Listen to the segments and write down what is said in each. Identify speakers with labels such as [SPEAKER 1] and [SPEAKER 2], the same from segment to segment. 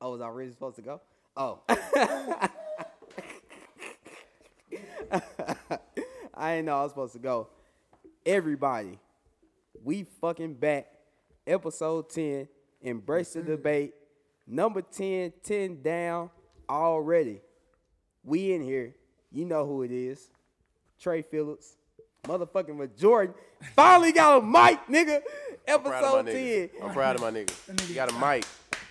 [SPEAKER 1] Oh, was I really supposed to go? Oh. I didn't know I was supposed to go. Everybody, we fucking back. Episode 10, Embrace the Debate. Number 10, 10 down already. We in here. You know who it is. Trey Phillips. Motherfucking with Jordan. Finally got a mic, nigga.
[SPEAKER 2] proud of
[SPEAKER 1] Episode
[SPEAKER 2] my
[SPEAKER 1] 10.
[SPEAKER 2] nigga. I'm proud of my nigga.
[SPEAKER 3] nigga-
[SPEAKER 2] He got a mic.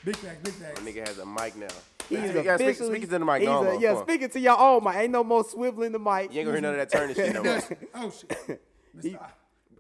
[SPEAKER 3] Big facts, big facts.
[SPEAKER 2] Nigga has a mic now.
[SPEAKER 1] He's
[SPEAKER 2] You gotta speak-
[SPEAKER 1] officially-
[SPEAKER 2] speaking to the mic.
[SPEAKER 1] he's
[SPEAKER 2] No,
[SPEAKER 1] a-
[SPEAKER 2] I'm-
[SPEAKER 1] yeah,
[SPEAKER 2] come on.
[SPEAKER 1] speaking to y'all own mic. Ain't no more swiveling the mic.
[SPEAKER 2] You ain't gonna hear none of that turning shit no more.
[SPEAKER 3] Oh shit. Mr. I-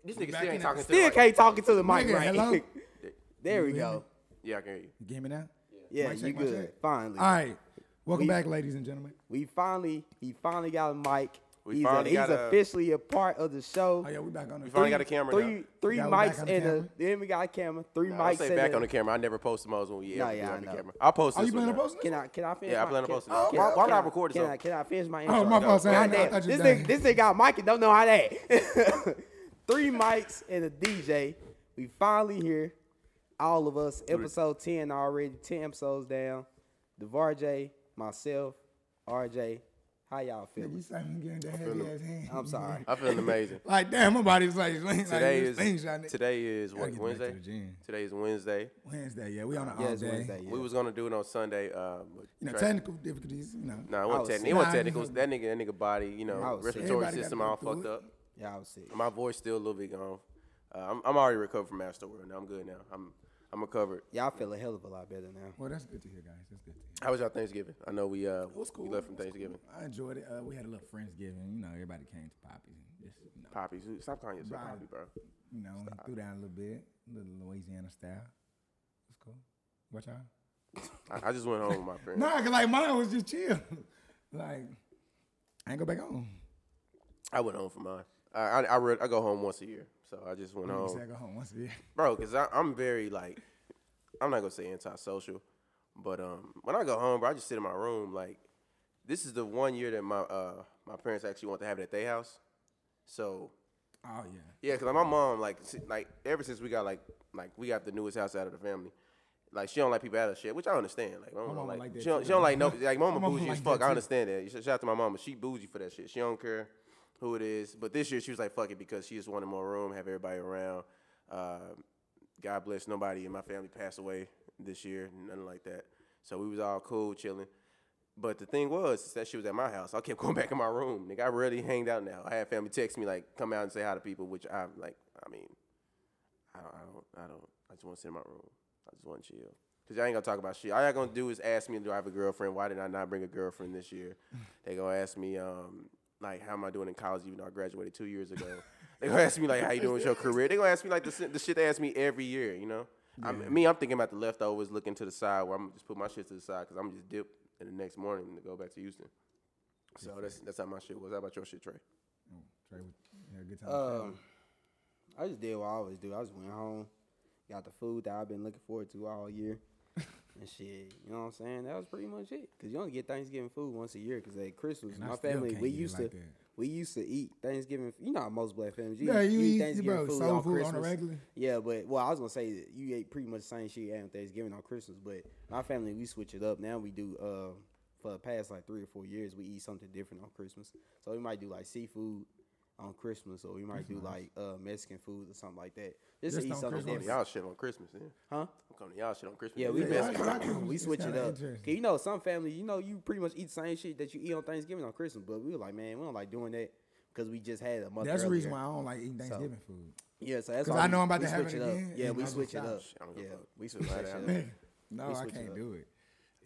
[SPEAKER 2] This nigga
[SPEAKER 3] Back
[SPEAKER 2] still
[SPEAKER 3] in
[SPEAKER 2] ain't talking
[SPEAKER 3] it.
[SPEAKER 2] to the
[SPEAKER 1] Still
[SPEAKER 2] mic.
[SPEAKER 1] can't talk into the mic
[SPEAKER 3] Nigga,
[SPEAKER 1] right.
[SPEAKER 3] hello?
[SPEAKER 1] there we
[SPEAKER 3] You hear me?
[SPEAKER 1] go.
[SPEAKER 2] Yeah, I can hear you.
[SPEAKER 3] You get me now?
[SPEAKER 1] Yeah,
[SPEAKER 3] Mic check,
[SPEAKER 1] you
[SPEAKER 3] mic
[SPEAKER 1] good.
[SPEAKER 3] check.
[SPEAKER 1] Finally.
[SPEAKER 3] All right. Welcome back, ladies and gentlemen.
[SPEAKER 1] We finally he finally got a mic.
[SPEAKER 2] We
[SPEAKER 1] he's
[SPEAKER 2] finally
[SPEAKER 1] a, he's
[SPEAKER 2] got a-
[SPEAKER 1] officially a part of the show.
[SPEAKER 3] Oh yeah, we back on the.
[SPEAKER 2] We finally got a camera
[SPEAKER 1] three
[SPEAKER 2] now.
[SPEAKER 1] three
[SPEAKER 3] Now we back
[SPEAKER 1] mics
[SPEAKER 3] on
[SPEAKER 1] and
[SPEAKER 3] the
[SPEAKER 1] a
[SPEAKER 3] camera?
[SPEAKER 1] then we got a camera. Three
[SPEAKER 2] Nah, I
[SPEAKER 1] mics
[SPEAKER 2] say
[SPEAKER 1] and
[SPEAKER 2] back
[SPEAKER 1] a-
[SPEAKER 2] on the camera. I never post those when we ever
[SPEAKER 1] Nah,
[SPEAKER 2] do
[SPEAKER 1] yeah,
[SPEAKER 2] it
[SPEAKER 1] I
[SPEAKER 2] on the
[SPEAKER 1] know.
[SPEAKER 2] camera. I'll post
[SPEAKER 3] Are
[SPEAKER 2] this
[SPEAKER 3] Oh, you playing
[SPEAKER 2] one
[SPEAKER 3] a
[SPEAKER 2] now.
[SPEAKER 3] post?
[SPEAKER 1] Can I can I finish?
[SPEAKER 2] Yeah, I
[SPEAKER 1] my-
[SPEAKER 2] plan on
[SPEAKER 1] can-
[SPEAKER 2] posting it.
[SPEAKER 1] can-
[SPEAKER 2] Why- why would I
[SPEAKER 1] can
[SPEAKER 2] record
[SPEAKER 1] Can I
[SPEAKER 2] something?
[SPEAKER 1] can I finish my intro?
[SPEAKER 3] Oh my
[SPEAKER 2] No,
[SPEAKER 3] fault.
[SPEAKER 2] I
[SPEAKER 3] I,
[SPEAKER 2] did.
[SPEAKER 3] I thought you
[SPEAKER 1] this
[SPEAKER 3] done.
[SPEAKER 1] nigga, this nigga got mic and don't know how that. Three mics and a DJ. We finally here. All of us. Episode 10 already. 10 episodes down. DeVar J, myself, RJ. How y'all
[SPEAKER 3] You
[SPEAKER 1] feeling?
[SPEAKER 3] sound getting that heavy ass hand.
[SPEAKER 1] I'm sorry.
[SPEAKER 2] I'm feeling amazing.
[SPEAKER 3] Like damn, my body's like like
[SPEAKER 2] Today
[SPEAKER 3] this thing
[SPEAKER 2] is
[SPEAKER 3] shot nigga.
[SPEAKER 2] today is what
[SPEAKER 3] get back
[SPEAKER 2] Wednesday.
[SPEAKER 3] to the gym.
[SPEAKER 2] Today is Wednesday.
[SPEAKER 3] Wednesday. Yeah, we on the
[SPEAKER 1] Yeah,
[SPEAKER 3] all
[SPEAKER 1] it's
[SPEAKER 3] day.
[SPEAKER 1] Wednesday.
[SPEAKER 2] We
[SPEAKER 1] Yeah.
[SPEAKER 2] was gonna do it on Sunday. Uh, but
[SPEAKER 3] You know,
[SPEAKER 2] Trey-
[SPEAKER 3] technical difficulties. You know.
[SPEAKER 2] Nah, it
[SPEAKER 1] I was
[SPEAKER 2] wasn't technical.
[SPEAKER 1] sick.
[SPEAKER 2] It wasn't
[SPEAKER 3] Nah, I
[SPEAKER 2] technical.
[SPEAKER 3] know.
[SPEAKER 2] That nigga in that nigga body, you
[SPEAKER 1] I
[SPEAKER 2] know,
[SPEAKER 1] was sick.
[SPEAKER 2] respiratory
[SPEAKER 3] Everybody
[SPEAKER 2] system
[SPEAKER 3] gotta
[SPEAKER 2] all
[SPEAKER 3] go
[SPEAKER 2] fucked
[SPEAKER 3] through it.
[SPEAKER 2] up.
[SPEAKER 1] Y'all was sick.
[SPEAKER 2] My voice still a little bit gone. Uh, I'm, I'm already recovered from Astroworld. Now I'm good now. I'm I'm recovered.
[SPEAKER 1] Y'all feel a hell of a lot better now.
[SPEAKER 3] Well, that's good to hear, guys. That's good to hear.
[SPEAKER 2] How was y'all Thanksgiving? I know we uh
[SPEAKER 3] It was cool.
[SPEAKER 2] we left from
[SPEAKER 3] It was
[SPEAKER 2] Thanksgiving.
[SPEAKER 3] cool. I enjoyed it. Uh, we had a little Friendsgiving. You know, everybody came to Poppy's and just, you know,
[SPEAKER 2] Poppy, Poppies, stop calling yourself
[SPEAKER 3] Right.
[SPEAKER 2] Poppy, bro.
[SPEAKER 3] you know and threw down a little bit, little Louisiana style. It's cool. What y'all?
[SPEAKER 2] I, I just went home with my friends.
[SPEAKER 3] Nah, cause like mine was just chill. like I ain't go back home.
[SPEAKER 2] I went home for mine. I I I, re- I go home once a year, so I just went
[SPEAKER 1] Oh.
[SPEAKER 3] Nigga said
[SPEAKER 2] home,
[SPEAKER 3] I go home once a year.
[SPEAKER 2] bro. Cause I, I'm very like, I'm not gonna say antisocial, but um, when I go home, bro, I just sit in my room. Like, this is the one year that my uh my parents actually want to have it at their house, so
[SPEAKER 3] Oh yeah.
[SPEAKER 2] Yeah, cause like my mom, like, si- like ever since we got like, like we got the newest house out of the family, like she don't like people out of shit, which I understand. Like, my mom,
[SPEAKER 3] mama
[SPEAKER 2] like,
[SPEAKER 3] like that
[SPEAKER 2] she, don't,
[SPEAKER 3] too,
[SPEAKER 2] she don't
[SPEAKER 3] though.
[SPEAKER 2] like no, like my
[SPEAKER 3] My
[SPEAKER 2] mama
[SPEAKER 3] mama
[SPEAKER 2] bougie as
[SPEAKER 3] like
[SPEAKER 2] fuck.
[SPEAKER 3] that
[SPEAKER 2] I
[SPEAKER 3] too.
[SPEAKER 2] understand that. Shout out to my mama, she bougie for that shit. She don't care who it is. But this year she was like, fuck it, because she just wanted more room, have everybody around. Uh, God bless nobody in my family passed away this year, nothing like that. So we was all cool, chilling. But the thing was is that she was at my house. I kept going back in my room. Nigga, I rarely hanged out now. I had family text me like, come out and say hi to people, which I'm like, I mean, I don't, I don't, I don't. I just want to sit in my room. I just want to chill. Cause y'all ain't gonna talk about shit. All y'all gonna do is ask me, do I have a girlfriend? Why did I not bring a girlfriend this year? They gonna ask me, um, like, how am I doing in college? Even though I graduated two years ago, they gonna ask me like, how you doing with your career? They gonna ask me like the, si- the shit they ask me every year. You know, I'm, me, I'm thinking about the leftovers, looking to the side where I'm gonna just put my shit to the side because I'm just dip in the next morning to go back to Houston. So that's that's how my shit was. How about your shit, Trey?
[SPEAKER 3] Oh, Trey, we had a good time.
[SPEAKER 1] Um, I just did what I always do. I just went home, got the food that I've been looking forward to all year. And shit, you know what I'm saying? That was pretty much it. Cause you only get Thanksgiving food once a year. Cause at Christmas,
[SPEAKER 3] And I
[SPEAKER 1] my
[SPEAKER 3] still
[SPEAKER 1] family
[SPEAKER 3] can't
[SPEAKER 1] we
[SPEAKER 3] eat it
[SPEAKER 1] used
[SPEAKER 3] like
[SPEAKER 1] to
[SPEAKER 3] that.
[SPEAKER 1] we used to eat Thanksgiving. You know how most black families you,
[SPEAKER 3] yeah,
[SPEAKER 1] eat-
[SPEAKER 3] you
[SPEAKER 1] you eat
[SPEAKER 3] eat,
[SPEAKER 1] Thanksgiving
[SPEAKER 3] bro,
[SPEAKER 1] food,
[SPEAKER 3] soul
[SPEAKER 1] on
[SPEAKER 3] food
[SPEAKER 1] Christmas.
[SPEAKER 3] on the regular.
[SPEAKER 1] Yeah, but well, I was gonna say that you ate pretty much the same shit you had on Thanksgiving on Christmas, but my family we switch it up. Now we do uh, for the past like three or four years we eat something different on Christmas. So we might do like seafood on Christmas, or we might do like uh, Mexican food or something like that. Just,
[SPEAKER 3] Just
[SPEAKER 1] to eat
[SPEAKER 3] on
[SPEAKER 1] something
[SPEAKER 3] Christmas.
[SPEAKER 2] Coming to
[SPEAKER 1] different,
[SPEAKER 2] y'all shit on Christmas, then.
[SPEAKER 1] huh?
[SPEAKER 2] I'm coming to y'all shit on Christmas.
[SPEAKER 1] Yeah, we
[SPEAKER 2] It's
[SPEAKER 3] Yeah,
[SPEAKER 2] best-
[SPEAKER 3] I- I
[SPEAKER 1] mess-
[SPEAKER 3] can-
[SPEAKER 1] we
[SPEAKER 3] it's
[SPEAKER 1] switch it
[SPEAKER 3] kinda
[SPEAKER 1] up. 'Cause
[SPEAKER 3] interesting.
[SPEAKER 1] You know, some families, you know, you pretty much eat the same shit that you eat on Thanksgiving on Christmas, but we were like, man, we don't like doing that because we just had a month.
[SPEAKER 3] That's the reason why
[SPEAKER 1] earlier.
[SPEAKER 3] I don't like eating Thanksgiving food.
[SPEAKER 1] Yeah, so that's
[SPEAKER 3] 'Cause
[SPEAKER 1] why
[SPEAKER 3] I
[SPEAKER 1] we-
[SPEAKER 3] know I'm about
[SPEAKER 1] we
[SPEAKER 3] to have
[SPEAKER 1] switch
[SPEAKER 3] it
[SPEAKER 1] up.
[SPEAKER 3] again,
[SPEAKER 1] Yeah,
[SPEAKER 3] and
[SPEAKER 1] we
[SPEAKER 3] I just
[SPEAKER 1] switch it
[SPEAKER 3] stop.
[SPEAKER 1] up.
[SPEAKER 2] Shit, I don't
[SPEAKER 1] Yeah,
[SPEAKER 2] give a fuck.
[SPEAKER 1] we switch
[SPEAKER 2] Right
[SPEAKER 1] that
[SPEAKER 2] out.
[SPEAKER 1] shit up.
[SPEAKER 3] No,
[SPEAKER 1] We
[SPEAKER 3] I
[SPEAKER 1] switch it
[SPEAKER 3] can't
[SPEAKER 1] up.
[SPEAKER 3] do it.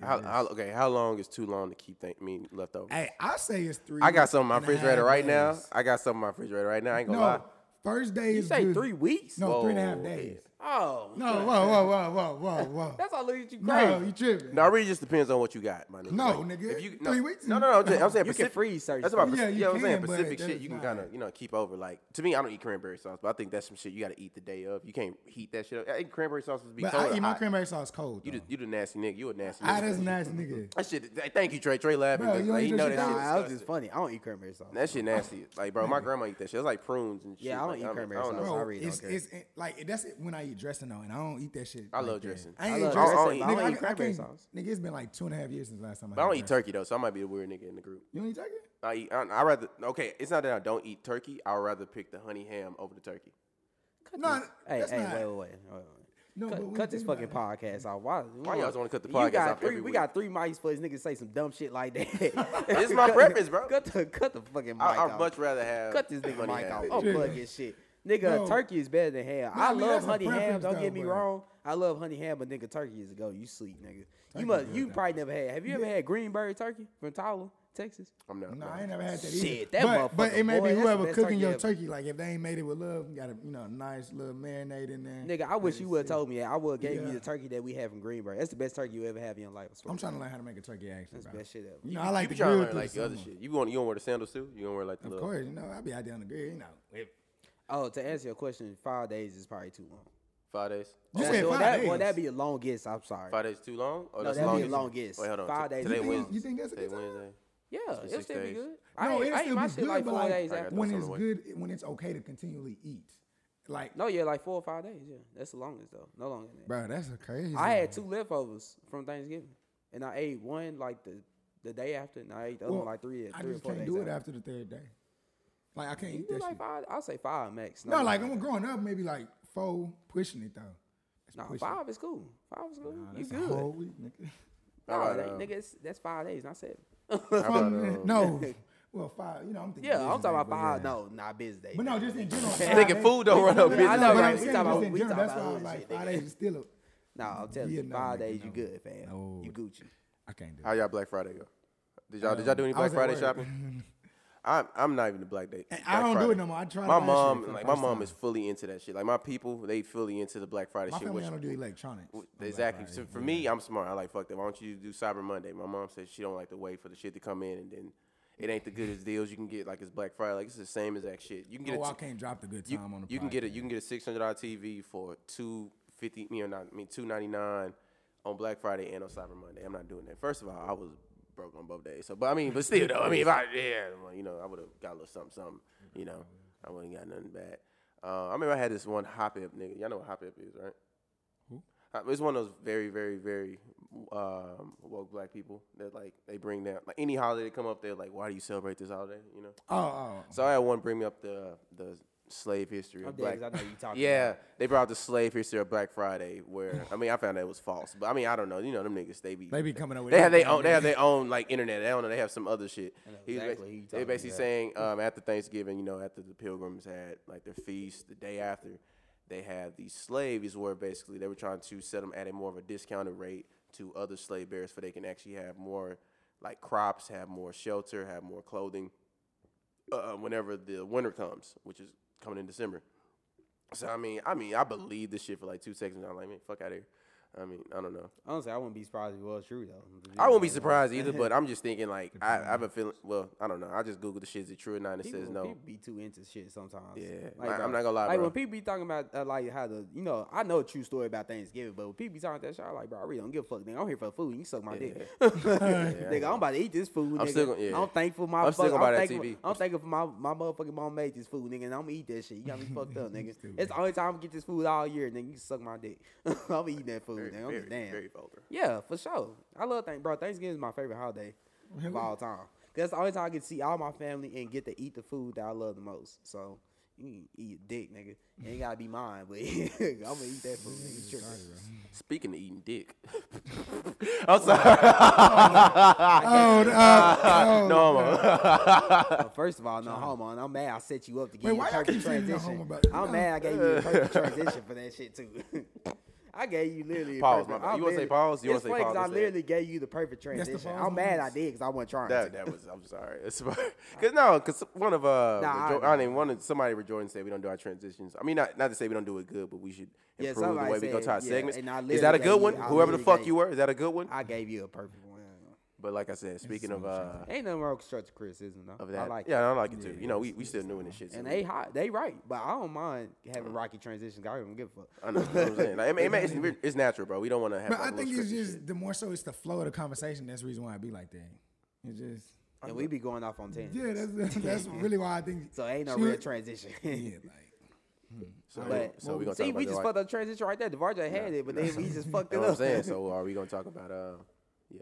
[SPEAKER 2] How, how, okay, how long is too long to keep th- me left over?
[SPEAKER 3] Hey, I say it's three.
[SPEAKER 2] I got something in my
[SPEAKER 3] and a half
[SPEAKER 2] refrigerator right now.
[SPEAKER 3] days.
[SPEAKER 2] I got something in my refrigerator right now. I ain't gonna lie.
[SPEAKER 3] No, first day
[SPEAKER 1] You
[SPEAKER 3] is
[SPEAKER 1] say
[SPEAKER 3] good.
[SPEAKER 1] three weeks?
[SPEAKER 3] No, three and a half
[SPEAKER 2] Whoa.
[SPEAKER 3] days.
[SPEAKER 1] Oh,
[SPEAKER 3] No, whoa, whoa, whoa, whoa, whoa, whoa.
[SPEAKER 1] That's all look at you crazy.
[SPEAKER 3] no, you tripping?
[SPEAKER 2] No, it really just depends on what you got, my nigga.
[SPEAKER 3] No,
[SPEAKER 2] Like,
[SPEAKER 3] nigga.
[SPEAKER 2] If you, no,
[SPEAKER 3] Three weeks
[SPEAKER 2] No,
[SPEAKER 3] is-
[SPEAKER 2] no, no. I'm just, I'm
[SPEAKER 1] You
[SPEAKER 2] saying
[SPEAKER 1] can
[SPEAKER 2] Pacific,
[SPEAKER 1] freeze certain
[SPEAKER 2] That's about
[SPEAKER 1] stuff.
[SPEAKER 2] Pacific,
[SPEAKER 3] Yeah,
[SPEAKER 2] yeah,
[SPEAKER 3] you
[SPEAKER 2] I'm saying
[SPEAKER 3] can, but
[SPEAKER 2] Pacific
[SPEAKER 3] that
[SPEAKER 2] shit.
[SPEAKER 3] is
[SPEAKER 2] You can
[SPEAKER 3] not-
[SPEAKER 2] kind of, you know, keep over. Like to me, I don't eat cranberry sauce, but I think that's some shit you got to eat the day of. You can't heat that shit up. I eat cranberry sauce to be
[SPEAKER 3] But
[SPEAKER 2] cold.
[SPEAKER 3] I
[SPEAKER 2] or
[SPEAKER 3] eat my
[SPEAKER 2] hot.
[SPEAKER 3] cranberry sauce cold.
[SPEAKER 2] You,
[SPEAKER 3] though.
[SPEAKER 2] the, you the nasty nigga. You a nasty.
[SPEAKER 3] I
[SPEAKER 2] nigga.
[SPEAKER 3] just nasty nigga.
[SPEAKER 2] That shit. th- Thank you, Trey. Trey laughing.
[SPEAKER 3] Bro,
[SPEAKER 2] because,
[SPEAKER 3] you
[SPEAKER 2] like,
[SPEAKER 3] ain't
[SPEAKER 2] he know
[SPEAKER 3] just-
[SPEAKER 2] that
[SPEAKER 1] Nah,
[SPEAKER 2] shit.
[SPEAKER 1] that was
[SPEAKER 2] disgusting.
[SPEAKER 1] just funny. I don't eat cranberry sauce.
[SPEAKER 2] That shit nasty. Like, bro, my grandma eat that shit. It's like prunes and shit.
[SPEAKER 1] Yeah, I don't
[SPEAKER 2] Like,
[SPEAKER 1] eat cranberry
[SPEAKER 2] I don't
[SPEAKER 1] sauce.
[SPEAKER 2] know.
[SPEAKER 1] I
[SPEAKER 3] Bro,
[SPEAKER 1] really don't
[SPEAKER 3] it's,
[SPEAKER 1] care.
[SPEAKER 3] it's it- like that's it when I eat dressing though, and I don't eat that shit.
[SPEAKER 2] I
[SPEAKER 3] like
[SPEAKER 2] love
[SPEAKER 3] that.
[SPEAKER 2] dressing.
[SPEAKER 3] I ain't
[SPEAKER 1] I
[SPEAKER 3] ate
[SPEAKER 1] love
[SPEAKER 3] dressing.
[SPEAKER 2] dressing,
[SPEAKER 1] but I don't
[SPEAKER 3] Nigga,
[SPEAKER 1] eat cranberry
[SPEAKER 3] can't-
[SPEAKER 1] sauce.
[SPEAKER 3] Nigga, it's been like two and a half years since last time.
[SPEAKER 2] But I don't
[SPEAKER 3] had
[SPEAKER 2] eat
[SPEAKER 3] dressing.
[SPEAKER 2] turkey though, so I might be the weird nigga in the group.
[SPEAKER 3] You don't eat turkey?
[SPEAKER 2] I eat. I, I rather okay. It's not that I don't eat turkey. I'd rather pick the honey ham over the turkey.
[SPEAKER 3] No,
[SPEAKER 1] Hey,
[SPEAKER 3] that's
[SPEAKER 1] hey, wait,
[SPEAKER 3] not.
[SPEAKER 1] wait, wait. wait, wait.
[SPEAKER 3] No, but
[SPEAKER 1] Cut,
[SPEAKER 3] when
[SPEAKER 1] cut
[SPEAKER 3] you
[SPEAKER 1] this
[SPEAKER 3] think about
[SPEAKER 1] fucking
[SPEAKER 3] it-
[SPEAKER 1] podcast off. Why, why
[SPEAKER 2] y'all just wanna cut the
[SPEAKER 1] you
[SPEAKER 2] podcast
[SPEAKER 1] got
[SPEAKER 2] off
[SPEAKER 1] three,
[SPEAKER 2] every
[SPEAKER 1] We
[SPEAKER 2] week?
[SPEAKER 1] got three mics for this nigga to say some dumb shit like that.
[SPEAKER 2] It's my
[SPEAKER 1] Cut-
[SPEAKER 2] preference, bro.
[SPEAKER 1] Cut the cut the fucking mic
[SPEAKER 2] I, I'd
[SPEAKER 1] off.
[SPEAKER 2] much rather have
[SPEAKER 1] cut this nigga
[SPEAKER 2] honey
[SPEAKER 1] mic off.
[SPEAKER 2] ham.
[SPEAKER 3] Oh.
[SPEAKER 1] Unplug his shit. Nigga,
[SPEAKER 3] No.
[SPEAKER 1] turkey is better than ham.
[SPEAKER 3] No,
[SPEAKER 1] I
[SPEAKER 3] I mean,
[SPEAKER 1] love
[SPEAKER 3] that's a
[SPEAKER 1] honey ham.
[SPEAKER 3] preference
[SPEAKER 1] Don't
[SPEAKER 3] though,
[SPEAKER 1] get me
[SPEAKER 3] but-
[SPEAKER 1] wrong. I love honey ham, but nigga, turkey is a go. You sleep, nigga.
[SPEAKER 3] Turkey
[SPEAKER 1] you must.
[SPEAKER 3] good,
[SPEAKER 1] You
[SPEAKER 3] though.
[SPEAKER 1] probably never had. Have you ever had Greenberg turkey from Tyler, Texas?
[SPEAKER 2] I'm not.
[SPEAKER 3] No,
[SPEAKER 2] no.
[SPEAKER 3] I ain't never had that
[SPEAKER 1] Shit,
[SPEAKER 3] either.
[SPEAKER 1] that
[SPEAKER 3] but, but it may
[SPEAKER 1] motherfucker, boy,
[SPEAKER 3] be
[SPEAKER 1] that's the
[SPEAKER 3] whoever
[SPEAKER 1] best
[SPEAKER 3] cooking your
[SPEAKER 1] turkey ever.
[SPEAKER 3] turkey. Like if they ain't made it with love, you got a you know nice little marinade in there.
[SPEAKER 1] Nigga, I wish you would have told me that. I would have gave you
[SPEAKER 3] Yeah.
[SPEAKER 1] the turkey that we have from Greenberg. That's the best turkey you ever have in your life. I swear.
[SPEAKER 3] I'm trying to learn how to make a turkey actually. bro.
[SPEAKER 1] best shit ever.
[SPEAKER 3] You know, I like
[SPEAKER 2] you
[SPEAKER 3] the
[SPEAKER 2] be trying to
[SPEAKER 3] grill
[SPEAKER 2] learn
[SPEAKER 3] through
[SPEAKER 2] like the other
[SPEAKER 3] summer.
[SPEAKER 2] shit. You want you gonna wear the sandals too? You gonna wear like the
[SPEAKER 3] Of
[SPEAKER 2] little?
[SPEAKER 3] course, you know I be out there on the grill. You know, if,
[SPEAKER 1] Oh, to answer your question, five days is probably too long.
[SPEAKER 2] Five days.
[SPEAKER 3] You
[SPEAKER 1] That's-
[SPEAKER 3] said
[SPEAKER 1] well,
[SPEAKER 3] five
[SPEAKER 1] that,
[SPEAKER 3] days.
[SPEAKER 1] Well, that'd be a long guess. I'm sorry.
[SPEAKER 2] Five days too long? Or
[SPEAKER 1] No,
[SPEAKER 2] that's
[SPEAKER 1] that'd
[SPEAKER 2] long
[SPEAKER 1] be a
[SPEAKER 2] as-
[SPEAKER 1] long guess.
[SPEAKER 2] Wait, hold on.
[SPEAKER 1] Five
[SPEAKER 2] T-
[SPEAKER 1] days
[SPEAKER 2] Today
[SPEAKER 1] is
[SPEAKER 3] you,
[SPEAKER 2] Wednesday.
[SPEAKER 3] think, you think that's a
[SPEAKER 2] Today
[SPEAKER 3] good time?
[SPEAKER 2] Wednesday.
[SPEAKER 1] Yeah,
[SPEAKER 2] be
[SPEAKER 1] it'll
[SPEAKER 2] six
[SPEAKER 1] still be
[SPEAKER 2] days.
[SPEAKER 1] good. I
[SPEAKER 3] No,
[SPEAKER 1] ain't-
[SPEAKER 3] it'll
[SPEAKER 1] I ate
[SPEAKER 3] still
[SPEAKER 1] my
[SPEAKER 3] be
[SPEAKER 1] shit
[SPEAKER 3] good,
[SPEAKER 1] like
[SPEAKER 3] but
[SPEAKER 1] four days
[SPEAKER 2] I
[SPEAKER 1] after.
[SPEAKER 2] got-
[SPEAKER 3] when
[SPEAKER 2] That's on
[SPEAKER 3] it's
[SPEAKER 2] the way.
[SPEAKER 3] good, when it's okay to continually eat. Like,
[SPEAKER 1] No, yeah, like four or five days. Yeah, that's the longest though. No longer than that.
[SPEAKER 3] bro, that's a crazy.
[SPEAKER 1] I had two leftovers from Thanksgiving, and I ate one like the the day after, and I ate the other
[SPEAKER 3] Well,
[SPEAKER 1] one like three,
[SPEAKER 3] I
[SPEAKER 1] three or
[SPEAKER 3] just
[SPEAKER 1] four
[SPEAKER 3] can't
[SPEAKER 1] days.
[SPEAKER 3] do it
[SPEAKER 1] after.
[SPEAKER 3] after the third day. Like I can't
[SPEAKER 1] You
[SPEAKER 3] eat
[SPEAKER 1] do
[SPEAKER 3] that
[SPEAKER 1] like
[SPEAKER 3] shit.
[SPEAKER 1] five? I'll say five max.
[SPEAKER 3] No,
[SPEAKER 1] more
[SPEAKER 3] like
[SPEAKER 1] than
[SPEAKER 3] I'm
[SPEAKER 1] that.
[SPEAKER 3] growing up, maybe like four pushing it though. That's
[SPEAKER 1] Nah,
[SPEAKER 3] pushing.
[SPEAKER 1] five is cool. Five is cool.
[SPEAKER 3] Nah,
[SPEAKER 1] you
[SPEAKER 3] that's a
[SPEAKER 1] good?
[SPEAKER 3] whole week, nigga.
[SPEAKER 1] Nah,
[SPEAKER 2] Alright,
[SPEAKER 1] that-
[SPEAKER 2] um,
[SPEAKER 1] nigga, it's- that's five days, not seven.
[SPEAKER 2] about,
[SPEAKER 3] From-
[SPEAKER 2] um,
[SPEAKER 3] no, well five. You know, I'm thinking.
[SPEAKER 1] yeah, I'm talking
[SPEAKER 3] business day,
[SPEAKER 1] about
[SPEAKER 3] but
[SPEAKER 1] five.
[SPEAKER 3] yeah.
[SPEAKER 1] No, not biz day.
[SPEAKER 3] But no, just in general.
[SPEAKER 1] Nigga,
[SPEAKER 3] five days-
[SPEAKER 2] food don't run out
[SPEAKER 3] Yeah,
[SPEAKER 2] business.
[SPEAKER 3] I
[SPEAKER 2] I know,
[SPEAKER 3] know, but
[SPEAKER 1] right?
[SPEAKER 3] I'm
[SPEAKER 1] We talking
[SPEAKER 3] saying just
[SPEAKER 1] about-
[SPEAKER 3] in
[SPEAKER 1] we
[SPEAKER 3] general.
[SPEAKER 1] talking
[SPEAKER 3] That's why
[SPEAKER 1] about
[SPEAKER 3] I'm
[SPEAKER 1] hood
[SPEAKER 3] like
[SPEAKER 1] shit,
[SPEAKER 3] five
[SPEAKER 1] nigga.
[SPEAKER 3] days is still. A,
[SPEAKER 1] No, I'm telling you,
[SPEAKER 3] Yeah, no,
[SPEAKER 1] five
[SPEAKER 3] nigga,
[SPEAKER 1] days you
[SPEAKER 3] no.
[SPEAKER 1] good, fam. You
[SPEAKER 3] No.
[SPEAKER 1] Gucci.
[SPEAKER 3] I can't do.
[SPEAKER 2] How
[SPEAKER 3] it.
[SPEAKER 2] y'all Black Friday go? Did y'all did y'all do any
[SPEAKER 3] Um, I was
[SPEAKER 2] Black
[SPEAKER 3] at
[SPEAKER 2] Friday
[SPEAKER 3] work.
[SPEAKER 2] shopping? I'm I'm not even a Black Day.
[SPEAKER 3] And
[SPEAKER 2] Black
[SPEAKER 3] I don't do
[SPEAKER 2] Friday.
[SPEAKER 3] it no more. I tried it
[SPEAKER 2] My
[SPEAKER 3] last year
[SPEAKER 2] mom
[SPEAKER 3] for the
[SPEAKER 2] like my
[SPEAKER 3] first
[SPEAKER 2] mom
[SPEAKER 3] time.
[SPEAKER 2] is fully into that shit. Like my people, they fully into the Black Friday
[SPEAKER 3] My
[SPEAKER 2] shit.
[SPEAKER 3] family
[SPEAKER 2] which-
[SPEAKER 3] I don't do electronics. on Black
[SPEAKER 2] Exactly.
[SPEAKER 3] Friday.
[SPEAKER 2] So for me, I'm smart. I like fuck that. Why don't you do Cyber Monday? My mom said she don't like to wait for the shit to come in, and then it ain't the goodest deals you can get. Like it's Black Friday. Like it's the same exact shit. You can get
[SPEAKER 3] Oh,
[SPEAKER 2] a
[SPEAKER 3] I
[SPEAKER 2] t-
[SPEAKER 3] can't drop the good time
[SPEAKER 2] you,
[SPEAKER 3] on the.
[SPEAKER 2] you can get a
[SPEAKER 3] podcast.
[SPEAKER 2] you can get a six hundred dollar TV for two fifty. You know, not, I mean two ninety nine on Black Friday and on Cyber Monday. I'm not doing that. First of all, I was broke on both days. So, but I mean, but still, though, I mean, if I yeah, well, you know, I would have got a little something, something. You know, I wouldn't got nothing bad. Uh, I remember I had this one hop up nigga. Y'all know what hop up is, right? Uh, It's one of those very, very, very um, woke black people that like they bring down like any holiday that come up. They're like, "Why do you celebrate this holiday?" You know.
[SPEAKER 3] Oh, oh,
[SPEAKER 2] So I had one bring me up the the slave history
[SPEAKER 1] Uh-huh. I'm
[SPEAKER 2] of
[SPEAKER 1] dead
[SPEAKER 2] black.
[SPEAKER 1] 'cause I know you talking.
[SPEAKER 2] Yeah, they brought the slave history of Black Friday, where I mean I found that it was false, but I mean I don't know. You know them niggas, they be
[SPEAKER 3] They be coming up with
[SPEAKER 2] They have their
[SPEAKER 3] everything,
[SPEAKER 2] own. They have their own like internet. I don't know. They have some other shit.
[SPEAKER 1] know
[SPEAKER 2] He was
[SPEAKER 1] exactly
[SPEAKER 2] basi-
[SPEAKER 1] who you
[SPEAKER 2] they
[SPEAKER 1] talking
[SPEAKER 2] basically
[SPEAKER 1] about.
[SPEAKER 2] saying um, after Thanksgiving, you know, after the Pilgrims had like their feast, the day after, they had these slaves where basically they were trying to set them at a more of a discounted rate to other slave bearers, for they can actually have more like crops, have more shelter, have more clothing uh, whenever the winter comes, which is coming in December. So I mean, I mean, I believe this shit for like two seconds. And I'm like, man, fuck out of here. I mean, I don't know.
[SPEAKER 1] Honestly, I wouldn't be surprised if it was true though.
[SPEAKER 2] I won't be surprised either, but I'm just thinking like I, I have a feeling. Well, I don't know. I just googled the shit. Is it true or not? And it
[SPEAKER 1] People,
[SPEAKER 2] says no.
[SPEAKER 1] people be too into shit sometimes.
[SPEAKER 2] Yeah, like,
[SPEAKER 1] uh,
[SPEAKER 2] I'm not gonna lie,
[SPEAKER 1] Like
[SPEAKER 2] bro.
[SPEAKER 1] when people be talking about uh, like how the you know I know a true story about Thanksgiving, but when people be talking that shit, I'm like, bro, I really don't give a fuck. Nigga, I'm here for the food. You can suck my dick, nigga. I'm about to eat this food. Nigga.
[SPEAKER 2] I'm still gonna- yeah.
[SPEAKER 1] I'm thankful my.
[SPEAKER 2] I'm still
[SPEAKER 1] fuck-
[SPEAKER 2] gonna buy that
[SPEAKER 1] thankful-
[SPEAKER 2] TV.
[SPEAKER 1] I'm thankful for my my motherfucking mom made this food, nigga, and I'm gonna eat that shit. You got me fucked up, nigga. It's the only time I'm gonna get this food all year, nigga. You can suck my dick. I'm eating that food,
[SPEAKER 2] Very,
[SPEAKER 1] nigga. I'm
[SPEAKER 2] very,
[SPEAKER 1] just damn.
[SPEAKER 2] very vulgar.
[SPEAKER 1] Yeah, for sure. I love thank bro. Thanksgiving is my favorite holiday of all time. 'Cause that's the only time I get to see all my family and get to eat the food that I love the most. So you can eat your dick, nigga. It ain't gotta be mine, but I'm gonna eat that food, nigga. Sure.
[SPEAKER 2] Speaking of eating dick, I'm sorry.
[SPEAKER 3] Oh, no, oh,
[SPEAKER 2] no, I'm a-
[SPEAKER 1] Uh, first of all, no homo, and I'm mad I set you up to get
[SPEAKER 3] Wait,
[SPEAKER 1] you
[SPEAKER 3] why
[SPEAKER 1] a
[SPEAKER 3] y'all
[SPEAKER 1] perfect
[SPEAKER 3] keep saying no
[SPEAKER 1] transition.
[SPEAKER 3] homo about-
[SPEAKER 1] I'm
[SPEAKER 3] no.
[SPEAKER 1] mad I gave you a perfect transition for that shit too. I gave you literally a
[SPEAKER 2] Pause, my
[SPEAKER 1] Perfect,
[SPEAKER 2] bad.
[SPEAKER 1] I
[SPEAKER 2] You wanna say
[SPEAKER 1] literally-
[SPEAKER 2] pause? You wanna
[SPEAKER 1] it's
[SPEAKER 2] say
[SPEAKER 1] funny 'cause
[SPEAKER 2] pause
[SPEAKER 1] I
[SPEAKER 2] instead?
[SPEAKER 1] literally gave you the perfect
[SPEAKER 3] the
[SPEAKER 1] transition.
[SPEAKER 3] pause
[SPEAKER 1] I'm mad I
[SPEAKER 3] moments?
[SPEAKER 1] did because I wasn't trying. to.
[SPEAKER 2] that, that was. I'm sorry. It's because no, because one of uh,
[SPEAKER 1] Nah,
[SPEAKER 2] Rejo-
[SPEAKER 1] I-
[SPEAKER 2] I mean, one of somebody with Jordan said we don't do our transitions. I mean, not not to say we don't do it good, but we should
[SPEAKER 1] Yeah,
[SPEAKER 2] improve the
[SPEAKER 1] somebody
[SPEAKER 2] way we go to our
[SPEAKER 1] said, yeah,
[SPEAKER 2] segments.
[SPEAKER 1] and I
[SPEAKER 2] Is that
[SPEAKER 1] literally
[SPEAKER 2] a good
[SPEAKER 1] gave
[SPEAKER 2] one?
[SPEAKER 1] you- I
[SPEAKER 2] Whoever the
[SPEAKER 1] literally
[SPEAKER 2] fuck
[SPEAKER 1] gave-
[SPEAKER 2] you were, is that a good one?
[SPEAKER 1] I gave you a perfect one.
[SPEAKER 2] But like I said, speaking of uh,
[SPEAKER 1] Ain't nothing wrong with constructive criticism though.
[SPEAKER 2] of that,
[SPEAKER 1] I like
[SPEAKER 2] yeah,
[SPEAKER 1] it.
[SPEAKER 2] I like it too. You know, we we still new in this shit. so
[SPEAKER 1] And
[SPEAKER 2] we-
[SPEAKER 1] they hot, they right, but I don't mind
[SPEAKER 2] Mm.
[SPEAKER 1] having rocky transitions. I don't give a fuck.
[SPEAKER 2] I know that's what I'm saying. Like, I mean, it may- it's, we're- it's natural, bro. We don't want to have.
[SPEAKER 3] But
[SPEAKER 2] like,
[SPEAKER 3] I
[SPEAKER 2] little
[SPEAKER 3] think it's
[SPEAKER 2] scripted
[SPEAKER 3] just
[SPEAKER 2] shit.
[SPEAKER 3] the more so it's the flow of the conversation. That's the reason why I be like that. It's just
[SPEAKER 1] And we be going off on ten.
[SPEAKER 3] yeah, that's that's really why I think.
[SPEAKER 1] So ain't no
[SPEAKER 3] she
[SPEAKER 1] real
[SPEAKER 3] was-
[SPEAKER 1] transition.
[SPEAKER 3] Yeah, like
[SPEAKER 2] So,
[SPEAKER 1] But
[SPEAKER 2] so we gonna
[SPEAKER 1] see,
[SPEAKER 2] talk
[SPEAKER 1] we
[SPEAKER 2] about
[SPEAKER 1] just
[SPEAKER 2] the
[SPEAKER 1] fucked up transition right there. DeVarge had it, but then we just fucked
[SPEAKER 2] You
[SPEAKER 1] it
[SPEAKER 2] know what I'm
[SPEAKER 1] up.
[SPEAKER 2] saying? So are we gonna talk about uh yeah.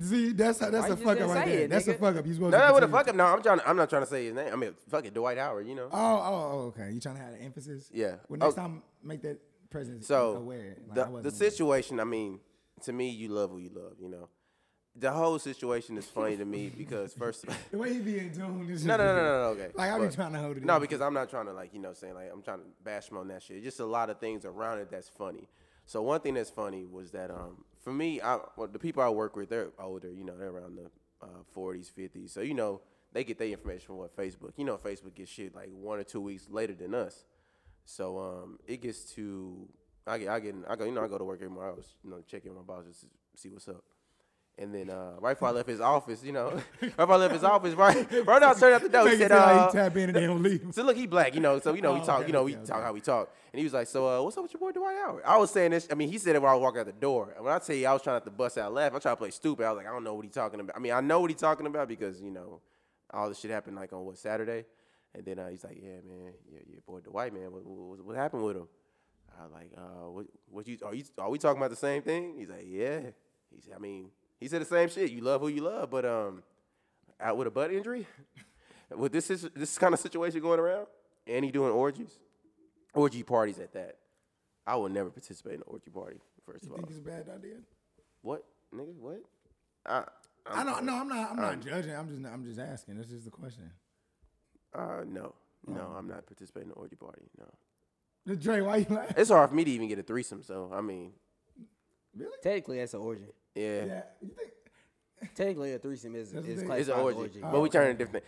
[SPEAKER 3] See, that's how, that's
[SPEAKER 1] Why you
[SPEAKER 3] a fuck up
[SPEAKER 1] just
[SPEAKER 3] right
[SPEAKER 1] say
[SPEAKER 3] there.
[SPEAKER 1] it,
[SPEAKER 3] that's a
[SPEAKER 1] nigga?
[SPEAKER 3] fuck up. You supposed
[SPEAKER 2] No,
[SPEAKER 3] to
[SPEAKER 2] no, what the
[SPEAKER 3] continue-
[SPEAKER 2] fuck? No, I'm trying. I'm not trying to say his name. I mean, fuck it, Dwight Howard. You know.
[SPEAKER 3] Oh, oh, oh, okay. You trying to have an emphasis?
[SPEAKER 2] Yeah.
[SPEAKER 3] Well, next
[SPEAKER 2] Oh.
[SPEAKER 3] time, make that president
[SPEAKER 2] So
[SPEAKER 3] aware. Like,
[SPEAKER 2] the,
[SPEAKER 3] I
[SPEAKER 2] the
[SPEAKER 3] wasn't aware.
[SPEAKER 2] situation, I mean, to me, you love who you love. You know, the whole situation is funny to me because first, no,
[SPEAKER 3] The way you be in tune is
[SPEAKER 2] no, no,
[SPEAKER 3] just-
[SPEAKER 2] no, no, okay.
[SPEAKER 3] Like, I be
[SPEAKER 2] but-
[SPEAKER 3] trying to hold it
[SPEAKER 2] No,
[SPEAKER 3] in.
[SPEAKER 2] because I'm not trying to like you know saying like I'm trying to bash him on that shit. It's just a lot of things around it that's funny. So one thing that's funny was that um for me, I well, the people I work with they're older. You know, they're around the uh, 40s, 50s. So you know they get their information from what Facebook. You know, Facebook gets shit like one or two weeks later than us. So um, it gets to I get I get I go you know I go to work every morning. I was you know checking my boss just to see what's up. And then uh, right before I left his office, you know, right before I left his office, right, right when I turned out the door, he
[SPEAKER 3] Make it
[SPEAKER 2] said,
[SPEAKER 3] feel like
[SPEAKER 2] uh,
[SPEAKER 3] you tap in and they don't leave.
[SPEAKER 2] so look, he black, you know. So you know, we
[SPEAKER 3] Oh,
[SPEAKER 2] talk,
[SPEAKER 3] okay,
[SPEAKER 2] you know, we
[SPEAKER 3] okay, okay.
[SPEAKER 2] talk how we talk. And he was like, "So uh, what's up with your boy Dwight Howard?" I was saying this. I mean, he said it when I was walking out the door. And when I tell you, I was trying not to bust out laughing. I tried to play stupid. I was like, "I don't know what he's talking about." I mean, I know what he's talking about because you know, all this shit happened like on what Saturday. And then uh, he's like, "Yeah, man, yeah, your boy Dwight, man, what, what, what happened with him?" I was like, uh, "What? What you are you? Are we talking about the same thing?" He's like, "Yeah." He said, "I mean, he said the same shit. You love who you love, but um." out with a butt injury, with this is this kind of situation going around, and he doing orgies, orgy parties at that. I will never participate in an orgy party. First
[SPEAKER 3] You
[SPEAKER 2] of all,
[SPEAKER 3] think it's a bad idea?
[SPEAKER 2] what nigga? What? I,
[SPEAKER 3] I don't. No, I'm not. I'm not
[SPEAKER 2] I'm-
[SPEAKER 3] judging. I'm just. I'm just asking. That's just the question.
[SPEAKER 2] uh, no, no, I'm not participating in an orgy party. No,
[SPEAKER 3] Dre, why you laughing?
[SPEAKER 2] it's hard for me to even get a threesome. So I mean,
[SPEAKER 3] Really?
[SPEAKER 1] Technically, that's an origin.
[SPEAKER 2] yeah,
[SPEAKER 3] Yeah. You think?
[SPEAKER 1] Technically, a threesome is
[SPEAKER 3] That's
[SPEAKER 1] is
[SPEAKER 3] the-
[SPEAKER 2] it's
[SPEAKER 1] classified
[SPEAKER 2] an
[SPEAKER 1] as
[SPEAKER 2] orgy,
[SPEAKER 1] orgy. Oh,
[SPEAKER 2] but we
[SPEAKER 3] okay.
[SPEAKER 2] turn it different.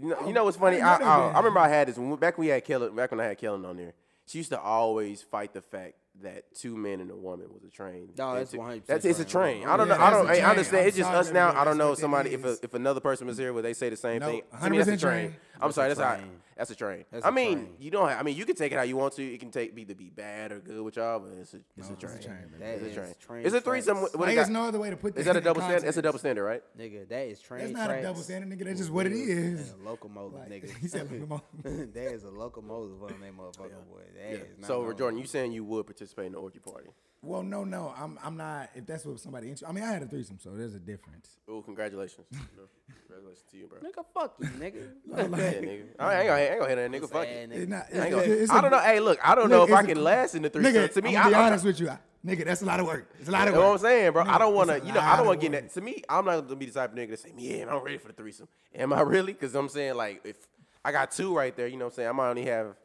[SPEAKER 2] You know, you
[SPEAKER 3] Oh,
[SPEAKER 2] know what's
[SPEAKER 3] I
[SPEAKER 2] funny?
[SPEAKER 3] didn't
[SPEAKER 2] I,
[SPEAKER 3] know
[SPEAKER 2] I,
[SPEAKER 3] that.
[SPEAKER 2] I remember I had this when, back when we had Kellen, back when I had Kellen on there. She used to always fight the fact that two men and a woman was a train.
[SPEAKER 1] No,
[SPEAKER 2] And
[SPEAKER 1] that's
[SPEAKER 2] two-
[SPEAKER 1] 100%
[SPEAKER 2] That's it's a
[SPEAKER 1] train.
[SPEAKER 2] train. I don't
[SPEAKER 3] Yeah,
[SPEAKER 2] know. I
[SPEAKER 3] that's
[SPEAKER 2] don't.
[SPEAKER 3] a
[SPEAKER 2] I
[SPEAKER 3] train.
[SPEAKER 2] understand.
[SPEAKER 3] I'm
[SPEAKER 2] it's just
[SPEAKER 3] sorry,
[SPEAKER 2] us now. I
[SPEAKER 3] everybody.
[SPEAKER 2] don't know
[SPEAKER 3] That's what
[SPEAKER 2] somebody
[SPEAKER 3] that
[SPEAKER 2] if a,
[SPEAKER 3] is.
[SPEAKER 2] if another person was here, would they say the same
[SPEAKER 3] No,
[SPEAKER 2] thing? To me, that's a
[SPEAKER 3] 100% train.
[SPEAKER 2] train. I'm sorry.
[SPEAKER 1] a
[SPEAKER 2] That's how.
[SPEAKER 1] train.
[SPEAKER 2] That's a train.
[SPEAKER 1] That's
[SPEAKER 2] I
[SPEAKER 1] a
[SPEAKER 2] mean,
[SPEAKER 1] train.
[SPEAKER 2] you don't. Have, I mean, you can take it how you want to. It can take be to be bad or good with y'all, but it's a it's a train.
[SPEAKER 3] train, man.
[SPEAKER 1] That
[SPEAKER 2] It's a
[SPEAKER 1] is
[SPEAKER 2] train.
[SPEAKER 1] train
[SPEAKER 2] It's a threesome.
[SPEAKER 1] tracks.
[SPEAKER 2] with- with a
[SPEAKER 3] Like,
[SPEAKER 2] guy-
[SPEAKER 3] there's no other way to put that.
[SPEAKER 2] Is that a
[SPEAKER 3] in
[SPEAKER 2] double standard? That's
[SPEAKER 3] context.
[SPEAKER 2] a double standard, right?
[SPEAKER 1] Nigga, that is train
[SPEAKER 3] That's not a double
[SPEAKER 1] tracks
[SPEAKER 3] standard, nigga. That's
[SPEAKER 1] with
[SPEAKER 3] just what it
[SPEAKER 1] wheels
[SPEAKER 3] is.
[SPEAKER 1] and a Locomotive,
[SPEAKER 3] Like,
[SPEAKER 1] nigga.
[SPEAKER 3] he said, "Look, come on."
[SPEAKER 1] there is a locomotive on that motherfucker, boy. That is not
[SPEAKER 2] So,
[SPEAKER 1] no-
[SPEAKER 2] Jordan, you saying you would participate in the orgy party?
[SPEAKER 3] Well, no, no. I'm. I'm not. If that's what somebody. Into, I mean, I had a threesome, so there's a difference.
[SPEAKER 2] Oh, congratulations. You know, congratulations to you, bro.
[SPEAKER 1] Nigga, fuck you, nigga.
[SPEAKER 2] Yeah, nigga. I ain't gonna, I ain't gonna hit that nigga. Fuck
[SPEAKER 1] Sad
[SPEAKER 2] it.
[SPEAKER 1] nigga.
[SPEAKER 3] It's not. It's,
[SPEAKER 2] I, ain't
[SPEAKER 3] it's,
[SPEAKER 2] gonna,
[SPEAKER 3] it's
[SPEAKER 2] I
[SPEAKER 3] a-
[SPEAKER 2] don't know. Hey, look, I don't
[SPEAKER 3] Nigga,
[SPEAKER 2] know if
[SPEAKER 3] it's
[SPEAKER 2] I
[SPEAKER 3] a-
[SPEAKER 2] can last in the three.
[SPEAKER 3] Nigga,
[SPEAKER 2] to me,
[SPEAKER 3] I'm
[SPEAKER 2] I,
[SPEAKER 3] be
[SPEAKER 2] I'm-
[SPEAKER 3] honest with you, I, nigga. That's a lot of work. It's a lot of
[SPEAKER 2] You
[SPEAKER 3] work.
[SPEAKER 2] know what I'm saying, bro? I don't want to,
[SPEAKER 3] it's a
[SPEAKER 2] you know, I
[SPEAKER 3] lot
[SPEAKER 2] don't want
[SPEAKER 3] of
[SPEAKER 2] to get in
[SPEAKER 3] work.
[SPEAKER 2] that. To me, I'm not gonna be the type of nigga to say, man, I'm ready for the threesome. Am I really? Because I'm saying, like, if I got two right there, you know what I'm saying? I might only have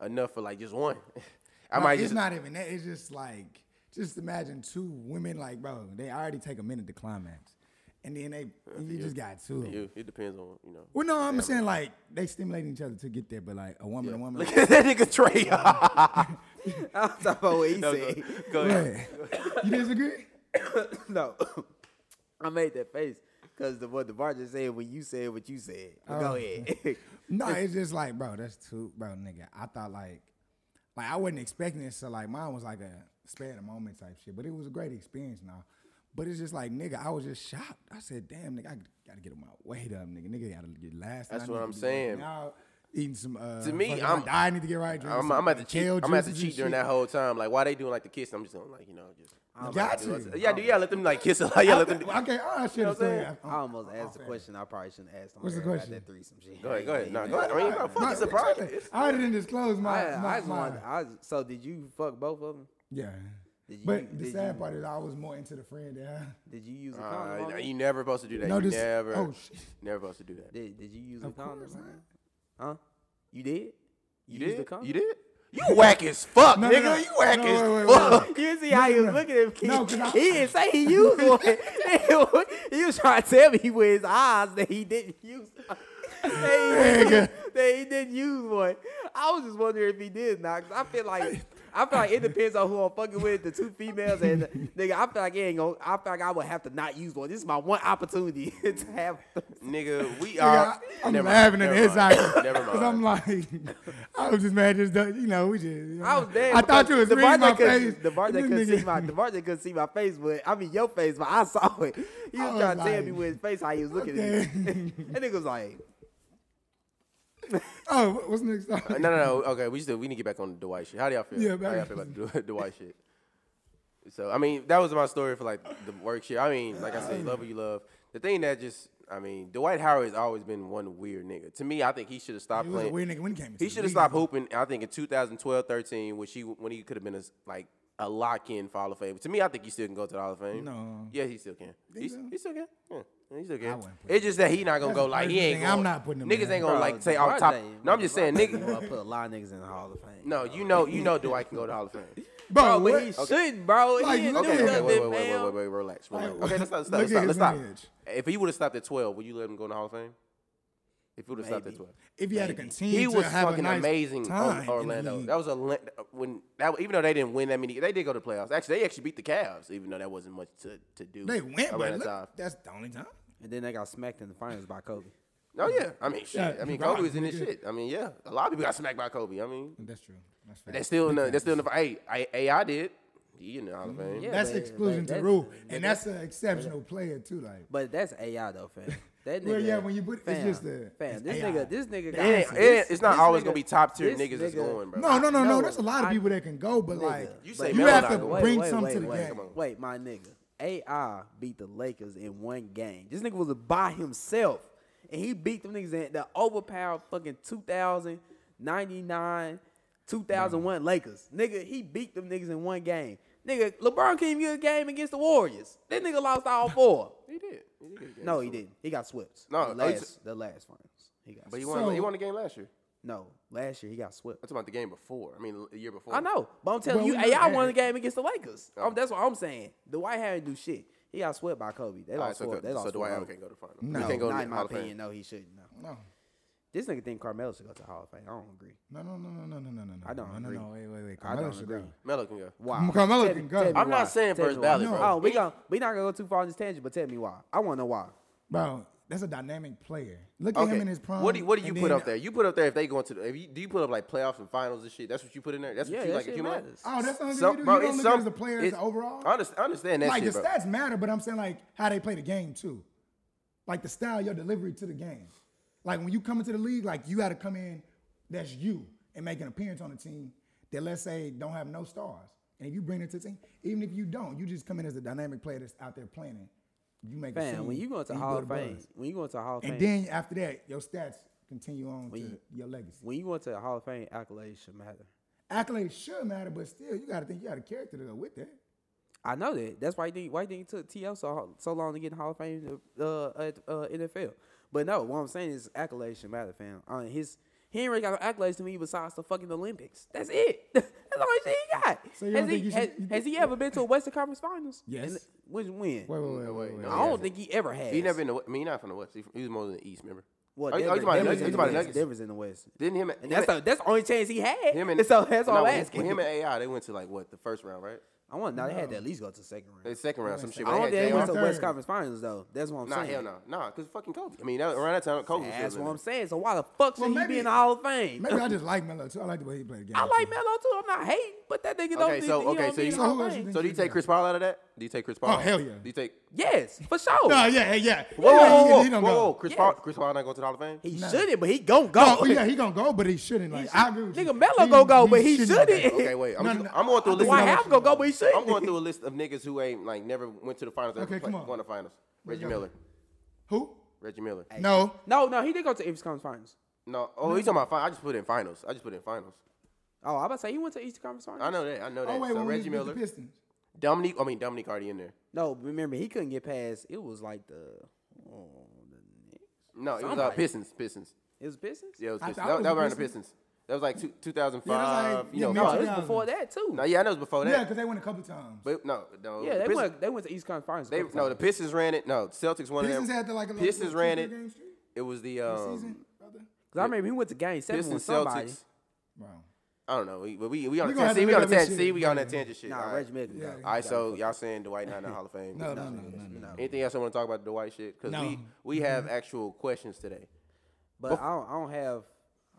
[SPEAKER 2] enough for, like, just one. I
[SPEAKER 3] No,
[SPEAKER 2] might
[SPEAKER 3] it's
[SPEAKER 2] just.
[SPEAKER 3] not even that. It's just like, just imagine two women, like, bro, they already take a minute to climax. And then they, and you just got two. of 'em.
[SPEAKER 2] you, it depends on, you know.
[SPEAKER 3] Well, no, I'm saying, like, they stimulating each other to get there, but like, a woman, a woman.
[SPEAKER 2] Look at that nigga Trey.
[SPEAKER 1] I'm talking about what he
[SPEAKER 2] No, go,
[SPEAKER 1] said.
[SPEAKER 2] go ahead.
[SPEAKER 3] Wait, you disagree?
[SPEAKER 1] no, I made that face because the what the bar just said when you said what you said. But go
[SPEAKER 3] Oh.
[SPEAKER 1] ahead.
[SPEAKER 3] No, it's just like, bro, that's too, bro, nigga. I thought, like, like I wasn't expecting this, so like mine was like a spare the moment type shit. But it was a great experience now. But it's just like nigga, I was just shocked. I said, damn nigga, I gotta get on my weight up, nigga. Nigga gotta get last.
[SPEAKER 2] That's
[SPEAKER 3] night,
[SPEAKER 2] what
[SPEAKER 3] nigga
[SPEAKER 2] I'm
[SPEAKER 3] be
[SPEAKER 2] saying.
[SPEAKER 3] working out, eating some. Uh,
[SPEAKER 2] To me,
[SPEAKER 3] fucking-
[SPEAKER 2] I'm-
[SPEAKER 3] I die, I need to get right. drinking
[SPEAKER 2] I'm,
[SPEAKER 3] some
[SPEAKER 2] I'm at the cheat.
[SPEAKER 3] kale
[SPEAKER 2] I'm at the
[SPEAKER 3] juices and
[SPEAKER 2] cheat during
[SPEAKER 3] shit.
[SPEAKER 2] that whole time. Like, why they doing like the kiss? I'm just going like, you know, just
[SPEAKER 3] You got
[SPEAKER 2] do it.
[SPEAKER 3] to.
[SPEAKER 2] yeah, do yeah, let them like kiss. it. yeah, let them. do-
[SPEAKER 3] Okay, I
[SPEAKER 2] what
[SPEAKER 3] should
[SPEAKER 2] I'm
[SPEAKER 3] have said. um,
[SPEAKER 1] I almost asked the question I probably shouldn't ask.
[SPEAKER 3] What's the question?
[SPEAKER 1] That threesome shit.
[SPEAKER 2] Go ahead, go ahead. No, go ahead. I mean, bro, fuck, it's a problem. It's-
[SPEAKER 3] I didn't disclose
[SPEAKER 1] I,
[SPEAKER 3] my. my,
[SPEAKER 1] I just
[SPEAKER 3] my-
[SPEAKER 1] wanted. I, just- so did you fuck both of them?
[SPEAKER 3] yeah.
[SPEAKER 1] Did you-
[SPEAKER 3] But the
[SPEAKER 1] did
[SPEAKER 3] sad
[SPEAKER 1] you-
[SPEAKER 3] part is I was more into the friend. Yeah.
[SPEAKER 1] Did you use a condom?
[SPEAKER 2] Uh,
[SPEAKER 1] on
[SPEAKER 2] no,
[SPEAKER 1] it?
[SPEAKER 2] you never supposed to do that.
[SPEAKER 3] No,
[SPEAKER 2] you
[SPEAKER 3] this-
[SPEAKER 2] never,
[SPEAKER 3] oh, shit.
[SPEAKER 2] never supposed to do that.
[SPEAKER 1] Did, did you use a condom?
[SPEAKER 3] course,
[SPEAKER 1] on
[SPEAKER 3] man.
[SPEAKER 1] it? Huh? You did? You,
[SPEAKER 2] You
[SPEAKER 1] used a
[SPEAKER 2] did?
[SPEAKER 1] condom?
[SPEAKER 2] You did? You whack as fuck,
[SPEAKER 3] No, no,
[SPEAKER 2] nigga.
[SPEAKER 3] no.
[SPEAKER 2] You whack
[SPEAKER 3] No,
[SPEAKER 2] as
[SPEAKER 3] wait, wait, wait,
[SPEAKER 2] fuck.
[SPEAKER 3] wait.
[SPEAKER 1] You see how he was looking at him?
[SPEAKER 3] No, 'cause I-
[SPEAKER 1] he didn't say he used one. he was trying to tell me with his eyes that he didn't use one. that, he,
[SPEAKER 3] Nigga.
[SPEAKER 1] that he didn't use one. I was just wondering if he did not. Cause I feel like I feel like it depends on who I'm fucking with, the two females and the, nigga. I feel like it ain't gonna. I feel like I would have to not use one. This is my one opportunity to have.
[SPEAKER 2] Nigga, we
[SPEAKER 3] Yeah,
[SPEAKER 2] are.
[SPEAKER 3] I, am
[SPEAKER 2] never
[SPEAKER 3] laughing
[SPEAKER 2] mind,
[SPEAKER 3] at
[SPEAKER 2] never
[SPEAKER 3] his
[SPEAKER 2] mind,
[SPEAKER 3] eyes.
[SPEAKER 2] Never mind.
[SPEAKER 3] Cause I'm like, I was just mad. Just done- you know, we just. you know.
[SPEAKER 1] I was there.
[SPEAKER 3] I thought
[SPEAKER 1] because
[SPEAKER 3] you was
[SPEAKER 1] the
[SPEAKER 3] reading
[SPEAKER 1] bartender
[SPEAKER 3] my face.
[SPEAKER 1] couldn't- The bartender
[SPEAKER 3] This
[SPEAKER 1] couldn't
[SPEAKER 3] nigga-
[SPEAKER 1] see my the bartender couldn't see my face, but I mean your face, but I saw it. He
[SPEAKER 3] I
[SPEAKER 1] was
[SPEAKER 3] was
[SPEAKER 1] trying to tell
[SPEAKER 3] like,
[SPEAKER 1] me with his face how he was looking at me.
[SPEAKER 3] okay.
[SPEAKER 1] that nigga was like,
[SPEAKER 3] oh, what- what's next?
[SPEAKER 2] Uh, no, no, no. Okay, we still we need to get back on the Dwight shit. How do y'all feel?
[SPEAKER 3] Yeah,
[SPEAKER 2] How
[SPEAKER 3] back-
[SPEAKER 2] y'all feel about the Dw- Dwight shit? So I mean, that was my story for like the work shit. I mean, like I said, love what you love. The thing that just, I mean, Dwight Howard has always been one weird nigga. To me, I think he should have stopped
[SPEAKER 3] He was a
[SPEAKER 2] playing.
[SPEAKER 3] weird nigga when he came. into
[SPEAKER 2] He
[SPEAKER 3] the
[SPEAKER 2] should have
[SPEAKER 3] league.
[SPEAKER 2] stopped hooping. I think in 2012, 13, which he when he could have been a s like a lock in for Hall of Fame. To me, I think he still can go to the Hall of Fame.
[SPEAKER 3] No.
[SPEAKER 2] Yeah, he still can. He,
[SPEAKER 3] so?
[SPEAKER 2] he still can. Yeah. Yeah, He still can.
[SPEAKER 3] wouldn't put
[SPEAKER 2] It's just that he not gonna
[SPEAKER 3] That's
[SPEAKER 2] go
[SPEAKER 3] the
[SPEAKER 2] like he
[SPEAKER 3] first
[SPEAKER 2] ain't.
[SPEAKER 3] thing
[SPEAKER 2] Going,
[SPEAKER 3] I'm not putting him
[SPEAKER 2] niggas
[SPEAKER 3] in.
[SPEAKER 2] ain't gonna like say off
[SPEAKER 1] Dwight
[SPEAKER 2] top.
[SPEAKER 1] ain't-
[SPEAKER 2] No, I'm just saying,
[SPEAKER 1] Dwight
[SPEAKER 2] nigga.
[SPEAKER 1] ain't gonna put a lot of niggas in the Hall of Fame.
[SPEAKER 2] No, you know, you know, Dwight can go to Hall of Fame.
[SPEAKER 1] bro,
[SPEAKER 3] bro.
[SPEAKER 1] but
[SPEAKER 3] what?
[SPEAKER 1] he shouldn't, bro.
[SPEAKER 3] Like,
[SPEAKER 1] he ain't
[SPEAKER 3] look
[SPEAKER 2] Okay,
[SPEAKER 1] doing
[SPEAKER 3] at
[SPEAKER 2] okay,
[SPEAKER 1] nothing,
[SPEAKER 2] wait,
[SPEAKER 3] him.
[SPEAKER 2] wait, wait,
[SPEAKER 1] fam.
[SPEAKER 2] wait, wait, relax, relax.
[SPEAKER 3] Like,
[SPEAKER 2] Okay, let's stop,
[SPEAKER 3] look
[SPEAKER 2] let's
[SPEAKER 3] at
[SPEAKER 2] stop,
[SPEAKER 3] his
[SPEAKER 2] let's stop.
[SPEAKER 3] lineage.
[SPEAKER 2] If he would have stopped at 12, would you let him go in the Hall of Fame? If he would have stopped at
[SPEAKER 1] Maybe.
[SPEAKER 2] 12.
[SPEAKER 3] If he had to
[SPEAKER 1] Maybe.
[SPEAKER 3] continue
[SPEAKER 2] he
[SPEAKER 3] to
[SPEAKER 2] was
[SPEAKER 3] have
[SPEAKER 2] fucking
[SPEAKER 3] a nice
[SPEAKER 2] amazing
[SPEAKER 3] time
[SPEAKER 2] on
[SPEAKER 3] in the
[SPEAKER 2] Orlando.
[SPEAKER 3] league.
[SPEAKER 2] That was a le- when that even though they didn't win that many, they did go to the playoffs. Actually, they actually beat the Cavs, even though that wasn't much to, to do.
[SPEAKER 3] They went,
[SPEAKER 2] around
[SPEAKER 3] but
[SPEAKER 2] that
[SPEAKER 3] look,
[SPEAKER 2] time.
[SPEAKER 3] that's the only time.
[SPEAKER 1] And then they got smacked in the finals by Kobe.
[SPEAKER 2] Oh yeah, I mean shit.
[SPEAKER 3] Yeah,
[SPEAKER 2] I mean
[SPEAKER 3] right.
[SPEAKER 2] Kobe was in this shit. I mean yeah, a lot of people got smacked by Kobe. I mean
[SPEAKER 3] That's true. That's fair.
[SPEAKER 2] they're still in the, they're still in the hey I, AI did. He in the Hall of Fame.
[SPEAKER 1] Yeah.
[SPEAKER 3] that's
[SPEAKER 1] but-
[SPEAKER 3] exclusion
[SPEAKER 1] but
[SPEAKER 3] to
[SPEAKER 1] that's-
[SPEAKER 3] rule, and that's an exceptional player too. Like,
[SPEAKER 1] But that's AI though, fam. That nigga,
[SPEAKER 3] Well, yeah, when you put- it's
[SPEAKER 1] fam,
[SPEAKER 3] just a-
[SPEAKER 1] fam.
[SPEAKER 3] it's
[SPEAKER 1] This
[SPEAKER 3] AI.
[SPEAKER 1] nigga, this nigga,
[SPEAKER 2] It
[SPEAKER 1] got,
[SPEAKER 2] ain't- it
[SPEAKER 1] this-
[SPEAKER 2] ain't- it's not
[SPEAKER 1] this
[SPEAKER 2] always
[SPEAKER 1] nigga-
[SPEAKER 2] gonna be top tier
[SPEAKER 1] this
[SPEAKER 2] niggas that's going, bro.
[SPEAKER 3] no, no, no,
[SPEAKER 1] no,
[SPEAKER 3] no. There's a lot of
[SPEAKER 1] I-
[SPEAKER 3] people that can go, but like,
[SPEAKER 2] You say
[SPEAKER 3] you,
[SPEAKER 2] Melo
[SPEAKER 3] have
[SPEAKER 2] not
[SPEAKER 3] to
[SPEAKER 2] going.
[SPEAKER 3] bring something to the
[SPEAKER 1] wait,
[SPEAKER 3] game.
[SPEAKER 2] on.
[SPEAKER 1] Wait, my nigga. AI beat the Lakers in one game. This nigga was by himself. And he beat them niggas in the overpowered fucking 2099, 2001 Lakers. Nigga, he beat them niggas in one game. Nigga, LeBron couldn't even get a game against the Warriors. That nigga lost all four.
[SPEAKER 2] He did. He did. get a game.
[SPEAKER 1] no, he didn't. He got swept.
[SPEAKER 2] No,
[SPEAKER 1] the
[SPEAKER 2] oh, you s-
[SPEAKER 1] last, the last finals. He got
[SPEAKER 2] But he
[SPEAKER 1] swept.
[SPEAKER 2] won.
[SPEAKER 3] So-
[SPEAKER 2] he won the game last year.
[SPEAKER 1] No, last year he got swept.
[SPEAKER 2] I'm talking about the game before. I mean, the year before.
[SPEAKER 1] I know, but I'm telling
[SPEAKER 3] Well,
[SPEAKER 1] you,
[SPEAKER 3] we know
[SPEAKER 1] AI won
[SPEAKER 3] that.
[SPEAKER 1] the game against the Lakers. Um, that's what I'm saying. Dwight Howard do shit. He got swept by Kobe. They
[SPEAKER 2] All
[SPEAKER 1] lost
[SPEAKER 2] right, so,
[SPEAKER 1] four. They
[SPEAKER 2] so
[SPEAKER 1] lost four.
[SPEAKER 2] Dwight Howard can't go to the final.
[SPEAKER 1] no,
[SPEAKER 2] he can't go
[SPEAKER 1] not
[SPEAKER 2] to
[SPEAKER 1] in
[SPEAKER 2] the
[SPEAKER 1] my
[SPEAKER 2] Hall of
[SPEAKER 1] opinion.
[SPEAKER 2] Fame.
[SPEAKER 1] No, he shouldn't. No.
[SPEAKER 3] No,
[SPEAKER 1] This nigga think Carmelo should go to Hall of Fame. I don't agree.
[SPEAKER 3] no, no, no, no, no, no, no, no.
[SPEAKER 1] I don't
[SPEAKER 3] No, no,
[SPEAKER 1] agree.
[SPEAKER 3] no. Wait, wait, wait.
[SPEAKER 1] I
[SPEAKER 3] Carmelo
[SPEAKER 1] don't
[SPEAKER 3] should
[SPEAKER 1] agree.
[SPEAKER 3] go.
[SPEAKER 2] Melo can go.
[SPEAKER 1] Why?
[SPEAKER 3] Come- Carmelo
[SPEAKER 1] Tell
[SPEAKER 3] can
[SPEAKER 1] me-
[SPEAKER 3] go.
[SPEAKER 1] tell me
[SPEAKER 2] I'm not
[SPEAKER 1] why.
[SPEAKER 2] saying
[SPEAKER 1] Tell
[SPEAKER 2] first
[SPEAKER 1] me why.
[SPEAKER 2] ballot,
[SPEAKER 3] No.
[SPEAKER 2] bro.
[SPEAKER 1] Oh, we gon' we not gonna go too far on this tangent, but tell me why. I want to know why.
[SPEAKER 3] Bro, that's a dynamic player. Look at
[SPEAKER 2] Okay.
[SPEAKER 3] him in his prime.
[SPEAKER 2] What do you, what do you
[SPEAKER 3] and
[SPEAKER 2] put
[SPEAKER 3] then-
[SPEAKER 2] up there? You put up there if they go into the, if you, do you put up like playoffs and finals and shit? That's what you put in there. That's
[SPEAKER 1] Yeah,
[SPEAKER 2] what you
[SPEAKER 1] that
[SPEAKER 2] like
[SPEAKER 1] shit
[SPEAKER 2] accumulate.
[SPEAKER 1] matters.
[SPEAKER 3] Oh, that's the only thing
[SPEAKER 2] Some-
[SPEAKER 3] you do.
[SPEAKER 2] bro,
[SPEAKER 3] you don't
[SPEAKER 2] it's
[SPEAKER 3] look
[SPEAKER 2] some-
[SPEAKER 3] at it as a player as
[SPEAKER 2] it's-
[SPEAKER 3] the overall.
[SPEAKER 2] I understand, I understand that
[SPEAKER 3] like
[SPEAKER 2] shit,
[SPEAKER 3] the
[SPEAKER 2] bro.
[SPEAKER 3] stats matter, but I'm saying like how they play the game too, like the style, your delivery to the game. Like when you come into the league, like you got to come in, that's you, and make an appearance on the team that let's say don't have no stars, and if you bring it to the team, even if you don't, you just come in as a dynamic player that's out there playing it. You make a
[SPEAKER 1] Fam,
[SPEAKER 3] team,
[SPEAKER 1] when you go to
[SPEAKER 3] and
[SPEAKER 1] Hall
[SPEAKER 3] to
[SPEAKER 1] of Fame,
[SPEAKER 3] buzz.
[SPEAKER 1] when you go to Hall of Fame,
[SPEAKER 3] and then after that, your stats continue on to
[SPEAKER 1] you-
[SPEAKER 3] your legacy.
[SPEAKER 1] when you go to the Hall of Fame, accolades should matter.
[SPEAKER 3] Accolades should matter, but still, you got to think you got a character to go with that.
[SPEAKER 1] I know that. That's why you think why you think it took TL so so long to get in Hall of Fame uh, at uh, NFL. But no, what I'm saying is accolades should matter, fam. I mean, his he ain't really got no accolades to me besides the fucking Olympics. That's it. That's all he shit he got.
[SPEAKER 3] So you
[SPEAKER 1] has,
[SPEAKER 3] don't
[SPEAKER 1] he,
[SPEAKER 3] think you
[SPEAKER 1] has,
[SPEAKER 3] should- you
[SPEAKER 1] has he
[SPEAKER 3] think-
[SPEAKER 1] ever been to a Western Conference Finals?
[SPEAKER 3] Yes.
[SPEAKER 1] And Which when?
[SPEAKER 3] Wait, wait, wait,
[SPEAKER 2] wait,
[SPEAKER 3] wait,
[SPEAKER 2] wait.
[SPEAKER 3] wait.
[SPEAKER 2] no,
[SPEAKER 1] I don't
[SPEAKER 2] he
[SPEAKER 1] think he ever has.
[SPEAKER 2] He never been. In the, I mean, he not from the West. He, from, he was more in the East. Remember?
[SPEAKER 1] Well,
[SPEAKER 2] Oh, you- oh,
[SPEAKER 1] Denver,
[SPEAKER 2] you talking about
[SPEAKER 1] Denver,
[SPEAKER 2] the Nuggets?
[SPEAKER 1] Denver's,
[SPEAKER 2] You
[SPEAKER 1] in the West. Denver's in the
[SPEAKER 2] talking about the Nuggets?
[SPEAKER 1] West.
[SPEAKER 2] Didn't him?
[SPEAKER 1] And that's the, that's the only chance he had.
[SPEAKER 2] him and
[SPEAKER 1] so that's all
[SPEAKER 2] no,
[SPEAKER 1] I'm asking.
[SPEAKER 2] Him and AI, they went to like what the first round, right?
[SPEAKER 1] I want now they had to at least go to the second
[SPEAKER 2] The
[SPEAKER 1] round.
[SPEAKER 2] second round, some shit.
[SPEAKER 1] I don't
[SPEAKER 2] When
[SPEAKER 1] think they
[SPEAKER 2] they had
[SPEAKER 1] went
[SPEAKER 2] JR.
[SPEAKER 1] to
[SPEAKER 3] Third.
[SPEAKER 1] West Conference Finals though. That's what I'm
[SPEAKER 2] Nah,
[SPEAKER 1] saying.
[SPEAKER 2] hell no, nah, cause fucking Kobe. I mean, that, around that time, Kobe. was
[SPEAKER 1] That's
[SPEAKER 2] still
[SPEAKER 1] what
[SPEAKER 2] in
[SPEAKER 1] I'm
[SPEAKER 2] Oh, it.
[SPEAKER 1] saying. So why the fuck should
[SPEAKER 3] Well,
[SPEAKER 1] he be
[SPEAKER 3] maybe-
[SPEAKER 1] in the Hall of Fame?
[SPEAKER 3] Maybe I just like Melo too. I like the way he played the game.
[SPEAKER 1] I like
[SPEAKER 3] too.
[SPEAKER 1] Melo too. I'm not hating, but that nigga don't.
[SPEAKER 2] Okay,
[SPEAKER 1] think-
[SPEAKER 2] so-
[SPEAKER 1] he don't
[SPEAKER 2] okay,
[SPEAKER 1] be
[SPEAKER 2] so
[SPEAKER 1] in
[SPEAKER 2] you-
[SPEAKER 1] the Hall
[SPEAKER 3] So
[SPEAKER 1] of
[SPEAKER 3] who else you
[SPEAKER 1] Fame.
[SPEAKER 2] So do you take Chris Paul out of that? Do you take Chris Paul? out?
[SPEAKER 3] hell yeah.
[SPEAKER 2] Do you take?
[SPEAKER 1] Yes, for sure.
[SPEAKER 3] No, yeah, yeah, yeah.
[SPEAKER 2] Whoa,
[SPEAKER 3] yeah,
[SPEAKER 2] whoa,
[SPEAKER 3] he-
[SPEAKER 2] whoa,
[SPEAKER 3] he
[SPEAKER 2] whoa,
[SPEAKER 3] don't
[SPEAKER 2] whoa,
[SPEAKER 3] go.
[SPEAKER 2] Chris
[SPEAKER 1] Yes.
[SPEAKER 2] Paul, Chris Paul not going to the Hall of Fame?
[SPEAKER 1] he
[SPEAKER 3] Nah.
[SPEAKER 1] shouldn't, but he gon' go.
[SPEAKER 3] Oh, yeah, he gonna go, but he shouldn't. Like, I agree. with
[SPEAKER 1] Nigga,
[SPEAKER 3] you.
[SPEAKER 1] Melo
[SPEAKER 3] He-
[SPEAKER 1] gonna go,
[SPEAKER 3] he
[SPEAKER 1] but he shouldn't.
[SPEAKER 2] Okay, wait. I'm,
[SPEAKER 3] No,
[SPEAKER 2] just-
[SPEAKER 3] no, no.
[SPEAKER 2] I'm going through a
[SPEAKER 3] I
[SPEAKER 2] list.
[SPEAKER 3] think
[SPEAKER 1] Dwight
[SPEAKER 3] Melo
[SPEAKER 1] Howard gonna go, but he shouldn't.
[SPEAKER 2] I'm going through a list of niggas who ain't like never went to the finals.
[SPEAKER 3] Okay,
[SPEAKER 2] ever
[SPEAKER 3] come on.
[SPEAKER 2] Going to finals. Reggie
[SPEAKER 3] go.
[SPEAKER 2] Miller.
[SPEAKER 3] Who?
[SPEAKER 2] Reggie Miller.
[SPEAKER 3] No.
[SPEAKER 1] No, no, he did go to Eastern Conference Finals.
[SPEAKER 2] No. Oh, you talking about finals? I just put in finals. I just put in finals.
[SPEAKER 1] Oh, I about to say he went to Eastern Conference Finals.
[SPEAKER 2] I know that. I know that.
[SPEAKER 3] Oh wait,
[SPEAKER 2] so
[SPEAKER 3] when
[SPEAKER 2] Reggie
[SPEAKER 3] Reggie we
[SPEAKER 2] Miller,
[SPEAKER 3] Miller. The Pistons.
[SPEAKER 2] Dominique. I mean Dominique already in there.
[SPEAKER 1] No, remember he couldn't get past. It was like the, oh, the Knicks.
[SPEAKER 2] No, it was uh,
[SPEAKER 1] Somebody.
[SPEAKER 2] Pistons. Pistons.
[SPEAKER 1] It was Pistons.
[SPEAKER 2] Yeah, it was
[SPEAKER 3] I
[SPEAKER 2] Pistons.
[SPEAKER 3] thought
[SPEAKER 2] that,
[SPEAKER 3] it was
[SPEAKER 2] that was around the
[SPEAKER 3] Pistons.
[SPEAKER 2] Pistons. That was like two,
[SPEAKER 3] Yeah,
[SPEAKER 2] 2005.
[SPEAKER 3] that's like-
[SPEAKER 2] you
[SPEAKER 3] yeah,
[SPEAKER 2] know,
[SPEAKER 1] No,
[SPEAKER 2] no,
[SPEAKER 3] mid-
[SPEAKER 1] it was
[SPEAKER 3] 2000.
[SPEAKER 1] before that too.
[SPEAKER 2] no, yeah, I know it was before
[SPEAKER 3] Yeah,
[SPEAKER 2] that.
[SPEAKER 3] because they went a couple times.
[SPEAKER 2] But no, no.
[SPEAKER 1] yeah, they
[SPEAKER 2] the Pistons-
[SPEAKER 1] went. They went to Eastern Conference Finals.
[SPEAKER 2] They,
[SPEAKER 1] couple
[SPEAKER 2] no, the
[SPEAKER 1] times.
[SPEAKER 2] Pistons ran it. No, Celtics won
[SPEAKER 3] Pistons
[SPEAKER 2] it.
[SPEAKER 3] had to like a little-
[SPEAKER 2] Pistons
[SPEAKER 3] little
[SPEAKER 2] ran
[SPEAKER 3] two,
[SPEAKER 2] it.
[SPEAKER 3] three game streak
[SPEAKER 2] It was the
[SPEAKER 3] this
[SPEAKER 2] um,
[SPEAKER 3] season, brother.
[SPEAKER 1] 'Cause I remember he went to Game Seven with
[SPEAKER 2] Pistons
[SPEAKER 1] somebody.
[SPEAKER 2] Celtics.
[SPEAKER 3] Wow.
[SPEAKER 2] I don't know. We but we we on
[SPEAKER 3] We
[SPEAKER 2] a
[SPEAKER 3] gonna have
[SPEAKER 2] tangent.
[SPEAKER 3] to
[SPEAKER 2] We on a
[SPEAKER 3] look up this
[SPEAKER 2] tangent. See,
[SPEAKER 3] shit,
[SPEAKER 2] we on
[SPEAKER 3] bro.
[SPEAKER 2] that tangent shit.
[SPEAKER 1] Nah,
[SPEAKER 2] all
[SPEAKER 1] Reggie Miller.
[SPEAKER 3] Yeah.
[SPEAKER 1] All
[SPEAKER 2] All right, so y'all saying Dwight not in the Hall of Fame?
[SPEAKER 3] No,
[SPEAKER 2] Nah.
[SPEAKER 3] no, no, no, no.
[SPEAKER 2] Anything else I want to talk about Dwight shit? Because
[SPEAKER 3] No. Mm-hmm.
[SPEAKER 2] we we have actual questions today.
[SPEAKER 1] But I don't, I don't have.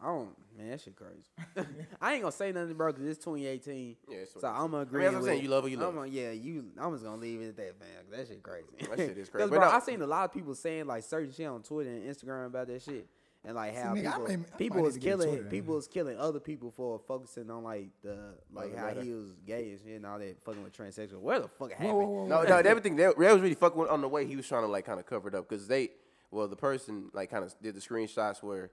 [SPEAKER 1] I don't. Man, that shit crazy. I ain't gonna say nothing, bro, because it's 2018.
[SPEAKER 2] Yeah, it's
[SPEAKER 1] so I'm
[SPEAKER 2] 2018. I mean,
[SPEAKER 1] gonna
[SPEAKER 2] that's
[SPEAKER 1] agree.
[SPEAKER 2] what I'm saying. You love what
[SPEAKER 1] it.
[SPEAKER 2] you love.
[SPEAKER 1] I'm gonna, yeah, you. I'm just gonna leave it at that, man. 'cause That shit crazy.
[SPEAKER 2] That shit is
[SPEAKER 1] 'Cause,
[SPEAKER 2] crazy. But
[SPEAKER 1] bro,
[SPEAKER 2] no-
[SPEAKER 1] I seen a lot of people saying like certain shit on Twitter and Instagram about that shit, and like how
[SPEAKER 3] nigga, I
[SPEAKER 1] people,
[SPEAKER 3] made me- I
[SPEAKER 1] people
[SPEAKER 3] might
[SPEAKER 1] was
[SPEAKER 3] need to get a
[SPEAKER 1] killing
[SPEAKER 3] Twitter.
[SPEAKER 1] people was killing other people for focusing on like the like
[SPEAKER 2] Mother
[SPEAKER 1] how
[SPEAKER 2] Matter.
[SPEAKER 1] he was gay and shit and all that fucking with transsexual. Where the fuck it happened?
[SPEAKER 3] whoa, whoa,
[SPEAKER 2] No, no, everything. That, that was really fucking with- on the way. He was trying to like kind of cover it up because they, well, the person like kind of did the screenshots where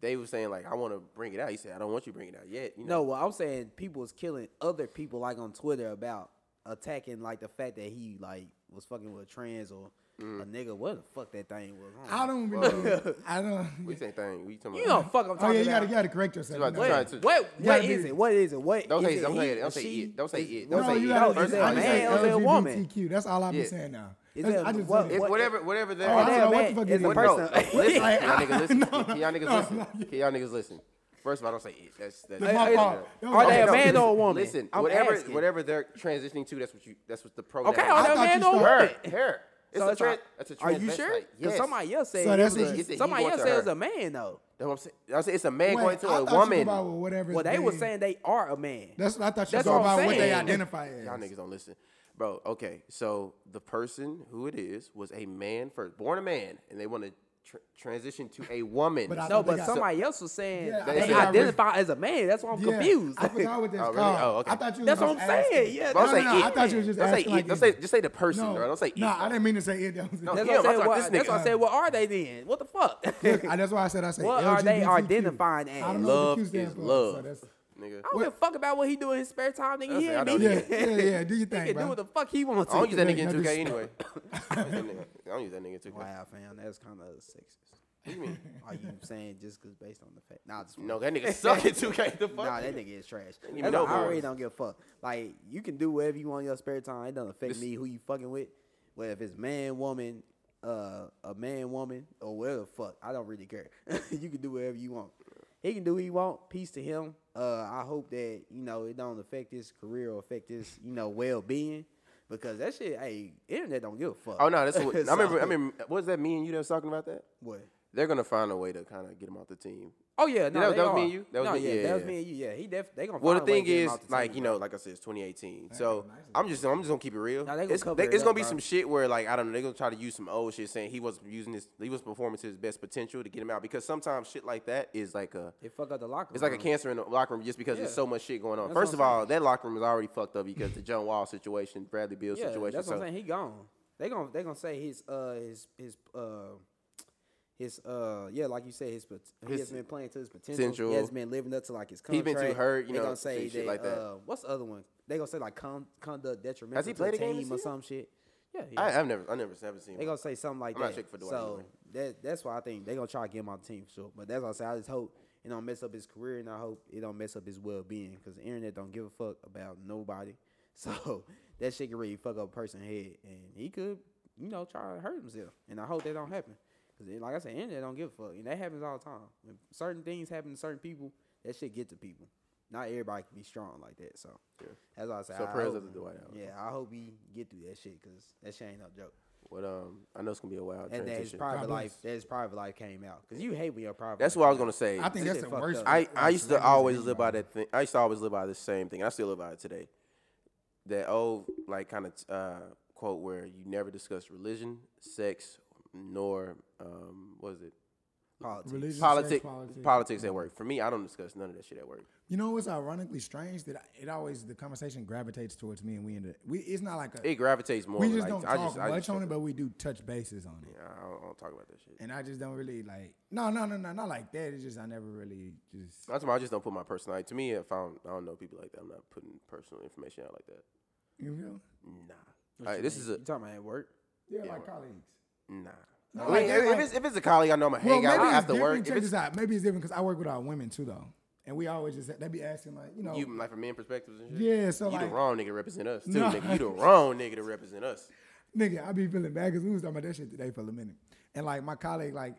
[SPEAKER 2] they were saying like, I want to bring it out. He said, I don't want you to bring it out yet. You know?
[SPEAKER 1] No, well, I'm saying people was killing other people like on Twitter about attacking like the fact that he like was fucking with a trans or
[SPEAKER 2] Mm.
[SPEAKER 1] a nigga. What the fuck that thing was? I don't
[SPEAKER 3] I don't really. I don't.
[SPEAKER 2] We think thing. We talking
[SPEAKER 1] know. you know
[SPEAKER 2] about?
[SPEAKER 1] the fuck I'm talking
[SPEAKER 3] Oh yeah, you
[SPEAKER 1] about.
[SPEAKER 3] gotta, you gotta correct yourself.
[SPEAKER 2] About
[SPEAKER 3] you
[SPEAKER 2] to
[SPEAKER 3] know.
[SPEAKER 2] try
[SPEAKER 1] Wait,
[SPEAKER 2] to-
[SPEAKER 1] what?
[SPEAKER 3] You
[SPEAKER 1] What
[SPEAKER 3] gotta
[SPEAKER 1] is
[SPEAKER 3] be-
[SPEAKER 1] it? What is it? What?
[SPEAKER 2] Don't say
[SPEAKER 1] is it?
[SPEAKER 2] don't
[SPEAKER 1] He
[SPEAKER 2] say it. Don't
[SPEAKER 1] or
[SPEAKER 2] say
[SPEAKER 1] she?
[SPEAKER 2] it. Don't say it.
[SPEAKER 3] No,
[SPEAKER 2] Don't say
[SPEAKER 3] you
[SPEAKER 2] it.
[SPEAKER 1] gotta-
[SPEAKER 3] gotta,
[SPEAKER 1] No,
[SPEAKER 3] just,
[SPEAKER 1] is it
[SPEAKER 3] I
[SPEAKER 1] a
[SPEAKER 3] just
[SPEAKER 1] man
[SPEAKER 3] say
[SPEAKER 1] or is it a woman?
[SPEAKER 3] LGBTQ. That's all I'm
[SPEAKER 2] Yeah.
[SPEAKER 3] saying now.
[SPEAKER 1] Is
[SPEAKER 3] That's-
[SPEAKER 1] it a-
[SPEAKER 3] I just
[SPEAKER 1] what-
[SPEAKER 3] said it.
[SPEAKER 2] It's
[SPEAKER 1] what-
[SPEAKER 2] whatever, whatever that.
[SPEAKER 3] Oh, I
[SPEAKER 1] Is it
[SPEAKER 3] know,
[SPEAKER 1] a
[SPEAKER 3] what the
[SPEAKER 1] man?
[SPEAKER 3] fuck
[SPEAKER 1] Is it
[SPEAKER 3] is
[SPEAKER 1] a
[SPEAKER 2] What-
[SPEAKER 3] it?
[SPEAKER 1] person?
[SPEAKER 2] no, listen, y'all niggas listen.
[SPEAKER 3] No,
[SPEAKER 2] Can y'all niggas
[SPEAKER 3] no,
[SPEAKER 2] listen?
[SPEAKER 3] no, yeah.
[SPEAKER 2] Can y'all niggas listen? First of all, don't say it. That's that's
[SPEAKER 3] That's my
[SPEAKER 2] that's-
[SPEAKER 3] fault. That was
[SPEAKER 1] Are
[SPEAKER 3] my
[SPEAKER 1] they a
[SPEAKER 3] fault.
[SPEAKER 1] man or a woman?
[SPEAKER 2] Listen,
[SPEAKER 1] I'm
[SPEAKER 2] whatever,
[SPEAKER 1] asking.
[SPEAKER 2] whatever they're transitioning to, that's what you. That's what the pronoun.
[SPEAKER 1] Okay,
[SPEAKER 2] is.
[SPEAKER 1] are
[SPEAKER 3] I
[SPEAKER 1] they a
[SPEAKER 3] thought
[SPEAKER 1] man
[SPEAKER 3] you
[SPEAKER 1] or a
[SPEAKER 3] started-
[SPEAKER 1] woman?
[SPEAKER 2] Her, her. It's
[SPEAKER 1] So
[SPEAKER 2] a trans. That's a
[SPEAKER 1] Are you
[SPEAKER 2] transvestite.
[SPEAKER 1] sure?
[SPEAKER 2] Yes.
[SPEAKER 1] somebody else said
[SPEAKER 3] So
[SPEAKER 1] he
[SPEAKER 3] that's
[SPEAKER 1] was
[SPEAKER 3] a-
[SPEAKER 1] a-
[SPEAKER 3] He
[SPEAKER 2] said he
[SPEAKER 1] somebody
[SPEAKER 2] going
[SPEAKER 1] else
[SPEAKER 2] to
[SPEAKER 1] said it
[SPEAKER 2] her.
[SPEAKER 1] was a man though.
[SPEAKER 2] That's what I'm saying. I said it's a man
[SPEAKER 3] Wait,
[SPEAKER 2] going to
[SPEAKER 3] I
[SPEAKER 2] a
[SPEAKER 3] thought you
[SPEAKER 2] woman.
[SPEAKER 3] about whatever
[SPEAKER 1] Well, they were
[SPEAKER 3] they-
[SPEAKER 1] saying they are a man.
[SPEAKER 3] That's I thought you
[SPEAKER 1] That's
[SPEAKER 3] was
[SPEAKER 1] what
[SPEAKER 3] talking
[SPEAKER 1] I'm
[SPEAKER 3] about what they
[SPEAKER 1] saying.
[SPEAKER 3] identify as.
[SPEAKER 2] Y'all niggas don't listen, bro. Okay, so the person who it is was a man first, born a man, and they want to tr- transition to a woman.
[SPEAKER 3] But I
[SPEAKER 1] No,
[SPEAKER 3] thought they
[SPEAKER 1] but
[SPEAKER 3] got-
[SPEAKER 1] somebody else was saying
[SPEAKER 3] Yeah, I
[SPEAKER 1] they
[SPEAKER 2] thought they got
[SPEAKER 1] identify as a man. That's why I'm
[SPEAKER 3] Yeah,
[SPEAKER 1] confused.
[SPEAKER 3] I forgot what that's
[SPEAKER 2] Oh, really?
[SPEAKER 3] called.
[SPEAKER 2] Oh, okay.
[SPEAKER 3] I thought you was
[SPEAKER 1] That's what
[SPEAKER 3] just
[SPEAKER 1] I'm saying.
[SPEAKER 3] asking.
[SPEAKER 1] Yeah,
[SPEAKER 2] Bro,
[SPEAKER 1] that's
[SPEAKER 2] say
[SPEAKER 1] what I'm
[SPEAKER 2] it.
[SPEAKER 3] I thought you was
[SPEAKER 1] saying.
[SPEAKER 3] just
[SPEAKER 2] don't say
[SPEAKER 3] asking.
[SPEAKER 2] it.
[SPEAKER 3] Like
[SPEAKER 2] Don't
[SPEAKER 3] this.
[SPEAKER 2] say just say the person,
[SPEAKER 3] no,
[SPEAKER 2] bro. Don't say e. it.
[SPEAKER 3] No, I didn't mean to say it. That was it.
[SPEAKER 2] No,
[SPEAKER 1] That's
[SPEAKER 2] Yeah,
[SPEAKER 1] what I'm
[SPEAKER 2] that's
[SPEAKER 1] saying.
[SPEAKER 2] what
[SPEAKER 1] What,
[SPEAKER 2] this
[SPEAKER 1] that's what I
[SPEAKER 2] nigga-
[SPEAKER 1] said. What are they then? What the fuck?
[SPEAKER 3] Look, I- that's why I said I said.
[SPEAKER 1] What are they
[SPEAKER 3] LGBTQ.
[SPEAKER 1] identifying as?
[SPEAKER 3] I don't know what
[SPEAKER 2] love
[SPEAKER 3] the Q
[SPEAKER 2] is
[SPEAKER 3] stands for, so
[SPEAKER 2] love,
[SPEAKER 3] that's-
[SPEAKER 2] nigga.
[SPEAKER 1] I don't give a fuck about what he do in his spare time, nigga.
[SPEAKER 2] Listen,
[SPEAKER 1] He
[SPEAKER 2] I
[SPEAKER 1] ain't
[SPEAKER 2] know
[SPEAKER 1] me.
[SPEAKER 2] that.
[SPEAKER 3] yeah, yeah, yeah. Do your
[SPEAKER 1] He
[SPEAKER 3] thing,
[SPEAKER 1] can
[SPEAKER 3] bro.
[SPEAKER 1] do what the fuck he wants
[SPEAKER 2] I don't use
[SPEAKER 1] to.
[SPEAKER 2] that nigga in
[SPEAKER 3] That
[SPEAKER 2] 2K
[SPEAKER 3] is-
[SPEAKER 2] anyway. I don't use that nigga in 2K.
[SPEAKER 1] Wow, fam, that's kind of sexist.
[SPEAKER 2] What you mean?
[SPEAKER 1] Are you saying just 'cause based on the fact? Nah, just
[SPEAKER 2] No, that nigga suck at 2K. The fuck?
[SPEAKER 1] Nah, that nigga is trash.
[SPEAKER 2] even
[SPEAKER 1] That's
[SPEAKER 2] know
[SPEAKER 1] why I
[SPEAKER 2] boys.
[SPEAKER 1] really don't give a fuck. Like, you can do whatever you want in your spare time. It doesn't affect me who you fucking with. Whether if it's man, woman, uh, a man, woman, or whatever the fuck, I don't really care. you can do whatever you want. He can do what he want. Peace to him. Uh, I hope that you know it don't affect his career or affect his you know well being because that shit, hey, internet don't give a fuck.
[SPEAKER 2] Oh no, that's what I remember.
[SPEAKER 1] So,
[SPEAKER 2] I mean, was that me and you that was talking about that?
[SPEAKER 1] what?
[SPEAKER 2] They're gonna find a way to kind of get him off the team.
[SPEAKER 1] Oh yeah, no,
[SPEAKER 2] that-
[SPEAKER 1] they
[SPEAKER 2] that was
[SPEAKER 1] are.
[SPEAKER 2] me and you? That was
[SPEAKER 1] no,
[SPEAKER 2] me-
[SPEAKER 1] yeah,
[SPEAKER 2] yeah,
[SPEAKER 1] that was
[SPEAKER 2] yeah.
[SPEAKER 1] me and you. Yeah, he def they gonna.
[SPEAKER 2] Well, the
[SPEAKER 1] find a way
[SPEAKER 2] thing
[SPEAKER 1] to get him
[SPEAKER 2] is,
[SPEAKER 1] off the
[SPEAKER 2] like
[SPEAKER 1] team,
[SPEAKER 2] you
[SPEAKER 1] bro.
[SPEAKER 2] know, like I said, it's 2018. So I'm just, I'm just gonna keep it real.
[SPEAKER 1] Nah, they gonna
[SPEAKER 2] it's
[SPEAKER 1] cover
[SPEAKER 2] they-
[SPEAKER 1] it
[SPEAKER 2] it's
[SPEAKER 1] up,
[SPEAKER 2] gonna be
[SPEAKER 1] bro.
[SPEAKER 2] some shit where, like, I don't know, they're gonna try to use some old shit saying he wasn't using his, he was performing to his best potential to get him out because sometimes shit like that is like a,
[SPEAKER 1] It fuck up the locker.
[SPEAKER 2] It's like a
[SPEAKER 1] room.
[SPEAKER 2] cancer in the locker room just because there's
[SPEAKER 1] Yeah.
[SPEAKER 2] so much shit going on.
[SPEAKER 1] That's
[SPEAKER 2] First
[SPEAKER 1] what
[SPEAKER 2] of
[SPEAKER 1] I'm
[SPEAKER 2] all, that locker room is already fucked up because the John Wall situation, Bradley Beal
[SPEAKER 1] yeah,
[SPEAKER 2] situation.
[SPEAKER 1] That's
[SPEAKER 2] so
[SPEAKER 1] what I'm saying. He gone. They gonna they gonna say his uh his his uh his uh yeah like you said his pot- he
[SPEAKER 2] His
[SPEAKER 1] has been playing to his potential.
[SPEAKER 2] potential.
[SPEAKER 1] He has been living up to like his
[SPEAKER 2] He's
[SPEAKER 1] contract.
[SPEAKER 2] been too hurt, you
[SPEAKER 1] they
[SPEAKER 2] know,
[SPEAKER 1] gonna say
[SPEAKER 2] shit
[SPEAKER 1] that,
[SPEAKER 2] like that.
[SPEAKER 1] Uh, what's the other one? They gonna say like con- conduct detrimental
[SPEAKER 2] Has he played
[SPEAKER 1] to
[SPEAKER 2] a game
[SPEAKER 1] team
[SPEAKER 2] this
[SPEAKER 1] or
[SPEAKER 2] season?
[SPEAKER 1] some shit. Yeah, yeah.
[SPEAKER 2] I, I've never, I never, never seen.
[SPEAKER 1] they gonna
[SPEAKER 2] one.
[SPEAKER 1] say something like
[SPEAKER 2] I'm
[SPEAKER 1] that.
[SPEAKER 2] not checking for Dwight
[SPEAKER 1] so
[SPEAKER 2] anyway.
[SPEAKER 1] that that's why I think they gonna try to get him on the team for sure. But that's why I say I just hope it don't mess up his career and I hope it don't mess up his well being because the internet don't give a fuck about nobody. So that shit can really fuck up a person's head and he could you know try to hurt himself and I hope that don't happen because like I said, internet don't give a fuck and that happens all the time. When certain things happen to certain people, that shit get to people. Not everybody can be strong like that. So that's why I say.
[SPEAKER 2] So
[SPEAKER 1] I
[SPEAKER 2] prayers
[SPEAKER 1] hope-
[SPEAKER 2] up to Dwight Howard.
[SPEAKER 1] Yeah, I hope he get through that shit because that shit ain't no joke
[SPEAKER 2] But um, I know it's gonna be a wild
[SPEAKER 1] and that his
[SPEAKER 2] transition.
[SPEAKER 1] private
[SPEAKER 3] God
[SPEAKER 1] life that
[SPEAKER 3] bless.
[SPEAKER 1] his private life came out because you hate when your private.
[SPEAKER 2] That's
[SPEAKER 1] life
[SPEAKER 2] what I was
[SPEAKER 1] come
[SPEAKER 2] gonna say.
[SPEAKER 3] I
[SPEAKER 1] This
[SPEAKER 3] think that's
[SPEAKER 1] shit
[SPEAKER 3] the
[SPEAKER 1] fucked
[SPEAKER 3] worst.
[SPEAKER 1] up.
[SPEAKER 2] I, I used to always
[SPEAKER 3] Right.
[SPEAKER 2] live by that thing. I used to always live by the same thing. and I still live by it today. That old like kind of uh, quote where you never discuss religion, sex, nor um, what is it?
[SPEAKER 1] out. Politics.
[SPEAKER 3] Religion, sex,
[SPEAKER 2] Politics,
[SPEAKER 3] politics.
[SPEAKER 2] politics at work. For me, I don't discuss none of that shit at work.
[SPEAKER 3] You know what's ironically strange that it always the conversation gravitates towards me and we end up we it's not like a,
[SPEAKER 2] It gravitates more.
[SPEAKER 3] we just
[SPEAKER 2] like,
[SPEAKER 3] don't
[SPEAKER 2] I
[SPEAKER 3] talk
[SPEAKER 2] just, I
[SPEAKER 3] much
[SPEAKER 2] just
[SPEAKER 3] on it, but we do touch bases on it.
[SPEAKER 2] Yeah, I don't, I don't talk about that shit.
[SPEAKER 3] And I just don't really like no no no no not like that. It's just I never really just
[SPEAKER 2] That's why I just don't put my personality. To me, if I don't, I don't know people like that, I'm not putting personal information out like that.
[SPEAKER 3] you know
[SPEAKER 2] Nah. All right, this is a
[SPEAKER 1] You talking about at work?
[SPEAKER 3] yeah, like colleagues.
[SPEAKER 2] nah.
[SPEAKER 3] No,
[SPEAKER 2] I mean,
[SPEAKER 3] like,
[SPEAKER 2] if, if it's, if it's a colleague I know, I'm gonna hang
[SPEAKER 3] well,
[SPEAKER 2] out
[SPEAKER 3] maybe it's
[SPEAKER 2] after
[SPEAKER 3] different.
[SPEAKER 2] work. If
[SPEAKER 3] Check
[SPEAKER 2] it's
[SPEAKER 3] this out. Maybe it's different because I work with our women too though, and we always just they be asking like you know
[SPEAKER 2] you, like from men perspectives and shit.
[SPEAKER 3] Oh. yeah so
[SPEAKER 2] you
[SPEAKER 3] like
[SPEAKER 2] the wrong nigga to represent us too,
[SPEAKER 3] No.
[SPEAKER 2] nigga. You the wrong nigga to represent us.
[SPEAKER 3] Nigga, I be feeling bad because we was talking about that shit today for a minute. And like my colleague, like,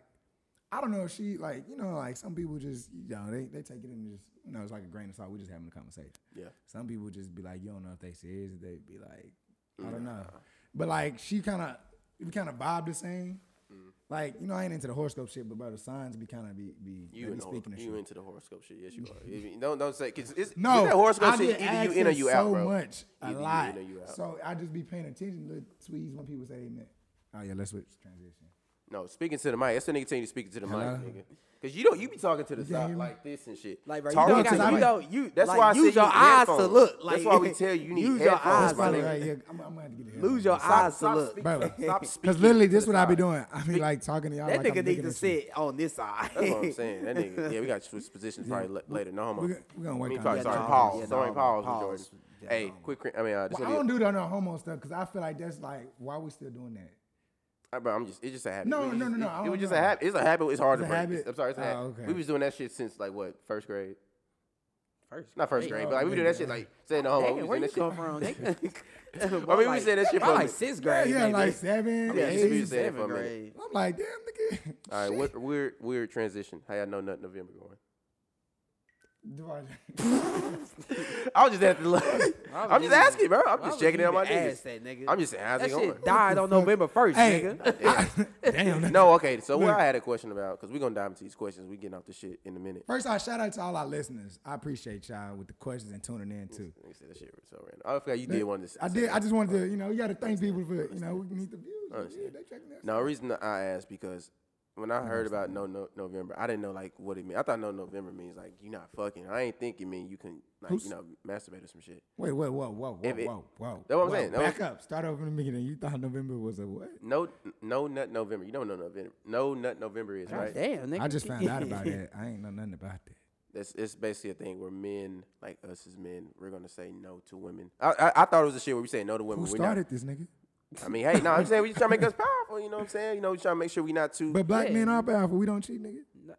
[SPEAKER 3] I don't know if she like, you know, like some people just, you know, they, they take it and just, you know, it's like a grain of salt. We just having a conversation.
[SPEAKER 2] Yeah.
[SPEAKER 3] Some people just be like, you don't know if they serious. They be like, I don't know. But like she kind of, we kind of vibe the same.
[SPEAKER 2] Mm.
[SPEAKER 3] Like, you know, I ain't into the horoscope shit, but bro, the signs be kind of be, be, they
[SPEAKER 2] You
[SPEAKER 3] be
[SPEAKER 2] and the, hor-
[SPEAKER 3] speaking of
[SPEAKER 2] you
[SPEAKER 3] shit.
[SPEAKER 2] into the horoscope shit? Yes, you are. I mean, don't don't say cause it's
[SPEAKER 3] No,
[SPEAKER 2] with that horoscope
[SPEAKER 3] I
[SPEAKER 2] shit.
[SPEAKER 3] get
[SPEAKER 2] Either
[SPEAKER 3] asked
[SPEAKER 2] you in or
[SPEAKER 3] it
[SPEAKER 2] you
[SPEAKER 3] so
[SPEAKER 2] out, bro.
[SPEAKER 3] much, a
[SPEAKER 2] Either you
[SPEAKER 3] lot.
[SPEAKER 2] in or you out.
[SPEAKER 3] So I just be paying attention to tweets when people say amen. Oh yeah, let's switch transition.
[SPEAKER 2] No, speaking to the mic. That's the nigga telling you speaking to the
[SPEAKER 3] Hello?
[SPEAKER 2] mic, nigga. Cause you don't, you be talking to the
[SPEAKER 3] You can't
[SPEAKER 2] side
[SPEAKER 3] hear me?
[SPEAKER 2] like this and shit.
[SPEAKER 1] Like, bro, you
[SPEAKER 2] Talk
[SPEAKER 1] don't
[SPEAKER 2] to
[SPEAKER 1] gotta-
[SPEAKER 2] the
[SPEAKER 1] you
[SPEAKER 2] mic.
[SPEAKER 1] don't- you-
[SPEAKER 2] That's
[SPEAKER 1] like,
[SPEAKER 2] why I
[SPEAKER 1] use
[SPEAKER 2] said you
[SPEAKER 1] your
[SPEAKER 2] need
[SPEAKER 1] eyes to
[SPEAKER 2] headphones.
[SPEAKER 1] look,
[SPEAKER 2] that's
[SPEAKER 1] like-
[SPEAKER 2] why we tell you you need
[SPEAKER 1] use your
[SPEAKER 2] headphones.
[SPEAKER 1] eyes,
[SPEAKER 2] my
[SPEAKER 1] my
[SPEAKER 3] Probably
[SPEAKER 2] nigga.
[SPEAKER 3] right here. I'm, I'm gonna have to get the hell
[SPEAKER 1] Lose
[SPEAKER 3] out.
[SPEAKER 1] your eyes to
[SPEAKER 2] stop
[SPEAKER 1] look.
[SPEAKER 2] speaking.
[SPEAKER 3] bro.
[SPEAKER 2] Stop
[SPEAKER 3] Cause
[SPEAKER 2] speaking
[SPEAKER 3] literally,
[SPEAKER 2] to
[SPEAKER 3] this
[SPEAKER 2] the
[SPEAKER 3] what I be
[SPEAKER 2] side.
[SPEAKER 3] doing. I be like talking to y'all.
[SPEAKER 1] That
[SPEAKER 3] like
[SPEAKER 1] nigga
[SPEAKER 3] I'm
[SPEAKER 1] need
[SPEAKER 3] looking
[SPEAKER 1] to
[SPEAKER 3] at you.
[SPEAKER 1] sit on this side.
[SPEAKER 2] That's what I'm saying. That nigga. Yeah, we got to switch positions probably le- later. No homo.
[SPEAKER 3] We gon- we gonna work
[SPEAKER 2] I mean,
[SPEAKER 3] on
[SPEAKER 2] probably-
[SPEAKER 3] that.
[SPEAKER 2] Sorry,
[SPEAKER 1] homo.
[SPEAKER 2] pause.
[SPEAKER 3] Yeah, no
[SPEAKER 2] sorry,
[SPEAKER 1] Yeah, no
[SPEAKER 2] pause,
[SPEAKER 1] homo.
[SPEAKER 2] Jordan.
[SPEAKER 1] Pause. Yeah,
[SPEAKER 2] hey,
[SPEAKER 1] no homo.
[SPEAKER 2] quick. cre- I mean, uh, this
[SPEAKER 3] Well, I
[SPEAKER 2] idiot-
[SPEAKER 3] don't do that no homo stuff because I feel like that's like why we still doing that.
[SPEAKER 2] Uh, Bro, I'm just it's just a habit.
[SPEAKER 3] No,
[SPEAKER 2] We
[SPEAKER 3] no,
[SPEAKER 2] just-
[SPEAKER 3] no, no,
[SPEAKER 2] it-
[SPEAKER 3] I
[SPEAKER 2] It,
[SPEAKER 3] don't
[SPEAKER 2] was just a
[SPEAKER 3] know.
[SPEAKER 2] habit. It's a habit. It's hard to
[SPEAKER 3] It's a
[SPEAKER 2] break.
[SPEAKER 3] habit?
[SPEAKER 2] It's- I'm sorry, it's a
[SPEAKER 3] Oh,
[SPEAKER 2] habit.
[SPEAKER 3] okay.
[SPEAKER 2] We was doing that shit since like what first grade.
[SPEAKER 1] First,
[SPEAKER 2] Not first grade, but like, we
[SPEAKER 3] Oh,
[SPEAKER 2] were doing that shit like saying no homo.
[SPEAKER 1] Damn,
[SPEAKER 2] we was
[SPEAKER 1] where
[SPEAKER 2] doing
[SPEAKER 1] you
[SPEAKER 2] that shit.
[SPEAKER 1] come from? nigga?
[SPEAKER 2] I mean, we said that shit
[SPEAKER 1] probably
[SPEAKER 2] for-
[SPEAKER 1] like sixth
[SPEAKER 3] Yeah,
[SPEAKER 1] grade.
[SPEAKER 3] yeah,
[SPEAKER 1] maybe.
[SPEAKER 3] like seven,
[SPEAKER 2] Yeah, just
[SPEAKER 3] eight.
[SPEAKER 2] use that for a
[SPEAKER 1] Seventh
[SPEAKER 2] minute.
[SPEAKER 1] grade.
[SPEAKER 3] I'm like, damn, nigga.
[SPEAKER 2] All right, what weird weird transition. How y'all know nothing November going?
[SPEAKER 3] Devon-
[SPEAKER 2] I was just at the look. I'm just asking, bro. I'm
[SPEAKER 1] Why
[SPEAKER 2] just
[SPEAKER 1] would
[SPEAKER 2] checking
[SPEAKER 1] you
[SPEAKER 2] out my
[SPEAKER 1] even ask
[SPEAKER 2] niggas.
[SPEAKER 1] that, nigga.
[SPEAKER 2] I'm just asking.
[SPEAKER 1] that
[SPEAKER 2] how's it
[SPEAKER 1] shit
[SPEAKER 2] going?
[SPEAKER 1] died on November first,
[SPEAKER 3] Hey,
[SPEAKER 1] nigga.
[SPEAKER 3] I- damn. that-
[SPEAKER 2] No, okay. So what I had a question about because we're gonna dive into these questions. We getting off the shit in a minute.
[SPEAKER 3] First, I shout out to all our listeners. I appreciate y'all with the questions and tuning in too.
[SPEAKER 2] Nigga said that shit was so random. I forgot you did one. This
[SPEAKER 3] I did. I just wanted to, you know, you got to thank people for, you know, we need the views. Yeah, they checking us.
[SPEAKER 2] No, the reason that I asked because when I heard about no, no November, I didn't know like what it meant. I thought no November means like you're not fucking. I ain't think it mean you can like
[SPEAKER 3] Who's-
[SPEAKER 2] you know masturbate or some shit.
[SPEAKER 3] Wait, wait, whoa, whoa, whoa,
[SPEAKER 2] If it-
[SPEAKER 3] whoa, whoa.
[SPEAKER 2] That's what I'm
[SPEAKER 3] whoa.
[SPEAKER 2] saying. That
[SPEAKER 3] Back
[SPEAKER 2] was-
[SPEAKER 3] up. Start over from the beginning. You thought November was a what?
[SPEAKER 2] No, no nut November. You don't know November. No nut November is right.
[SPEAKER 1] Damn, nigga.
[SPEAKER 3] I just found out about that. I ain't know nothing about that.
[SPEAKER 2] It's it's basically a thing where men like us as men, we're gonna say no to women. I I, I thought it was a shit where we say no to women.
[SPEAKER 3] Who
[SPEAKER 2] We're not-
[SPEAKER 3] started this, nigga?
[SPEAKER 2] I mean, hey, no, I'm saying we just trying to make us powerful. You know what I'm saying? You know, we trying to make sure we not too.
[SPEAKER 3] But black
[SPEAKER 1] Yeah.
[SPEAKER 3] men are powerful. We don't cheat, nigga.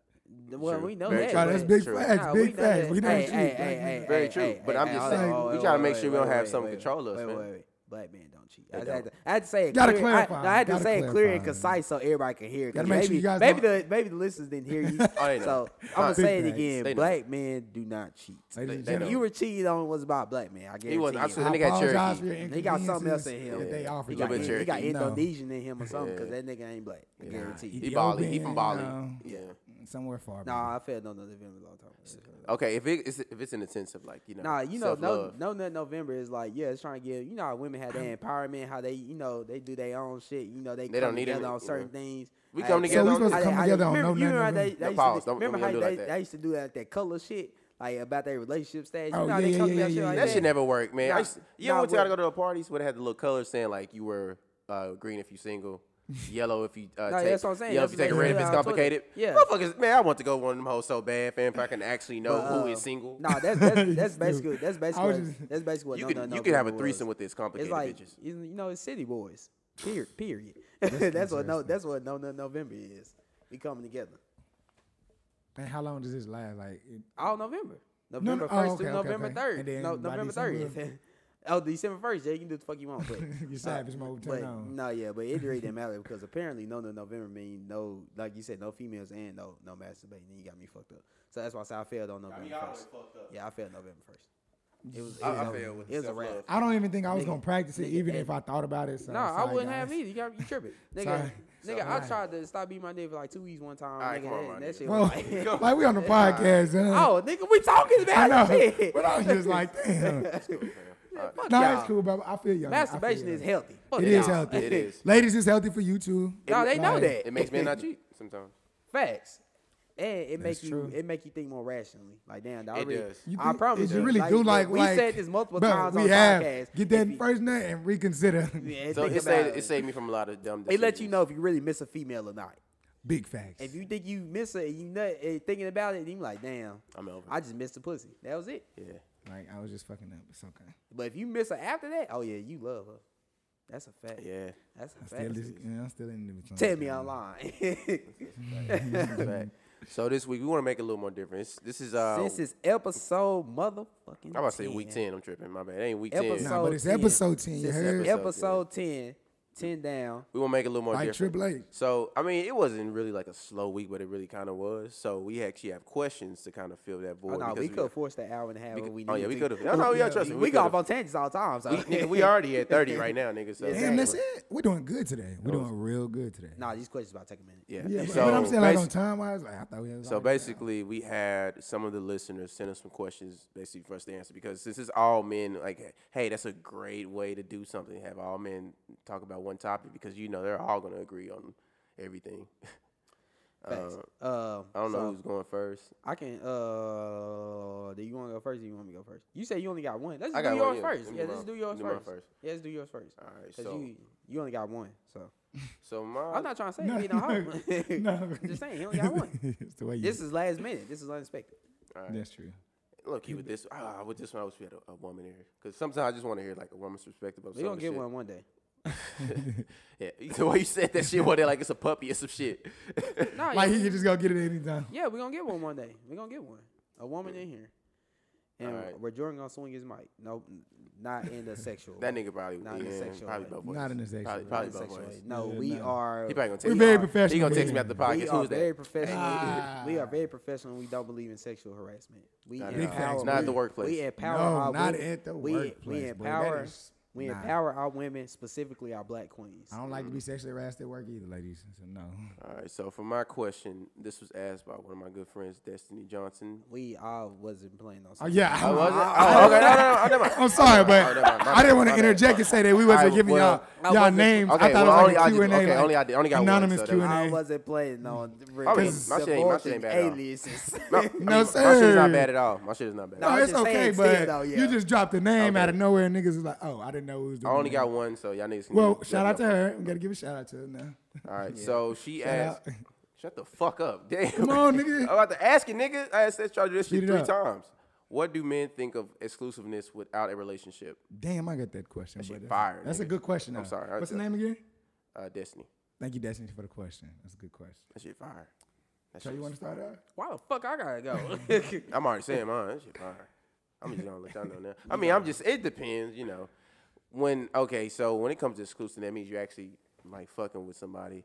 [SPEAKER 1] Well,
[SPEAKER 2] True.
[SPEAKER 1] we know
[SPEAKER 2] Very
[SPEAKER 1] that.
[SPEAKER 2] true.
[SPEAKER 3] Oh,
[SPEAKER 1] but-
[SPEAKER 3] that's big
[SPEAKER 2] true.
[SPEAKER 3] facts.
[SPEAKER 1] Nah, we
[SPEAKER 3] big
[SPEAKER 1] know
[SPEAKER 3] facts.
[SPEAKER 1] that.
[SPEAKER 3] We don't
[SPEAKER 1] Hey,
[SPEAKER 3] cheat.
[SPEAKER 1] hey,
[SPEAKER 3] black
[SPEAKER 1] hey,
[SPEAKER 3] men.
[SPEAKER 1] hey,
[SPEAKER 2] Very
[SPEAKER 1] hey,
[SPEAKER 2] true.
[SPEAKER 1] hey,
[SPEAKER 2] But
[SPEAKER 1] hey,
[SPEAKER 2] I'm
[SPEAKER 1] hey,
[SPEAKER 2] just
[SPEAKER 1] hold on,
[SPEAKER 2] saying,
[SPEAKER 1] hold
[SPEAKER 2] we
[SPEAKER 1] on,
[SPEAKER 2] tryna
[SPEAKER 1] wait,
[SPEAKER 2] make
[SPEAKER 1] wait,
[SPEAKER 2] sure we
[SPEAKER 1] wait,
[SPEAKER 2] don't have
[SPEAKER 1] wait,
[SPEAKER 2] something
[SPEAKER 1] wait,
[SPEAKER 2] control us,
[SPEAKER 1] wait,
[SPEAKER 2] man.
[SPEAKER 1] wait, wait. Black men don't cheat. I just had to, I had to say it.
[SPEAKER 3] Gotta
[SPEAKER 1] clear. I- no, I,
[SPEAKER 3] clarify.
[SPEAKER 1] had to
[SPEAKER 3] Gotta
[SPEAKER 1] say it clear and
[SPEAKER 3] clarify.
[SPEAKER 1] concise so everybody can hear. 'cause
[SPEAKER 3] Gotta make
[SPEAKER 1] maybe,
[SPEAKER 3] sure you guys
[SPEAKER 1] maybe
[SPEAKER 3] don't-
[SPEAKER 1] the maybe the listeners didn't hear you.
[SPEAKER 2] Oh, they know.
[SPEAKER 1] so I'm gonna
[SPEAKER 2] Nah,
[SPEAKER 1] say it
[SPEAKER 3] facts.
[SPEAKER 1] again.
[SPEAKER 2] They know.
[SPEAKER 1] Black men do not cheat.
[SPEAKER 3] Ladies and
[SPEAKER 2] They know.
[SPEAKER 1] If
[SPEAKER 3] gentlemen,
[SPEAKER 1] you were cheating on was about black men. I guarantee
[SPEAKER 2] He was. I
[SPEAKER 1] you.
[SPEAKER 2] swear,
[SPEAKER 3] I
[SPEAKER 2] that nigga got
[SPEAKER 3] apologize
[SPEAKER 2] Cherokee.
[SPEAKER 3] for your
[SPEAKER 1] He got something else in
[SPEAKER 3] inconveniences
[SPEAKER 1] him.
[SPEAKER 3] That they offered
[SPEAKER 1] he
[SPEAKER 2] got-
[SPEAKER 1] got,
[SPEAKER 3] you.
[SPEAKER 2] Little bit
[SPEAKER 1] he got
[SPEAKER 3] Cherokee. No.
[SPEAKER 1] Indonesian in him or something because
[SPEAKER 2] Yeah.
[SPEAKER 1] that nigga ain't black. I guarantee you.
[SPEAKER 2] He Bali. He
[SPEAKER 3] Ethiopian,
[SPEAKER 2] from Bali.
[SPEAKER 3] um,
[SPEAKER 2] Yeah.
[SPEAKER 3] Somewhere far. bro.
[SPEAKER 1] Nah, I felt no November a long time. ago.
[SPEAKER 2] Okay. If it is, if it's in the sense of like you know.
[SPEAKER 1] Nah, you know, no,
[SPEAKER 2] self-love.
[SPEAKER 1] no, Nut November is like, yeah, it's trying to give you know how women have their empowerment, how they, you know, they do their own shit. You know, they,
[SPEAKER 2] They
[SPEAKER 1] come
[SPEAKER 2] don't need
[SPEAKER 1] together
[SPEAKER 2] it,
[SPEAKER 1] on
[SPEAKER 2] you
[SPEAKER 1] certain
[SPEAKER 2] know.
[SPEAKER 1] things.
[SPEAKER 2] We
[SPEAKER 1] Like,
[SPEAKER 2] come together
[SPEAKER 3] So we
[SPEAKER 2] on
[SPEAKER 3] supposed
[SPEAKER 2] this.
[SPEAKER 3] to come
[SPEAKER 1] how
[SPEAKER 3] together on
[SPEAKER 1] remember,
[SPEAKER 3] no
[SPEAKER 1] you remember how
[SPEAKER 3] Nut
[SPEAKER 1] they,
[SPEAKER 3] November?
[SPEAKER 1] they used
[SPEAKER 2] pause.
[SPEAKER 1] to,
[SPEAKER 2] Don't-
[SPEAKER 1] remember
[SPEAKER 2] don't
[SPEAKER 1] how
[SPEAKER 2] do it
[SPEAKER 1] they,
[SPEAKER 2] like that.
[SPEAKER 1] they used to do that, that color shit, like about their relationship stage. You
[SPEAKER 3] Oh,
[SPEAKER 1] know, how
[SPEAKER 3] yeah,
[SPEAKER 1] they
[SPEAKER 3] yeah,
[SPEAKER 1] come to
[SPEAKER 3] yeah,
[SPEAKER 1] that shit
[SPEAKER 3] yeah,
[SPEAKER 1] like
[SPEAKER 3] yeah.
[SPEAKER 2] That shit
[SPEAKER 1] that.
[SPEAKER 2] never worked, man.
[SPEAKER 1] Nah,
[SPEAKER 2] I used, you
[SPEAKER 1] nah,
[SPEAKER 2] ever went to
[SPEAKER 1] what-
[SPEAKER 2] gotta go to a parties where they had the little colors saying like you were uh, green if you single, yellow if you uh,
[SPEAKER 1] Nah,
[SPEAKER 2] take,
[SPEAKER 1] that's what I'm saying.
[SPEAKER 2] yellow if
[SPEAKER 1] That's what
[SPEAKER 2] you take a
[SPEAKER 1] they
[SPEAKER 2] red if
[SPEAKER 1] put
[SPEAKER 2] it's
[SPEAKER 1] out on Twitter.
[SPEAKER 2] complicated.
[SPEAKER 1] Yeah.
[SPEAKER 2] motherfuckers, man, I want to go to one of them hoes so bad, fam. If I can actually know
[SPEAKER 1] Uh,
[SPEAKER 2] who is single,
[SPEAKER 1] Nah, that's that's, that's
[SPEAKER 3] Dude.
[SPEAKER 1] basically that's
[SPEAKER 3] I was
[SPEAKER 1] basically
[SPEAKER 3] just-
[SPEAKER 1] what, that's basically what
[SPEAKER 2] you
[SPEAKER 1] no,
[SPEAKER 2] could
[SPEAKER 1] no,
[SPEAKER 2] you could have a
[SPEAKER 1] November was.
[SPEAKER 2] threesome with this
[SPEAKER 1] It's
[SPEAKER 2] complicated
[SPEAKER 1] like
[SPEAKER 2] bitches.
[SPEAKER 1] you you know, it's city boys. Period. Period. that's what no. That's what no, no November is. We coming together.
[SPEAKER 3] And how long does this last? Like, it-
[SPEAKER 1] All Oh, November. November
[SPEAKER 3] oh,
[SPEAKER 1] first
[SPEAKER 3] okay,
[SPEAKER 1] through
[SPEAKER 3] okay,
[SPEAKER 1] November
[SPEAKER 3] okay.
[SPEAKER 1] third.
[SPEAKER 3] And then
[SPEAKER 1] No,
[SPEAKER 3] by
[SPEAKER 1] November
[SPEAKER 3] December-
[SPEAKER 1] thirtieth. oh, December first. Yeah, you can do what the fuck you want. But uh,
[SPEAKER 3] you savage mode
[SPEAKER 1] but
[SPEAKER 3] turn on.
[SPEAKER 1] no, yeah, but it really didn't matter because apparently no, no November mean no, like you said, no females and no, no masturbating. Then you got me fucked up. So that's why I said I failed on November first. Yeah, I failed November first. It was. It was,
[SPEAKER 2] I
[SPEAKER 1] over.
[SPEAKER 2] failed with
[SPEAKER 1] It was a
[SPEAKER 2] self-love.
[SPEAKER 1] wrap.
[SPEAKER 3] I don't even think I was gonna practice it, even
[SPEAKER 1] hey.
[SPEAKER 3] if I thought about it. So
[SPEAKER 1] No, I
[SPEAKER 3] sorry,
[SPEAKER 1] wouldn't
[SPEAKER 3] guys.
[SPEAKER 1] have either. You got you tripping, nigga.
[SPEAKER 3] Sorry.
[SPEAKER 1] Nigga, I
[SPEAKER 3] Sorry.
[SPEAKER 1] tried to stop beating my nigga for like two weeks one time.
[SPEAKER 2] right,
[SPEAKER 1] nigga,
[SPEAKER 2] come
[SPEAKER 1] that,
[SPEAKER 2] on,
[SPEAKER 1] that
[SPEAKER 2] my nigga.
[SPEAKER 1] shit was like,
[SPEAKER 3] Well, like we on the podcast. huh?
[SPEAKER 1] oh, nigga, we talking
[SPEAKER 3] I
[SPEAKER 1] about
[SPEAKER 3] know,
[SPEAKER 1] shit.
[SPEAKER 3] but I was just like, damn. no,
[SPEAKER 1] Fuck
[SPEAKER 3] that's
[SPEAKER 1] y'all.
[SPEAKER 3] cool, bro. I feel y'all. I feel
[SPEAKER 1] Masturbation
[SPEAKER 3] y'all.
[SPEAKER 1] is healthy. Fuck
[SPEAKER 3] It
[SPEAKER 1] y'all.
[SPEAKER 3] is healthy.
[SPEAKER 2] It is.
[SPEAKER 3] Ladies, it's healthy for you too.
[SPEAKER 1] No, they know
[SPEAKER 3] Like,
[SPEAKER 1] that.
[SPEAKER 2] It makes men not cheat sometimes.
[SPEAKER 1] Facts. And it make
[SPEAKER 3] That's
[SPEAKER 1] you
[SPEAKER 3] true.
[SPEAKER 1] it make you think more rationally. Like damn, I
[SPEAKER 2] It
[SPEAKER 1] really,
[SPEAKER 2] does.
[SPEAKER 3] You
[SPEAKER 1] I
[SPEAKER 3] think-
[SPEAKER 1] promise
[SPEAKER 3] You really do like.
[SPEAKER 1] we
[SPEAKER 3] like-
[SPEAKER 1] said this multiple
[SPEAKER 3] bro,
[SPEAKER 1] times
[SPEAKER 3] we
[SPEAKER 1] on
[SPEAKER 3] have.
[SPEAKER 1] podcast.
[SPEAKER 3] Get that
[SPEAKER 1] If you-
[SPEAKER 3] first nut and reconsider.
[SPEAKER 1] Yeah,
[SPEAKER 2] So
[SPEAKER 1] think about
[SPEAKER 2] it saved it saved me from a lot of dumb.
[SPEAKER 1] It let you
[SPEAKER 2] decisions.
[SPEAKER 1] know if you really miss a female or not.
[SPEAKER 3] Big facts.
[SPEAKER 1] If you think you miss her and you nut, and thinking about it, then you like, damn,
[SPEAKER 2] I'm over
[SPEAKER 1] I just missed the pussy. That was it.
[SPEAKER 2] Yeah.
[SPEAKER 3] like I was just fucking up. It's okay.
[SPEAKER 1] But if you miss her after that, oh yeah, you love her. That's a fact.
[SPEAKER 2] Yeah.
[SPEAKER 1] That's a
[SPEAKER 3] I still,
[SPEAKER 1] fact.
[SPEAKER 3] just, you know, I'm still in the.
[SPEAKER 1] Tell me online.
[SPEAKER 2] Fact. So this week we want to make it a little more different. It's- This is uh,
[SPEAKER 1] This is episode motherfucking.
[SPEAKER 2] I'm about to say week ten. I'm tripping. My bad. It ain't week ten.
[SPEAKER 1] Episode
[SPEAKER 3] Nah, but it's
[SPEAKER 1] 10.
[SPEAKER 3] episode 10, you
[SPEAKER 1] This is
[SPEAKER 3] heard?
[SPEAKER 1] Episode 10. 10 down. Oh,
[SPEAKER 2] We want to make it a little more
[SPEAKER 3] Like
[SPEAKER 2] different.
[SPEAKER 3] Triple H.
[SPEAKER 2] So I mean, it wasn't really like a slow week, but it really kind of was. So we actually have questions to kind of fill that void.
[SPEAKER 1] Oh, no,
[SPEAKER 2] because
[SPEAKER 1] we could force the hour and a half.
[SPEAKER 2] we
[SPEAKER 1] if
[SPEAKER 2] could-
[SPEAKER 1] we
[SPEAKER 2] oh yeah,
[SPEAKER 1] needed
[SPEAKER 2] we
[SPEAKER 1] to.
[SPEAKER 2] could have. No, no, yeah, trust me.
[SPEAKER 1] We,
[SPEAKER 2] We,
[SPEAKER 1] go off
[SPEAKER 2] could've-
[SPEAKER 1] on tangents all the time. So.
[SPEAKER 2] we, nigga, we already at thirty right now, nigga. So
[SPEAKER 3] Damn, that's
[SPEAKER 1] Exactly.
[SPEAKER 3] it. We're doing good today. We're doing real good today.
[SPEAKER 1] nah, these questions about to take a minute.
[SPEAKER 2] Yeah.
[SPEAKER 3] Yeah, but,
[SPEAKER 2] so
[SPEAKER 3] but I'm saying like on
[SPEAKER 2] basi-
[SPEAKER 3] time wise, like I thought we was.
[SPEAKER 2] So
[SPEAKER 3] already there.
[SPEAKER 2] basically, we had some of the listeners send us some questions basically for us to answer because this is all men. Like, hey, that's a great way to do something. Have all men talk about one topic because you know they're all going to agree on everything.
[SPEAKER 1] Facts.
[SPEAKER 2] Uh,
[SPEAKER 1] Uh,
[SPEAKER 2] I don't know
[SPEAKER 1] so
[SPEAKER 2] who's going first.
[SPEAKER 1] I can. Uh, do you want to go first? or You want me to go first? You say you only got one. Let's
[SPEAKER 2] I
[SPEAKER 1] do
[SPEAKER 2] got one,
[SPEAKER 1] yours
[SPEAKER 2] yeah.
[SPEAKER 1] first.
[SPEAKER 2] Let me
[SPEAKER 1] Yeah,
[SPEAKER 2] do
[SPEAKER 1] let's
[SPEAKER 2] mine.
[SPEAKER 1] do yours
[SPEAKER 2] Do mine
[SPEAKER 1] first.
[SPEAKER 2] first.
[SPEAKER 1] Yeah, let's do yours first.
[SPEAKER 2] All right,
[SPEAKER 1] Cause
[SPEAKER 2] so Uh,
[SPEAKER 1] you you only got one. So
[SPEAKER 2] so my
[SPEAKER 1] I'm not trying to say he don't have one.
[SPEAKER 3] no.
[SPEAKER 1] Just saying he only got one.
[SPEAKER 3] it's the way you.
[SPEAKER 1] This is last minute. This is unexpected.
[SPEAKER 2] all right.
[SPEAKER 3] that's true.
[SPEAKER 2] Look, he with this. Ah, with this one, I wish we had a, a woman here because sometimes I just want to hear like a woman's perspective. Of
[SPEAKER 1] We
[SPEAKER 2] some
[SPEAKER 1] gonna get
[SPEAKER 2] shit.
[SPEAKER 1] one one day.
[SPEAKER 2] yeah, the way you said that shit, one day like it's a puppy or some shit.
[SPEAKER 1] No,
[SPEAKER 3] Like
[SPEAKER 1] Oh, yeah,
[SPEAKER 3] he could just go get it anytime.
[SPEAKER 1] yeah, we gonna get one one day. We gonna get one. A woman in here, and
[SPEAKER 2] Alright.
[SPEAKER 1] we're Jordan gonna swing his mic. No, n- not in the sexual.
[SPEAKER 2] that
[SPEAKER 1] way.
[SPEAKER 2] nigga probably
[SPEAKER 1] Not in a
[SPEAKER 2] yeah,
[SPEAKER 1] sexual
[SPEAKER 2] probably
[SPEAKER 1] way.
[SPEAKER 2] both ways.
[SPEAKER 3] Not in a sexual
[SPEAKER 2] Probably,
[SPEAKER 3] way.
[SPEAKER 1] Not
[SPEAKER 2] probably
[SPEAKER 1] in a
[SPEAKER 2] both
[SPEAKER 1] sexual
[SPEAKER 2] ways.
[SPEAKER 1] way. No,
[SPEAKER 3] Yeah,
[SPEAKER 1] we
[SPEAKER 3] no.
[SPEAKER 1] are.
[SPEAKER 2] He probably gonna text.
[SPEAKER 3] We're
[SPEAKER 2] me-
[SPEAKER 3] very
[SPEAKER 2] he
[SPEAKER 3] professional
[SPEAKER 2] gonna
[SPEAKER 3] here.
[SPEAKER 2] text me after the
[SPEAKER 1] we
[SPEAKER 2] podcast.
[SPEAKER 1] are
[SPEAKER 2] Who's
[SPEAKER 1] very
[SPEAKER 2] that?
[SPEAKER 1] professional.
[SPEAKER 3] Ah.
[SPEAKER 1] We are very professional. We don't believe in sexual harassment. We
[SPEAKER 2] Not
[SPEAKER 3] at all.
[SPEAKER 1] empower.
[SPEAKER 3] Not at
[SPEAKER 1] we-
[SPEAKER 3] the
[SPEAKER 2] workplace.
[SPEAKER 1] We empower.
[SPEAKER 3] No,
[SPEAKER 1] our
[SPEAKER 3] not
[SPEAKER 1] women.
[SPEAKER 3] at the
[SPEAKER 1] we, We
[SPEAKER 3] workplace, boy. That
[SPEAKER 1] empower.
[SPEAKER 3] is
[SPEAKER 1] We
[SPEAKER 3] not-
[SPEAKER 1] empower our women, specifically our black queens.
[SPEAKER 3] I don't like to be sexually harassed at work either, ladies. So no.
[SPEAKER 2] All right, so for my question, this was asked by one of my good friends, Destiny Johnson.
[SPEAKER 1] We all wasn't playing on.
[SPEAKER 3] Oh yeah,
[SPEAKER 2] I
[SPEAKER 3] I'm,
[SPEAKER 2] wasn't.
[SPEAKER 3] I,
[SPEAKER 2] Oh, okay, no, no, no, oh, never mind.
[SPEAKER 3] am sorry,
[SPEAKER 2] Oh,
[SPEAKER 3] but
[SPEAKER 2] never mind, my
[SPEAKER 3] I didn't
[SPEAKER 2] bad,
[SPEAKER 3] want
[SPEAKER 2] my
[SPEAKER 3] to
[SPEAKER 2] bad.
[SPEAKER 3] interjecting and say that we wasn't
[SPEAKER 2] I-
[SPEAKER 3] giving
[SPEAKER 2] well,
[SPEAKER 3] y'all
[SPEAKER 1] I
[SPEAKER 3] y'all
[SPEAKER 1] wasn't-
[SPEAKER 3] names.
[SPEAKER 2] okay,
[SPEAKER 3] I thought
[SPEAKER 2] well,
[SPEAKER 3] it was
[SPEAKER 2] only I
[SPEAKER 3] like a
[SPEAKER 2] did-
[SPEAKER 3] Q and A,
[SPEAKER 2] okay, only I did- only got one,
[SPEAKER 3] anonymous
[SPEAKER 2] so that
[SPEAKER 3] Q and
[SPEAKER 1] I
[SPEAKER 3] A.
[SPEAKER 1] wasn't playing on.
[SPEAKER 2] Oh, yeah, my shit ain't- my shit ain't bad at all.
[SPEAKER 1] aliases.
[SPEAKER 2] No, my
[SPEAKER 3] sir.
[SPEAKER 2] shit is not bad at all. My shit is not bad.
[SPEAKER 1] No,
[SPEAKER 3] No,
[SPEAKER 1] I'm
[SPEAKER 3] Oh, it's
[SPEAKER 1] just
[SPEAKER 3] okay,
[SPEAKER 1] saying
[SPEAKER 3] but
[SPEAKER 1] still, though, yeah.
[SPEAKER 3] you just dropped the name
[SPEAKER 2] Okay.
[SPEAKER 3] out of nowhere, and niggas is like, "Oh, I didn't know it was." The
[SPEAKER 2] I only
[SPEAKER 3] name.
[SPEAKER 2] got one, so y'all niggas. Can
[SPEAKER 3] Well,
[SPEAKER 2] let
[SPEAKER 3] shout
[SPEAKER 2] me
[SPEAKER 3] out to
[SPEAKER 2] know.
[SPEAKER 3] her. We gotta give a shout out to her now.
[SPEAKER 2] All right, so she
[SPEAKER 3] Shout
[SPEAKER 2] asked.
[SPEAKER 3] out.
[SPEAKER 2] Shut the fuck up, damn.
[SPEAKER 3] Come on, nigga.
[SPEAKER 2] I'm about to ask you, nigga. I asked that charger this shit
[SPEAKER 3] Speed it
[SPEAKER 2] three
[SPEAKER 3] up.
[SPEAKER 2] times. What do men think of exclusiveness without a relationship?
[SPEAKER 3] Damn, I got that question. but
[SPEAKER 2] shit
[SPEAKER 3] that's,
[SPEAKER 2] fire,
[SPEAKER 3] that's a
[SPEAKER 2] nigga.
[SPEAKER 3] good question.
[SPEAKER 2] I'm
[SPEAKER 3] though.
[SPEAKER 2] sorry, I-
[SPEAKER 3] What's the name again?
[SPEAKER 2] Uh, Destiny.
[SPEAKER 3] Thank you, Destiny, for the question. That's a good question.
[SPEAKER 2] That shit fire. That
[SPEAKER 3] So
[SPEAKER 2] shit
[SPEAKER 3] you
[SPEAKER 2] is
[SPEAKER 3] want to start out?
[SPEAKER 1] Why the fuck I gotta go?
[SPEAKER 2] I'm already saying mine. That shit fire. I'm just gonna let y'all know now. I mean, I'm just. It depends, you know. When okay, so when it comes to exclusive, that means you actually like fucking with somebody.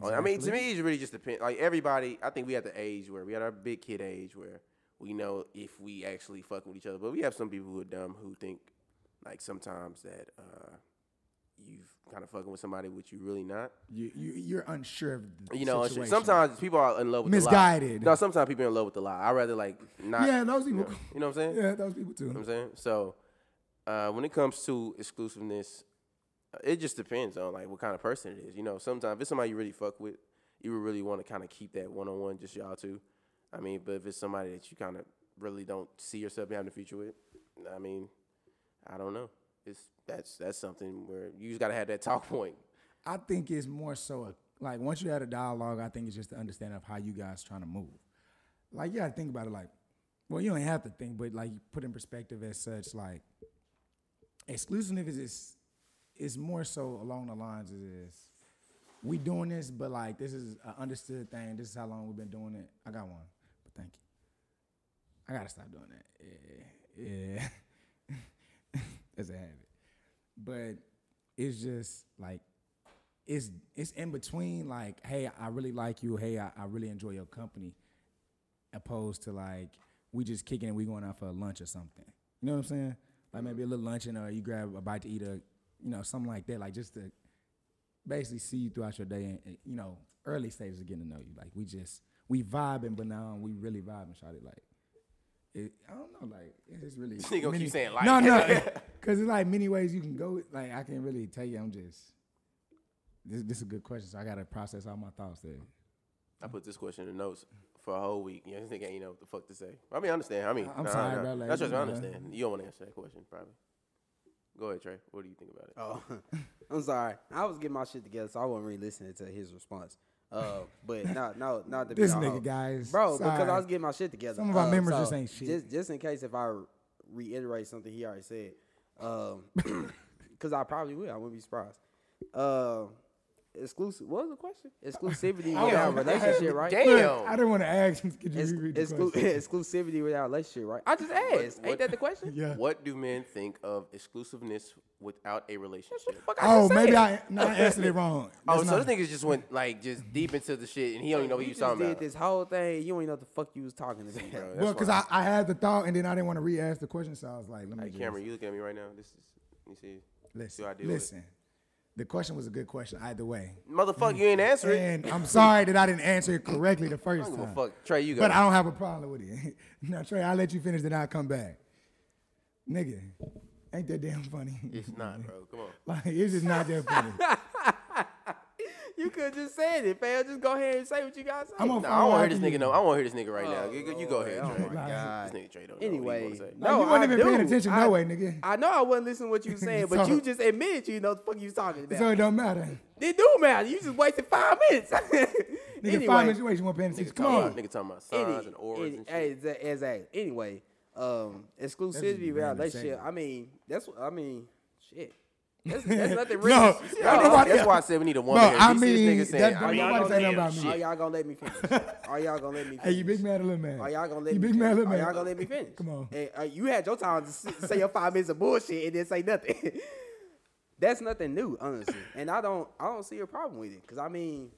[SPEAKER 2] Or- I mean, to
[SPEAKER 3] Exactly.
[SPEAKER 2] me, it really just depends. Like everybody, I think we at the age where we at our big kid age where we know if we actually fuck with each other. But we have some people who are dumb who think like sometimes that uh, you've kind of fucking with somebody, which you really not.
[SPEAKER 3] You, you you're unsure of the
[SPEAKER 2] You know, and shit.
[SPEAKER 3] situation.
[SPEAKER 2] sometimes people are in love with
[SPEAKER 3] Misguided.
[SPEAKER 2] The lie. No, sometimes people are in love with the lie. I rather like not.
[SPEAKER 3] yeah, those
[SPEAKER 2] you know,
[SPEAKER 3] people.
[SPEAKER 2] you know what I'm saying?
[SPEAKER 3] Yeah, those people
[SPEAKER 2] You know
[SPEAKER 3] too.
[SPEAKER 2] what I'm saying? So, uh, when it comes to exclusiveness, uh, it just depends on like what kind of person it is. You know, sometimes if it's somebody you really fuck with, you would really want to kind of keep that one on one, just y'all two. I mean, but if it's somebody that you kind of really don't see yourself having a future with, I mean, I don't know. It's that's that's something where you just gotta have that talk point.
[SPEAKER 3] I think it's more so a, like once you had a dialogue, I think it's just the understanding of how you guys trying to move. Like you gotta think about it like, well, you don't have to think, but like you put in perspective as such, like exclusiveness is is more so along the lines of this. We doing this, but like this is an understood thing. This is how long we've been doing it. I got one, but thank you. I gotta stop doing that. Yeah, yeah. That's a habit. But it's just like it's it's in between like, hey, I really like you, hey, I, I really enjoy your company, opposed to like we just kicking and we going out for lunch or something. You know what I'm saying? Like maybe a little luncheon or you grab a bite to eat or you know, something like that. Like just to basically see you throughout your day and, and, you know, early stages of getting to know you. Like we just we vibing, but now we really vibing, shawty. Like it, I don't know, like it's just really.
[SPEAKER 2] Nigga keep
[SPEAKER 3] many-
[SPEAKER 2] saying like.
[SPEAKER 3] No, no, because it's like many ways you can go. Like I can really tell you, I'm just. This, this is a good question, so I gotta process all my thoughts there.
[SPEAKER 2] I put this question in the notes for a whole week. Yeah, this nigga ain't know what the fuck to say. I mean, I understand. I mean,
[SPEAKER 3] I'm
[SPEAKER 2] nah,
[SPEAKER 3] sorry,
[SPEAKER 2] nah.
[SPEAKER 3] bro, like,
[SPEAKER 2] That's just
[SPEAKER 3] you
[SPEAKER 2] I
[SPEAKER 3] know.
[SPEAKER 2] understand. You don't want to answer that question, probably. Go ahead, Trey. What do you think about it?
[SPEAKER 1] Oh, I'm sorry. I was getting my shit together, so I wasn't really listening to his response. Uh, but no, no, not to be
[SPEAKER 3] This
[SPEAKER 1] all-
[SPEAKER 3] nigga, guys.
[SPEAKER 1] bro. Because I
[SPEAKER 3] Sorry.
[SPEAKER 1] was getting my shit together.
[SPEAKER 3] Some of our
[SPEAKER 1] Uh,
[SPEAKER 3] members
[SPEAKER 1] so
[SPEAKER 3] just ain't shit.
[SPEAKER 1] Just, just in case if I reiterate something he already said, because I probably will. I wouldn't be surprised. Uh, exclusive. What was the question? Exclusivity without relationship, right?
[SPEAKER 2] Damn.
[SPEAKER 3] Look, I didn't want to ask. Could you
[SPEAKER 1] Ex-
[SPEAKER 3] reread the
[SPEAKER 1] exclu-
[SPEAKER 3] question?
[SPEAKER 1] exclusivity without relationship, right? I just asked.
[SPEAKER 2] what-
[SPEAKER 1] Ain't that the question?
[SPEAKER 3] Yeah.
[SPEAKER 2] What do men think of exclusiveness without a relationship?
[SPEAKER 1] Fuck, I
[SPEAKER 3] Oh,
[SPEAKER 1] just
[SPEAKER 3] maybe
[SPEAKER 1] said.
[SPEAKER 3] I not answered it wrong.
[SPEAKER 2] Oh,
[SPEAKER 3] That's
[SPEAKER 2] so
[SPEAKER 3] not-
[SPEAKER 2] this nigga just went like just deep into the shit, and he don't even know what
[SPEAKER 1] You
[SPEAKER 2] you
[SPEAKER 1] just
[SPEAKER 2] talking
[SPEAKER 1] did
[SPEAKER 2] about.
[SPEAKER 1] this whole thing. You ain't know what the fuck you was talking about.
[SPEAKER 2] Bro, that's
[SPEAKER 3] Well, because
[SPEAKER 2] why.
[SPEAKER 3] I, I had the thought and then I didn't want to re-ask the question, so I was like, let me.
[SPEAKER 2] hey,
[SPEAKER 3] just-
[SPEAKER 2] Cameron, you looking at me right now? This is you see.
[SPEAKER 3] listen,
[SPEAKER 2] do I do it?
[SPEAKER 3] listen. The question was a good question either way,
[SPEAKER 2] Motherfucker, you ain't answering.
[SPEAKER 3] and I'm sorry that I didn't answer it correctly the
[SPEAKER 2] I
[SPEAKER 3] first
[SPEAKER 2] don't give a
[SPEAKER 3] time.
[SPEAKER 2] fuck. Trey, you go.
[SPEAKER 3] But I don't have a problem with it. now, Trey, I'll let you finish, then I'll come back. Nigga, ain't that damn funny?
[SPEAKER 2] it's not, bro. Come on.
[SPEAKER 3] like, it's just not that funny.
[SPEAKER 1] You could just said it, fam. Just go ahead and say what you got to say.
[SPEAKER 3] I'm a-
[SPEAKER 2] Nah, I
[SPEAKER 3] Oh,
[SPEAKER 2] want
[SPEAKER 3] I
[SPEAKER 2] to hear this
[SPEAKER 3] can-
[SPEAKER 2] nigga. No, I want to hear this nigga right now.
[SPEAKER 1] Oh,
[SPEAKER 2] You, you go ahead,
[SPEAKER 1] Lord.
[SPEAKER 2] Trey.
[SPEAKER 1] Oh, my God.
[SPEAKER 2] This nigga Trey don't know what he
[SPEAKER 1] Anyway,
[SPEAKER 2] wanna say.
[SPEAKER 3] Like, you wasn't even paying attention no
[SPEAKER 1] I-
[SPEAKER 3] way, nigga.
[SPEAKER 1] I know I wasn't listening to what you were saying, but
[SPEAKER 3] So-
[SPEAKER 1] you just admitted you know the fuck you was talking about.
[SPEAKER 3] So it don't matter.
[SPEAKER 1] it do matter. You just wasted five minutes.
[SPEAKER 3] Nigga,
[SPEAKER 1] anyway,
[SPEAKER 3] five minutes you wait, you want paying
[SPEAKER 2] Nigga
[SPEAKER 3] attention. Come
[SPEAKER 2] talking about-
[SPEAKER 3] on.
[SPEAKER 2] Nigga talking about
[SPEAKER 1] any-
[SPEAKER 2] signs and auras
[SPEAKER 1] any-
[SPEAKER 2] and shit.
[SPEAKER 1] exa- Exactly. Anyway, um, exclusivity
[SPEAKER 3] random
[SPEAKER 1] relationship.
[SPEAKER 3] segment.
[SPEAKER 1] I mean, that's what I mean. Shit. That's, that's nothing real.
[SPEAKER 3] No,
[SPEAKER 1] You see
[SPEAKER 3] no,
[SPEAKER 1] how-
[SPEAKER 2] That's-
[SPEAKER 3] nobody-
[SPEAKER 2] that's why I said we need a woman.
[SPEAKER 3] Bro,
[SPEAKER 2] here.
[SPEAKER 3] I
[SPEAKER 2] You see
[SPEAKER 3] mean,
[SPEAKER 2] this nigga saying,
[SPEAKER 3] that-
[SPEAKER 2] I mean,
[SPEAKER 3] nobody
[SPEAKER 2] don't
[SPEAKER 3] say nothing
[SPEAKER 2] give a
[SPEAKER 3] about me.
[SPEAKER 1] Are
[SPEAKER 2] shit.
[SPEAKER 1] y'all gonna let me finish? Are y'all gonna let me finish?
[SPEAKER 3] Hey, you big man or little man?
[SPEAKER 1] Are y'all gonna let
[SPEAKER 3] you
[SPEAKER 1] me
[SPEAKER 3] big
[SPEAKER 1] finish?
[SPEAKER 3] man or little
[SPEAKER 1] Are
[SPEAKER 3] man?
[SPEAKER 1] y'all gonna let me finish?
[SPEAKER 3] Come on.
[SPEAKER 1] Hey, uh, you had your time to s- say your five minutes of bullshit and then say nothing. That's nothing new, honestly. And I don't I don't see a problem with it. Cause I mean,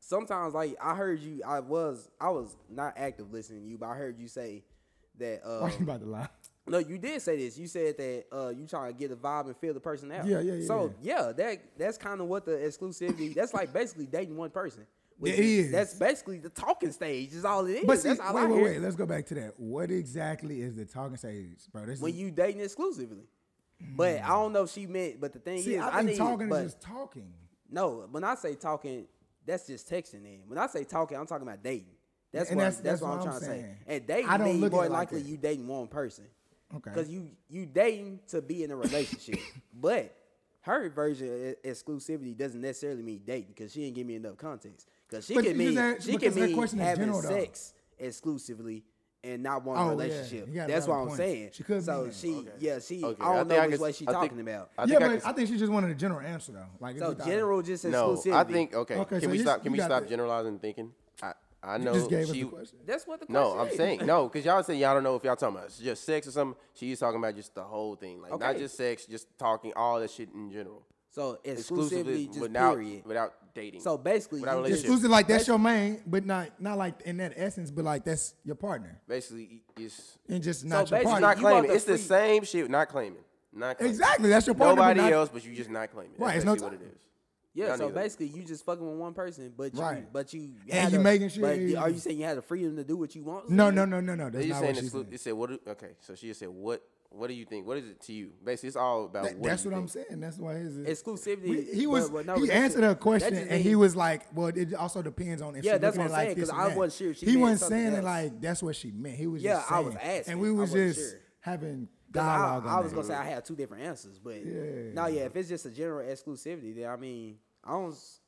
[SPEAKER 1] sometimes like I heard you I was I was not active listening to you, but I heard you say that uh
[SPEAKER 3] Why you about to lie?
[SPEAKER 1] no, you did say this. You said that uh, you trying to get the vibe and feel the person out.
[SPEAKER 3] Yeah, yeah, yeah,
[SPEAKER 1] So yeah, that that's kind of what the exclusivity. that's like basically dating one person. which
[SPEAKER 3] It is.
[SPEAKER 1] That's basically the talking stage. Is all it is.
[SPEAKER 3] But see,
[SPEAKER 1] that's all I
[SPEAKER 3] wait, wait,
[SPEAKER 1] hear
[SPEAKER 3] wait. Let's go back to that. What exactly is the talking stage, bro? This
[SPEAKER 1] when
[SPEAKER 3] is,
[SPEAKER 1] you dating exclusively. But I don't know if she meant. But the thing
[SPEAKER 3] see,
[SPEAKER 1] is,
[SPEAKER 3] I think
[SPEAKER 1] need,
[SPEAKER 3] talking
[SPEAKER 1] but
[SPEAKER 3] is just talking.
[SPEAKER 1] no. When I say talking, that's just texting. Then when I say talking, I'm talking about dating. That's
[SPEAKER 3] And
[SPEAKER 1] what
[SPEAKER 3] that's-
[SPEAKER 1] that's, that's
[SPEAKER 3] that's
[SPEAKER 1] what,
[SPEAKER 3] what
[SPEAKER 1] I'm
[SPEAKER 3] I'm
[SPEAKER 1] trying
[SPEAKER 3] saying.
[SPEAKER 1] to say. And dating
[SPEAKER 3] I don't
[SPEAKER 1] means
[SPEAKER 3] look at
[SPEAKER 1] more
[SPEAKER 3] it like
[SPEAKER 1] likely
[SPEAKER 3] that.
[SPEAKER 1] you dating one person.
[SPEAKER 3] Okay.
[SPEAKER 1] Because you you dating to be in a relationship, but her version of e- exclusivity doesn't necessarily mean dating because she didn't give me enough context. Because she
[SPEAKER 3] But
[SPEAKER 1] can
[SPEAKER 3] you just
[SPEAKER 1] mean
[SPEAKER 3] asked-
[SPEAKER 1] she
[SPEAKER 3] because
[SPEAKER 1] can
[SPEAKER 3] that
[SPEAKER 1] mean
[SPEAKER 3] question is
[SPEAKER 1] having
[SPEAKER 3] general, though.
[SPEAKER 1] sex exclusively and not one
[SPEAKER 3] Oh, yeah.
[SPEAKER 1] relationship.
[SPEAKER 3] You got a
[SPEAKER 1] That's what
[SPEAKER 3] valid
[SPEAKER 1] I'm
[SPEAKER 3] point.
[SPEAKER 1] saying.
[SPEAKER 3] She could
[SPEAKER 1] so
[SPEAKER 3] mean that.
[SPEAKER 1] she yeah she
[SPEAKER 2] Okay,
[SPEAKER 1] I
[SPEAKER 2] I
[SPEAKER 1] don't
[SPEAKER 2] think I
[SPEAKER 1] know which
[SPEAKER 2] can-
[SPEAKER 1] way she
[SPEAKER 2] I think-
[SPEAKER 1] talking about.
[SPEAKER 2] I
[SPEAKER 3] yeah,
[SPEAKER 2] think I
[SPEAKER 3] but
[SPEAKER 2] can-
[SPEAKER 3] I think she just wanted a general answer though. Like
[SPEAKER 1] so
[SPEAKER 3] without-
[SPEAKER 1] general just
[SPEAKER 2] No,
[SPEAKER 1] exclusivity.
[SPEAKER 2] I think okay.
[SPEAKER 3] Okay,
[SPEAKER 2] can
[SPEAKER 3] so
[SPEAKER 2] we
[SPEAKER 3] you-
[SPEAKER 2] stop? Can
[SPEAKER 3] you
[SPEAKER 2] we
[SPEAKER 3] got
[SPEAKER 2] stop
[SPEAKER 3] the-
[SPEAKER 2] generalizing thinking? I I
[SPEAKER 3] you
[SPEAKER 2] know
[SPEAKER 3] just gave us
[SPEAKER 2] she.
[SPEAKER 3] the question.
[SPEAKER 1] that's what the question
[SPEAKER 2] No, I'm
[SPEAKER 1] is.
[SPEAKER 2] saying no, cause y'all say y'all don't know if y'all talking about s- just sex or something. She's talking about just the whole thing, like not
[SPEAKER 1] Okay.
[SPEAKER 2] just sex, just talking all that shit in general,
[SPEAKER 1] So
[SPEAKER 2] exclusively
[SPEAKER 1] exclusivity just
[SPEAKER 2] without
[SPEAKER 1] period.
[SPEAKER 2] without dating.
[SPEAKER 1] So basically,
[SPEAKER 2] without
[SPEAKER 1] you just-
[SPEAKER 2] relationship,
[SPEAKER 3] Exclusive, like that's your main, but not not like in that essence, but like that's your partner
[SPEAKER 2] basically it's
[SPEAKER 3] and just not
[SPEAKER 1] basically,
[SPEAKER 3] your
[SPEAKER 2] It's
[SPEAKER 3] partner.
[SPEAKER 2] not
[SPEAKER 1] you want
[SPEAKER 2] claiming.
[SPEAKER 1] the
[SPEAKER 2] it's the
[SPEAKER 1] free-
[SPEAKER 2] same shit. Not claiming. Not claiming.
[SPEAKER 3] Exactly, that's your partner, but
[SPEAKER 2] Nobody
[SPEAKER 3] not-
[SPEAKER 2] else, but you just not claiming. That's
[SPEAKER 3] Right, it's no
[SPEAKER 2] basically
[SPEAKER 3] time.
[SPEAKER 2] what it is.
[SPEAKER 1] Yeah,
[SPEAKER 2] Y'all
[SPEAKER 1] so
[SPEAKER 2] need to-
[SPEAKER 1] basically you just fucking with one person, but you
[SPEAKER 3] Right.
[SPEAKER 1] but you
[SPEAKER 3] And
[SPEAKER 1] had
[SPEAKER 3] you
[SPEAKER 1] a-
[SPEAKER 3] making sure
[SPEAKER 1] But
[SPEAKER 3] you-
[SPEAKER 1] are you saying you had the freedom to do what you want?
[SPEAKER 3] no, no, no, no, no. That's
[SPEAKER 2] They just
[SPEAKER 3] not what
[SPEAKER 2] saying exclu-
[SPEAKER 3] she's saying.
[SPEAKER 2] it said what? do- Okay, so she just said what? What do you think? What is it to you? Basically, it's all about
[SPEAKER 3] That-
[SPEAKER 2] what.
[SPEAKER 3] that's
[SPEAKER 2] do
[SPEAKER 3] what
[SPEAKER 2] you
[SPEAKER 3] I'm
[SPEAKER 2] think.
[SPEAKER 3] saying. That's why his is-
[SPEAKER 1] Exclusivity.
[SPEAKER 3] We- He was
[SPEAKER 1] but- but no,
[SPEAKER 3] he
[SPEAKER 1] that
[SPEAKER 3] answered
[SPEAKER 1] shit-
[SPEAKER 3] her
[SPEAKER 1] that
[SPEAKER 3] question
[SPEAKER 1] just
[SPEAKER 3] and he
[SPEAKER 1] ain't-
[SPEAKER 3] was like, "Well, it also depends on if
[SPEAKER 1] Yeah,
[SPEAKER 3] she
[SPEAKER 1] that's what
[SPEAKER 3] looking at
[SPEAKER 1] I'm
[SPEAKER 3] it like
[SPEAKER 1] saying,
[SPEAKER 3] this
[SPEAKER 1] 'cause
[SPEAKER 3] and
[SPEAKER 1] I
[SPEAKER 3] that."
[SPEAKER 1] wasn't sure if she
[SPEAKER 3] he
[SPEAKER 1] meant
[SPEAKER 3] wasn't
[SPEAKER 1] something
[SPEAKER 3] saying it
[SPEAKER 1] else.
[SPEAKER 3] like that's what she meant. He was
[SPEAKER 1] Yeah,
[SPEAKER 3] just
[SPEAKER 1] I
[SPEAKER 3] saying,
[SPEAKER 1] was asking.
[SPEAKER 3] and we
[SPEAKER 1] I
[SPEAKER 3] was
[SPEAKER 1] wasn't
[SPEAKER 3] just
[SPEAKER 1] sure.
[SPEAKER 3] having
[SPEAKER 1] 'Cause
[SPEAKER 3] dialogue.
[SPEAKER 1] I,
[SPEAKER 3] on
[SPEAKER 1] I was
[SPEAKER 3] that.
[SPEAKER 1] gonna say I had two different answers, but no, yeah. If it's just a general exclusivity, then I mean, I don't. s-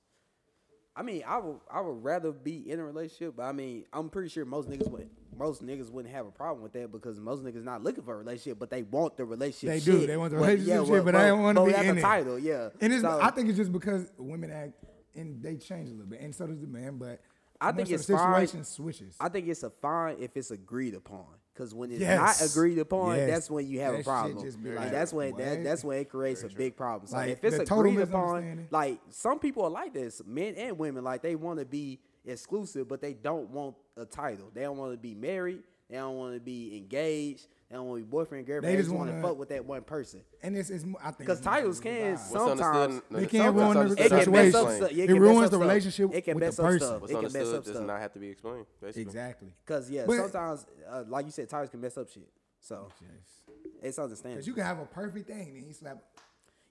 [SPEAKER 1] I mean, I would I would rather be in a relationship, but I mean, I'm pretty sure most niggas would most niggas wouldn't have a problem with that because most niggas not looking for a relationship, but they want the relationship.
[SPEAKER 3] They do.
[SPEAKER 1] shit.
[SPEAKER 3] They want the
[SPEAKER 1] Well,
[SPEAKER 3] relationship,
[SPEAKER 1] well,
[SPEAKER 3] but I don't want to
[SPEAKER 1] well,
[SPEAKER 3] be
[SPEAKER 1] that's
[SPEAKER 3] in
[SPEAKER 1] the
[SPEAKER 3] it.
[SPEAKER 1] title, yeah.
[SPEAKER 3] And it's,
[SPEAKER 1] So-
[SPEAKER 3] I think it's just because women act and they change a little bit, and so does the man. But
[SPEAKER 1] I
[SPEAKER 3] once
[SPEAKER 1] think
[SPEAKER 3] the
[SPEAKER 1] it's fine.
[SPEAKER 3] situation switches.
[SPEAKER 1] I think it's a fine if it's agreed upon. Cause when it's not
[SPEAKER 3] Yes.
[SPEAKER 1] agreed upon,
[SPEAKER 3] Yes.
[SPEAKER 1] that's when you have
[SPEAKER 3] That
[SPEAKER 1] a
[SPEAKER 3] shit
[SPEAKER 1] problem,
[SPEAKER 3] just be
[SPEAKER 1] and
[SPEAKER 3] like,
[SPEAKER 1] that's when that,
[SPEAKER 3] what?
[SPEAKER 1] that's when it creates a big problem. So
[SPEAKER 3] Like,
[SPEAKER 1] if it's
[SPEAKER 3] the total
[SPEAKER 1] agreed upon,
[SPEAKER 3] misunderstanding.
[SPEAKER 1] like some people are like this, men and women, like they want to be exclusive, but they don't want a title. They don't want to be married. They don't want to be engaged. They don't want to be boyfriend girlfriend. They
[SPEAKER 3] just
[SPEAKER 1] just want to
[SPEAKER 3] wanna-
[SPEAKER 1] fuck with that one person.
[SPEAKER 3] and it's, it's mo- I think
[SPEAKER 1] Because
[SPEAKER 3] it's more
[SPEAKER 1] titles
[SPEAKER 3] the
[SPEAKER 1] can
[SPEAKER 3] vibe.
[SPEAKER 1] suck.
[SPEAKER 2] What's
[SPEAKER 1] Sometimes-
[SPEAKER 2] understood-
[SPEAKER 3] They
[SPEAKER 2] no,
[SPEAKER 3] can't
[SPEAKER 2] sometimes
[SPEAKER 3] ruin the
[SPEAKER 2] understood
[SPEAKER 1] It
[SPEAKER 2] doesn't
[SPEAKER 1] can mess up
[SPEAKER 2] explain.
[SPEAKER 1] stuff.
[SPEAKER 3] It
[SPEAKER 1] can mess
[SPEAKER 3] ruins
[SPEAKER 1] up
[SPEAKER 3] the
[SPEAKER 1] stuff.
[SPEAKER 3] relationship
[SPEAKER 1] It can
[SPEAKER 3] with the
[SPEAKER 1] mess up
[SPEAKER 3] person.
[SPEAKER 1] stuff.
[SPEAKER 2] What's
[SPEAKER 1] It can mess
[SPEAKER 2] understood
[SPEAKER 1] up
[SPEAKER 2] does
[SPEAKER 1] stuff.
[SPEAKER 2] not have to be explained. Basically,
[SPEAKER 3] Exactly.
[SPEAKER 1] Cause yeah,
[SPEAKER 3] But-
[SPEAKER 1] sometimes, uh, like you said, tires can mess up shit. So it's
[SPEAKER 3] Because
[SPEAKER 1] understandable.
[SPEAKER 3] you can have a perfect thing and he slap.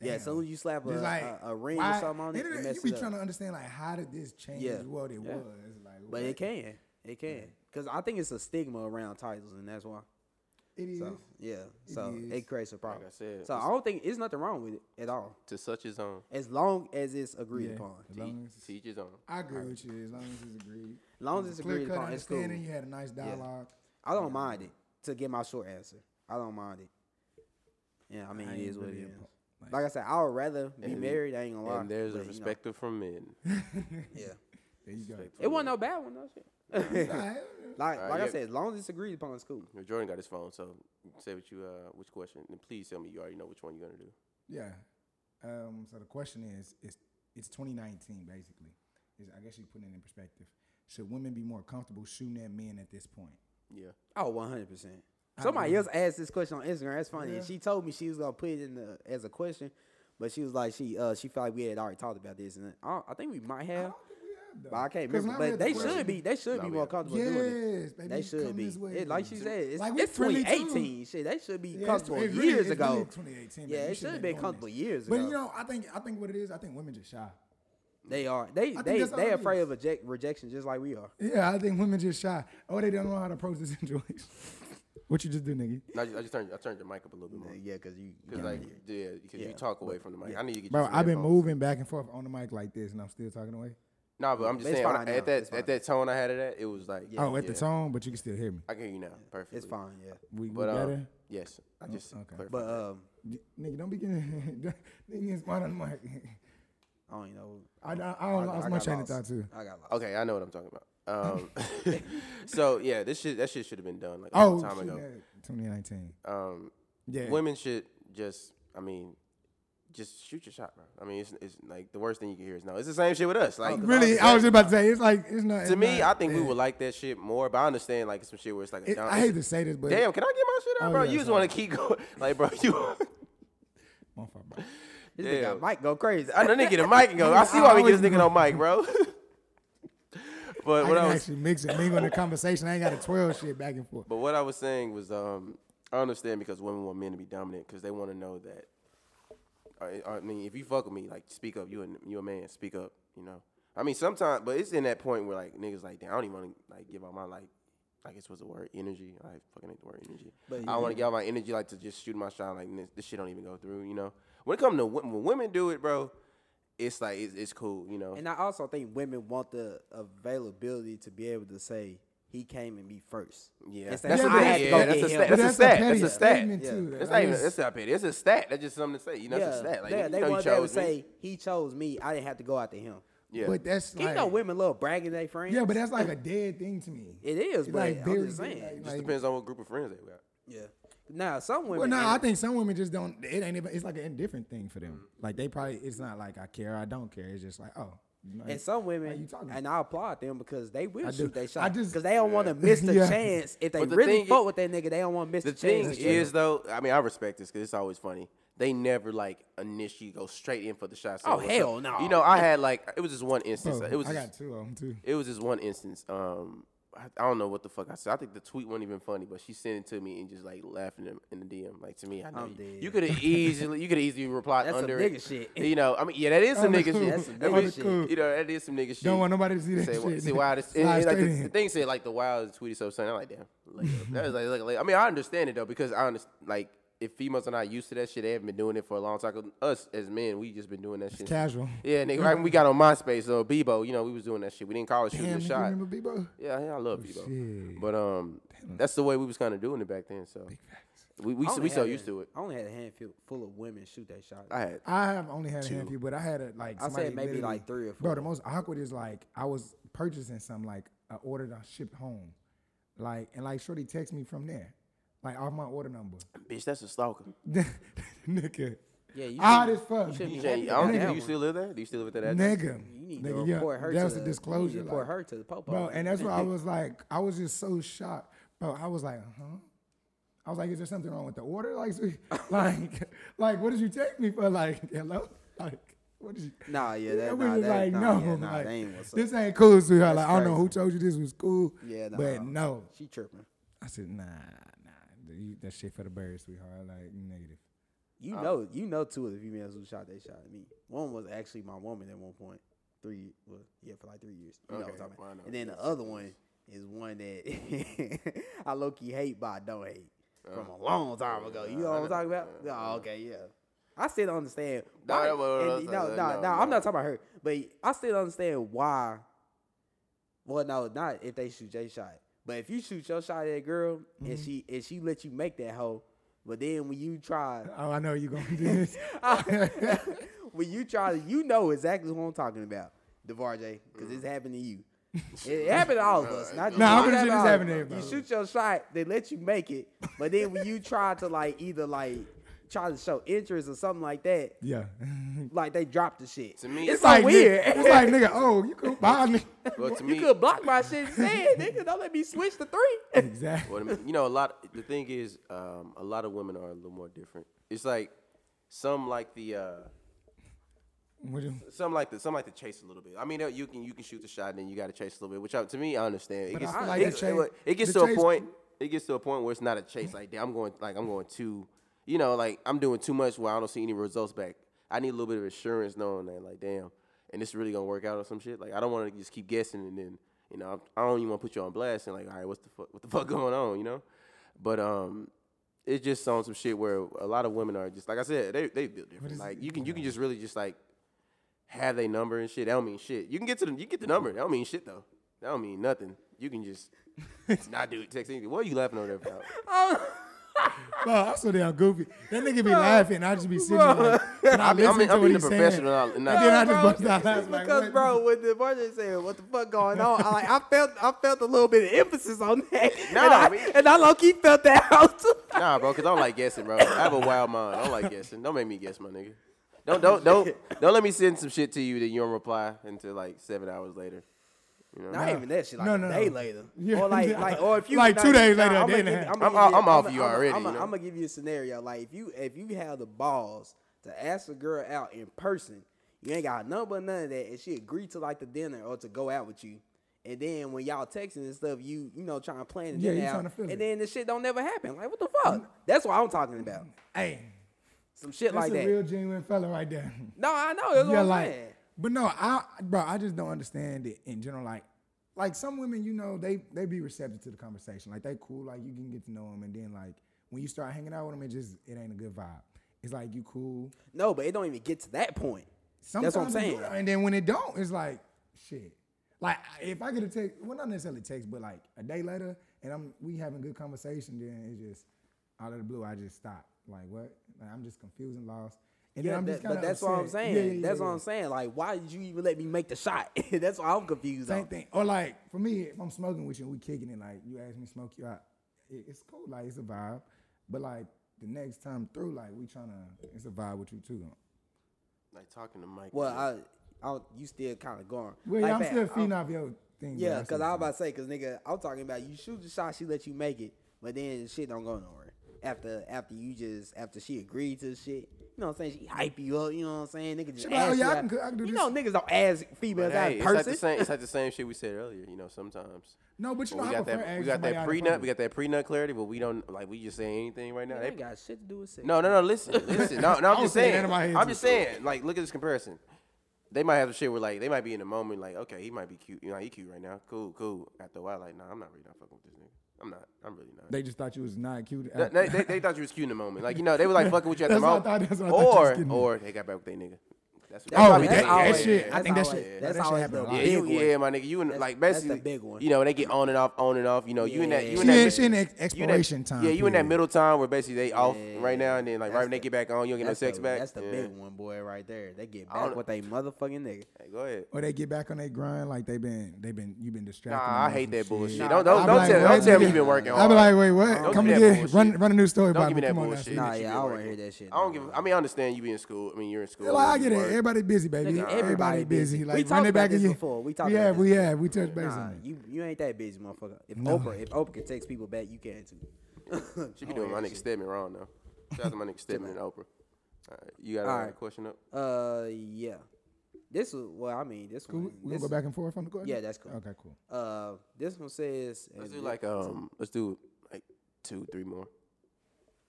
[SPEAKER 1] yeah, as
[SPEAKER 3] Damn.
[SPEAKER 1] soon as you slap a,
[SPEAKER 3] It's like,
[SPEAKER 1] a, a ring
[SPEAKER 3] why-
[SPEAKER 1] or something on it,
[SPEAKER 3] You,
[SPEAKER 1] it
[SPEAKER 3] know, you
[SPEAKER 1] messes
[SPEAKER 3] be
[SPEAKER 1] up.
[SPEAKER 3] trying to understand like how did this change
[SPEAKER 1] Yeah.
[SPEAKER 3] what it
[SPEAKER 1] Yeah.
[SPEAKER 3] was? Like,
[SPEAKER 1] but
[SPEAKER 3] what?
[SPEAKER 1] it can, it can, because I think it's a stigma around titles, and that's why.
[SPEAKER 3] It is.
[SPEAKER 1] So yeah, so
[SPEAKER 3] is.
[SPEAKER 1] it, creates a problem.
[SPEAKER 2] I said,
[SPEAKER 1] so I
[SPEAKER 2] it's-
[SPEAKER 1] don't think it's nothing wrong with it at all,
[SPEAKER 2] to such his own,
[SPEAKER 1] as long as it's agreed
[SPEAKER 3] Yeah.
[SPEAKER 1] upon.
[SPEAKER 3] As
[SPEAKER 2] to
[SPEAKER 3] long
[SPEAKER 2] each-
[SPEAKER 3] as-
[SPEAKER 2] to each his own.
[SPEAKER 3] I agree with you as long as it's agreed.
[SPEAKER 1] As long as it's agreed
[SPEAKER 3] Clear-cut
[SPEAKER 1] upon, it's cool.
[SPEAKER 3] understanding, You had a nice dialogue.
[SPEAKER 1] I don't mind it. To get my short answer, I don't mind it. Yeah, I mean
[SPEAKER 3] I
[SPEAKER 1] it
[SPEAKER 3] ain't
[SPEAKER 1] is what
[SPEAKER 3] really
[SPEAKER 1] it
[SPEAKER 3] a
[SPEAKER 1] is.
[SPEAKER 3] pro- like-
[SPEAKER 1] Like I said, I would rather be
[SPEAKER 2] And-
[SPEAKER 1] married. I ain't gonna lie.
[SPEAKER 2] And there's a
[SPEAKER 1] but, you know,
[SPEAKER 2] respecter from men.
[SPEAKER 1] yeah.
[SPEAKER 3] There you go.
[SPEAKER 1] It wasn't no bad one though. Shit. like
[SPEAKER 3] Alright.
[SPEAKER 2] Alright,
[SPEAKER 1] like I
[SPEAKER 2] yeah.
[SPEAKER 1] said, as long as it's agreed upon, it's cool.
[SPEAKER 2] Well, Jordan got his phone, so say what you uh, which question, and please tell me you already know which one you're gonna do.
[SPEAKER 3] Yeah. Um, so the question is, it's it's 2019 basically. Is I guess you put it in perspective. Should women be more comfortable shooting at men at this point?
[SPEAKER 2] Yeah.
[SPEAKER 1] Oh, 100 percent. Somebody else asked this question on Instagram. That's funny. And she told me she was gonna put it in the as a question, but she was like she uh she felt like we had already talked about this, and I, don't- I think we might have, but I can't
[SPEAKER 3] 'Cause
[SPEAKER 1] remember.
[SPEAKER 3] when I
[SPEAKER 1] But
[SPEAKER 3] read the
[SPEAKER 1] they
[SPEAKER 3] question-
[SPEAKER 1] should be they should
[SPEAKER 2] Nah,
[SPEAKER 1] be
[SPEAKER 2] we
[SPEAKER 1] more
[SPEAKER 2] have-
[SPEAKER 1] comfortable doing it.
[SPEAKER 3] Yes, baby,
[SPEAKER 1] They
[SPEAKER 3] you
[SPEAKER 1] should
[SPEAKER 3] come
[SPEAKER 1] be.
[SPEAKER 3] this way,
[SPEAKER 1] It, like she
[SPEAKER 3] baby.
[SPEAKER 1] said, it's,
[SPEAKER 3] Like, we
[SPEAKER 1] it's
[SPEAKER 3] 22.
[SPEAKER 1] 2018. Shit, they should be
[SPEAKER 3] Yeah, it's-
[SPEAKER 1] comfortable
[SPEAKER 3] it's really-
[SPEAKER 1] years
[SPEAKER 3] it's
[SPEAKER 1] ago.
[SPEAKER 3] really 2018.
[SPEAKER 1] yeah,
[SPEAKER 3] man. You
[SPEAKER 1] it should
[SPEAKER 3] should've
[SPEAKER 1] have
[SPEAKER 3] been
[SPEAKER 1] been
[SPEAKER 3] doing
[SPEAKER 1] comfortable
[SPEAKER 3] this.
[SPEAKER 1] years
[SPEAKER 3] But
[SPEAKER 1] ago.
[SPEAKER 3] you know, I think I think what it is, I think women just shy.
[SPEAKER 1] They are. They
[SPEAKER 3] think
[SPEAKER 1] they
[SPEAKER 3] that's all
[SPEAKER 1] they
[SPEAKER 3] it
[SPEAKER 1] afraid
[SPEAKER 3] is.
[SPEAKER 1] of reject, rejection just like we are.
[SPEAKER 3] Yeah, I think women just shy. Oh, they don't know how to approach the situation. what you just do, nigga?
[SPEAKER 2] No, I just, I just turned I turned your mic up a little bit more.
[SPEAKER 1] Yeah, because you.
[SPEAKER 2] Cause like yeah, because you talk away from the mic. I need to get.
[SPEAKER 3] Bro,
[SPEAKER 2] you some
[SPEAKER 3] I've been
[SPEAKER 2] headphones.
[SPEAKER 3] moving back and forth on the mic like this, and I'm still talking away.
[SPEAKER 2] Nah, but I'm just
[SPEAKER 1] It's
[SPEAKER 2] saying when I-
[SPEAKER 1] fine now.
[SPEAKER 2] at that
[SPEAKER 1] It's fine.
[SPEAKER 2] at that tone I had it at, it was like
[SPEAKER 3] oh, at the
[SPEAKER 2] yeah.
[SPEAKER 3] tone, but you can still hear me.
[SPEAKER 2] I can hear you now, perfect.
[SPEAKER 1] It's fine. Yeah.
[SPEAKER 3] We, we
[SPEAKER 2] But uh,
[SPEAKER 3] better. Oh,
[SPEAKER 2] yes, I just
[SPEAKER 3] okay.
[SPEAKER 2] clarified
[SPEAKER 1] But
[SPEAKER 2] that.
[SPEAKER 1] um,
[SPEAKER 3] D- Nigga, don't be getting don't- nigga getting smart on the mic.
[SPEAKER 1] I don't even know.
[SPEAKER 3] I, I, Oh, I don't lost
[SPEAKER 1] got
[SPEAKER 3] my train of
[SPEAKER 1] lost.
[SPEAKER 3] thought too.
[SPEAKER 1] I got lost.
[SPEAKER 2] Okay, I know what I'm talking about. Um, so yeah, this shit that shit should have been done like a
[SPEAKER 3] Oh,
[SPEAKER 2] long time
[SPEAKER 3] shit,
[SPEAKER 2] ago.
[SPEAKER 3] yeah, 2019.
[SPEAKER 2] Um,
[SPEAKER 3] Yeah,
[SPEAKER 2] women should just, I mean, just shoot your shot, bro. I mean, it's, it's like the worst thing you can hear is no. It's the same shit with us.
[SPEAKER 1] Oh,
[SPEAKER 2] Like
[SPEAKER 3] Oh, really. I was just about to say it's like it's not.
[SPEAKER 2] to me, I think we would like that shit more, but I understand like some shit where it's like a dumb-
[SPEAKER 3] I hate to say this, but
[SPEAKER 2] Damn, can I get my shit out,
[SPEAKER 3] Oh,
[SPEAKER 2] bro?
[SPEAKER 3] yeah,
[SPEAKER 2] you just
[SPEAKER 3] sorry.
[SPEAKER 2] want to keep going, like, bro. You,
[SPEAKER 3] My fault, bro.
[SPEAKER 1] This nigga
[SPEAKER 2] damn.
[SPEAKER 1] Mike go crazy.
[SPEAKER 2] I know, nigga, get a mic and go. I see why we get this nigga on mic, bro. but what
[SPEAKER 3] I can
[SPEAKER 2] I was
[SPEAKER 3] actually mix it, mingle in the conversation. I ain't got a twelve shit back and forth.
[SPEAKER 2] But what I was saying was, um, I understand because women want men to be dominant because they want to know that. I, I mean, if you fuck with me, like speak up. You and you a man, speak up. You know. I mean, sometimes, but it's in that point where like niggas like, damn, I don't even want to like give out my like, like it's was the word energy. I fucking hate the word energy.
[SPEAKER 1] But
[SPEAKER 2] I want to give out my energy like to just shoot my shot. Like this, this shit don't even go through. You know. When it comes to wo- when women do it, bro, it's like it's, it's cool. You know.
[SPEAKER 1] And I also think women want the availability to be able to say he came at me first.
[SPEAKER 2] Yeah.
[SPEAKER 1] Instead
[SPEAKER 2] That's
[SPEAKER 1] of,
[SPEAKER 2] a
[SPEAKER 1] I had
[SPEAKER 2] big-
[SPEAKER 1] to go
[SPEAKER 2] yeah,
[SPEAKER 1] get
[SPEAKER 2] that's a
[SPEAKER 1] him.
[SPEAKER 2] stat.
[SPEAKER 3] But
[SPEAKER 2] That's a
[SPEAKER 3] that's
[SPEAKER 2] stat.
[SPEAKER 3] a petty
[SPEAKER 2] That's a stat.
[SPEAKER 3] statement
[SPEAKER 1] Yeah.
[SPEAKER 3] too.
[SPEAKER 2] That's
[SPEAKER 3] Like,
[SPEAKER 2] not even.
[SPEAKER 3] it's-
[SPEAKER 2] That's not petty. It's a stat. That's just something to say. You know, it's a stat. Like,
[SPEAKER 1] they,
[SPEAKER 2] you
[SPEAKER 1] they
[SPEAKER 2] know you
[SPEAKER 1] want that would
[SPEAKER 2] chose me.
[SPEAKER 1] say he chose me. I didn't have to go out to him.
[SPEAKER 2] Yeah.
[SPEAKER 3] But that's
[SPEAKER 1] you know
[SPEAKER 3] like
[SPEAKER 1] women love bragging they friends.
[SPEAKER 3] yeah, but that's like a dead thing to me.
[SPEAKER 1] it is.
[SPEAKER 3] It's
[SPEAKER 1] But
[SPEAKER 3] like
[SPEAKER 1] I'm
[SPEAKER 3] very
[SPEAKER 1] just
[SPEAKER 3] dead,
[SPEAKER 1] saying.
[SPEAKER 3] like-
[SPEAKER 2] just
[SPEAKER 3] like-
[SPEAKER 2] depends on what group of friends they got.
[SPEAKER 1] yeah. Now some women.
[SPEAKER 3] Well, no,
[SPEAKER 1] and-
[SPEAKER 3] I think some women just don't. It ain't even. It's like an indifferent thing for them.
[SPEAKER 1] Mm.
[SPEAKER 3] Like they probably. It's not like I care. or I don't care. It's just like oh. you know,
[SPEAKER 1] And some
[SPEAKER 3] Like you
[SPEAKER 1] women,
[SPEAKER 3] talking.
[SPEAKER 1] and I applaud them because they will
[SPEAKER 3] I do.
[SPEAKER 1] shoot their
[SPEAKER 3] I
[SPEAKER 1] shot
[SPEAKER 3] just-
[SPEAKER 1] because they don't want to miss the
[SPEAKER 3] Yeah.
[SPEAKER 1] chance. If they
[SPEAKER 2] But the
[SPEAKER 1] really
[SPEAKER 2] thing
[SPEAKER 1] fuck
[SPEAKER 2] is-
[SPEAKER 1] with that nigga, they don't want to miss the,
[SPEAKER 2] The thing
[SPEAKER 1] chance.
[SPEAKER 2] is, though, I mean, I respect this because it's always funny. They never like initially go straight in for the shots.
[SPEAKER 1] Oh, hell no.
[SPEAKER 2] You know, I had like it was just one instance.
[SPEAKER 3] Bro,
[SPEAKER 2] it was
[SPEAKER 3] Oh, I
[SPEAKER 2] just,
[SPEAKER 3] got two of them too.
[SPEAKER 2] it was just one instance. Um, I, I don't know what the fuck I said. I think the tweet wasn't even funny, but she sent it to me and just like laughing in, in the DM. Like to me, I know
[SPEAKER 1] I'm
[SPEAKER 2] you,
[SPEAKER 1] dead.
[SPEAKER 2] could have easily you could have easily replied
[SPEAKER 1] That's some
[SPEAKER 2] under
[SPEAKER 1] nigga
[SPEAKER 2] it.
[SPEAKER 1] shit.
[SPEAKER 2] You know, I mean, yeah, that is some nigga shit.
[SPEAKER 1] That's some
[SPEAKER 2] I
[SPEAKER 1] nigga
[SPEAKER 2] mean,
[SPEAKER 1] shit.
[SPEAKER 2] You know, that is some nigga shit.
[SPEAKER 3] Don't want nobody to see that
[SPEAKER 2] Say, wh-
[SPEAKER 3] shit.
[SPEAKER 2] see why this? And,
[SPEAKER 3] Slide
[SPEAKER 2] and, like,
[SPEAKER 3] straight
[SPEAKER 2] the, the
[SPEAKER 3] in.
[SPEAKER 2] thing said like the wildest tweet is so something. I'm like, damn. Like, that was like, like, like- I mean, I understand it though because I understand like if females are not used to that shit, they haven't been doing it for a long time. 'Cause Us as men, we just been doing that shit.
[SPEAKER 3] casual.
[SPEAKER 2] Yeah, nigga. Right when we got on MySpace or Bebo, you know, we was doing that shit. We didn't call it shooting
[SPEAKER 3] Damn,
[SPEAKER 2] the
[SPEAKER 3] nigga,
[SPEAKER 2] shot.
[SPEAKER 3] remember Bebo?
[SPEAKER 2] Yeah, yeah, I love Bebo.
[SPEAKER 3] shit.
[SPEAKER 2] But um, that's the way we was kind of doing it back then. So we we,
[SPEAKER 1] I
[SPEAKER 2] so,
[SPEAKER 1] only
[SPEAKER 2] we so
[SPEAKER 1] had
[SPEAKER 2] used
[SPEAKER 1] a-
[SPEAKER 2] to it.
[SPEAKER 1] I only had a handful full of women shoot their shot.
[SPEAKER 2] I had
[SPEAKER 3] I have only had a handful, but I had a like.
[SPEAKER 1] I said
[SPEAKER 3] somebody
[SPEAKER 1] maybe,
[SPEAKER 3] literally-
[SPEAKER 1] like, three or
[SPEAKER 3] Bro,
[SPEAKER 1] four.
[SPEAKER 3] the most awkward is like I was purchasing some like I ordered I shipped home, like and like Shorty text me from there, like off my order number.
[SPEAKER 2] bitch. That's a stalker.
[SPEAKER 3] nigga,
[SPEAKER 1] Yeah, you
[SPEAKER 3] odd
[SPEAKER 1] shouldn't-
[SPEAKER 3] as fuck.
[SPEAKER 1] you shouldn't
[SPEAKER 2] You
[SPEAKER 1] be
[SPEAKER 2] can't-
[SPEAKER 1] happy
[SPEAKER 2] I don't
[SPEAKER 1] about
[SPEAKER 2] think
[SPEAKER 1] that
[SPEAKER 2] do you
[SPEAKER 1] one.
[SPEAKER 2] still live there. Do you still live at that? address?
[SPEAKER 3] Nigga,
[SPEAKER 1] You need
[SPEAKER 3] nigga,
[SPEAKER 1] to
[SPEAKER 3] yeah,
[SPEAKER 1] report her
[SPEAKER 3] that
[SPEAKER 1] to
[SPEAKER 3] was
[SPEAKER 1] the, you need
[SPEAKER 3] the
[SPEAKER 1] to
[SPEAKER 3] disclosure,
[SPEAKER 1] report
[SPEAKER 3] like-
[SPEAKER 1] her to the popo.
[SPEAKER 3] bro. And that's why I was like, I was just so shocked, bro. I was like, huh? I was like, is there something wrong with the order? Like, so- like, like, what did you text me for? Like, hello, like, what did you?
[SPEAKER 1] Nah, yeah, that-
[SPEAKER 3] I was
[SPEAKER 1] nah,
[SPEAKER 3] just
[SPEAKER 1] that-
[SPEAKER 3] like,
[SPEAKER 1] nah,
[SPEAKER 3] no,
[SPEAKER 1] yeah, nah,
[SPEAKER 3] like,
[SPEAKER 1] that ain't what's up.
[SPEAKER 3] this ain't cool, sweetheart.
[SPEAKER 1] That's
[SPEAKER 3] like, I don't know who told you this was cool,
[SPEAKER 1] yeah, nah,
[SPEAKER 3] but no.
[SPEAKER 1] she tripping.
[SPEAKER 3] I said, nah, nah, dude, you- that shit for the birds, sweetheart. Like, negative.
[SPEAKER 1] You
[SPEAKER 2] Um,
[SPEAKER 1] know, you know, two of the females who shot they shot at me. One was actually my woman at one point, three, well, yeah, for like three years. You know what
[SPEAKER 2] Okay,
[SPEAKER 1] I'm talking about.
[SPEAKER 2] well, I know
[SPEAKER 1] and then the
[SPEAKER 2] this-
[SPEAKER 1] other one is one that I low key hate, but I don't hate
[SPEAKER 2] Uh,
[SPEAKER 1] from a long time ago. You know what I'm talking about? oh, okay, yeah. I still don't understand.
[SPEAKER 2] No,
[SPEAKER 1] Why,
[SPEAKER 2] that was-
[SPEAKER 1] and- no, no,
[SPEAKER 2] uh,
[SPEAKER 1] no,
[SPEAKER 2] no,
[SPEAKER 1] I'm
[SPEAKER 2] no.
[SPEAKER 1] not talking about her, but I still don't understand why. Well, no, not if they shoot J shot. But if you shoot your shot at a girl and
[SPEAKER 2] Mm-hmm.
[SPEAKER 1] she and she let you make that hoe, but then when you try
[SPEAKER 3] Oh, I know you gonna do this.
[SPEAKER 1] when you try to, you know exactly who I'm talking about, DeVar J, because it's happened to you. It happened to all of us. Not
[SPEAKER 3] Nah, I'm
[SPEAKER 1] it happened
[SPEAKER 3] pretty sure this
[SPEAKER 1] all-
[SPEAKER 3] happened to everybody.
[SPEAKER 1] You shoot your shot, they let you make it, but then when you try to like either like try to show interest or something like that,
[SPEAKER 3] yeah.
[SPEAKER 1] like they drop the shit.
[SPEAKER 2] To me-
[SPEAKER 1] it's,
[SPEAKER 2] It's
[SPEAKER 1] so
[SPEAKER 3] like, nigga-
[SPEAKER 1] weird.
[SPEAKER 3] it's like, nigga, oh, you could buy me.
[SPEAKER 2] Well, to
[SPEAKER 1] you
[SPEAKER 2] me,
[SPEAKER 1] could block my shit and say, it, nigga, don't let me switch to three.
[SPEAKER 3] Exactly.
[SPEAKER 2] Well, I mean, you know, a lot. The thing is, um, a lot of women are a little more different. It's like some like the uh,
[SPEAKER 3] What you-
[SPEAKER 2] some like the some like to chase a little bit. I mean, uh, you can you can shoot the shot, and then you got to chase a little bit. Which I, to me, I understand. It
[SPEAKER 3] But
[SPEAKER 2] gets,
[SPEAKER 3] I feel like
[SPEAKER 2] it,
[SPEAKER 3] the
[SPEAKER 2] it-
[SPEAKER 3] chase-
[SPEAKER 2] it gets
[SPEAKER 3] the
[SPEAKER 2] to a
[SPEAKER 3] chase-
[SPEAKER 2] point. It gets to a point where it's not a chase. Like, damn, I'm going like I'm going too. You know, like I'm doing too much where I don't see any results back. I need a little bit of assurance knowing that, like, damn, and it's really gonna work out or some shit. Like I don't want to just keep guessing and then you know I, I don't even want to put you on blast and like all right what's the fuck what the fuck going on you know, but um. It's just on some shit where a lot of women are just like I said, they they built different. Like you can you can just really just like have they number and shit. That don't mean shit. You can get to the you get the number. That don't mean shit though. That don't mean nothing. You can just not do it. Text anything. What are you laughing over there about?
[SPEAKER 3] Bro, I'm so damn goofy. That nigga be laughing. I just be sitting there. Like, and I
[SPEAKER 2] I mean,
[SPEAKER 3] listen
[SPEAKER 2] I mean,
[SPEAKER 3] to
[SPEAKER 2] I
[SPEAKER 3] what
[SPEAKER 2] mean the
[SPEAKER 3] he's
[SPEAKER 2] professional. uh,
[SPEAKER 3] saying.
[SPEAKER 2] And
[SPEAKER 3] And then I
[SPEAKER 2] not,
[SPEAKER 3] just
[SPEAKER 1] bro,
[SPEAKER 3] bust out laughing. Like,
[SPEAKER 1] Because,
[SPEAKER 3] what?
[SPEAKER 1] bro, when the bartender said, "What the fuck going on?" I, like, I felt, I felt a little bit of emphasis on that,
[SPEAKER 2] Nah,
[SPEAKER 1] and, I,
[SPEAKER 2] we-
[SPEAKER 1] and I low key felt that out too.
[SPEAKER 2] nah, bro, because I don't like guessing, bro. I have a wild mind. I don't like guessing. Don't make me guess, my nigga. Don't don't don't don't let me send some shit to you that you don't reply until like seven hours later.
[SPEAKER 1] Not even that shit. Like
[SPEAKER 3] No,
[SPEAKER 1] a
[SPEAKER 3] no,
[SPEAKER 1] day
[SPEAKER 3] no.
[SPEAKER 1] later,
[SPEAKER 3] Yeah.
[SPEAKER 1] or like, like, or if you
[SPEAKER 3] Like two days later,
[SPEAKER 1] I'ma
[SPEAKER 3] day and a
[SPEAKER 1] give-
[SPEAKER 3] half.
[SPEAKER 1] I'ma
[SPEAKER 2] I'm
[SPEAKER 1] give
[SPEAKER 2] off-
[SPEAKER 1] you-
[SPEAKER 2] I'm off
[SPEAKER 1] I'ma-
[SPEAKER 2] you
[SPEAKER 1] I'ma-
[SPEAKER 2] already,
[SPEAKER 1] I'ma-
[SPEAKER 2] you know?
[SPEAKER 1] I'm gonna give you a scenario. Like if you if you have the balls to ask a girl out in person, you ain't got a number, none of that, and she agreed to like the dinner or to go out with you. And then when y'all texting and stuff, you you know trying to plan the
[SPEAKER 3] Yeah,
[SPEAKER 1] dinner
[SPEAKER 3] you
[SPEAKER 1] out,
[SPEAKER 3] tryna feel
[SPEAKER 1] and
[SPEAKER 3] it.
[SPEAKER 1] then the shit don't never happen. Like what the fuck? That's what I'm talking about.
[SPEAKER 3] Hey,
[SPEAKER 1] Some shit
[SPEAKER 3] that's
[SPEAKER 1] like
[SPEAKER 3] a
[SPEAKER 1] that.
[SPEAKER 3] real genuine fella right there.
[SPEAKER 1] no, I know. That's
[SPEAKER 3] yeah,
[SPEAKER 1] what I'm
[SPEAKER 3] like,
[SPEAKER 1] saying.
[SPEAKER 3] but no, I, bro, I just don't understand it in general. Like, like some women, you know, they they be receptive to the conversation. Like they cool, like you can get to know them, and then like when you start hanging out with them, it just it ain't a good vibe. It's like you cool.
[SPEAKER 1] No, but it don't even get to that point. That's what I'm
[SPEAKER 3] Sometimes it
[SPEAKER 1] saying.
[SPEAKER 3] do, And then when it don't, it's like shit. Like if I get a text, well, not necessarily text, but like a day later, and I'm we having good conversation, then it's just out of the blue, I just stop. Like what? Like, I'm just confused and lost. And
[SPEAKER 1] Yeah,
[SPEAKER 3] then I'm
[SPEAKER 1] that-
[SPEAKER 3] just
[SPEAKER 1] but
[SPEAKER 3] kinda
[SPEAKER 1] that's what I'm
[SPEAKER 3] upset.
[SPEAKER 1] saying.
[SPEAKER 3] Yeah, yeah,
[SPEAKER 1] that's
[SPEAKER 3] yeah,
[SPEAKER 1] what
[SPEAKER 3] yeah.
[SPEAKER 1] I'm saying. Like, why did you even let me make the shot? that's why I'm confused.
[SPEAKER 3] Same
[SPEAKER 1] on.
[SPEAKER 3] thing. Or like for me, if I'm smoking with you and we kicking it, like you ask me to smoke you out, it, it's cool. Like it's a vibe. But like the next time through, like we trying to, it's a vibe with you too.
[SPEAKER 2] Like talking to Mike.
[SPEAKER 1] Well, I, I, you still kind of going.
[SPEAKER 3] Well,
[SPEAKER 1] Like
[SPEAKER 3] I'm
[SPEAKER 1] that,
[SPEAKER 3] still feeding off your thing.
[SPEAKER 1] Yeah,
[SPEAKER 3] bro.
[SPEAKER 1] because I was about to say, because nigga, I'm talking about you shoot the shot, she let you make it, but then shit don't go nowhere. After after you just after she agreed to the shit, you know what I'm saying? She hype you up, you know what I'm saying? Nigga just
[SPEAKER 3] She like,
[SPEAKER 1] ask
[SPEAKER 3] "Oh, yeah,
[SPEAKER 1] you
[SPEAKER 3] I
[SPEAKER 1] out.
[SPEAKER 3] can- I can do
[SPEAKER 1] You
[SPEAKER 3] this."
[SPEAKER 1] know niggas don't ask
[SPEAKER 2] But
[SPEAKER 1] females out
[SPEAKER 2] hey,
[SPEAKER 1] in
[SPEAKER 2] it's
[SPEAKER 1] person.
[SPEAKER 2] like the same. It's like the same shit we said earlier. You know, sometimes.
[SPEAKER 3] No, but you
[SPEAKER 2] Well,
[SPEAKER 3] know,
[SPEAKER 2] we
[SPEAKER 3] I
[SPEAKER 2] got
[SPEAKER 3] prefer
[SPEAKER 2] that. We got
[SPEAKER 3] asking
[SPEAKER 2] that
[SPEAKER 3] somebody out in
[SPEAKER 2] prenut.
[SPEAKER 3] public.
[SPEAKER 2] We got that prenut clarity, but we don't like. We just saying anything right now.
[SPEAKER 1] They
[SPEAKER 2] They-
[SPEAKER 1] ain't got shit to do with sex.
[SPEAKER 2] No, no, no. Listen, listen. No, no.
[SPEAKER 3] I
[SPEAKER 2] I'm
[SPEAKER 3] was
[SPEAKER 2] just
[SPEAKER 3] saying that
[SPEAKER 2] saying.
[SPEAKER 3] in my head
[SPEAKER 2] I'm
[SPEAKER 3] too.
[SPEAKER 2] just saying. Like, look at this comparison. They might have some shit where like they might be in a moment like, okay, he might be cute. You know, he cute right now. Cool, cool. After a while, like, nah, I'm not really not fucking with this nigga. I'm not. I'm really not.
[SPEAKER 3] They just thought you was not cute.
[SPEAKER 2] Th- They, they, they thought you was cute in the moment. Like, you know, they were like fucking with you at the
[SPEAKER 3] That's what I
[SPEAKER 2] moment.
[SPEAKER 3] thought- that's what I thought you was
[SPEAKER 2] or
[SPEAKER 3] kidding me.
[SPEAKER 2] or they got back with their nigga. That's what
[SPEAKER 1] That's
[SPEAKER 3] Oh,
[SPEAKER 1] always-
[SPEAKER 3] that-
[SPEAKER 1] that's
[SPEAKER 3] that
[SPEAKER 1] always-
[SPEAKER 3] shit. I
[SPEAKER 1] that's
[SPEAKER 3] think that
[SPEAKER 1] always-
[SPEAKER 3] shit-
[SPEAKER 1] That's
[SPEAKER 3] that shit
[SPEAKER 1] always
[SPEAKER 3] happened a
[SPEAKER 1] the
[SPEAKER 3] lot.
[SPEAKER 2] Yeah,
[SPEAKER 1] big
[SPEAKER 2] you,
[SPEAKER 1] one.
[SPEAKER 2] yeah, my nigga, you in
[SPEAKER 1] That's-
[SPEAKER 2] like
[SPEAKER 1] that's
[SPEAKER 2] basically,
[SPEAKER 1] the big one.
[SPEAKER 2] you know, when they get on and off, on and off. You know, you in that, you in
[SPEAKER 3] She
[SPEAKER 2] that,
[SPEAKER 3] in- she in ex-
[SPEAKER 2] you in that-
[SPEAKER 3] exploration time
[SPEAKER 2] Yeah, you in that
[SPEAKER 3] period.
[SPEAKER 2] middle time where basically they off right now, and then like right
[SPEAKER 1] That's
[SPEAKER 2] when they
[SPEAKER 1] the-
[SPEAKER 2] get back on, you don't get no
[SPEAKER 1] That's
[SPEAKER 2] sex
[SPEAKER 1] the-
[SPEAKER 2] back.
[SPEAKER 1] That's the
[SPEAKER 2] Yeah.
[SPEAKER 1] big one, boy, right there. They get
[SPEAKER 2] don't-
[SPEAKER 1] back with a motherfucking nigga.
[SPEAKER 2] Hey, go ahead.
[SPEAKER 3] Or they get back on their grind, like they been, they been, you been distracted.
[SPEAKER 2] Nah, I hate that bullshit.
[SPEAKER 3] Nah,
[SPEAKER 2] Don't don't,
[SPEAKER 3] I be
[SPEAKER 2] don't
[SPEAKER 3] like,
[SPEAKER 2] tell
[SPEAKER 3] what,
[SPEAKER 2] don't tell me
[SPEAKER 3] nigga?
[SPEAKER 2] you been working
[SPEAKER 3] I
[SPEAKER 2] hard.
[SPEAKER 3] be like, wait, what?
[SPEAKER 2] Don't
[SPEAKER 3] Come
[SPEAKER 2] give me that
[SPEAKER 3] again,
[SPEAKER 2] bullshit.
[SPEAKER 3] run, run a new story
[SPEAKER 2] Don't
[SPEAKER 3] about
[SPEAKER 2] give
[SPEAKER 3] me.
[SPEAKER 2] me that
[SPEAKER 3] Come on, now,
[SPEAKER 2] bullshit.
[SPEAKER 3] son.
[SPEAKER 1] Nah,
[SPEAKER 2] that you
[SPEAKER 1] yeah,
[SPEAKER 2] been
[SPEAKER 1] I don't
[SPEAKER 2] working.
[SPEAKER 1] hear that shit,
[SPEAKER 2] I don't
[SPEAKER 1] no
[SPEAKER 2] give. a- I mean, I understand you be in school. I mean, you're in school.
[SPEAKER 3] Like, I
[SPEAKER 2] you
[SPEAKER 3] get it.
[SPEAKER 2] work.
[SPEAKER 3] Everybody busy, baby.
[SPEAKER 1] Nigga,
[SPEAKER 3] everybody,
[SPEAKER 1] everybody busy.
[SPEAKER 3] busy.
[SPEAKER 1] We
[SPEAKER 3] Like,
[SPEAKER 1] talked
[SPEAKER 3] run it
[SPEAKER 1] about
[SPEAKER 3] back
[SPEAKER 1] this
[SPEAKER 3] again.
[SPEAKER 1] before. We talked
[SPEAKER 3] yeah,
[SPEAKER 1] about this
[SPEAKER 3] we have, we touched base
[SPEAKER 1] Nah,
[SPEAKER 3] on it.
[SPEAKER 1] you you ain't that busy, motherfucker. If Oprah if Oprah can text people back, you can too.
[SPEAKER 2] She be doing my nigga Stedman wrong though. Shout out to my nigga Stedman and Oprah. All right, you got a
[SPEAKER 1] Alright.
[SPEAKER 2] question up?
[SPEAKER 1] Uh, yeah. This was well, I mean, this
[SPEAKER 3] Cool.
[SPEAKER 1] one.
[SPEAKER 3] We gonna
[SPEAKER 1] this-
[SPEAKER 3] go back and forth on the question.
[SPEAKER 1] Yeah, that's cool.
[SPEAKER 3] Okay, cool.
[SPEAKER 1] Uh, this one says.
[SPEAKER 2] Let's
[SPEAKER 1] uh,
[SPEAKER 2] do like um. Let's do like two, three more.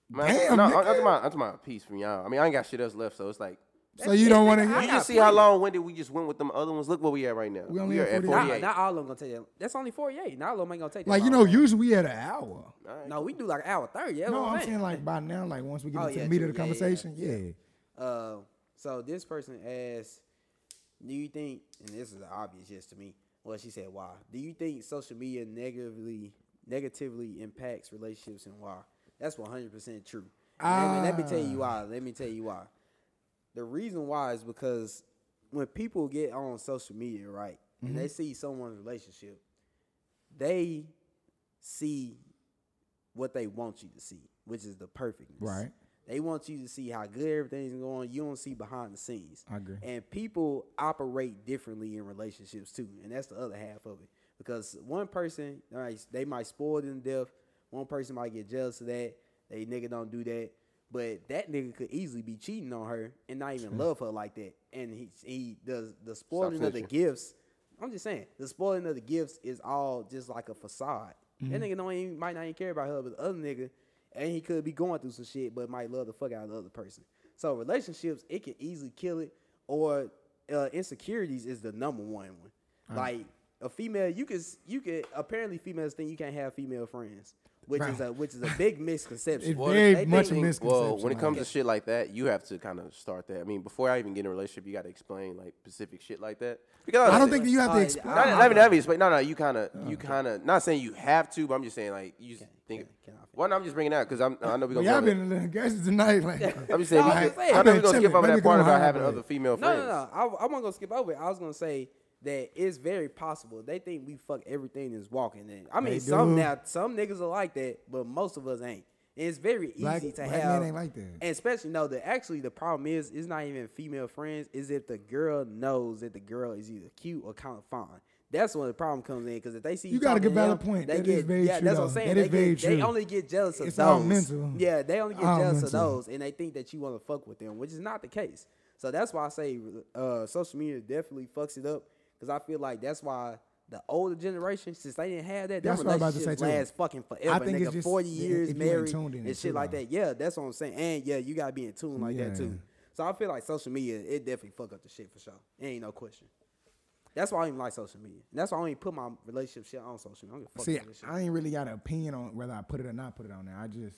[SPEAKER 2] Man,
[SPEAKER 3] Damn,
[SPEAKER 2] no, I-
[SPEAKER 3] nigga.
[SPEAKER 2] that's my that's my piece from y'all. I mean, I ain't got shit else left, so it's like
[SPEAKER 3] So you don't want to
[SPEAKER 2] you
[SPEAKER 3] hear?
[SPEAKER 2] just see how long winded we just went with them other ones. Look where we at right now.
[SPEAKER 3] We only
[SPEAKER 2] are
[SPEAKER 3] at
[SPEAKER 2] at
[SPEAKER 3] 48.
[SPEAKER 1] Not,
[SPEAKER 2] 48.
[SPEAKER 1] not all of them gonna take that. That's only forty eight. Not all of them ain't gonna take that.
[SPEAKER 3] Like you
[SPEAKER 1] long.
[SPEAKER 3] know, usually we at an hour.
[SPEAKER 1] No, we do like an hour thirty. That's
[SPEAKER 3] No,
[SPEAKER 1] what
[SPEAKER 3] I'm saying like by now, like once we get
[SPEAKER 1] Oh,
[SPEAKER 3] into
[SPEAKER 1] yeah,
[SPEAKER 3] the meat
[SPEAKER 1] true.
[SPEAKER 3] of the
[SPEAKER 1] Yeah, yeah, yeah.
[SPEAKER 3] conversation, yeah.
[SPEAKER 1] Uh, so this person asked, "Do you think?" And this is obvious, yes to me. Well, she said, "Why? Do you think social media negatively negatively impacts relationships and why?" That's one hundred percent true. And let me- let me tell you why. Let me tell you why. The reason why is because when people get on social media, right, and they see someone's relationship, they see what they want you to see, which is the perfectness.
[SPEAKER 3] Right.
[SPEAKER 1] They want you to see how good everything's going. You don't see behind the scenes.
[SPEAKER 3] I agree.
[SPEAKER 1] And people operate differently in relationships too, and that's the other half of it. Because one person, all right, they might spoil them to death. One person might get jealous of that. They nigga don't do that. But that nigga could easily be cheating on her and not even love her like that. And he he does the spoiling of the
[SPEAKER 2] snitching.
[SPEAKER 1] gifts. I'm just saying the spoiling of the gifts is all just like a facade.
[SPEAKER 3] Mm-hmm.
[SPEAKER 1] That nigga don't even, might not even care about her, but the other nigga, and he could be going through some shit, but might love the fuck out of the other person. So relationships, it can easily kill it, or uh, insecurities is the number one one. Like a female, you could s- you could apparently females think you can't have female friends, which
[SPEAKER 3] Bruh.
[SPEAKER 1] is a which is a big misconception.
[SPEAKER 3] It
[SPEAKER 1] Well,
[SPEAKER 3] very
[SPEAKER 1] they
[SPEAKER 3] much
[SPEAKER 1] think-
[SPEAKER 3] a mis-
[SPEAKER 2] Well,
[SPEAKER 3] misconception
[SPEAKER 2] when it
[SPEAKER 3] like
[SPEAKER 2] comes
[SPEAKER 3] that.
[SPEAKER 2] to shit like that, you have to kind of start that. I mean, before I even get in a relationship, you got to explain like specific shit like that. Because
[SPEAKER 3] I don't think that you Oh, have to
[SPEAKER 1] Uh,
[SPEAKER 3] explain.
[SPEAKER 2] Not, not even obvious, but no, no, you kind of, you kind of. Not saying you have to, but I'm just saying like you just think.
[SPEAKER 1] can I-
[SPEAKER 2] Well, no, I'm just bringing it out because I'm. I know we
[SPEAKER 3] Well,
[SPEAKER 2] gonna.
[SPEAKER 3] y'all
[SPEAKER 2] go there.
[SPEAKER 3] been a little aggressive tonight. Like,
[SPEAKER 2] I'm just saying.
[SPEAKER 1] No,
[SPEAKER 2] we
[SPEAKER 1] I'm just saying.
[SPEAKER 2] could- I know we're
[SPEAKER 3] I've
[SPEAKER 2] gonna
[SPEAKER 3] been
[SPEAKER 2] skip over
[SPEAKER 3] chilling.
[SPEAKER 2] that
[SPEAKER 3] Let me
[SPEAKER 2] part
[SPEAKER 3] go
[SPEAKER 2] about
[SPEAKER 3] hide,
[SPEAKER 2] having
[SPEAKER 3] bro.
[SPEAKER 2] other female
[SPEAKER 1] No,
[SPEAKER 2] friends.
[SPEAKER 1] no, no. I, I'm not gonna skip over it. I was gonna say that it's very possible. They think we fuck everything that's walking. In. I mean,
[SPEAKER 3] They
[SPEAKER 1] some
[SPEAKER 3] do.
[SPEAKER 1] now some niggas are like that, but most of us ain't. And it's very easy
[SPEAKER 3] Black-
[SPEAKER 1] to
[SPEAKER 3] black men
[SPEAKER 1] have.
[SPEAKER 3] ain't like that.
[SPEAKER 1] And especially no, the actually the problem is it's not even female friends. Is if the girl knows that the girl is either cute or kind of fine. That's when the problem comes in because if they see you,
[SPEAKER 3] You got a
[SPEAKER 1] talking
[SPEAKER 3] good
[SPEAKER 1] to him,
[SPEAKER 3] valid point.
[SPEAKER 1] They
[SPEAKER 3] That
[SPEAKER 1] get
[SPEAKER 3] is very
[SPEAKER 1] yeah,
[SPEAKER 3] true,
[SPEAKER 1] that's what I'm
[SPEAKER 3] though.
[SPEAKER 1] saying.
[SPEAKER 3] That
[SPEAKER 1] they
[SPEAKER 3] is very
[SPEAKER 1] get, They
[SPEAKER 3] true.
[SPEAKER 1] only get jealous of
[SPEAKER 3] It's
[SPEAKER 1] those.
[SPEAKER 3] all mental.
[SPEAKER 1] Yeah, they only get
[SPEAKER 3] All
[SPEAKER 1] jealous of
[SPEAKER 3] mental.
[SPEAKER 1] those and they think that you want to fuck with them, which is not the case. So that's why I say uh, social media definitely fucks it up because I feel like that's why the older generation, since they didn't have that, their
[SPEAKER 3] That's what I'm about to say,
[SPEAKER 1] relationships
[SPEAKER 3] too.
[SPEAKER 1] last fucking forever.
[SPEAKER 3] think
[SPEAKER 1] nigga,
[SPEAKER 3] it's just
[SPEAKER 1] forty
[SPEAKER 3] if-
[SPEAKER 1] years
[SPEAKER 3] if you ain't
[SPEAKER 1] married
[SPEAKER 3] tuned in
[SPEAKER 1] and
[SPEAKER 3] it,
[SPEAKER 1] shit
[SPEAKER 3] too,
[SPEAKER 1] like
[SPEAKER 3] though.
[SPEAKER 1] that. Yeah, that's what I'm saying. And yeah, you gotta be in tune like that too.
[SPEAKER 3] Yeah.
[SPEAKER 1] So I feel like social media, it definitely fuck up the shit for sure. Ain't no question. That's why I don't even like social media. That's why I don't even put my relationship shit on social media. I don't give a fuck
[SPEAKER 3] See,
[SPEAKER 1] about this shit.
[SPEAKER 3] I ain't really got an opinion on whether I put it or not put it on there. I just,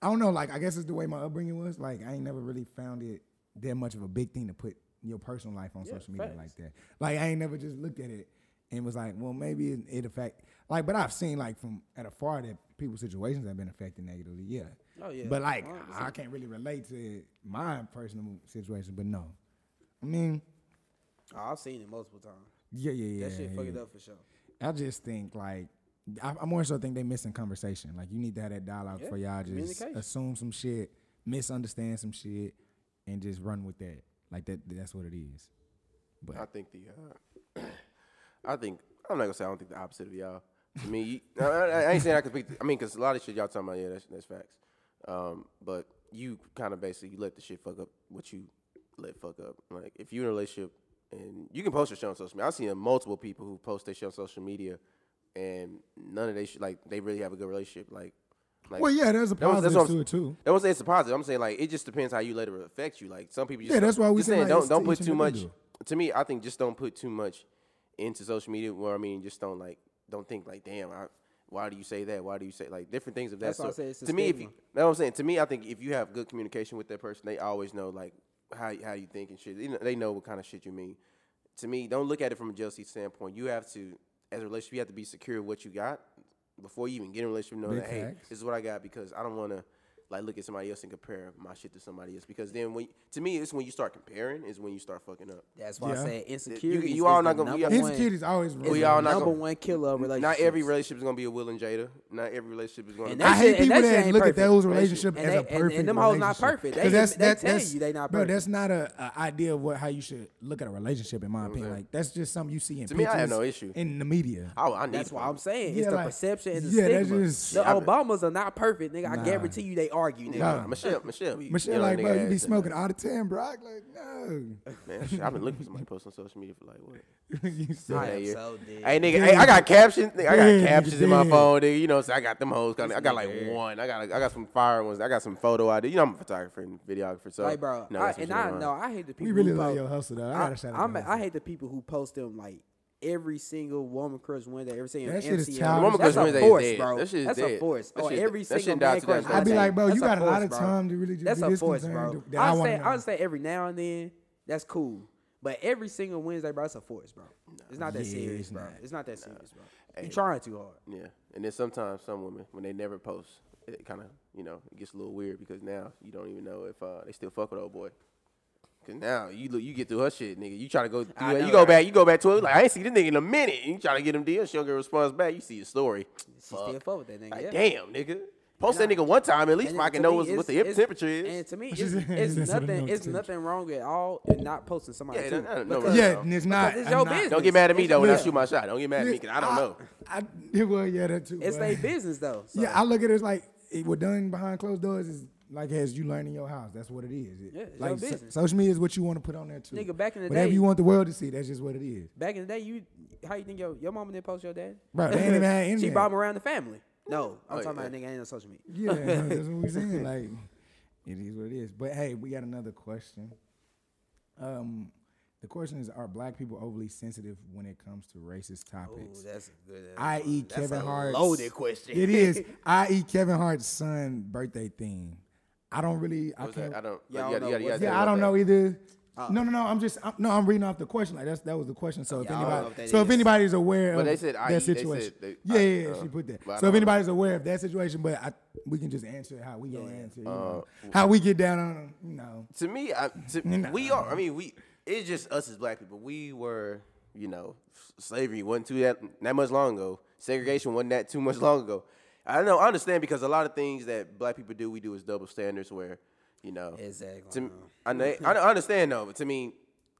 [SPEAKER 3] I don't know. Like, I guess it's the way my upbringing was. Like, I ain't never really found it that much of a big thing to put your personal life on social media
[SPEAKER 1] facts.
[SPEAKER 3] like that. Like, I ain't never just looked at it and was like, well, maybe it, it affect. Like, but I've seen like from at afar that people's situations have been affected negatively. Yeah.
[SPEAKER 1] Oh, yeah.
[SPEAKER 3] But like,
[SPEAKER 1] 100%.
[SPEAKER 3] I can't really relate to my personal situation. But no, I mean,
[SPEAKER 1] Oh, I've seen it multiple times.
[SPEAKER 3] yeah, yeah, yeah.
[SPEAKER 1] That shit
[SPEAKER 3] yeah.
[SPEAKER 1] fuck it up for sure.
[SPEAKER 3] I just think like I, I more so think they missing conversation. Like you need to have that dialogue
[SPEAKER 1] Yeah,
[SPEAKER 3] for y'all just
[SPEAKER 1] communication.
[SPEAKER 3] assume some shit, misunderstand some shit, and just run with that. Like that that's what it is.
[SPEAKER 2] I think the, uh, I think I'm not gonna say I don't think the opposite of y'all. I mean, you, I, I- I ain't saying I can speak. To, I mean, because a lot of shit y'all talking about, yeah, that's, that's facts. Um, but you kind of basically let the shit fuck up what you let fuck up. Like if you in a relationship and you can post your shit on social media, I've seen multiple people who post their shit on social media and none of they shit like they really have a good relationship. Like, like
[SPEAKER 3] Well, yeah, there's a
[SPEAKER 2] that was- that's
[SPEAKER 3] positive
[SPEAKER 2] what I'm-
[SPEAKER 3] to it too.
[SPEAKER 2] I don't say it's a positive. I'm saying like it just depends how you let it affect you. Like some people, just
[SPEAKER 3] Yeah, that's why we
[SPEAKER 2] just
[SPEAKER 3] said,
[SPEAKER 2] saying
[SPEAKER 3] like,
[SPEAKER 2] don't
[SPEAKER 3] it's
[SPEAKER 2] don't
[SPEAKER 3] to
[SPEAKER 2] put
[SPEAKER 3] each
[SPEAKER 2] too much.
[SPEAKER 3] individual.
[SPEAKER 2] To me, I think just don't put too much into social media. Where I mean, just don't like don't think like damn. I, why do you say that? Why do you say like different things of that
[SPEAKER 1] That's why I
[SPEAKER 2] sort?
[SPEAKER 1] say it's a
[SPEAKER 2] to me, if you
[SPEAKER 1] stigma.
[SPEAKER 2] know what I'm saying, to me, I think if you have good communication with that person, they always know like how how you think and shit. They know, they know what kind of shit you mean. To me, don't look at it from a jealousy standpoint. You have to, as a relationship, you have to be secure of what you got before you even get in a relationship. Know
[SPEAKER 3] Big
[SPEAKER 2] that hey,
[SPEAKER 3] facts.
[SPEAKER 2] this is what I got because I don't want to like look at somebody else and compare my shit to somebody else because then when to me it's when you start comparing is when you start fucking up.
[SPEAKER 1] That's why I
[SPEAKER 3] Yeah.
[SPEAKER 1] say
[SPEAKER 2] You,
[SPEAKER 1] insecurity.
[SPEAKER 2] you all not gonna
[SPEAKER 1] number
[SPEAKER 2] you-
[SPEAKER 1] one.
[SPEAKER 3] Insecurities always
[SPEAKER 2] We
[SPEAKER 1] is
[SPEAKER 2] all
[SPEAKER 1] the
[SPEAKER 2] not
[SPEAKER 1] number
[SPEAKER 2] gonna-
[SPEAKER 1] one killer of relationships.
[SPEAKER 2] not every relationship is gonna be a Will and Jada. Not every relationship is gonna.
[SPEAKER 1] And
[SPEAKER 2] be
[SPEAKER 1] that
[SPEAKER 3] I hate
[SPEAKER 1] shit- and
[SPEAKER 3] people
[SPEAKER 1] that shit
[SPEAKER 3] that
[SPEAKER 1] ain't
[SPEAKER 3] look
[SPEAKER 1] perfect.
[SPEAKER 3] at those
[SPEAKER 1] And they-
[SPEAKER 3] relationships
[SPEAKER 1] and
[SPEAKER 3] as
[SPEAKER 1] they-
[SPEAKER 3] a
[SPEAKER 1] and- and
[SPEAKER 3] perfect.
[SPEAKER 1] them hoes not
[SPEAKER 3] relationship.
[SPEAKER 1] perfect. They-
[SPEAKER 3] 'Cause that's-
[SPEAKER 1] they
[SPEAKER 3] that-
[SPEAKER 1] tell
[SPEAKER 3] that's-
[SPEAKER 1] you they not
[SPEAKER 3] Bro,
[SPEAKER 1] perfect.
[SPEAKER 3] that's not a, a idea of what how you should look at a relationship in my opinion. Like that's just something you see in
[SPEAKER 2] To me,
[SPEAKER 3] pictures
[SPEAKER 2] I have no issue.
[SPEAKER 3] in the media.
[SPEAKER 2] oh, I need
[SPEAKER 1] That's why
[SPEAKER 2] one.
[SPEAKER 1] I'm saying it's
[SPEAKER 3] Yeah,
[SPEAKER 1] the
[SPEAKER 3] like-
[SPEAKER 1] perception and the
[SPEAKER 3] yeah, that's
[SPEAKER 1] stigma.
[SPEAKER 3] just-
[SPEAKER 1] the
[SPEAKER 2] Yeah, I-
[SPEAKER 1] Obamas are not perfect, nigga. I
[SPEAKER 3] Nah.
[SPEAKER 1] guarantee you they argue. Nigga.
[SPEAKER 2] Nah, Michelle, Michelle, be,
[SPEAKER 3] Michelle,
[SPEAKER 2] you know,
[SPEAKER 3] like,
[SPEAKER 2] nigga
[SPEAKER 3] bro, you be
[SPEAKER 2] ass, uh,
[SPEAKER 3] smoking out of ten, bro. Like, no.
[SPEAKER 2] Man, shit, I've been looking for somebody post on social media for like what?
[SPEAKER 3] you
[SPEAKER 1] I
[SPEAKER 3] said,
[SPEAKER 1] am
[SPEAKER 2] Hey, yeah.
[SPEAKER 1] so dead.
[SPEAKER 2] Hey nigga, hey, I got captions. Nigga, I got
[SPEAKER 3] Dead, nigga,
[SPEAKER 2] captions in my
[SPEAKER 3] dead.
[SPEAKER 2] phone, nigga. You know, so I got them hoes. Kind of, I got like
[SPEAKER 1] nigga here.
[SPEAKER 2] one. I got, I got some fire ones. I got some photo ID. You know, I'm a photographer and videographer. So,
[SPEAKER 1] like, bro,
[SPEAKER 2] no,
[SPEAKER 1] I,
[SPEAKER 2] that's what
[SPEAKER 1] and
[SPEAKER 2] you
[SPEAKER 1] I
[SPEAKER 2] want.
[SPEAKER 1] know I hate the people.
[SPEAKER 3] we really
[SPEAKER 1] who
[SPEAKER 3] love
[SPEAKER 1] post-
[SPEAKER 3] your hustle, though. I,
[SPEAKER 1] I,
[SPEAKER 3] gotta shout out
[SPEAKER 1] I'm,
[SPEAKER 3] to
[SPEAKER 1] I hate the people who post them like every single woman crush Wednesday, every single
[SPEAKER 3] That
[SPEAKER 1] MC.
[SPEAKER 3] shit is
[SPEAKER 1] That's
[SPEAKER 3] childish. Woman
[SPEAKER 2] Crush
[SPEAKER 1] a
[SPEAKER 2] Wednesday is
[SPEAKER 1] force,
[SPEAKER 2] dead.
[SPEAKER 1] bro.
[SPEAKER 2] That shit is
[SPEAKER 1] That's
[SPEAKER 2] dead.
[SPEAKER 1] a force.
[SPEAKER 2] That
[SPEAKER 1] Or
[SPEAKER 2] shit-
[SPEAKER 1] every
[SPEAKER 2] that shit
[SPEAKER 1] single
[SPEAKER 2] died
[SPEAKER 1] man crush.
[SPEAKER 2] 2000.
[SPEAKER 3] I'd be like, bro, you
[SPEAKER 1] That's
[SPEAKER 3] got a lot
[SPEAKER 1] force,
[SPEAKER 3] of
[SPEAKER 1] bro.
[SPEAKER 3] time to really just
[SPEAKER 1] That's
[SPEAKER 3] do
[SPEAKER 1] a
[SPEAKER 3] this
[SPEAKER 1] force,
[SPEAKER 3] concern
[SPEAKER 1] bro.
[SPEAKER 3] do- that I
[SPEAKER 1] I
[SPEAKER 3] wanna
[SPEAKER 1] say,
[SPEAKER 3] know.
[SPEAKER 1] I say every now and then, that's cool. But every single Wednesday, bro, that's a force, bro. It's not that
[SPEAKER 3] Yeah,
[SPEAKER 1] serious,
[SPEAKER 3] it's
[SPEAKER 1] bro.
[SPEAKER 3] not.
[SPEAKER 1] It's not that serious, bro. You trying too hard.
[SPEAKER 2] Yeah, and then sometimes some women, when they never post, it kind of you know it gets a little weird because now you don't even know if uh, they still fuck with old boy. Cause now you look, you get through her shit, nigga. You try to go, through
[SPEAKER 1] I
[SPEAKER 2] her-
[SPEAKER 1] know,
[SPEAKER 2] you go
[SPEAKER 1] right?
[SPEAKER 2] back, you go back to it. Like I ain't see this nigga in a minute. And you try to get him deal, she don't get a response back. You see a story.
[SPEAKER 1] She still fuck with that nigga.
[SPEAKER 2] Like
[SPEAKER 1] yeah.
[SPEAKER 2] damn, nigga. Post that
[SPEAKER 1] I-
[SPEAKER 2] nigga one time at least,
[SPEAKER 1] And
[SPEAKER 2] so I
[SPEAKER 1] to
[SPEAKER 2] can know
[SPEAKER 1] me,
[SPEAKER 2] what's,
[SPEAKER 1] it's-
[SPEAKER 2] what the
[SPEAKER 1] it's-
[SPEAKER 2] temperature is.
[SPEAKER 1] And to me,
[SPEAKER 3] Which
[SPEAKER 1] it's,
[SPEAKER 3] is-
[SPEAKER 1] it's
[SPEAKER 3] that's what I
[SPEAKER 1] nothing.
[SPEAKER 3] know,
[SPEAKER 1] It's
[SPEAKER 3] temperature.
[SPEAKER 1] nothing wrong at all in not posting somebody.
[SPEAKER 2] Yeah,
[SPEAKER 1] too,
[SPEAKER 2] no, no, no,
[SPEAKER 1] because-
[SPEAKER 2] Yeah,
[SPEAKER 3] Yeah, and it's not.
[SPEAKER 1] because it's
[SPEAKER 3] I'm
[SPEAKER 1] your
[SPEAKER 3] not-
[SPEAKER 1] business.
[SPEAKER 2] Don't get mad at me
[SPEAKER 1] It's
[SPEAKER 2] though when I
[SPEAKER 1] your-
[SPEAKER 2] shoot my shot. Don't get mad at me because I don't know.
[SPEAKER 3] I, I, well, yeah, that too.
[SPEAKER 1] It's
[SPEAKER 3] but-
[SPEAKER 1] their business though. So.
[SPEAKER 3] Yeah, I look at it as like it was done behind closed doors is like as you learn in your house. That's what it is. It-
[SPEAKER 1] Yeah, it's
[SPEAKER 3] like
[SPEAKER 1] your
[SPEAKER 3] so-
[SPEAKER 1] business.
[SPEAKER 3] social media is what you want to put on there too.
[SPEAKER 1] Nigga, back in the
[SPEAKER 3] whatever
[SPEAKER 1] day-
[SPEAKER 3] you want the world to see, that's just what it is.
[SPEAKER 1] Back in the day, you how you think your your mama didn't post your dad?
[SPEAKER 3] Bro, they ain't even had
[SPEAKER 1] she
[SPEAKER 3] internet.
[SPEAKER 1] brought him around the family. No, I'm
[SPEAKER 2] Oh,
[SPEAKER 1] talking about a
[SPEAKER 2] yeah.
[SPEAKER 1] nigga ain't on social media.
[SPEAKER 3] Yeah, that's what we saying. Like, it is what it is. But hey, we got another question. Um, The question is, are black people overly sensitive when it comes to racist topics?
[SPEAKER 4] that's a good.
[SPEAKER 3] I.e.
[SPEAKER 4] That's
[SPEAKER 3] E Kevin
[SPEAKER 4] a
[SPEAKER 3] Hart's
[SPEAKER 4] loaded question.
[SPEAKER 3] It is. I.e. Kevin Hart's son birthday theme. I don't really. I
[SPEAKER 2] What was that?
[SPEAKER 3] can't.
[SPEAKER 2] I don't.
[SPEAKER 1] Yeah, I don't
[SPEAKER 2] you gotta- you
[SPEAKER 1] know.
[SPEAKER 2] gotta- you gotta tell me
[SPEAKER 3] yeah, I
[SPEAKER 2] about
[SPEAKER 3] don't
[SPEAKER 2] that.
[SPEAKER 3] know either.
[SPEAKER 2] Uh.
[SPEAKER 3] no, no, no. I'm just I'm, no. I'm reading off the question. Like that's that was the question. So if
[SPEAKER 4] Yeah, I don't know if
[SPEAKER 3] anybody,
[SPEAKER 4] that
[SPEAKER 3] so if
[SPEAKER 4] is.
[SPEAKER 3] anybody's aware
[SPEAKER 2] But
[SPEAKER 3] of
[SPEAKER 2] they said
[SPEAKER 3] that
[SPEAKER 2] IE, they
[SPEAKER 3] situation,
[SPEAKER 2] said they-
[SPEAKER 3] yeah,
[SPEAKER 2] I-
[SPEAKER 3] yeah, yeah,
[SPEAKER 2] uh,
[SPEAKER 3] she put that.
[SPEAKER 2] but I
[SPEAKER 3] So
[SPEAKER 2] don't
[SPEAKER 3] if
[SPEAKER 2] know.
[SPEAKER 3] anybody's aware of that situation, but I, we can just answer it how we gonna answer. You
[SPEAKER 2] Uh,
[SPEAKER 3] know, how we get down on them. You know,
[SPEAKER 2] to me, I, to,
[SPEAKER 3] Nah.
[SPEAKER 2] we are. I mean, we. It's just us as black people. We were, you know, s- slavery wasn't too that that much long ago. Segregation wasn't that too much long ago. I know. I understand because a lot of things that black people do, we do is double standards. Where, you know,
[SPEAKER 4] Exactly.
[SPEAKER 2] To, I know. I don't understand though. But to me,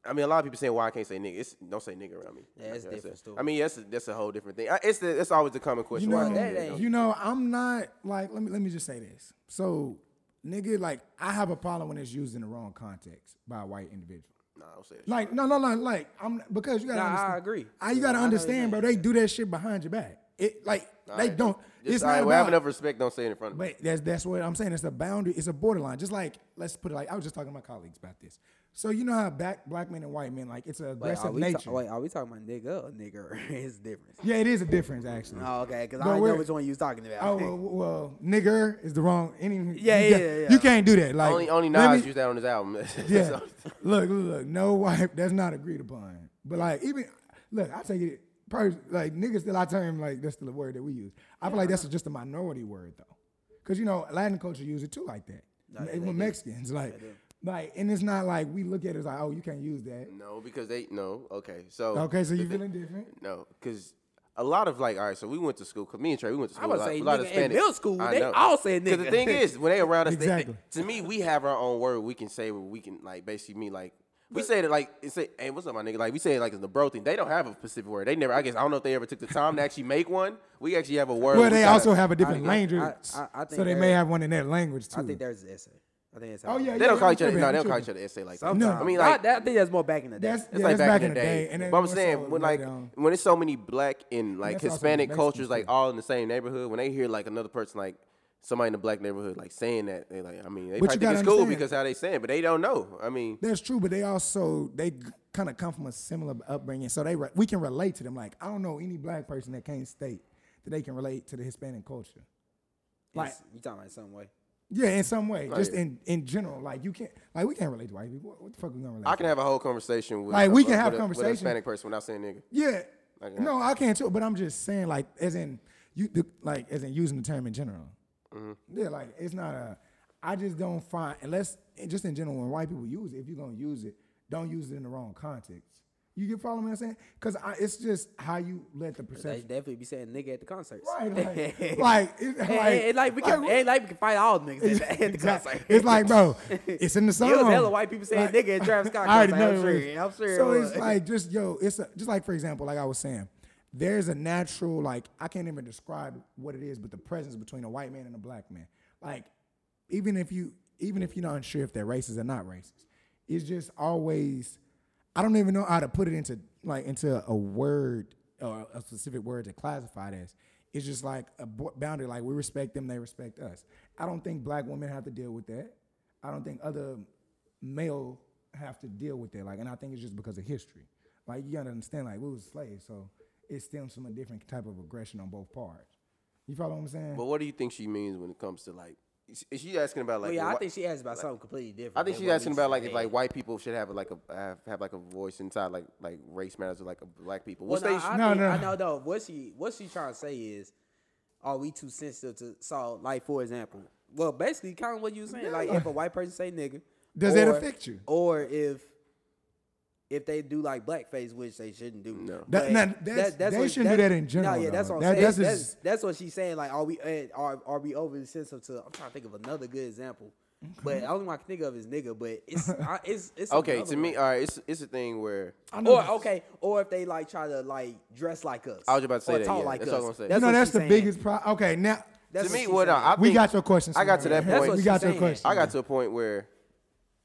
[SPEAKER 2] I mean, a lot of people saying why I can't say nigga. It's don't say nigga around me.
[SPEAKER 4] Yeah, it's
[SPEAKER 2] Like I
[SPEAKER 4] different
[SPEAKER 2] said.
[SPEAKER 4] story.
[SPEAKER 2] I mean, that's a, that's a whole different thing. I, it's the, that's always the common
[SPEAKER 3] you
[SPEAKER 2] question. why I
[SPEAKER 3] know,
[SPEAKER 2] can't
[SPEAKER 4] that
[SPEAKER 2] say
[SPEAKER 4] ain't-
[SPEAKER 2] nigga.
[SPEAKER 3] you know. I'm not like let me let me just say this. So nigga, like I have a problem when it's used in the wrong context by a white individual.
[SPEAKER 2] Nah, I don't say that.
[SPEAKER 3] Like no, no, no. Like I'm because you gotta.
[SPEAKER 1] Nah, I
[SPEAKER 3] understand,
[SPEAKER 1] agree.
[SPEAKER 3] I, you gotta understand, bro. They do that shit behind your back. It like they don't.
[SPEAKER 2] Just,
[SPEAKER 3] it's
[SPEAKER 2] all right,
[SPEAKER 3] not
[SPEAKER 2] well, have
[SPEAKER 3] about.
[SPEAKER 2] enough respect. Don't say it in front of me.
[SPEAKER 3] but that's that's what I'm saying. It's a boundary. It's a borderline. Just like let's put it like I was just talking to my colleagues about this. So you know how black black men and white men like it's an
[SPEAKER 4] Wait, are
[SPEAKER 3] aggressive
[SPEAKER 4] we ta-
[SPEAKER 3] nature.
[SPEAKER 4] wait, are we talking about nigga or nigger? it's different.
[SPEAKER 3] yeah, it is a difference actually.
[SPEAKER 4] Oh, okay, because I
[SPEAKER 3] But
[SPEAKER 4] didn't know
[SPEAKER 3] we're-
[SPEAKER 4] which one you was talking about.
[SPEAKER 3] Oh well, well, nigger is the wrong. Any,
[SPEAKER 4] Yeah,
[SPEAKER 3] you
[SPEAKER 4] yeah,
[SPEAKER 3] got-
[SPEAKER 4] yeah, yeah.
[SPEAKER 3] You can't do that. Like
[SPEAKER 2] only only
[SPEAKER 3] let
[SPEAKER 2] Nas
[SPEAKER 3] me-
[SPEAKER 2] used that on his album. That's the
[SPEAKER 3] Yeah.
[SPEAKER 2] only-
[SPEAKER 3] look, look, look, no wife, that's not agreed upon. But like even look, I take it pers- like niggas still I term like that's still a word that we use. I feel like that's just a minority word though. Cause you know, Latin culture use it too like that. Even Mexicans, like like and it's not like we look at it as like, oh, you can't use that.
[SPEAKER 2] No, because they no. Okay, so
[SPEAKER 3] Okay, so
[SPEAKER 2] the
[SPEAKER 3] you
[SPEAKER 2] thi-
[SPEAKER 3] feeling different?
[SPEAKER 2] no, because a lot of like all right. So we went to school. 'cause me and Trey, we went to school.
[SPEAKER 1] I'ma
[SPEAKER 2] a lot,
[SPEAKER 1] say
[SPEAKER 2] a lot of
[SPEAKER 1] nigga in
[SPEAKER 2] Spanish.
[SPEAKER 1] middle school,
[SPEAKER 2] I
[SPEAKER 1] they
[SPEAKER 2] know.
[SPEAKER 1] all say
[SPEAKER 2] 'Cause
[SPEAKER 1] nigga.
[SPEAKER 2] the thing is, when they around us,
[SPEAKER 3] Exactly.
[SPEAKER 2] they, to me, we have our own word. We can say what we can like. Basically, mean like. We say it like it's say, "Hey, what's up, my nigga?" Like we say it like it's the bro thing. They don't have a specific word. They never. I guess I don't know if they ever took the time to actually make one. We actually have a word.
[SPEAKER 3] Well,
[SPEAKER 2] we
[SPEAKER 3] they
[SPEAKER 2] gotta-
[SPEAKER 3] also have a different
[SPEAKER 4] I- I-
[SPEAKER 3] language.
[SPEAKER 4] I- I
[SPEAKER 3] so
[SPEAKER 4] think
[SPEAKER 3] they
[SPEAKER 4] that-
[SPEAKER 3] may have one in their language too.
[SPEAKER 4] I think there's an essay. I think it's
[SPEAKER 3] Oh, yeah,
[SPEAKER 2] They don't call
[SPEAKER 3] I'm
[SPEAKER 2] each other.
[SPEAKER 3] tripping,
[SPEAKER 2] No,
[SPEAKER 3] I'm
[SPEAKER 2] they don't call each
[SPEAKER 3] tripping.
[SPEAKER 2] other essay like. that.
[SPEAKER 4] Sometimes.
[SPEAKER 3] No.
[SPEAKER 2] I mean, like
[SPEAKER 1] I, I think that's more back in the day.
[SPEAKER 3] That's,
[SPEAKER 2] It's
[SPEAKER 3] yeah,
[SPEAKER 2] like
[SPEAKER 3] that's
[SPEAKER 2] back, in the day.
[SPEAKER 3] and then
[SPEAKER 2] but I'm
[SPEAKER 3] what's
[SPEAKER 2] saying
[SPEAKER 3] up
[SPEAKER 2] when like
[SPEAKER 3] later on.
[SPEAKER 2] when it's so many black and like
[SPEAKER 3] that's also
[SPEAKER 2] Hispanic
[SPEAKER 3] Mexican
[SPEAKER 2] cultures like
[SPEAKER 3] too.
[SPEAKER 2] all in the same neighborhood, when they hear like another person like somebody in the black neighborhood like saying that, they like I mean they
[SPEAKER 3] But
[SPEAKER 2] probably
[SPEAKER 3] you
[SPEAKER 2] think it's
[SPEAKER 3] gotta
[SPEAKER 2] cool
[SPEAKER 3] understand-
[SPEAKER 2] because how they saying, it, but they don't know. I mean,
[SPEAKER 3] That's true, but they also they kind of come from a similar upbringing, so they re- we can relate to them. Like I don't know any black person that can't state that they can relate to the Hispanic culture. Like
[SPEAKER 4] It's- you talking about it some way?
[SPEAKER 3] yeah, in some way, just
[SPEAKER 2] yeah.
[SPEAKER 3] in in general. Like you can't like we can't relate to white people. What, what the fuck we gonna relate?
[SPEAKER 2] I
[SPEAKER 3] to?
[SPEAKER 2] can have a whole conversation with
[SPEAKER 3] Like, we can
[SPEAKER 2] with
[SPEAKER 3] have
[SPEAKER 2] a- with a
[SPEAKER 3] conversation.
[SPEAKER 2] Hispanic person without saying nigga.
[SPEAKER 3] Yeah.
[SPEAKER 2] Like, uh,
[SPEAKER 3] no, I can't too. But I'm just saying, like, as in you, the, like, as in using the term in general.
[SPEAKER 4] Mm-hmm.
[SPEAKER 3] Yeah, like it's not a. I just don't find unless and just in general when white people use it. If you're gonna use it, don't use it in the wrong context. You get follow me? What I'm saying because it's just how you let the
[SPEAKER 4] They
[SPEAKER 3] perception.
[SPEAKER 4] definitely be saying nigga at the concerts.
[SPEAKER 3] Right, like, like, it's
[SPEAKER 4] Hey, hey, hey, like we can,
[SPEAKER 3] like,
[SPEAKER 4] hey, like we can fight all niggas at the- at the
[SPEAKER 3] Exactly.
[SPEAKER 4] concert.
[SPEAKER 3] It's like, bro, it's in the song.
[SPEAKER 4] was hella white people saying nigga at Travis Scott
[SPEAKER 3] I already
[SPEAKER 4] concert. I'm
[SPEAKER 3] know it
[SPEAKER 4] sure-
[SPEAKER 3] was.
[SPEAKER 4] I'm sure it
[SPEAKER 3] So
[SPEAKER 4] was.
[SPEAKER 3] it's like just yo, it's a, just like for example, like I was saying, there's a natural like I can't even describe what it is, but the presence between a white man and a black man. Like even if you even if you're not sure if they're racist or not racist, it's just always I don't even know how to put it into like into a word or a specific word to classify it as. It's just like a bo- boundary. Like we respect them, they respect us. I don't think black women have to deal with that. I don't think other male have to deal with that. Like, and I think it's just because of history. Like you gotta understand, like we was slaves, so it stems from a different type of aggression on both parts. You follow what I'm saying?
[SPEAKER 2] But what do you think she means when it comes to like? Is, is she asking about like?
[SPEAKER 4] Well, yeah,
[SPEAKER 2] the
[SPEAKER 4] I
[SPEAKER 2] whi-
[SPEAKER 4] think she asked about something completely different.
[SPEAKER 2] I think
[SPEAKER 4] than
[SPEAKER 2] she's
[SPEAKER 4] what we
[SPEAKER 2] asking about like if
[SPEAKER 4] said.
[SPEAKER 2] like white people should have like a have, have like a voice inside like like race matters or like black people.
[SPEAKER 4] Well,
[SPEAKER 2] What's
[SPEAKER 4] no,
[SPEAKER 2] they?
[SPEAKER 4] I,
[SPEAKER 3] No,
[SPEAKER 4] think,
[SPEAKER 3] no.
[SPEAKER 4] I know though. What she what she trying to say is, are we too sensitive to so like for example? Well, basically, kind of what you were saying. Like if a white person say nigga,
[SPEAKER 3] Does that affect you?
[SPEAKER 4] Or if if they do like blackface, which they shouldn't do. No,
[SPEAKER 3] That- now, that's- they shouldn't do that in general,
[SPEAKER 4] yeah, that's
[SPEAKER 3] though.
[SPEAKER 4] what I'm
[SPEAKER 3] That-
[SPEAKER 4] saying.
[SPEAKER 3] that's
[SPEAKER 4] That's,
[SPEAKER 3] just-
[SPEAKER 4] that's, what she's saying. Like, are we eh, are are we overly sensitive to? I'm trying to think of another good example. But the only one I can think of is nigga. But it's I, it's it's
[SPEAKER 2] Okay,
[SPEAKER 4] another
[SPEAKER 2] to me,
[SPEAKER 4] one.
[SPEAKER 2] all right, it's it's a thing where
[SPEAKER 3] know
[SPEAKER 4] Or
[SPEAKER 3] this-
[SPEAKER 4] okay, or if they like try to like dress like us.
[SPEAKER 2] I was about to say
[SPEAKER 4] or
[SPEAKER 2] that,
[SPEAKER 4] Talk
[SPEAKER 2] yeah.
[SPEAKER 4] like
[SPEAKER 2] That's
[SPEAKER 4] us.
[SPEAKER 2] all I'm saying.
[SPEAKER 3] you know,
[SPEAKER 4] what
[SPEAKER 3] that's
[SPEAKER 4] she's
[SPEAKER 3] the
[SPEAKER 4] saying.
[SPEAKER 3] biggest problem. Okay, now
[SPEAKER 4] That's
[SPEAKER 2] to me,
[SPEAKER 4] she's
[SPEAKER 2] what uh,
[SPEAKER 4] saying.
[SPEAKER 2] I
[SPEAKER 3] we
[SPEAKER 2] think-
[SPEAKER 3] got your question.
[SPEAKER 2] I got to
[SPEAKER 3] Samara.
[SPEAKER 2] that point.
[SPEAKER 3] We
[SPEAKER 4] she's
[SPEAKER 3] got your
[SPEAKER 4] saying.
[SPEAKER 3] question.
[SPEAKER 2] I got to a point where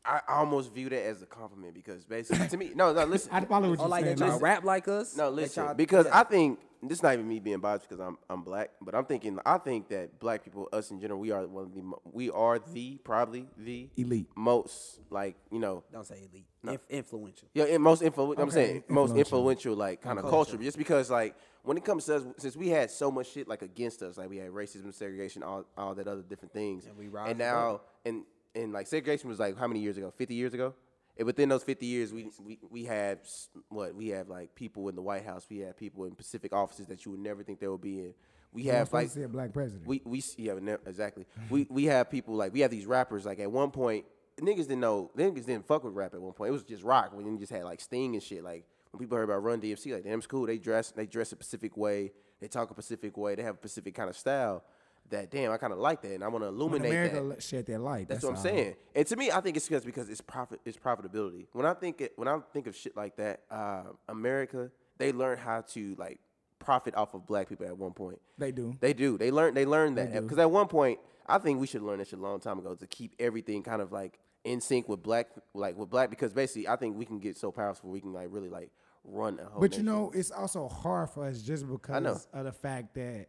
[SPEAKER 2] I almost view that as a compliment because basically, to me, no, no, listen,
[SPEAKER 3] I follow what
[SPEAKER 4] or
[SPEAKER 3] you're
[SPEAKER 4] like they
[SPEAKER 3] saying.
[SPEAKER 4] try to
[SPEAKER 3] dog.
[SPEAKER 4] rap like us.
[SPEAKER 2] no,
[SPEAKER 4] They
[SPEAKER 2] listen,
[SPEAKER 4] try-
[SPEAKER 2] because
[SPEAKER 4] yeah.
[SPEAKER 2] I think this not even me being biased because I'm I'm black, but I'm thinking I think that black people, us in general, we are one of the mo- we are the probably the
[SPEAKER 3] Elite.
[SPEAKER 2] most like you know
[SPEAKER 1] Don't say elite. Inf- influential.
[SPEAKER 2] yeah, and most influ- I'm saying most
[SPEAKER 3] influential.
[SPEAKER 2] influential like kind of culture. just because like when it comes to us, since we had so much shit like against us, like we had racism, segregation, all all that other different things, and
[SPEAKER 1] we rise
[SPEAKER 2] And now
[SPEAKER 1] above
[SPEAKER 2] and and like segregation was like how many years ago? Fifty years ago. And within those fifty years, we we we have s- what we have like people in the White House, we have people in Pacific offices that you would never think they would be in. We
[SPEAKER 3] I'm
[SPEAKER 2] have
[SPEAKER 3] supposed
[SPEAKER 2] like
[SPEAKER 3] to see a black president.
[SPEAKER 2] we we s- yeah ne- exactly.
[SPEAKER 3] Mm-hmm.
[SPEAKER 2] we we have people like we have these rappers like at one point niggas didn't know niggas didn't fuck with rap at one point. It was just rock when you just had like Sting and shit. Like when people heard about Run DMC, like damn it's cool. They dress they dress a Pacific way. They talk a Pacific way. They have a Pacific kind of style. That damn I kind of like that and I want to
[SPEAKER 3] When
[SPEAKER 2] illuminate
[SPEAKER 3] America
[SPEAKER 2] that.
[SPEAKER 3] le- shed their light.
[SPEAKER 2] That's
[SPEAKER 3] That's,
[SPEAKER 2] what I'm
[SPEAKER 3] all.
[SPEAKER 2] saying. And to me, I think it's because because it's profit, it's profitability. When I think it, when I think of shit like that, uh, America, they learn how to like profit off of black people at one point.
[SPEAKER 3] They do.
[SPEAKER 2] They do. They learn. They learn that because at one point, I think we should learn this shit a long time ago to keep everything kind of like in sync with black, like with black, because basically, I think we can get so powerful we can like really like run a whole.
[SPEAKER 3] But you
[SPEAKER 2] nation.
[SPEAKER 3] know, it's also hard for us just
[SPEAKER 2] know.
[SPEAKER 3] because of the fact that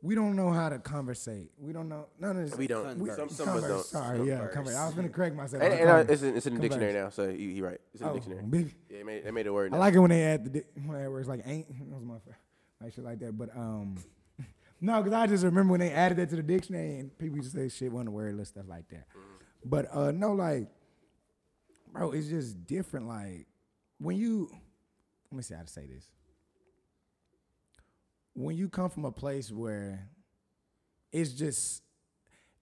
[SPEAKER 3] we don't know how to conversate. We don't know none of this.
[SPEAKER 2] we don't.
[SPEAKER 3] We,
[SPEAKER 2] Some, some of us
[SPEAKER 3] converse,
[SPEAKER 2] don't.
[SPEAKER 3] Sorry, yeah, converse. I was gonna correct myself.
[SPEAKER 2] And,
[SPEAKER 3] on
[SPEAKER 2] and, uh,
[SPEAKER 3] converse.
[SPEAKER 2] it's in, it's in the dictionary
[SPEAKER 3] Converse.
[SPEAKER 2] now, so you, you right. It's in the
[SPEAKER 3] Oh,
[SPEAKER 2] dictionary.
[SPEAKER 3] big-
[SPEAKER 2] Yeah, it made, it made a word.
[SPEAKER 3] I
[SPEAKER 2] now.
[SPEAKER 3] like it when they add the di- when they add words like ain't. That was my fa- like shit like that. But um, no, because I just remember when they added that to the dictionary and people used to say shit wasn't wordless stuff like that. But uh, no, like, bro, it's just different. Like when you, let me see how to say this. When you come from a place where it's just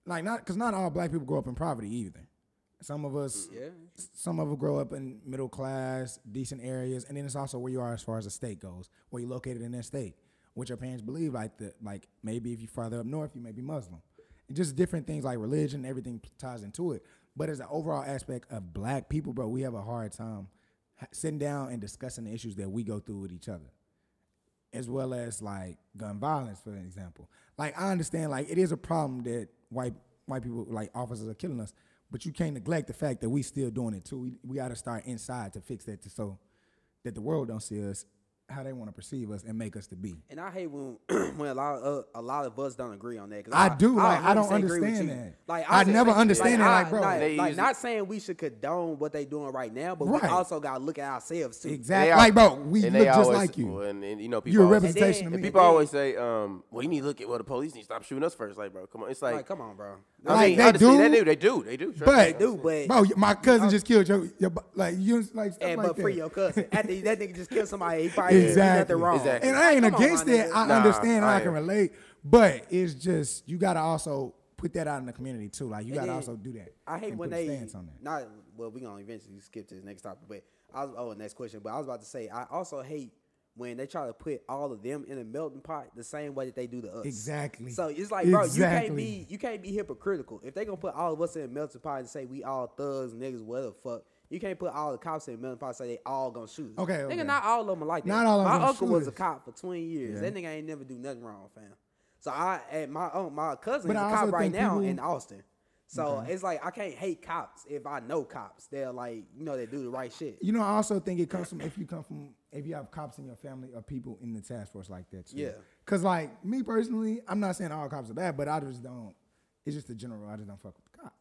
[SPEAKER 3] like not because not all black people grow up in poverty either. Some of us, yeah. some of us grow up in middle class, decent areas, and then it's also where you are as far as the state goes, where you're located in that state, what your parents believe. Like the like maybe if you farther up north, you may be Muslim. And just different things like religion, everything ties into it. But as an overall aspect of black people, bro, we have a hard time ha- sitting down and discussing the issues that we go through with each other as well as like gun violence, for example. Like I understand, like it is a problem that white white people, like officers, are killing us, but you can't neglect the fact that we still doing it too. We, we got to start inside to fix that, to, so that the world don't see us how they want to perceive us and make us to be.
[SPEAKER 1] And I hate when when a lot of uh, a lot of us don't agree on that. 'cause
[SPEAKER 3] I do, like, I don't
[SPEAKER 1] 100% agree with
[SPEAKER 3] understand
[SPEAKER 1] you.
[SPEAKER 3] that.
[SPEAKER 1] Like
[SPEAKER 3] I never understand
[SPEAKER 1] that.
[SPEAKER 3] it, like, bro.
[SPEAKER 1] like,
[SPEAKER 2] They
[SPEAKER 1] like,
[SPEAKER 2] use
[SPEAKER 1] not saying we should condone what they doing right now, but we
[SPEAKER 3] Right.
[SPEAKER 1] also gotta look at ourselves too.
[SPEAKER 3] Exactly,
[SPEAKER 2] They al-
[SPEAKER 3] like bro, we
[SPEAKER 2] and
[SPEAKER 3] look
[SPEAKER 2] they
[SPEAKER 3] just
[SPEAKER 2] always-
[SPEAKER 3] like you.
[SPEAKER 2] well, And, and, you know, people
[SPEAKER 3] You're a
[SPEAKER 2] always-
[SPEAKER 3] representation
[SPEAKER 1] then-
[SPEAKER 3] of
[SPEAKER 2] And
[SPEAKER 3] me.
[SPEAKER 2] people always say, um, well, you need to look at well, the police need to stop shooting us first. Like, bro, come on. It's like,
[SPEAKER 1] Like, come on, bro.
[SPEAKER 2] I
[SPEAKER 3] Like,
[SPEAKER 2] mean,
[SPEAKER 3] they
[SPEAKER 2] honestly,
[SPEAKER 3] do.
[SPEAKER 2] They do. They do. They do. Trust
[SPEAKER 3] But-
[SPEAKER 2] me.
[SPEAKER 3] They
[SPEAKER 1] do, but
[SPEAKER 3] Bro, my cousin just killed your, your bu- like you like stuff
[SPEAKER 1] and
[SPEAKER 3] like
[SPEAKER 1] but
[SPEAKER 3] that.
[SPEAKER 1] free your cousin. After that nigga just killed somebody, he probably didn't do
[SPEAKER 3] Exactly.
[SPEAKER 1] nothing wrong.
[SPEAKER 2] Exactly.
[SPEAKER 3] And I ain't
[SPEAKER 1] Come on,
[SPEAKER 3] against
[SPEAKER 1] my
[SPEAKER 3] that.
[SPEAKER 1] nigga.
[SPEAKER 3] I
[SPEAKER 2] Nah,
[SPEAKER 3] understand. and
[SPEAKER 2] I
[SPEAKER 3] I,
[SPEAKER 2] am.
[SPEAKER 3] can relate. But it's just you gotta also put that out in the community too. Like you gotta
[SPEAKER 1] then
[SPEAKER 3] also do that.
[SPEAKER 1] I hate
[SPEAKER 3] and
[SPEAKER 1] when
[SPEAKER 3] put a
[SPEAKER 1] they
[SPEAKER 3] stance on that.
[SPEAKER 1] not well. We gonna eventually skip to this next topic, but I was oh next question. But I was about to say I also hate when they try to put all of them in a melting pot the same way that they do to us.
[SPEAKER 3] Exactly.
[SPEAKER 1] So it's like, bro, you can't
[SPEAKER 3] Exactly.
[SPEAKER 1] be you can't be hypocritical. If they gonna put all of us in a melting pot and say we all thugs, niggas, what the fuck. You can't put all the cops in a melting pot and say they all gonna shoot. us.
[SPEAKER 3] Okay,
[SPEAKER 1] Nigga,
[SPEAKER 3] okay.
[SPEAKER 1] not all of them are like that.
[SPEAKER 3] Not all of 'em
[SPEAKER 1] My
[SPEAKER 3] gonna
[SPEAKER 1] uncle
[SPEAKER 3] shoot
[SPEAKER 1] was a
[SPEAKER 3] us.
[SPEAKER 1] cop for 20 years. That nigga ain't never do nothing wrong, fam. So I and my uncle, my cousin
[SPEAKER 3] But
[SPEAKER 1] is a
[SPEAKER 3] I
[SPEAKER 1] cop
[SPEAKER 3] also
[SPEAKER 1] right
[SPEAKER 3] think
[SPEAKER 1] now
[SPEAKER 3] people-
[SPEAKER 1] in Austin. So it's like I can't hate cops if I know cops. They're like, you know, they do the right shit.
[SPEAKER 3] You know, I also think it comes from if you come from if you have cops in your family or people in the task force like that too.
[SPEAKER 1] Yeah.
[SPEAKER 3] Cause like me personally, I'm not saying all cops are bad, but I just don't. It's just the general. I just don't fuck with the cop.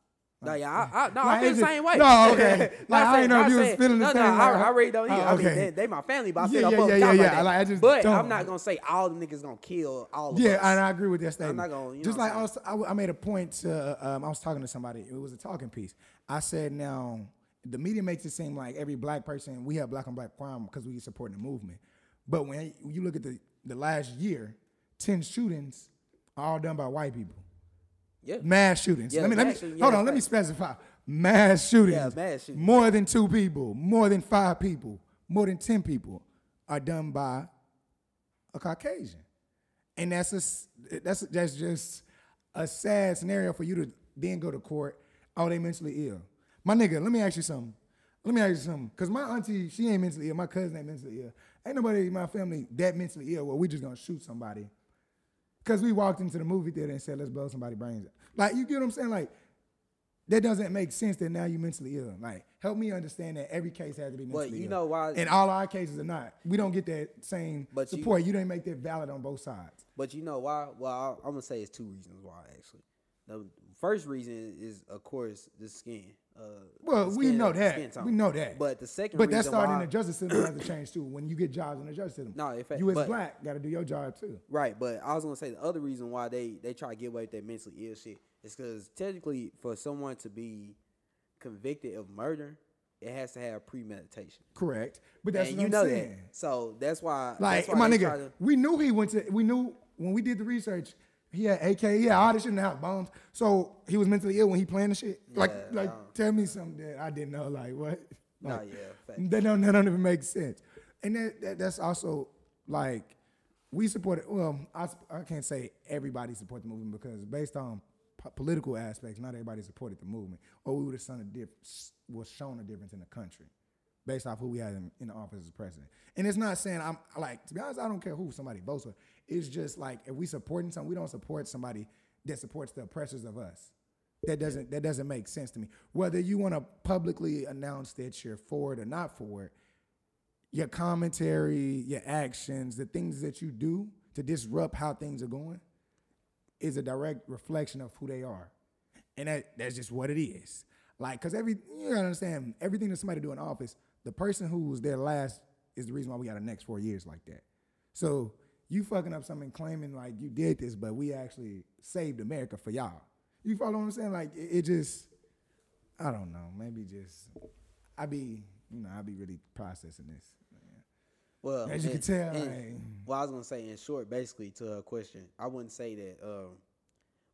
[SPEAKER 1] No, yeah, I, I, no, I
[SPEAKER 3] Like,
[SPEAKER 1] feel
[SPEAKER 3] it's
[SPEAKER 1] the
[SPEAKER 3] just-
[SPEAKER 1] same way.
[SPEAKER 3] No, okay.
[SPEAKER 1] Not
[SPEAKER 3] Like, I
[SPEAKER 1] saying-
[SPEAKER 3] ain't know if
[SPEAKER 1] not
[SPEAKER 3] you was
[SPEAKER 1] saying-
[SPEAKER 3] feeling the
[SPEAKER 1] no,
[SPEAKER 3] same,
[SPEAKER 1] No, I,
[SPEAKER 3] like-
[SPEAKER 1] I really don't either.
[SPEAKER 3] Oh,
[SPEAKER 1] I mean,
[SPEAKER 3] okay.
[SPEAKER 1] they, they my family, but I
[SPEAKER 3] Yeah,
[SPEAKER 1] still
[SPEAKER 3] yeah,
[SPEAKER 1] don't fuck with
[SPEAKER 3] yeah,
[SPEAKER 1] cops
[SPEAKER 3] yeah,
[SPEAKER 1] like
[SPEAKER 3] yeah.
[SPEAKER 1] that.
[SPEAKER 3] Like, I just
[SPEAKER 1] but
[SPEAKER 3] don't.
[SPEAKER 1] I'm not gonna say all the niggas gonna kill all of
[SPEAKER 3] Yeah,
[SPEAKER 1] us.
[SPEAKER 3] and I agree with that statement.
[SPEAKER 1] not gonna- you
[SPEAKER 3] Just
[SPEAKER 1] know what
[SPEAKER 3] like
[SPEAKER 1] I'm
[SPEAKER 3] also, I, w- I made a point to, um, I was talking to somebody. It was a talking piece. I said, now the media makes it seem like every black person we have black on black crime because we supporting the movement. But when you look at the the last year, ten shootings are all done by white people.
[SPEAKER 1] Yeah.
[SPEAKER 3] mass shootings.
[SPEAKER 1] Yeah,
[SPEAKER 3] let me let me
[SPEAKER 1] mass shooting,
[SPEAKER 3] hold
[SPEAKER 1] yeah,
[SPEAKER 3] on. Let me
[SPEAKER 1] facts.
[SPEAKER 3] specify mass shootings.
[SPEAKER 1] Yeah, mass shootings.
[SPEAKER 3] More than two people, more than five people, more than ten people are done by a Caucasian, and that's a s- that's that's just a sad scenario for you to then go to court. Oh, they mentally ill. My nigga, let me ask you something. Let me ask you something, cause my auntie she ain't mentally ill. My cousin ain't mentally ill. Ain't nobody in my family that mentally ill. Well, we just gonna shoot somebody because we walked into the movie theater and said, let's blow somebody's brains out. Like, you get what I'm saying? Like, That doesn't make sense that now you mentally ill. Like, help me understand that every case has to be mentally
[SPEAKER 1] you
[SPEAKER 3] ill.
[SPEAKER 1] know why-
[SPEAKER 3] And all our cases are not. We don't get that same
[SPEAKER 1] But you-
[SPEAKER 3] support. You, didn't make that valid on both sides.
[SPEAKER 1] But you know why? Well, I, I'm gonna say it's two reasons why actually. The first reason is, of course, the skin. Uh,
[SPEAKER 3] Well,
[SPEAKER 1] the
[SPEAKER 3] we
[SPEAKER 1] skin-
[SPEAKER 3] know
[SPEAKER 1] skin
[SPEAKER 3] that.
[SPEAKER 1] tone.
[SPEAKER 3] We know that.
[SPEAKER 1] But the second
[SPEAKER 3] But
[SPEAKER 1] reason
[SPEAKER 3] that's starting
[SPEAKER 1] why,
[SPEAKER 3] the justice system has to change too. When you get jobs in the justice system,
[SPEAKER 1] No, in fact-
[SPEAKER 3] you as
[SPEAKER 1] but-
[SPEAKER 3] black got to do your job too.
[SPEAKER 1] Right, but I was gonna say the other reason why they they try to get away with that mentally ill shit is because technically, for someone to be convicted of murder, it has to have premeditation,
[SPEAKER 3] Correct. But that's
[SPEAKER 1] and
[SPEAKER 3] what
[SPEAKER 1] you
[SPEAKER 3] I'm
[SPEAKER 1] know
[SPEAKER 3] saying.
[SPEAKER 1] that. So that's why,
[SPEAKER 3] Like
[SPEAKER 1] that's why
[SPEAKER 3] my
[SPEAKER 1] they
[SPEAKER 3] nigga,
[SPEAKER 1] try to-
[SPEAKER 3] we knew he went to. We knew when we did the research. He had AK. He had all this shit in the house, bombs. So he was mentally ill when he planned the shit. Like, like, tell me something that I didn't know. Like, what?
[SPEAKER 1] Nah,
[SPEAKER 3] Like,
[SPEAKER 1] yeah, fact.
[SPEAKER 3] That don't that don't even make sense. And that, that that's also like we supported. Well, I sup- I can't say everybody support the movement because based on po- political aspects, not everybody supported the movement, or we would have shown a diff- was shown a difference in the country based off who we had in, in the office as president. And it's not saying I'm like to be honest, I don't care who somebody votes for. It's just like if we supporting something, we don't support somebody that supports the oppressors of us. That doesn't that doesn't make sense to me. Whether you want to publicly announce that you're for it or not for it, your commentary, your actions, the things that you do to disrupt how things are going is a direct reflection of who they are. And that, that's just what it is. Like, cause every you gotta understand everything that somebody do in office, the person who was there last is the reason why we got the next four years like that. So you fucking up something claiming like you did this, but we actually saved America for y'all. You follow what I'm saying? Like it, it just I don't know. Maybe just I be you know I be really processing this.
[SPEAKER 1] Well,
[SPEAKER 3] As you
[SPEAKER 1] and-
[SPEAKER 3] can tell,
[SPEAKER 1] and-
[SPEAKER 3] I-
[SPEAKER 1] well, I was gonna say in short, basically to her question, I wouldn't say that um,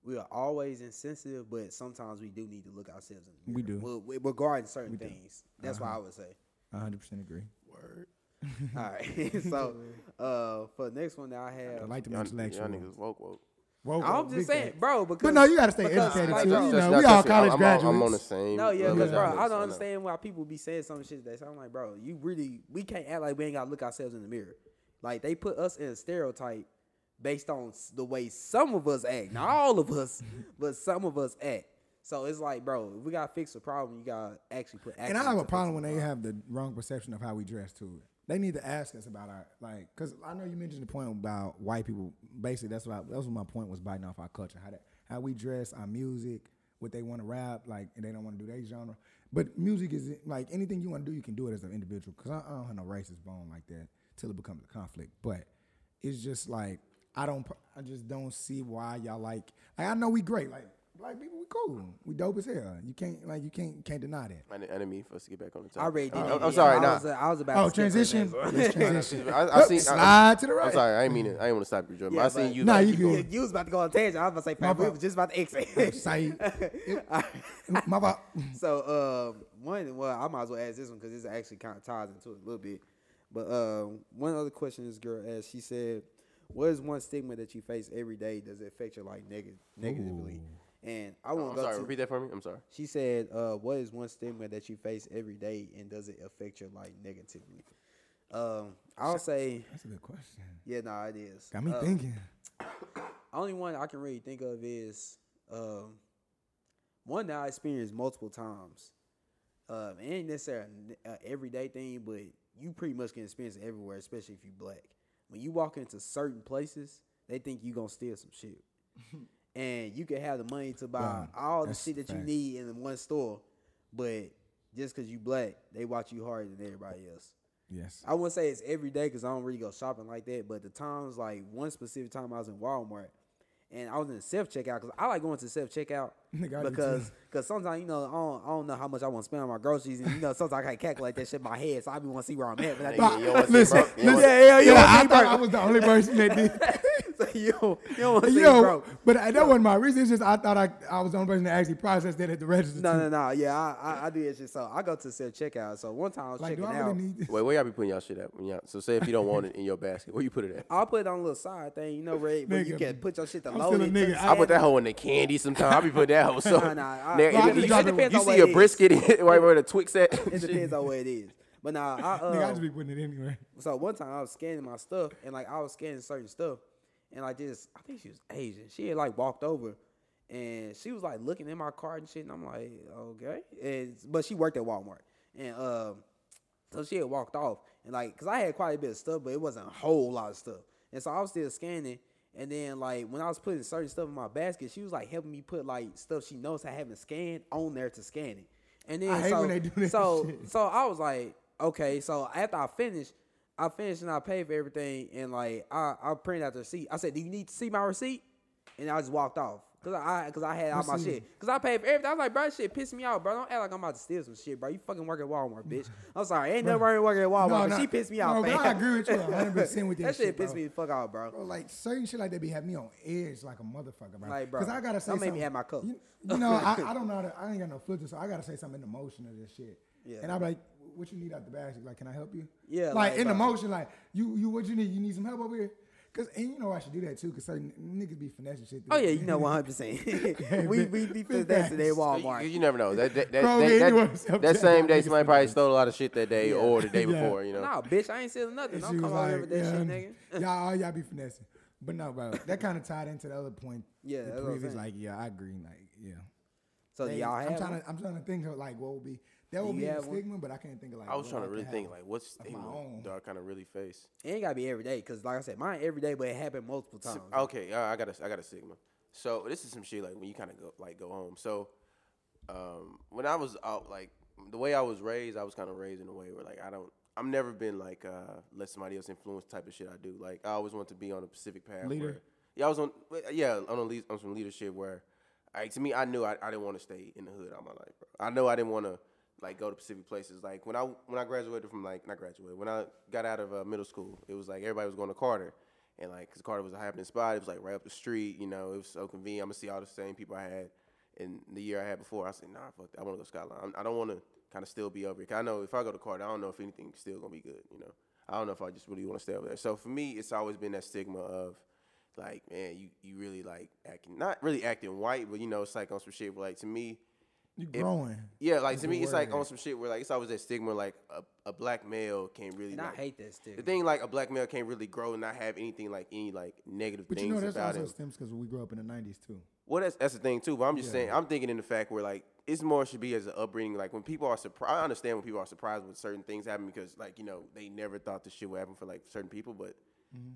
[SPEAKER 1] we are always insensitive, but sometimes we do need to look ourselves in the
[SPEAKER 3] We Uh-huh.
[SPEAKER 1] mirror.
[SPEAKER 3] do.
[SPEAKER 1] Well, we- regarding certain things. That's why I would say.
[SPEAKER 3] 100 percent agree.
[SPEAKER 1] All right, so uh, for the next one that I
[SPEAKER 3] I
[SPEAKER 1] have,
[SPEAKER 3] like the
[SPEAKER 2] Y'all,
[SPEAKER 3] intellectual.
[SPEAKER 2] y'all niggas woke woke.
[SPEAKER 3] Whoa, whoa,
[SPEAKER 1] I'm
[SPEAKER 3] big
[SPEAKER 1] just saying,
[SPEAKER 3] time.
[SPEAKER 1] bro, because
[SPEAKER 3] But no, you gotta stay
[SPEAKER 1] because,
[SPEAKER 3] educated
[SPEAKER 1] like,
[SPEAKER 3] too.
[SPEAKER 1] bro,
[SPEAKER 3] You
[SPEAKER 2] That's
[SPEAKER 3] know, we
[SPEAKER 2] not
[SPEAKER 3] all
[SPEAKER 2] just-
[SPEAKER 3] college
[SPEAKER 2] I'm,
[SPEAKER 3] graduates.
[SPEAKER 2] I'm, I'm on the same.
[SPEAKER 1] No, yeah,
[SPEAKER 2] level
[SPEAKER 1] because
[SPEAKER 2] as
[SPEAKER 1] bro,
[SPEAKER 2] y'all
[SPEAKER 1] I
[SPEAKER 2] niggas,
[SPEAKER 1] don't
[SPEAKER 2] know.
[SPEAKER 1] understand why people be saying some shit that sound like, bro, you really, we can't act like we ain't gotta look ourselves in the mirror. Like they put us in a stereotype based on s- the way some of us act, not all of us, but some of us act. So it's like, bro, if we gotta fix the problem, you gotta actually put. Action
[SPEAKER 3] And I have
[SPEAKER 1] into
[SPEAKER 3] a
[SPEAKER 1] fixing
[SPEAKER 3] problem when
[SPEAKER 1] the
[SPEAKER 3] they have the wrong perception of how we dress too. They need to ask us about our like, cause I know you mentioned the point about white people. Basically, that's what I, that was what my point was biting off our culture, how that how we dress, our music, what they want to rap, like, and they don't want to do their genre. But music is like anything you want to do, you can do it as an individual. Cause I, I don't have no racist bone like that till it becomes a conflict. But it's just like I don't, I just don't see why y'all like. like I know we great, like black people, we cool, we dope as hell. You can't like you can't can't deny that.
[SPEAKER 2] I didn't I didn't mean for us to get back on the topic.
[SPEAKER 1] I already did.
[SPEAKER 2] I'm,
[SPEAKER 1] it,
[SPEAKER 2] I'm
[SPEAKER 1] yeah.
[SPEAKER 2] sorry,
[SPEAKER 1] I
[SPEAKER 2] nah.
[SPEAKER 1] was, uh, I was about
[SPEAKER 3] Oh,
[SPEAKER 1] to skip over that.
[SPEAKER 3] transition. Let's transition.
[SPEAKER 2] I, I
[SPEAKER 3] Whoop,
[SPEAKER 2] seen, I-
[SPEAKER 3] slide to the
[SPEAKER 2] I'm
[SPEAKER 3] right.
[SPEAKER 2] sorry, I ain't mean it. I ain't want to stop you, Jordan. but I
[SPEAKER 1] Yeah,
[SPEAKER 2] seen
[SPEAKER 1] but-
[SPEAKER 2] you.
[SPEAKER 3] Nah,
[SPEAKER 2] like,
[SPEAKER 3] you
[SPEAKER 1] You,
[SPEAKER 3] good.
[SPEAKER 1] you was about to go on tangent. I was about to say,
[SPEAKER 3] My
[SPEAKER 1] fam, we
[SPEAKER 3] fault.
[SPEAKER 1] was just about to exit.
[SPEAKER 3] Say, my fault.
[SPEAKER 1] So um, one, well, I might as well ask this one because this actually kind of ties into it a little bit. But um, one other question this girl asked, she said, "What is one stigma that you face every day? Does it affect you like neg- negatively?" And I
[SPEAKER 2] I'm
[SPEAKER 1] won't go
[SPEAKER 2] sorry.
[SPEAKER 1] to.
[SPEAKER 2] Repeat that for me. I'm sorry.
[SPEAKER 1] She said, uh, "What is one stigma that you face every day, and does it affect your life negatively?" Um, I'll say,
[SPEAKER 3] That's a good question.
[SPEAKER 1] yeah, no, nah, it is.
[SPEAKER 3] Got me
[SPEAKER 1] Uh,
[SPEAKER 3] thinking.
[SPEAKER 1] only one I can really think of is um, one that I experienced multiple times. Um, it ain't necessarily an everyday thing, but you pretty much can experience it everywhere, especially if you black. When you walk into certain places, they think you gonna steal some shit, and you can have the money to buy
[SPEAKER 3] Wow,
[SPEAKER 1] all the
[SPEAKER 3] that's
[SPEAKER 1] shit that you
[SPEAKER 3] facts.
[SPEAKER 1] need in one store, but just because you black, they watch you harder than everybody else.
[SPEAKER 3] Yes.
[SPEAKER 1] I wouldn't say it's every day because I don't really go shopping like that. But the times, like one specific time, I was in Walmart and I was in self checkout because I like going to self checkout
[SPEAKER 3] Nigga, I do
[SPEAKER 1] because
[SPEAKER 3] too.
[SPEAKER 1] because sometimes you know I don't, I don't know how much I want to spend on my groceries and you know sometimes I can't calculate that shit in my head so I be want to see where I'm at. But I
[SPEAKER 2] Nigga,
[SPEAKER 1] be-
[SPEAKER 2] you don't wanna see
[SPEAKER 3] listen,
[SPEAKER 2] broke. You
[SPEAKER 3] listen.
[SPEAKER 2] don't wanna-
[SPEAKER 1] yeah, you don't
[SPEAKER 3] I
[SPEAKER 1] see
[SPEAKER 3] thought
[SPEAKER 1] broke.
[SPEAKER 3] I was the only person that did.
[SPEAKER 1] so you don't, you don't want to see
[SPEAKER 3] Yo,
[SPEAKER 1] bro.
[SPEAKER 3] but I- that wasn't my reason. It's just I thought I, I was the only person that actually processed that at the register.
[SPEAKER 1] No, no,
[SPEAKER 3] too.
[SPEAKER 1] no. Yeah, I, I, I do that shit. So I go to self checkout. So one time I was
[SPEAKER 3] Like, do
[SPEAKER 1] checking
[SPEAKER 3] I
[SPEAKER 1] out.
[SPEAKER 3] really need this?
[SPEAKER 2] Wait, where y'all be putting y'all shit at? When y'all, so say if you don't want it in your basket, where you put it at?
[SPEAKER 1] I'll put it on a little side thing, you know, where, where you
[SPEAKER 3] Nigga,
[SPEAKER 1] can put your shit to
[SPEAKER 3] I'm
[SPEAKER 1] load
[SPEAKER 3] still a
[SPEAKER 1] it.
[SPEAKER 3] nigga.
[SPEAKER 1] to-
[SPEAKER 2] I put that hoe in the candy sometimes. I be putting that hoe. So
[SPEAKER 1] Nah, nah, I-
[SPEAKER 2] Nigga,
[SPEAKER 1] Well,
[SPEAKER 3] I
[SPEAKER 2] you,
[SPEAKER 3] just
[SPEAKER 2] you
[SPEAKER 3] drop
[SPEAKER 2] see-
[SPEAKER 3] it- it
[SPEAKER 2] you
[SPEAKER 1] depends on
[SPEAKER 2] see a
[SPEAKER 1] what it
[SPEAKER 2] brisket right where the Twix at?
[SPEAKER 1] It depends on where it is. But nah, I, uh,
[SPEAKER 3] Nigga, I just be putting it anywhere.
[SPEAKER 1] So one time I was scanning my stuff and like I was scanning certain stuff and like this I think she was Asian. She had like walked over and she was like looking in my card and shit, and I'm like, okay. And but she worked at Walmart, and um, so she had walked off, and like, cause I had quite a bit of stuff, but it wasn't a whole lot of stuff, and so I was still scanning. And then like when I was putting certain stuff in my basket, she was like helping me put like stuff she knows I haven't scanned on there to scan it. And then
[SPEAKER 3] I hate
[SPEAKER 1] so
[SPEAKER 3] when they do that
[SPEAKER 1] so
[SPEAKER 3] shit.
[SPEAKER 1] so I was like, okay. So after I finished, I finished and I paid for everything, and like I I printed out the receipt. I said, do you need to see my receipt? And I just walked off. Cause I, cause I had all my
[SPEAKER 3] Receipt.
[SPEAKER 1] shit. Cause I paid for everything. I was like, bro, this shit pissed me off, bro. Don't act like I'm about to steal some shit, bro. You fucking work at Walmart, bitch. I'm sorry, ain't nothing wrong with working at Walmart. but Oh, she pissed me off.
[SPEAKER 3] No, but
[SPEAKER 1] man.
[SPEAKER 3] I agree with you 100 percent with that,
[SPEAKER 1] That shit
[SPEAKER 3] bro.
[SPEAKER 1] pissed me the fuck off, bro.
[SPEAKER 3] Bro, like certain shit like that be having me on edge like a motherfucker, bro.
[SPEAKER 1] Like, bro,
[SPEAKER 3] Cause I gotta say
[SPEAKER 1] don't make me
[SPEAKER 3] something-
[SPEAKER 1] have my cup.
[SPEAKER 3] You, you know, I, I don't know. How to, I ain't got no filter, so I gotta say something in the motion of this shit.
[SPEAKER 1] Yeah.
[SPEAKER 3] And I'm like, what you need out the bag? She's Like, can I help you?
[SPEAKER 1] Yeah,
[SPEAKER 3] Like,
[SPEAKER 1] like,
[SPEAKER 3] in the
[SPEAKER 1] bro.
[SPEAKER 3] motion, like you, you, what you need? You need some help over here? Cause and you know I should do that too. Cause certain niggas be finessing shit.
[SPEAKER 1] Oh yeah, you know one hundred percent. We we be for that today at
[SPEAKER 2] You,
[SPEAKER 1] Walmart.
[SPEAKER 2] you never know. That that, that,
[SPEAKER 3] Bro,
[SPEAKER 2] that,
[SPEAKER 3] man,
[SPEAKER 2] that-
[SPEAKER 3] you wanna sell
[SPEAKER 2] that
[SPEAKER 3] Jack
[SPEAKER 2] same day,
[SPEAKER 3] Daniels
[SPEAKER 2] somebody
[SPEAKER 3] for
[SPEAKER 2] probably stole a lot of shit that day or the day
[SPEAKER 3] Yeah.
[SPEAKER 2] before. You know,
[SPEAKER 1] Nah, bitch, I ain't selling nothing.
[SPEAKER 3] And
[SPEAKER 1] Don't come over here with that shit, nigga.
[SPEAKER 3] y'all, all y'all be finessing. But no, bro, that kind of tied into the other point.
[SPEAKER 1] Yeah,
[SPEAKER 3] the
[SPEAKER 1] that's what I'm
[SPEAKER 3] previous,
[SPEAKER 1] saying.
[SPEAKER 3] like, yeah, I agree. Like, yeah.
[SPEAKER 1] So do
[SPEAKER 3] Hey,
[SPEAKER 1] y'all
[SPEAKER 3] I'm
[SPEAKER 1] have?
[SPEAKER 3] trying
[SPEAKER 1] one?
[SPEAKER 3] to, I'm trying to think of like what would be that would
[SPEAKER 1] you
[SPEAKER 3] be a
[SPEAKER 1] have one?
[SPEAKER 3] stigma, but I can't think of like.
[SPEAKER 2] I was
[SPEAKER 3] what
[SPEAKER 2] tell. I was trying to
[SPEAKER 3] could
[SPEAKER 2] really think
[SPEAKER 3] have.
[SPEAKER 2] like what's
[SPEAKER 3] Of my
[SPEAKER 2] stigma
[SPEAKER 3] own.
[SPEAKER 2] that I kind of really face.
[SPEAKER 1] It ain't gotta be every day, cause like I said, mine every day, but it happened multiple times.
[SPEAKER 2] Okay, uh, I I got a, I got a Sigma. So this is some shit like when you kind of go like go home. So um, when I was out, like the way I was raised, I was kind of raised in a way where like I don't, I've never been like uh, let somebody else influence type of shit I do. Like I always wanted to be on a specific path.
[SPEAKER 3] Leader.
[SPEAKER 2] Where, yeah, I was on. well, Yeah, on a lead, on some leadership where, like to me, I knew I, I didn't want to stay in the hood all my life. Bro. I know I didn't want to like go to Pacific places. Like when I when I graduated from like not graduated when I got out of uh, middle school, it was like everybody was going to Carter, and like 'cause Carter was a happening spot. It was like right up the street. You know, it was so convenient. I'm gonna see all the same people I had in the year I had before. I said, nah, fuck that. I want to go Skyline. I'm, I don't want to kind of still be over here. 'Cause I know if I go to Carter, I don't know if anything's still gonna be good. You know, I don't know if I just really want to stay over there. So for me, it's always been that stigma of like, man, you you really like acting not really acting white, but you know, it's like on some shit. Where, like to me,
[SPEAKER 3] You growing?
[SPEAKER 2] yeah, like to
[SPEAKER 3] the
[SPEAKER 2] me, it's like
[SPEAKER 3] word.
[SPEAKER 2] on some shit where like it's always that stigma like a, a black male can't really.
[SPEAKER 1] and I
[SPEAKER 2] like-
[SPEAKER 1] hate that stick.
[SPEAKER 2] the thing like a black male can't really grow and not have anything like any like negative
[SPEAKER 3] But you
[SPEAKER 2] things
[SPEAKER 3] know that's
[SPEAKER 2] about
[SPEAKER 3] also
[SPEAKER 2] him.
[SPEAKER 3] stems because we grew up in the '90s too.
[SPEAKER 2] Well, that's that's the thing too. But I'm just
[SPEAKER 3] Yeah.
[SPEAKER 2] saying, I'm thinking in the fact where like it's more should be as an upbringing. Like when people are surprised, I understand when people are surprised when certain things happen because like you know they never thought this shit would happen for like certain people. But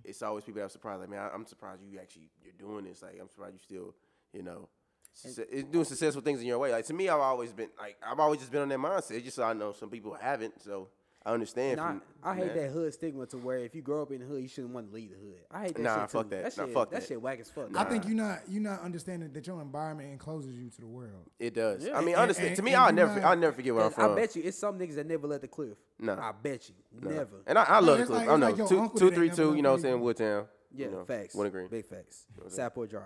[SPEAKER 2] it's always people that are surprised. Like man, I, I'm surprised you actually you're doing this. Like I'm surprised you still you know. succe- It's doing successful things in your way. Like to me, I've always been like I've always just been on that mindset. It's just I know some people haven't, so I understand.
[SPEAKER 1] And I,
[SPEAKER 2] from-
[SPEAKER 1] I hate
[SPEAKER 2] man.
[SPEAKER 1] that hood stigma to where if you grow up in the hood, you shouldn't want to leave the hood. I hate that
[SPEAKER 2] Nah,
[SPEAKER 1] shit.
[SPEAKER 2] fuck
[SPEAKER 1] too.
[SPEAKER 2] that.
[SPEAKER 1] That
[SPEAKER 2] Nah,
[SPEAKER 1] shit,
[SPEAKER 2] fuck
[SPEAKER 1] that
[SPEAKER 2] that.
[SPEAKER 1] shit whack as fuck.
[SPEAKER 3] I think you're not you're not understanding that your environment encloses you to the world.
[SPEAKER 2] It does. I mean,
[SPEAKER 3] And-
[SPEAKER 2] honestly,
[SPEAKER 3] and-
[SPEAKER 2] to me,
[SPEAKER 3] and
[SPEAKER 2] I'll
[SPEAKER 3] you
[SPEAKER 2] never,
[SPEAKER 3] know-
[SPEAKER 2] I'll never forget where I'm
[SPEAKER 1] And
[SPEAKER 2] from.
[SPEAKER 1] I bet you it's some niggas that never left the cliff.
[SPEAKER 2] No.
[SPEAKER 1] I bet you
[SPEAKER 2] No.
[SPEAKER 1] never.
[SPEAKER 2] And I, I
[SPEAKER 3] No,
[SPEAKER 2] love the
[SPEAKER 3] it's
[SPEAKER 2] Cliff.
[SPEAKER 3] like-
[SPEAKER 2] I
[SPEAKER 3] it's
[SPEAKER 2] know
[SPEAKER 3] like your
[SPEAKER 2] two,
[SPEAKER 3] uncle
[SPEAKER 2] two,
[SPEAKER 3] that
[SPEAKER 2] three,
[SPEAKER 3] never
[SPEAKER 2] two. You
[SPEAKER 3] left
[SPEAKER 2] know what I'm
[SPEAKER 3] Cleveland.
[SPEAKER 2] saying? Woodtown.
[SPEAKER 1] Yeah,
[SPEAKER 2] you know,
[SPEAKER 1] facts.
[SPEAKER 2] Winter Green.
[SPEAKER 1] Big facts. Southport Drive.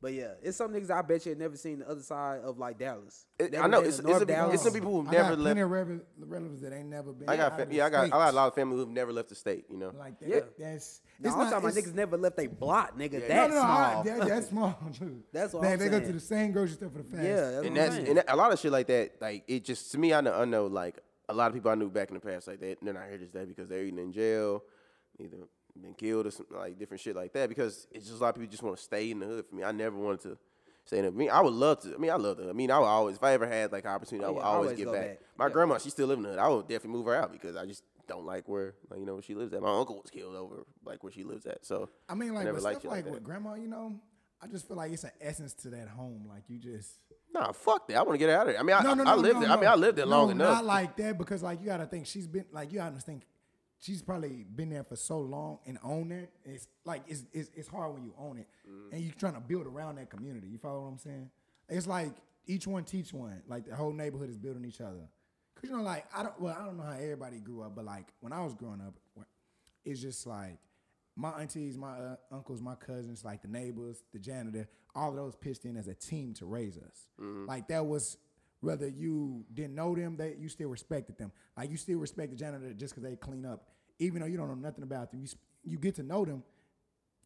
[SPEAKER 1] But yeah, it's some niggas I bet you had never seen the other side of like Dallas.
[SPEAKER 2] It-
[SPEAKER 1] They
[SPEAKER 2] I
[SPEAKER 1] were
[SPEAKER 2] know
[SPEAKER 1] in
[SPEAKER 2] it's,
[SPEAKER 1] the
[SPEAKER 2] it's,
[SPEAKER 1] North
[SPEAKER 2] a, people- it's
[SPEAKER 1] Dallas.
[SPEAKER 2] some people who've
[SPEAKER 3] I
[SPEAKER 2] never
[SPEAKER 3] got
[SPEAKER 2] left.
[SPEAKER 3] Plenty of revel- relatives that ain't never been.
[SPEAKER 2] I
[SPEAKER 3] out
[SPEAKER 2] got,
[SPEAKER 3] of
[SPEAKER 2] fa-
[SPEAKER 3] the
[SPEAKER 2] yeah, I got, I got a
[SPEAKER 3] States.
[SPEAKER 2] lot of family who've never left the state. You know,
[SPEAKER 3] Like that,
[SPEAKER 1] Yeah.
[SPEAKER 3] that's.
[SPEAKER 1] No,
[SPEAKER 3] it's
[SPEAKER 1] I'm talking about
[SPEAKER 3] it's-
[SPEAKER 1] niggas never left they block, nigga.
[SPEAKER 2] Yeah.
[SPEAKER 1] That
[SPEAKER 3] no, no, no, I-
[SPEAKER 1] small.
[SPEAKER 3] that- that's small. Dude.
[SPEAKER 1] That's what
[SPEAKER 3] they,
[SPEAKER 1] I'm
[SPEAKER 3] they go to
[SPEAKER 1] saying.
[SPEAKER 3] the same grocery store for the fast.
[SPEAKER 1] yeah, that's what I'm
[SPEAKER 2] and that's
[SPEAKER 1] saying.
[SPEAKER 2] and that- a lot of shit like that. Like it just to me, I know, I know like a lot of people I knew back in the past, like they, they're not here this day because they're either in jail, either been killed or something like different shit like that. Because it's just a lot of people just want to stay in the hood. For me, I never wanted to. stay in the I mean, I would love to. I mean, I love it. I mean, I would always, if I ever had like an opportunity, I
[SPEAKER 1] Oh,
[SPEAKER 2] would
[SPEAKER 1] yeah,
[SPEAKER 2] always,
[SPEAKER 1] always
[SPEAKER 2] get
[SPEAKER 1] go
[SPEAKER 2] back.
[SPEAKER 1] back.
[SPEAKER 2] My grandma, she still living in the hood. I would definitely move her out because I just don't like where, like, you know, where she lives at. My uncle was killed over like where she lives at. So
[SPEAKER 3] I mean, like,
[SPEAKER 2] never
[SPEAKER 3] but
[SPEAKER 2] liked
[SPEAKER 3] stuff
[SPEAKER 2] shit
[SPEAKER 3] like,
[SPEAKER 2] that.
[SPEAKER 3] with grandma, you know, I just feel like it's an essence to that home. Like, you just.
[SPEAKER 2] Nah, fuck that. I want to get out of there. I mean, I,
[SPEAKER 3] No, no, no.
[SPEAKER 2] I lived
[SPEAKER 3] no,
[SPEAKER 2] there. I
[SPEAKER 3] no.
[SPEAKER 2] mean, I lived there
[SPEAKER 3] No,
[SPEAKER 2] long enough.
[SPEAKER 3] Not like that because, like, you got to think she's been, like, you got to think she's probably been there for so long and own it. It's like, it's, it's, it's hard when you own it
[SPEAKER 2] Mm.
[SPEAKER 3] and you're trying to build around that community. You follow what I'm saying? It's like each one teach one. Like, the whole neighborhood is building each other. Cause you know, like I don't. Well, I don't know how everybody grew up, but like when I was growing up, wh- it's just like my aunties, my uh, uncles, my cousins, like the neighbors, the janitor, all of those pitched in as a team to raise us.
[SPEAKER 2] Mm-hmm.
[SPEAKER 3] Like that was whether you didn't know them, that you still respected them. Like you still respect the janitor just because they clean up, even though you don't know nothing about them. You sp- you get to know them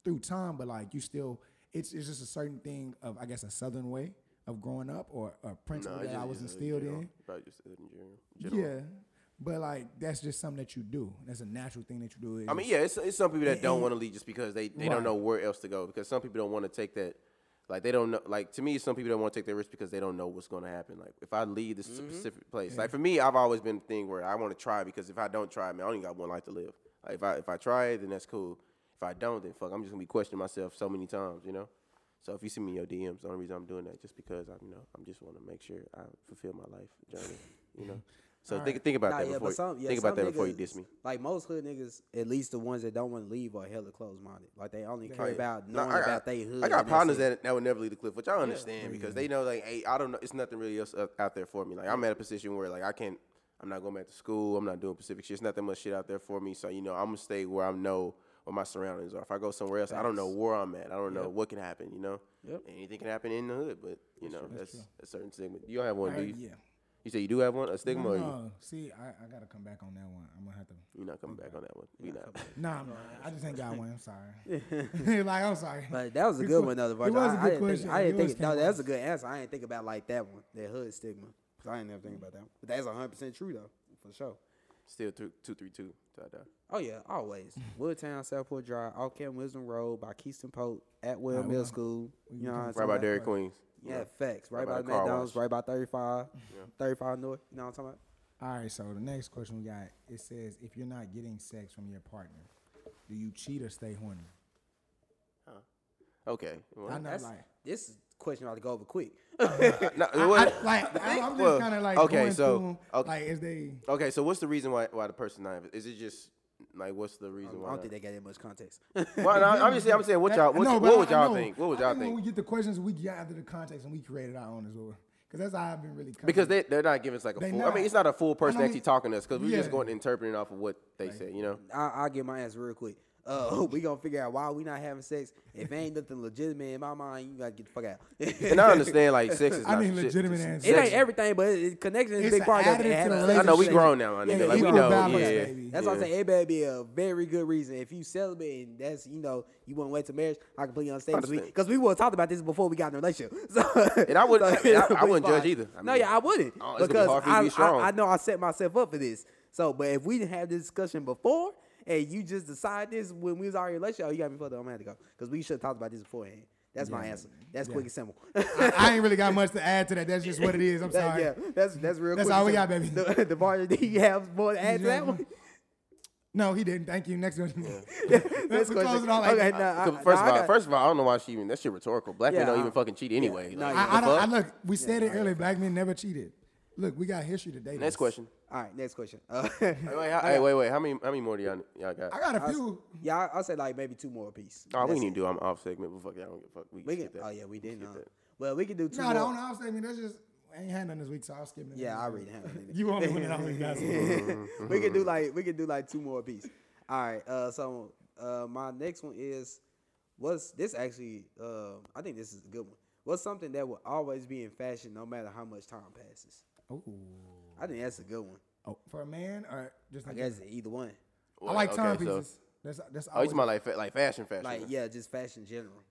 [SPEAKER 3] through time, but like you still, it's it's just a certain thing of I guess a southern way of growing up or a principle that I was instilled in.
[SPEAKER 2] Probably just in general.
[SPEAKER 3] Yeah, but like that's just something that you do. That's a natural thing that you do. It's
[SPEAKER 2] I mean,
[SPEAKER 3] just-
[SPEAKER 2] yeah, it's, it's some people that don't
[SPEAKER 3] and-
[SPEAKER 2] want to leave just because they, they don't
[SPEAKER 3] Right.
[SPEAKER 2] know where else to go because some people don't want to take that Like they don't know. Like to me, some people don't want to take their risk because they don't know what's going to happen. Like if I leave this
[SPEAKER 1] Mm-hmm.
[SPEAKER 2] specific place, like for me, I've always been a thing where I want to try because if I don't try, man, I only got one life to live. Like if I if I try it, then that's cool. If I don't, then fuck, I'm just gonna be questioning myself so many times, you know. So if you see me in your DMs, the only reason I'm doing that just because I'm, you know, I'm just want to make sure I fulfill my life journey, you know. So think think about
[SPEAKER 1] Nah,
[SPEAKER 2] that
[SPEAKER 1] yeah,
[SPEAKER 2] before
[SPEAKER 1] but some, yeah,
[SPEAKER 2] think about
[SPEAKER 1] some
[SPEAKER 2] that before you
[SPEAKER 1] niggas-
[SPEAKER 2] diss me.
[SPEAKER 1] Like most hood niggas, at least the ones that don't want to leave are hella close minded. Like they only care
[SPEAKER 2] Right.
[SPEAKER 1] about
[SPEAKER 2] No,
[SPEAKER 1] knowing
[SPEAKER 2] I got-
[SPEAKER 1] about they hood.
[SPEAKER 2] I got
[SPEAKER 1] and that's
[SPEAKER 2] partners
[SPEAKER 1] it.
[SPEAKER 2] that, that would never leave the cliff, which I understand
[SPEAKER 3] Mm-hmm.
[SPEAKER 2] because they know like, hey, I don't know, it's nothing really else up- out there for me. Like I'm at a position where like I can't, I'm not going back to school, I'm not doing Pacific shit. It's not that much shit out there for me, so you know I'm gonna stay where I know what my surroundings are. If I go somewhere else, I don't know where I'm at. I don't know what can happen. You know,
[SPEAKER 1] Yep.
[SPEAKER 2] anything can happen in the hood, but you know that's, a certain stigma. You don't have one,
[SPEAKER 3] Uh,
[SPEAKER 2] do you?
[SPEAKER 3] yeah.
[SPEAKER 2] You say you do have one, a stigma, or you,
[SPEAKER 3] No, see, I, I gotta come back on that one. I'm gonna have to.
[SPEAKER 2] you're not coming back on that one. We not.
[SPEAKER 3] Nah, I'm not. I just ain't got one. I'm sorry. like I'm sorry.
[SPEAKER 1] But that was a
[SPEAKER 3] It
[SPEAKER 1] good
[SPEAKER 3] wa-
[SPEAKER 1] one, though.
[SPEAKER 3] it
[SPEAKER 1] Virgil.
[SPEAKER 3] was a
[SPEAKER 1] I, I
[SPEAKER 3] good
[SPEAKER 1] didn't
[SPEAKER 3] question.
[SPEAKER 1] think, I didn't
[SPEAKER 3] Yours
[SPEAKER 1] think no,
[SPEAKER 3] came
[SPEAKER 1] that
[SPEAKER 3] up.
[SPEAKER 1] was a good answer. I didn't think about like that one, that hood stigma. 'Cause I didn't ever think about that one. But that's 100% true, though, for sure.
[SPEAKER 2] Still two, two, three, two. till I die.
[SPEAKER 1] Oh, yeah, always. Woodtown, Southport Drive, off Camp Wisdom Road by Keystone Pope, Atwell
[SPEAKER 3] Alright, we
[SPEAKER 1] Middle
[SPEAKER 3] gonna-
[SPEAKER 1] School. You know what I'm
[SPEAKER 2] Right
[SPEAKER 1] talking
[SPEAKER 2] by
[SPEAKER 1] about?
[SPEAKER 2] Dairy Queens.
[SPEAKER 1] Yeah, facts. Right,
[SPEAKER 2] by
[SPEAKER 1] by,
[SPEAKER 2] the car
[SPEAKER 1] McDonald's,
[SPEAKER 2] wash.
[SPEAKER 1] right by 35, 35 North. You know what I'm talking about?
[SPEAKER 3] All right. So the next question we got it says, if you're not getting sex from your partner, do you cheat or stay horny?
[SPEAKER 2] Okay. Well,
[SPEAKER 3] I know,
[SPEAKER 1] That's,
[SPEAKER 3] like.
[SPEAKER 1] this is a question about to go over quick.
[SPEAKER 2] no,
[SPEAKER 3] I-
[SPEAKER 2] what-
[SPEAKER 3] I- like I, am just
[SPEAKER 2] well,
[SPEAKER 3] kind of like
[SPEAKER 2] okay,
[SPEAKER 3] going
[SPEAKER 2] so,
[SPEAKER 3] through,
[SPEAKER 2] okay.
[SPEAKER 3] like is they
[SPEAKER 2] Okay, so what's the reason why why the person not? Is it just like what's the
[SPEAKER 1] I
[SPEAKER 2] reason why?
[SPEAKER 1] don't think
[SPEAKER 2] not?
[SPEAKER 1] they got that much context.
[SPEAKER 2] Well, no, I'm just saying. I'm saying what y'all. What,
[SPEAKER 3] No, but
[SPEAKER 2] what would
[SPEAKER 3] I- I
[SPEAKER 2] y'all
[SPEAKER 3] know-
[SPEAKER 2] think? What would
[SPEAKER 3] I
[SPEAKER 2] y'all
[SPEAKER 3] When we
[SPEAKER 2] think?
[SPEAKER 3] get the questions, we gather the context and we created our own as well. Because that's how I've been really. coming.
[SPEAKER 2] Because they they're not giving us like a
[SPEAKER 3] They
[SPEAKER 2] full. I
[SPEAKER 3] not.
[SPEAKER 2] mean, it's not a full person
[SPEAKER 3] mean,
[SPEAKER 2] actually talking to us because we're just
[SPEAKER 3] yeah.
[SPEAKER 2] going to interpreting off of what they say. You know.
[SPEAKER 1] I, I'll get my answer real quick. Uh, we gonna figure out why we not having sex. If ain't nothing legitimate in my mind, you gotta get the fuck out.
[SPEAKER 2] And I understand like sex is.
[SPEAKER 3] I
[SPEAKER 2] not
[SPEAKER 3] mean,
[SPEAKER 2] shit.
[SPEAKER 3] legitimate
[SPEAKER 2] Just-
[SPEAKER 3] answer.
[SPEAKER 1] It ain't everything, but it, it- connection is a
[SPEAKER 3] It's
[SPEAKER 1] big
[SPEAKER 3] an
[SPEAKER 1] part of it.
[SPEAKER 3] added
[SPEAKER 1] It
[SPEAKER 3] to
[SPEAKER 1] had
[SPEAKER 3] the
[SPEAKER 1] a-
[SPEAKER 2] I know we
[SPEAKER 3] relationship.
[SPEAKER 2] grown now, my
[SPEAKER 3] Yeah,
[SPEAKER 2] nigga.
[SPEAKER 3] yeah,
[SPEAKER 2] like
[SPEAKER 3] you
[SPEAKER 2] we
[SPEAKER 3] gonna
[SPEAKER 2] know.
[SPEAKER 3] balance,
[SPEAKER 2] yeah.
[SPEAKER 3] baby.
[SPEAKER 1] That's what I'm saying. It better be a very good reason. If you celibate and that's, you know, you wouldn't wait to marriage, I completely understand.
[SPEAKER 2] Understand.
[SPEAKER 1] Because we, would have talked about this before we got in a relationship. So,
[SPEAKER 2] And I wouldn't-
[SPEAKER 1] so
[SPEAKER 2] I mean, I- I
[SPEAKER 1] it's
[SPEAKER 2] wouldn't judge
[SPEAKER 1] fine.
[SPEAKER 2] either. I
[SPEAKER 1] no,
[SPEAKER 2] mean,
[SPEAKER 1] yeah, I wouldn't.
[SPEAKER 2] oh, it's gonna be
[SPEAKER 1] because
[SPEAKER 2] hard for you to
[SPEAKER 1] I,
[SPEAKER 2] be strong.
[SPEAKER 1] I, I know I set myself up for this. So, but if we didn't have this discussion before and you just decide this when we was already in a relationship, oh, you got me fucked up. I'm going to have to go. Because we should have talked about this beforehand. That's my answer. That's quick and simple.
[SPEAKER 3] I, I ain't really got much to add to that. That's just what it is. I'm
[SPEAKER 1] That-
[SPEAKER 3] sorry.
[SPEAKER 1] yeah, that's that's real.
[SPEAKER 3] That's
[SPEAKER 1] quick.
[SPEAKER 3] all we
[SPEAKER 1] So
[SPEAKER 3] got, baby.
[SPEAKER 1] The, the bar that you have more to add to that
[SPEAKER 3] Yeah.
[SPEAKER 1] one.
[SPEAKER 3] No, he didn't. Thank you. Next one.
[SPEAKER 1] This
[SPEAKER 3] Let's close
[SPEAKER 1] question-
[SPEAKER 3] it all like
[SPEAKER 1] okay,
[SPEAKER 3] that.
[SPEAKER 1] nah, I-
[SPEAKER 2] 'Cause
[SPEAKER 1] nah,
[SPEAKER 2] First
[SPEAKER 1] I
[SPEAKER 2] of all,
[SPEAKER 1] got-
[SPEAKER 2] first of all, I don't know why she even that shit rhetorical. Black
[SPEAKER 1] Yeah,
[SPEAKER 2] men don't
[SPEAKER 1] I-
[SPEAKER 2] even fucking cheat anyway.
[SPEAKER 1] no,
[SPEAKER 2] Like,
[SPEAKER 1] yeah.
[SPEAKER 2] what the
[SPEAKER 3] I, I, don't, I
[SPEAKER 2] fuck?
[SPEAKER 3] look. We said it earlier. Black men never cheated. Look, we got history today.
[SPEAKER 2] Next question.
[SPEAKER 1] All right, next question. Uh,
[SPEAKER 2] Hey, wait, hey, wait, wait. How many how many more do y'all y'all got?
[SPEAKER 3] I got a few.
[SPEAKER 1] yeah, I- I'll say like maybe two more apiece.
[SPEAKER 2] Oh, we
[SPEAKER 1] That's
[SPEAKER 2] need
[SPEAKER 1] it.
[SPEAKER 2] to do. I'm off segment. But fuck it, I don't give a fuck. We,
[SPEAKER 1] We
[SPEAKER 2] skip
[SPEAKER 1] can,
[SPEAKER 2] that.
[SPEAKER 1] oh yeah, we didn't.
[SPEAKER 2] skip
[SPEAKER 1] uh,
[SPEAKER 2] that.
[SPEAKER 1] well, we can do two
[SPEAKER 3] No, no,
[SPEAKER 1] more.
[SPEAKER 3] no. I'm saying I mean, that's just I ain't had none this week, so I'll skip it.
[SPEAKER 1] Yeah, I read it.
[SPEAKER 3] You only win it. I only got some.
[SPEAKER 1] we can
[SPEAKER 2] Mm-hmm.
[SPEAKER 1] do like we can do like two more apiece. All right. Uh, so uh, my next one is what's this actually? Uh, I think this is a good one. What's something that will always be in fashion no matter how much time passes?
[SPEAKER 3] Ooh.
[SPEAKER 1] I think that's a good one.
[SPEAKER 3] Oh, for a man or just
[SPEAKER 1] I
[SPEAKER 3] in
[SPEAKER 1] guess
[SPEAKER 3] general?
[SPEAKER 1] either one.
[SPEAKER 3] I
[SPEAKER 2] Well,
[SPEAKER 3] like
[SPEAKER 2] okay, so-
[SPEAKER 3] timepieces. that's that's
[SPEAKER 2] Oh, you
[SPEAKER 3] always,
[SPEAKER 2] talking about like fa- like fashion, fashion?
[SPEAKER 1] Like
[SPEAKER 2] huh?
[SPEAKER 1] yeah, just fashion in general.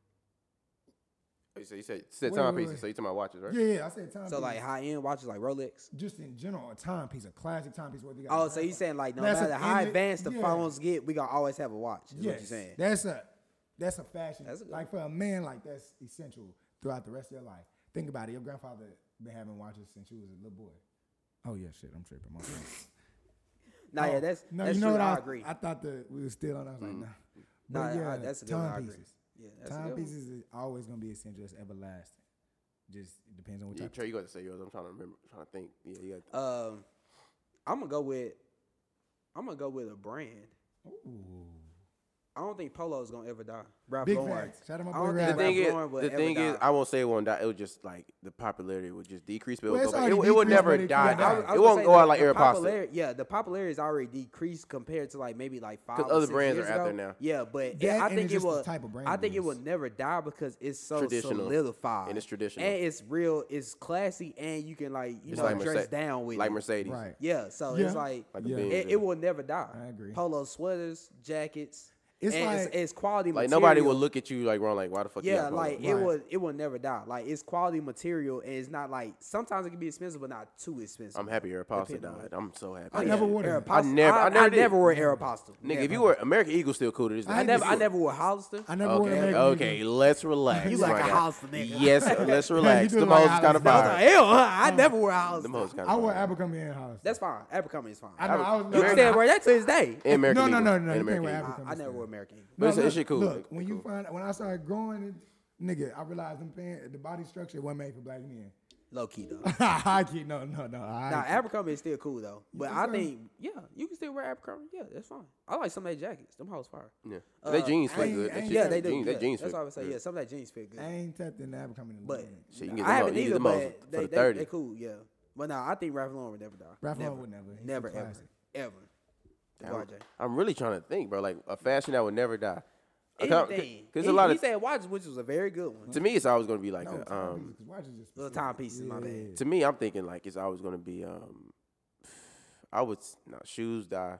[SPEAKER 2] Oh, You said you said, said
[SPEAKER 3] Wait, wait,
[SPEAKER 2] timepieces,
[SPEAKER 3] wait.
[SPEAKER 2] so you talking about watches, right?
[SPEAKER 3] yeah, yeah. I said timepieces.
[SPEAKER 1] So like high end watches like Rolex.
[SPEAKER 3] just in general, a timepiece, a classic timepiece. Whether you got a
[SPEAKER 1] Oh, so
[SPEAKER 3] bracelet-
[SPEAKER 1] you saying like no
[SPEAKER 3] That's
[SPEAKER 1] matter
[SPEAKER 3] an
[SPEAKER 1] how
[SPEAKER 3] inlet-
[SPEAKER 1] advanced the
[SPEAKER 3] yeah.
[SPEAKER 1] phones get, we gonna always have a watch. Is
[SPEAKER 3] Yes,
[SPEAKER 1] what you're saying.
[SPEAKER 3] that's a that's a fashion.
[SPEAKER 1] That's a good
[SPEAKER 3] like for a man, like that's essential throughout the rest of your life. Think about it. Your grandfather been having watches since you was a little boy. Oh yeah, shit. I'm tripping. My fault.
[SPEAKER 1] Nah, yeah, that's
[SPEAKER 3] Oh, no.
[SPEAKER 1] that's
[SPEAKER 3] you know
[SPEAKER 1] true.
[SPEAKER 3] what
[SPEAKER 1] I,
[SPEAKER 3] I,
[SPEAKER 1] agree. Mm.
[SPEAKER 3] I thought that we were still on. I was like, nah. But
[SPEAKER 1] Nah, I- that's a good one. I agree. Yeah, that's a good one.
[SPEAKER 3] timepieces is always gonna be essential. It's everlasting. Just it depends on what
[SPEAKER 2] Yeah,
[SPEAKER 3] type.
[SPEAKER 2] Trey, you got to say yours. I'm trying to remember, trying to think. Yeah, you got.
[SPEAKER 1] um, I'm gonna go with I'm gonna go with a brand.
[SPEAKER 3] Ooh.
[SPEAKER 1] I don't think Polo's gonna ever die. Ralph
[SPEAKER 3] Big
[SPEAKER 1] Lauren.
[SPEAKER 3] facts. Shout out my
[SPEAKER 1] I
[SPEAKER 3] boy
[SPEAKER 1] don't
[SPEAKER 3] Ralph.
[SPEAKER 2] The
[SPEAKER 1] think
[SPEAKER 2] thing is,
[SPEAKER 1] Lauren will
[SPEAKER 2] the
[SPEAKER 1] ever
[SPEAKER 2] thing
[SPEAKER 1] die.
[SPEAKER 2] is, I won't say it won't die. It would just like the popularity would just decrease, but it,
[SPEAKER 3] Well,
[SPEAKER 2] would
[SPEAKER 3] it's
[SPEAKER 2] go back. it,
[SPEAKER 3] already
[SPEAKER 2] would- it would
[SPEAKER 3] decreased,
[SPEAKER 2] never
[SPEAKER 3] but it-
[SPEAKER 2] die.
[SPEAKER 3] yeah, I
[SPEAKER 2] down.
[SPEAKER 3] was-
[SPEAKER 1] I was
[SPEAKER 2] it
[SPEAKER 1] gonna
[SPEAKER 2] won't
[SPEAKER 1] say
[SPEAKER 2] go
[SPEAKER 1] the-
[SPEAKER 2] out like
[SPEAKER 1] the
[SPEAKER 2] Aeropostale.
[SPEAKER 1] popular- Yeah, the popularity is already decreased compared to like maybe like five.
[SPEAKER 2] 'Cause
[SPEAKER 1] or
[SPEAKER 2] other
[SPEAKER 1] six
[SPEAKER 2] brands
[SPEAKER 1] years
[SPEAKER 2] are out
[SPEAKER 1] ago.
[SPEAKER 2] there now.
[SPEAKER 1] Yeah, but
[SPEAKER 3] That
[SPEAKER 1] I
[SPEAKER 3] and
[SPEAKER 1] think
[SPEAKER 3] it's
[SPEAKER 1] it
[SPEAKER 3] just the
[SPEAKER 1] will.
[SPEAKER 3] type of brand
[SPEAKER 1] I think
[SPEAKER 3] it
[SPEAKER 1] it will
[SPEAKER 3] is.
[SPEAKER 1] never die because it's so
[SPEAKER 2] Traditional.
[SPEAKER 1] solidified
[SPEAKER 2] And it's traditional.
[SPEAKER 1] and it's real. It's classy, and you can like you
[SPEAKER 2] It's
[SPEAKER 1] know
[SPEAKER 2] like
[SPEAKER 1] dress
[SPEAKER 2] Mercedes,
[SPEAKER 1] down with
[SPEAKER 2] like
[SPEAKER 1] it.
[SPEAKER 2] Mercedes.
[SPEAKER 3] Right.
[SPEAKER 1] Yeah, so
[SPEAKER 3] Yeah.
[SPEAKER 1] it's like,
[SPEAKER 2] Like the
[SPEAKER 3] Yeah.
[SPEAKER 2] Benz
[SPEAKER 1] it,
[SPEAKER 2] and-
[SPEAKER 1] it will never die.
[SPEAKER 3] I agree.
[SPEAKER 1] Polo sweaters, jackets,
[SPEAKER 3] It's
[SPEAKER 1] and
[SPEAKER 3] like
[SPEAKER 1] it's, it's quality.
[SPEAKER 2] Like
[SPEAKER 1] material.
[SPEAKER 2] nobody will look at you like wrong. Like why the fuck? you
[SPEAKER 1] Yeah,
[SPEAKER 2] got Polo?
[SPEAKER 1] like it
[SPEAKER 3] Right.
[SPEAKER 1] will it will never die. Like it's quality material and it's not like sometimes it can be expensive, but not too expensive.
[SPEAKER 2] I'm happy Aeropostale
[SPEAKER 1] Depending on
[SPEAKER 2] died. I'm so happy.
[SPEAKER 3] I never
[SPEAKER 1] Yeah,
[SPEAKER 3] wore that.
[SPEAKER 1] Aeropostale. I never, I, never,
[SPEAKER 2] did.
[SPEAKER 1] wore Aeropostale.
[SPEAKER 2] Nigga, if you were American Eagle's still cool to this day.
[SPEAKER 1] I never, I never wore Hollister.
[SPEAKER 3] I never wore an
[SPEAKER 2] Okay,
[SPEAKER 3] American
[SPEAKER 2] okay, let's relax.
[SPEAKER 1] You like
[SPEAKER 2] right
[SPEAKER 1] a
[SPEAKER 2] now.
[SPEAKER 1] house nigga.
[SPEAKER 2] Yes, let's relax.
[SPEAKER 3] do
[SPEAKER 2] The
[SPEAKER 3] like
[SPEAKER 2] most
[SPEAKER 3] a
[SPEAKER 2] kind of
[SPEAKER 3] house nigga.
[SPEAKER 1] I was
[SPEAKER 2] fire.
[SPEAKER 1] like, hell, huh, I never wore
[SPEAKER 2] The
[SPEAKER 1] Hollister.
[SPEAKER 2] most kind
[SPEAKER 3] I
[SPEAKER 2] of
[SPEAKER 3] wore
[SPEAKER 2] fire.
[SPEAKER 3] Abercrombie and Hollister.
[SPEAKER 1] That's fine. Abercrombie is fine.
[SPEAKER 3] I know. I was.
[SPEAKER 1] you
[SPEAKER 3] American-
[SPEAKER 1] still wear that to this day.
[SPEAKER 2] And American
[SPEAKER 3] No,
[SPEAKER 2] Eagle.
[SPEAKER 3] no, no, no.
[SPEAKER 2] And
[SPEAKER 3] You can't wear
[SPEAKER 2] American
[SPEAKER 1] I,
[SPEAKER 2] Eagle.
[SPEAKER 1] I
[SPEAKER 3] Abercrombie.
[SPEAKER 1] never wore American. Eagle.
[SPEAKER 2] But it's-
[SPEAKER 3] look,
[SPEAKER 2] it's shit cool.
[SPEAKER 3] Look,
[SPEAKER 2] It's
[SPEAKER 3] when you
[SPEAKER 2] cool.
[SPEAKER 3] find when I started growing, nigga, I realized them pants, the body structure wasn't made for black men.
[SPEAKER 1] Low key though.
[SPEAKER 3] I get no, no, no. I
[SPEAKER 1] Now
[SPEAKER 3] get-
[SPEAKER 1] Abercrombie is still cool though, but
[SPEAKER 3] think
[SPEAKER 1] I
[SPEAKER 3] so?
[SPEAKER 1] think yeah, you can still wear Abercrombie. Yeah, that's fine. I like some of their jackets. Them hoes fire.
[SPEAKER 2] Yeah. They jeans
[SPEAKER 3] I
[SPEAKER 2] fit
[SPEAKER 3] ain't-
[SPEAKER 2] good.
[SPEAKER 3] I
[SPEAKER 2] That
[SPEAKER 3] ain't-
[SPEAKER 2] shit-
[SPEAKER 1] Yeah, they do.
[SPEAKER 2] jeans-
[SPEAKER 1] yeah.
[SPEAKER 2] That jeans
[SPEAKER 1] that's
[SPEAKER 2] fit.
[SPEAKER 1] what I would say. Yeah, some of that jeans fit good.
[SPEAKER 3] I ain't tapped into Abercrombie. in a
[SPEAKER 1] But
[SPEAKER 3] minute.
[SPEAKER 2] Shit, Mm, you can get
[SPEAKER 1] I
[SPEAKER 2] them
[SPEAKER 1] haven't
[SPEAKER 2] hoes- you
[SPEAKER 1] either.
[SPEAKER 2] can get them hoes
[SPEAKER 1] But
[SPEAKER 2] for
[SPEAKER 1] they,
[SPEAKER 2] the
[SPEAKER 1] they,
[SPEAKER 2] 30.
[SPEAKER 1] they cool. Yeah, but nah, I think Ralph Lauren would never die.
[SPEAKER 3] Ralph
[SPEAKER 1] never,
[SPEAKER 3] Lauren would never. He's too
[SPEAKER 1] never, ever,
[SPEAKER 3] classy.
[SPEAKER 1] ever.
[SPEAKER 2] Damn,
[SPEAKER 1] YJ.
[SPEAKER 2] I'm really trying to think, bro. Like a fashion that would never die. I can't-
[SPEAKER 1] Anything.
[SPEAKER 2] Cause
[SPEAKER 1] he,
[SPEAKER 2] a lot
[SPEAKER 1] he
[SPEAKER 2] of
[SPEAKER 1] said watch, which was a very good one.
[SPEAKER 2] to me, it's always gonna be like
[SPEAKER 3] No,
[SPEAKER 2] a, um.
[SPEAKER 3] because watches just
[SPEAKER 1] Little timepieces, my bad.
[SPEAKER 2] To me, I'm thinking like it's always gonna be um. I would no shoes die,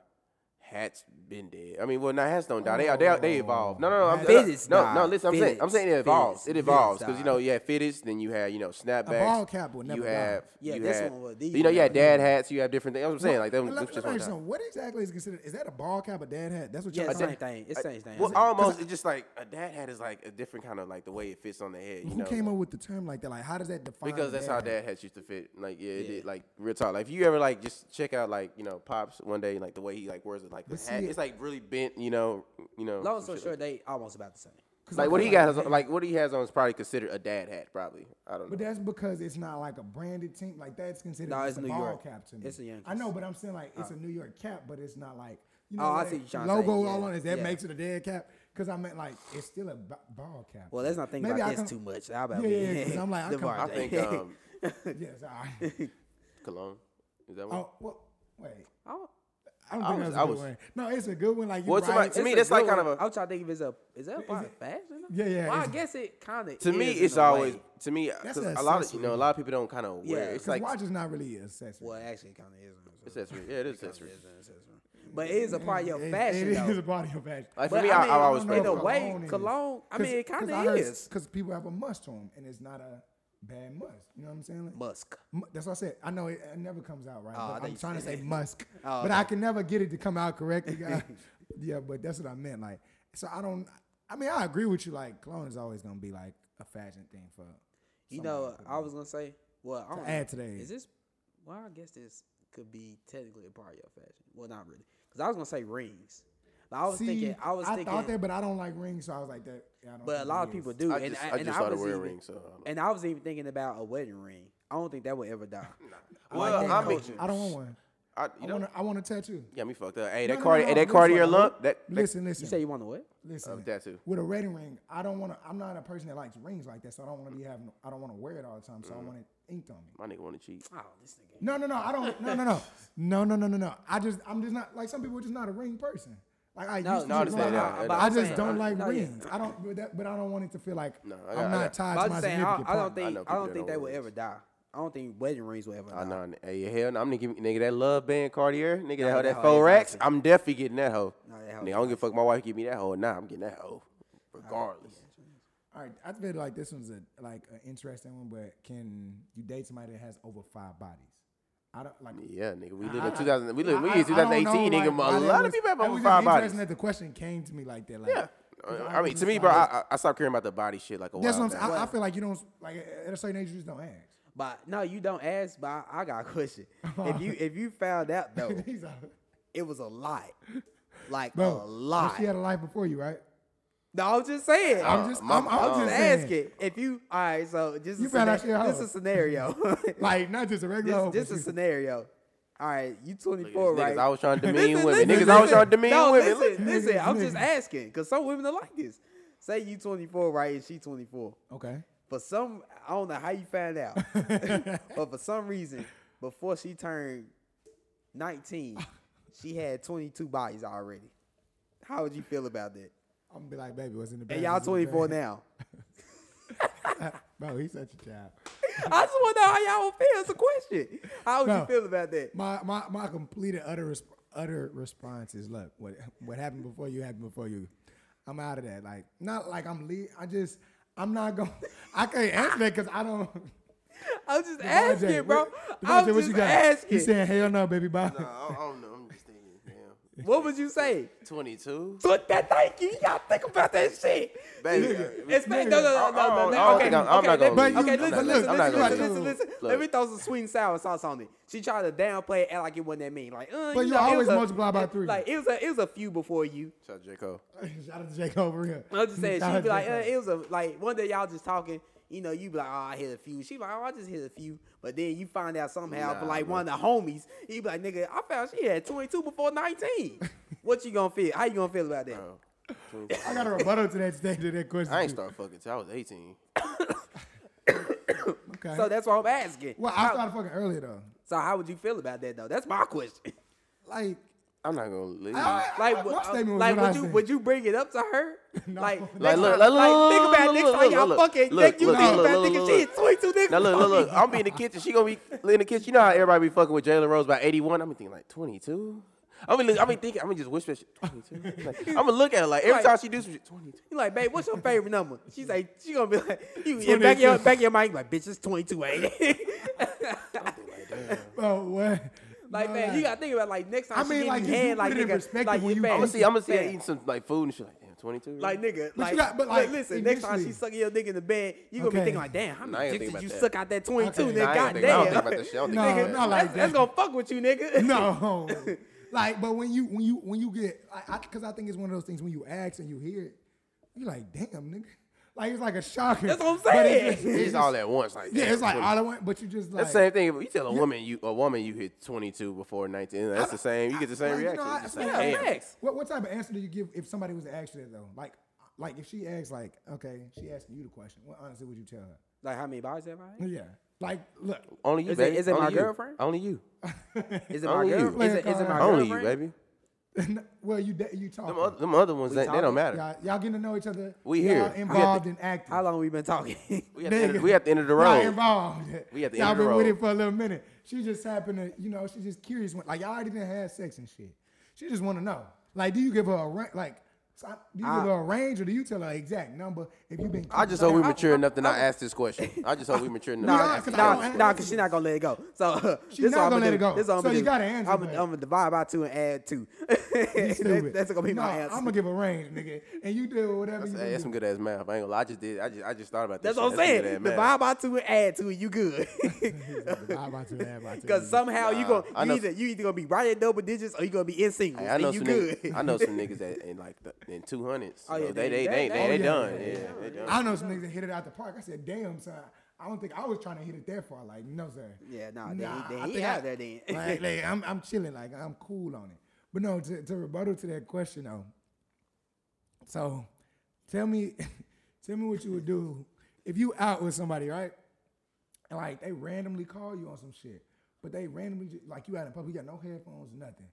[SPEAKER 2] hats been dead. I mean, well, not hats don't die. They are they, they
[SPEAKER 3] Oh.
[SPEAKER 2] evolve. No, no, no. I'm,
[SPEAKER 1] Fitteds
[SPEAKER 2] no,
[SPEAKER 1] die.
[SPEAKER 2] no, Listen, I'm saying I'm saying it
[SPEAKER 1] Fitteds,
[SPEAKER 2] evolves.
[SPEAKER 1] fitteds,
[SPEAKER 2] it evolves because
[SPEAKER 1] die.
[SPEAKER 2] you know you had fitteds, then you had you know snapbacks.
[SPEAKER 3] ball cap will never
[SPEAKER 2] You
[SPEAKER 3] die.
[SPEAKER 2] have
[SPEAKER 1] Yeah,
[SPEAKER 2] you
[SPEAKER 1] this
[SPEAKER 2] had-
[SPEAKER 1] one will- these
[SPEAKER 2] You know
[SPEAKER 1] will
[SPEAKER 2] you had
[SPEAKER 1] never
[SPEAKER 2] dad hats. You have different things. I'm saying like them.
[SPEAKER 3] Let,
[SPEAKER 2] them just
[SPEAKER 3] let me ask you
[SPEAKER 2] won't die.
[SPEAKER 3] something. What exactly is considered? Is that a ball cap or dad hat? That's what
[SPEAKER 1] Yeah,
[SPEAKER 3] y'all
[SPEAKER 1] it's
[SPEAKER 3] talking
[SPEAKER 1] same thing. It's same thing.
[SPEAKER 2] Well, almost. It's just like a dad hat is like a different kind of like the way it fits on the head. You
[SPEAKER 3] Who
[SPEAKER 2] know?
[SPEAKER 3] came up with the term like that? Like, how does that define?
[SPEAKER 2] Because that's how
[SPEAKER 3] hat?
[SPEAKER 2] dad hats used to fit. Like yeah, it did. Like real talk. Like if you ever like just check out like you know pops one day like the way he like wears it like the hat.
[SPEAKER 3] see,
[SPEAKER 2] It's like really bent. You know. You know.
[SPEAKER 1] long
[SPEAKER 2] some
[SPEAKER 1] story
[SPEAKER 2] shit like
[SPEAKER 1] short, they almost about the same.
[SPEAKER 2] that. Like what he has on- like what he has on is probably considered a dad hat. Probably. I don't know.
[SPEAKER 3] But that's because it's not like a branded team. Like that's considered
[SPEAKER 1] No,
[SPEAKER 3] just
[SPEAKER 1] it's
[SPEAKER 3] a
[SPEAKER 1] New
[SPEAKER 3] ball
[SPEAKER 1] York.
[SPEAKER 3] cap to me.
[SPEAKER 1] It's the Yankees. Uh.
[SPEAKER 3] I know, but I'm saying like it's a New York cap, but it's not like you know
[SPEAKER 1] Oh, I
[SPEAKER 3] like,
[SPEAKER 1] see what you're trying to
[SPEAKER 3] logo
[SPEAKER 1] say.
[SPEAKER 3] all
[SPEAKER 1] Yeah,
[SPEAKER 3] on it. That
[SPEAKER 1] yeah.
[SPEAKER 3] makes it a dead cap. Because I meant like it's still a b- ball cap.
[SPEAKER 1] Well, let's not think
[SPEAKER 3] Maybe
[SPEAKER 1] about
[SPEAKER 3] I
[SPEAKER 1] this
[SPEAKER 3] come-
[SPEAKER 1] too much. How about
[SPEAKER 3] Yeah,
[SPEAKER 1] me?
[SPEAKER 3] yeah, 'cause I'm like, I
[SPEAKER 1] The
[SPEAKER 3] come- I
[SPEAKER 2] I
[SPEAKER 1] YJ.
[SPEAKER 2] think um,
[SPEAKER 3] Yes, I.
[SPEAKER 2] cologne. Is that one?
[SPEAKER 3] Oh, well, wait.
[SPEAKER 1] I don't-
[SPEAKER 3] I don't
[SPEAKER 2] I
[SPEAKER 3] think
[SPEAKER 2] was-
[SPEAKER 3] that's a
[SPEAKER 2] I
[SPEAKER 3] good
[SPEAKER 2] was-
[SPEAKER 3] one. No, it's a good one. Like you
[SPEAKER 2] Well,
[SPEAKER 3] right.
[SPEAKER 2] it's about- To me,
[SPEAKER 1] a
[SPEAKER 2] that's like
[SPEAKER 1] good
[SPEAKER 2] kind
[SPEAKER 1] one.
[SPEAKER 2] of a-
[SPEAKER 1] I'm trying to think if it's a. Is that part of fashion?
[SPEAKER 3] Yeah, yeah,
[SPEAKER 1] Well, I
[SPEAKER 3] it's-
[SPEAKER 1] guess it kind of.
[SPEAKER 2] To me, it's always to me because
[SPEAKER 3] an
[SPEAKER 2] a lot of you
[SPEAKER 3] accessory.
[SPEAKER 2] know a lot of people don't kind of wear.
[SPEAKER 1] Yeah.
[SPEAKER 2] it. It's
[SPEAKER 3] Because
[SPEAKER 2] like
[SPEAKER 3] watch is not really an accessory.
[SPEAKER 1] Well, actually, it kind of is. an accessory.
[SPEAKER 2] accessory. Yeah, it is accessory.
[SPEAKER 1] It is an accessory. But it is a part of your
[SPEAKER 3] It-
[SPEAKER 1] fashion,
[SPEAKER 3] It is
[SPEAKER 1] though.
[SPEAKER 3] a body of fashion.
[SPEAKER 2] Like for
[SPEAKER 1] But,
[SPEAKER 2] me,
[SPEAKER 1] I
[SPEAKER 2] I,
[SPEAKER 1] mean,
[SPEAKER 2] I always
[SPEAKER 1] in a
[SPEAKER 2] wear.
[SPEAKER 1] way- cologne- I mean, it kinda is.
[SPEAKER 3] Because people have a must to them, and it's not a bad must. You know what I'm saying? Like,
[SPEAKER 1] Musk.
[SPEAKER 3] mu- That's what I said. I know it, it never comes out right.
[SPEAKER 1] Oh, I
[SPEAKER 3] but
[SPEAKER 1] thought
[SPEAKER 3] I'm
[SPEAKER 1] you
[SPEAKER 3] trying to
[SPEAKER 1] said-
[SPEAKER 3] say Musk,
[SPEAKER 1] Oh,
[SPEAKER 3] but I can never get it to come out correctly. guys. yeah, but that's what I meant. Like, so I don't. I mean, I agree with you. Like, cologne is always gonna be like a fashion thing for.
[SPEAKER 1] You know, I was gonna say, well, I don't
[SPEAKER 3] add
[SPEAKER 1] know.
[SPEAKER 3] today.
[SPEAKER 1] Is this? Well, I guess this could be technically a part of your fashion. Well, not really, because I was gonna say rings. But I was
[SPEAKER 3] See,
[SPEAKER 1] thinking, I was thinking,
[SPEAKER 3] thought that, but I don't like rings, so I was like that. yeah, I don't
[SPEAKER 1] but a
[SPEAKER 3] think
[SPEAKER 1] lot
[SPEAKER 3] it
[SPEAKER 1] of people
[SPEAKER 3] is.
[SPEAKER 1] do.
[SPEAKER 2] I
[SPEAKER 1] and
[SPEAKER 2] just
[SPEAKER 1] I,
[SPEAKER 2] I,
[SPEAKER 1] and
[SPEAKER 2] just
[SPEAKER 1] I
[SPEAKER 2] started
[SPEAKER 1] was
[SPEAKER 2] wearing
[SPEAKER 1] even,
[SPEAKER 2] rings. So I'm-
[SPEAKER 1] And I was even thinking about a wedding ring. I don't think that would ever die.
[SPEAKER 2] well,
[SPEAKER 3] Damn,
[SPEAKER 2] I mean,
[SPEAKER 3] I don't want one.
[SPEAKER 2] I,
[SPEAKER 3] I
[SPEAKER 2] you know,
[SPEAKER 3] want. A, I want a tattoo.
[SPEAKER 2] Yeah, me fucked up. Hey,
[SPEAKER 3] No,
[SPEAKER 2] that
[SPEAKER 3] no,
[SPEAKER 2] Cardi,
[SPEAKER 3] no,
[SPEAKER 2] hey, that
[SPEAKER 3] listen,
[SPEAKER 2] Cardi ear
[SPEAKER 3] hold on.
[SPEAKER 2] lump. That, that
[SPEAKER 3] Listen,
[SPEAKER 1] You
[SPEAKER 3] listen.
[SPEAKER 1] say you want a what?
[SPEAKER 3] Listen,
[SPEAKER 2] tattoo.
[SPEAKER 3] With a wedding ring, I don't want to. I'm not a person that likes rings like that, so I don't want to be having. I don't want to wear it all the time,
[SPEAKER 1] Mm-hmm.
[SPEAKER 3] so I want it inked on me.
[SPEAKER 2] my nigga want to cheat.
[SPEAKER 1] Oh, this nigga.
[SPEAKER 3] No, no, no. I don't. No, no, no. No, no, no, no, no. I just. I'm just not like some people. are Just not a ring person. Like I
[SPEAKER 1] No,
[SPEAKER 3] used to
[SPEAKER 1] no, I
[SPEAKER 3] be
[SPEAKER 2] understand
[SPEAKER 3] growing
[SPEAKER 2] that.
[SPEAKER 3] up.
[SPEAKER 2] But
[SPEAKER 3] I
[SPEAKER 1] I'm
[SPEAKER 3] just
[SPEAKER 1] saying-
[SPEAKER 3] don't
[SPEAKER 1] I'm-
[SPEAKER 3] like
[SPEAKER 1] no, yeah.
[SPEAKER 3] rings. I don't. But, that, but I don't want it to feel like
[SPEAKER 2] No, I got-
[SPEAKER 3] I'm
[SPEAKER 2] I
[SPEAKER 3] not
[SPEAKER 2] got-
[SPEAKER 3] tied
[SPEAKER 1] But
[SPEAKER 3] to
[SPEAKER 1] I'm
[SPEAKER 3] my
[SPEAKER 1] just saying, I,
[SPEAKER 3] significant
[SPEAKER 1] I don't
[SPEAKER 3] partner.
[SPEAKER 1] think
[SPEAKER 2] know
[SPEAKER 1] I, don't
[SPEAKER 2] people
[SPEAKER 1] think
[SPEAKER 2] that
[SPEAKER 1] they
[SPEAKER 2] don't
[SPEAKER 1] would
[SPEAKER 2] wear
[SPEAKER 1] ever die. I don't think wedding rings will ever die.
[SPEAKER 2] I know. Oh, Hey, hell, no, I'm nigga, nigga that love band Cartier, nigga that hoe
[SPEAKER 1] that
[SPEAKER 2] that
[SPEAKER 1] hoe
[SPEAKER 2] four
[SPEAKER 1] is
[SPEAKER 2] racks.
[SPEAKER 1] nasty.
[SPEAKER 2] I'm definitely getting that hoe.
[SPEAKER 1] No, that hoe
[SPEAKER 2] Nigga, I
[SPEAKER 1] is
[SPEAKER 2] don't give a fuck. My wife give me that hoe. Nah, I'm getting that hoe, regardless.
[SPEAKER 3] All right, I feel like this one's a like an interesting one, but can you date somebody that has over five bodies? I don't like.
[SPEAKER 2] Yeah, nigga, we
[SPEAKER 3] I-
[SPEAKER 2] live in
[SPEAKER 3] I-
[SPEAKER 2] 2000. We live. We
[SPEAKER 3] I-
[SPEAKER 2] in
[SPEAKER 3] I- I don't
[SPEAKER 2] 2018,
[SPEAKER 3] know,
[SPEAKER 2] nigga.
[SPEAKER 3] like,
[SPEAKER 2] but
[SPEAKER 3] why
[SPEAKER 2] A
[SPEAKER 3] that
[SPEAKER 2] lot
[SPEAKER 3] was-
[SPEAKER 2] of people have
[SPEAKER 3] that
[SPEAKER 2] over
[SPEAKER 3] was just
[SPEAKER 2] five bodies.
[SPEAKER 3] Interesting that the question came to me like that. Like,
[SPEAKER 2] Yeah.
[SPEAKER 3] because
[SPEAKER 2] I mean,
[SPEAKER 3] was
[SPEAKER 2] to me,
[SPEAKER 3] just
[SPEAKER 2] bro,
[SPEAKER 3] like-
[SPEAKER 2] I, I- I stopped caring about the body shit like a
[SPEAKER 3] that's
[SPEAKER 2] while
[SPEAKER 3] what I'm
[SPEAKER 2] back.
[SPEAKER 3] saying. I, I feel like you don't like at a certain age you just don't ask.
[SPEAKER 1] But no, you don't ask. But I, I got a question. if you if you found out
[SPEAKER 2] Oh.
[SPEAKER 1] though,
[SPEAKER 3] He's like,
[SPEAKER 1] it was a lot, like
[SPEAKER 3] bro,
[SPEAKER 1] a
[SPEAKER 3] but
[SPEAKER 1] lot.
[SPEAKER 3] She had a life before you, right?
[SPEAKER 1] No, I'm just saying.
[SPEAKER 3] I'm just,
[SPEAKER 2] Uh, my-
[SPEAKER 3] I'm, I'm
[SPEAKER 1] I'm
[SPEAKER 3] just
[SPEAKER 1] just
[SPEAKER 3] saying.
[SPEAKER 1] asking if you. All right, so just
[SPEAKER 3] You
[SPEAKER 1] a
[SPEAKER 3] found out
[SPEAKER 1] scenario,
[SPEAKER 3] she a
[SPEAKER 1] just
[SPEAKER 3] hoe.
[SPEAKER 1] a scenario.
[SPEAKER 3] Like not just a regular. hoe,
[SPEAKER 1] just,
[SPEAKER 3] but
[SPEAKER 1] just a
[SPEAKER 3] you-
[SPEAKER 1] scenario. All right, you
[SPEAKER 2] Niggas,
[SPEAKER 1] 24, right?
[SPEAKER 2] niggas always trying to demean
[SPEAKER 1] Listen,
[SPEAKER 2] women.
[SPEAKER 1] listen,
[SPEAKER 2] niggas always
[SPEAKER 1] listen.
[SPEAKER 2] trying to demean
[SPEAKER 1] no,
[SPEAKER 2] women.
[SPEAKER 1] Listen,
[SPEAKER 3] Listen,
[SPEAKER 1] listen, I'm just
[SPEAKER 3] niggas.
[SPEAKER 1] asking because some women are like this. Say you 24, right, and she 24.
[SPEAKER 3] okay.
[SPEAKER 1] For some, I don't know how you found out, but for some reason, before she turned 19, she had 22 bodies already. How would you feel about that?
[SPEAKER 3] I'm gonna be like, baby, what's in the bag?
[SPEAKER 1] And y'all
[SPEAKER 3] What's in the
[SPEAKER 1] 24
[SPEAKER 3] bag?
[SPEAKER 1] now.
[SPEAKER 3] Bro, he's such a child.
[SPEAKER 1] I just want to know how y'all would feel. It's a question. How would
[SPEAKER 3] No.
[SPEAKER 1] you feel about that?
[SPEAKER 3] My my my complete and utter resp- utter response is look what what happened before you happened before you. I'm out of that. Like not like I'm leave. I just I'm not going. I can't answer that because I don't.
[SPEAKER 1] I'm just
[SPEAKER 3] Devon Jay,
[SPEAKER 1] asking, bro.
[SPEAKER 3] what- Devon
[SPEAKER 1] I'm
[SPEAKER 3] Jay, what
[SPEAKER 1] just
[SPEAKER 3] you got?
[SPEAKER 1] asking.
[SPEAKER 3] He saying hell no, baby. Bye.
[SPEAKER 2] Nah, I, I don't know. I'm just thinking, damn.
[SPEAKER 1] what would you say?
[SPEAKER 2] 22?
[SPEAKER 1] Put that thank you. You gotta think about that shit.
[SPEAKER 2] Baby. uh,
[SPEAKER 1] It's no, no, no,
[SPEAKER 2] I- I
[SPEAKER 1] no, no,
[SPEAKER 2] don't- I
[SPEAKER 1] no.
[SPEAKER 2] don't
[SPEAKER 1] Okay,
[SPEAKER 2] think I'm- I'm
[SPEAKER 1] okay,
[SPEAKER 2] not
[SPEAKER 1] let-
[SPEAKER 2] gonna
[SPEAKER 3] leave.
[SPEAKER 1] okay.
[SPEAKER 3] I'm
[SPEAKER 1] Listen,
[SPEAKER 3] not-
[SPEAKER 1] listen,
[SPEAKER 3] I'm not
[SPEAKER 1] listen,
[SPEAKER 3] gonna
[SPEAKER 1] listen, listen,
[SPEAKER 3] leave.
[SPEAKER 1] listen. Let
[SPEAKER 2] Look.
[SPEAKER 1] me throw some sweet and sour sauce on it. She tried to downplay it, act like it wasn't that mean. Like, uh,
[SPEAKER 3] But
[SPEAKER 1] you
[SPEAKER 3] you
[SPEAKER 1] know, it was
[SPEAKER 3] always
[SPEAKER 1] a-
[SPEAKER 3] multiply by three.
[SPEAKER 1] Like it was a, it was a few before you.
[SPEAKER 2] Shout out to J. Cole.
[SPEAKER 3] Shout out to Jake over here.
[SPEAKER 1] I'm just saying,
[SPEAKER 3] Shout out
[SPEAKER 1] she'd be
[SPEAKER 3] to
[SPEAKER 1] like,
[SPEAKER 3] Jake
[SPEAKER 1] uh,
[SPEAKER 3] Over.
[SPEAKER 1] it was a like one day y'all just talking, you know, you be like, oh, I hit a few. She like, oh, I just hit a few, but then you find out somehow, but
[SPEAKER 2] Nah,
[SPEAKER 1] like
[SPEAKER 2] bro.
[SPEAKER 1] one of the homies, he be like, nigga, I found she had 22 before 19. what you gonna feel? How you gonna feel about that?
[SPEAKER 2] Bro. 22.
[SPEAKER 1] uh,
[SPEAKER 3] I got a rebuttal to that state to that question.
[SPEAKER 2] I ain't
[SPEAKER 3] too.
[SPEAKER 2] start fucking till I was 18.
[SPEAKER 3] Okay.
[SPEAKER 1] So that's what I'm asking.
[SPEAKER 3] well, I
[SPEAKER 1] How-
[SPEAKER 3] started fucking earlier though.
[SPEAKER 1] so how would you feel about that though? That's my question.
[SPEAKER 3] Like,
[SPEAKER 2] I'm not gonna leave.
[SPEAKER 3] I,
[SPEAKER 1] Like,
[SPEAKER 3] I,
[SPEAKER 1] would-
[SPEAKER 3] my statement was
[SPEAKER 1] like
[SPEAKER 3] what I
[SPEAKER 1] would you
[SPEAKER 3] said.
[SPEAKER 1] would you bring it up to her? Like,
[SPEAKER 3] Like,
[SPEAKER 1] next time-
[SPEAKER 2] look, like, look,
[SPEAKER 1] think about it
[SPEAKER 2] look,
[SPEAKER 1] next
[SPEAKER 2] look,
[SPEAKER 1] time y'all
[SPEAKER 2] look,
[SPEAKER 1] fucking.
[SPEAKER 2] look,
[SPEAKER 1] think you
[SPEAKER 2] look,
[SPEAKER 1] think
[SPEAKER 2] look,
[SPEAKER 1] about
[SPEAKER 2] look,
[SPEAKER 1] thinking
[SPEAKER 2] look,
[SPEAKER 1] she is twenty two niggas.
[SPEAKER 2] Now look, look, look. I'm be in the kitchen. She gonna be in the kitchen. You know how everybody be fucking with Jalen Rose by 81. I'm thinking like 22. I mean, I mean thinking. I mean just whisper. shit, 22. Like, I'm gonna look at her like every
[SPEAKER 1] Like-
[SPEAKER 2] time she do some shit. 22.
[SPEAKER 1] You like, babe, what's your favorite number? She's like, she gonna be like, you in back of your back of your mind, you like, bitch, it's twenty two ain't it?
[SPEAKER 3] Bro, what?
[SPEAKER 1] Like,
[SPEAKER 3] No,
[SPEAKER 1] man, you gotta think about like next time
[SPEAKER 3] I
[SPEAKER 1] she
[SPEAKER 3] mean,
[SPEAKER 1] get
[SPEAKER 3] like,
[SPEAKER 1] in
[SPEAKER 3] you-
[SPEAKER 1] hand,
[SPEAKER 3] you
[SPEAKER 1] like
[SPEAKER 3] put it in
[SPEAKER 1] nigga,
[SPEAKER 3] perspective
[SPEAKER 1] like
[SPEAKER 3] when
[SPEAKER 1] you
[SPEAKER 3] you-
[SPEAKER 2] I'm
[SPEAKER 1] fam,
[SPEAKER 2] gonna see. I'm gonna see her
[SPEAKER 1] fam.
[SPEAKER 2] eating some like food and shit. Like damn, 22.
[SPEAKER 1] Like nigga, like,
[SPEAKER 3] you got- but,
[SPEAKER 1] look,
[SPEAKER 3] like,
[SPEAKER 1] listen. Next time she
[SPEAKER 3] initially-
[SPEAKER 1] suck your nigga in the bed, you gonna be
[SPEAKER 3] Okay.
[SPEAKER 1] thinking like, damn, how
[SPEAKER 2] Nah, I
[SPEAKER 1] many
[SPEAKER 2] ain't
[SPEAKER 1] dicks
[SPEAKER 2] think
[SPEAKER 1] did you
[SPEAKER 2] about that.
[SPEAKER 1] suck out that twenty two?
[SPEAKER 3] Okay.
[SPEAKER 1] Nigga,
[SPEAKER 2] Nah, I ain't think- I don't think about
[SPEAKER 1] goddamn,
[SPEAKER 2] that shit. I don't think
[SPEAKER 3] No,
[SPEAKER 2] about that.
[SPEAKER 3] not like
[SPEAKER 1] that's, that's
[SPEAKER 3] that.
[SPEAKER 1] gonna fuck with you, nigga.
[SPEAKER 3] No. like, but when you when you when you get, I, I, cause I think it's one of those things when you ask and you hear it, you're like, damn, nigga. Like it's like a shocker.
[SPEAKER 1] That's what I'm
[SPEAKER 3] But it's
[SPEAKER 1] saying.
[SPEAKER 3] just-
[SPEAKER 2] It's
[SPEAKER 3] it's
[SPEAKER 2] just all at once. Like
[SPEAKER 3] Yeah,
[SPEAKER 2] damn,
[SPEAKER 3] it's like
[SPEAKER 2] 22.
[SPEAKER 3] all I want, but you just like
[SPEAKER 2] That's the same thing. If you tell a woman you a woman you hit 22 before 19, that's the same. You get the same
[SPEAKER 3] Like, you know,
[SPEAKER 2] reaction.
[SPEAKER 3] I-
[SPEAKER 2] It's just
[SPEAKER 3] I-
[SPEAKER 2] like,
[SPEAKER 1] yeah,
[SPEAKER 2] damn.
[SPEAKER 1] facts.
[SPEAKER 3] What what type of answer do you give if somebody was to ask you that though? Like like if she asks like, okay, she asking you the question, what honestly would you tell her?
[SPEAKER 1] Like, how many bars have I? had?
[SPEAKER 3] Yeah. Like, look,
[SPEAKER 2] Only you,
[SPEAKER 1] Is it-
[SPEAKER 2] baby.
[SPEAKER 1] is it
[SPEAKER 2] Only
[SPEAKER 1] my
[SPEAKER 2] you.
[SPEAKER 1] girlfriend?
[SPEAKER 2] Only you.
[SPEAKER 1] Is it my
[SPEAKER 2] Only you.
[SPEAKER 1] girl? Is it, is it my
[SPEAKER 2] Oh, Only you,
[SPEAKER 1] girlfriend?
[SPEAKER 2] baby.
[SPEAKER 3] well you da- you
[SPEAKER 2] Them,
[SPEAKER 3] talking.
[SPEAKER 2] oth- them other ones, they, they
[SPEAKER 1] talking?
[SPEAKER 2] don't matter.
[SPEAKER 3] Y'all, y'all getting to know each other.
[SPEAKER 2] We
[SPEAKER 3] y'all
[SPEAKER 2] here. We at the-
[SPEAKER 3] involved in acting.
[SPEAKER 1] How long we been talking?
[SPEAKER 2] We at, the end,
[SPEAKER 3] Nigga.
[SPEAKER 2] we at the end of the
[SPEAKER 3] Y'all
[SPEAKER 2] road.
[SPEAKER 3] involved.
[SPEAKER 2] We at the
[SPEAKER 3] y'all
[SPEAKER 2] end of
[SPEAKER 3] been
[SPEAKER 2] the
[SPEAKER 3] with
[SPEAKER 2] road.
[SPEAKER 3] it for a little minute. She just happened to, you know, she just curious. When, like y'all already didn't have sex and shit. She just want to know. Like, do you give her a range? Like, so- do you give her a range or do you tell her exact number if you've been?
[SPEAKER 2] I just hope we
[SPEAKER 1] I-
[SPEAKER 2] mature
[SPEAKER 1] I-
[SPEAKER 2] enough to not ask this question. I just hope we mature enough.
[SPEAKER 1] Nah,
[SPEAKER 2] to
[SPEAKER 3] Yeah,
[SPEAKER 2] ask this
[SPEAKER 3] cause I
[SPEAKER 1] nah,
[SPEAKER 3] don't
[SPEAKER 2] question.
[SPEAKER 3] have
[SPEAKER 1] nah,
[SPEAKER 3] answers.
[SPEAKER 1] cause she not gonna let it go. So
[SPEAKER 3] She
[SPEAKER 1] this
[SPEAKER 3] not
[SPEAKER 1] what
[SPEAKER 3] gonna
[SPEAKER 1] I'ma
[SPEAKER 3] let
[SPEAKER 1] do.
[SPEAKER 3] it go.
[SPEAKER 1] This what I'ma
[SPEAKER 3] So you
[SPEAKER 1] do.
[SPEAKER 3] gotta answer
[SPEAKER 1] I'm, I'm
[SPEAKER 3] that.
[SPEAKER 1] gonna divide by two and add two. that,
[SPEAKER 3] stupid.
[SPEAKER 1] that's gonna be
[SPEAKER 3] no,
[SPEAKER 1] my answer.
[SPEAKER 3] I'm gonna give a range, nigga, and you do whatever you
[SPEAKER 2] Hey,
[SPEAKER 3] gonna
[SPEAKER 2] that's
[SPEAKER 3] do.
[SPEAKER 2] some good ass math. I ain't gonna lie. I just did. I just, I just thought about this.
[SPEAKER 1] that's what I'm
[SPEAKER 2] shit. some
[SPEAKER 1] saying.
[SPEAKER 2] good ass math.
[SPEAKER 1] Divide by two and add two, you good.
[SPEAKER 3] I'm about to add my two.
[SPEAKER 1] Cause somehow you
[SPEAKER 2] Mm, Nah,
[SPEAKER 1] gonna
[SPEAKER 2] I
[SPEAKER 1] you
[SPEAKER 2] know-
[SPEAKER 1] either you either gonna be right at double digits or you gonna be in singles.
[SPEAKER 2] Hey, I know
[SPEAKER 1] and you
[SPEAKER 2] some.
[SPEAKER 1] good.
[SPEAKER 2] Niggas, I know some niggas that in like the, in two hundreds.
[SPEAKER 1] Oh, yeah, they-
[SPEAKER 2] they, they, they, they,
[SPEAKER 1] they-
[SPEAKER 2] they
[SPEAKER 3] yeah,
[SPEAKER 2] done.
[SPEAKER 3] yeah,
[SPEAKER 2] Yeah,
[SPEAKER 3] yeah.
[SPEAKER 2] they done.
[SPEAKER 3] I know some niggas that hit it out the park. I said, damn, son. I don't think I was trying to hit it that far. Like, no, sir.
[SPEAKER 1] Yeah, nah, then he- then
[SPEAKER 3] I
[SPEAKER 1] he
[SPEAKER 3] think
[SPEAKER 1] out
[SPEAKER 3] I-
[SPEAKER 1] there then.
[SPEAKER 3] like, like, I'm, I'm chilling. Like, I'm cool on it. But no, to, to rebuttal to that question, though. So tell me, tell me what you would do if you out with somebody, right? And like they randomly call you on some shit. But they randomly, ju- like you out in public, you got no headphones, nothing.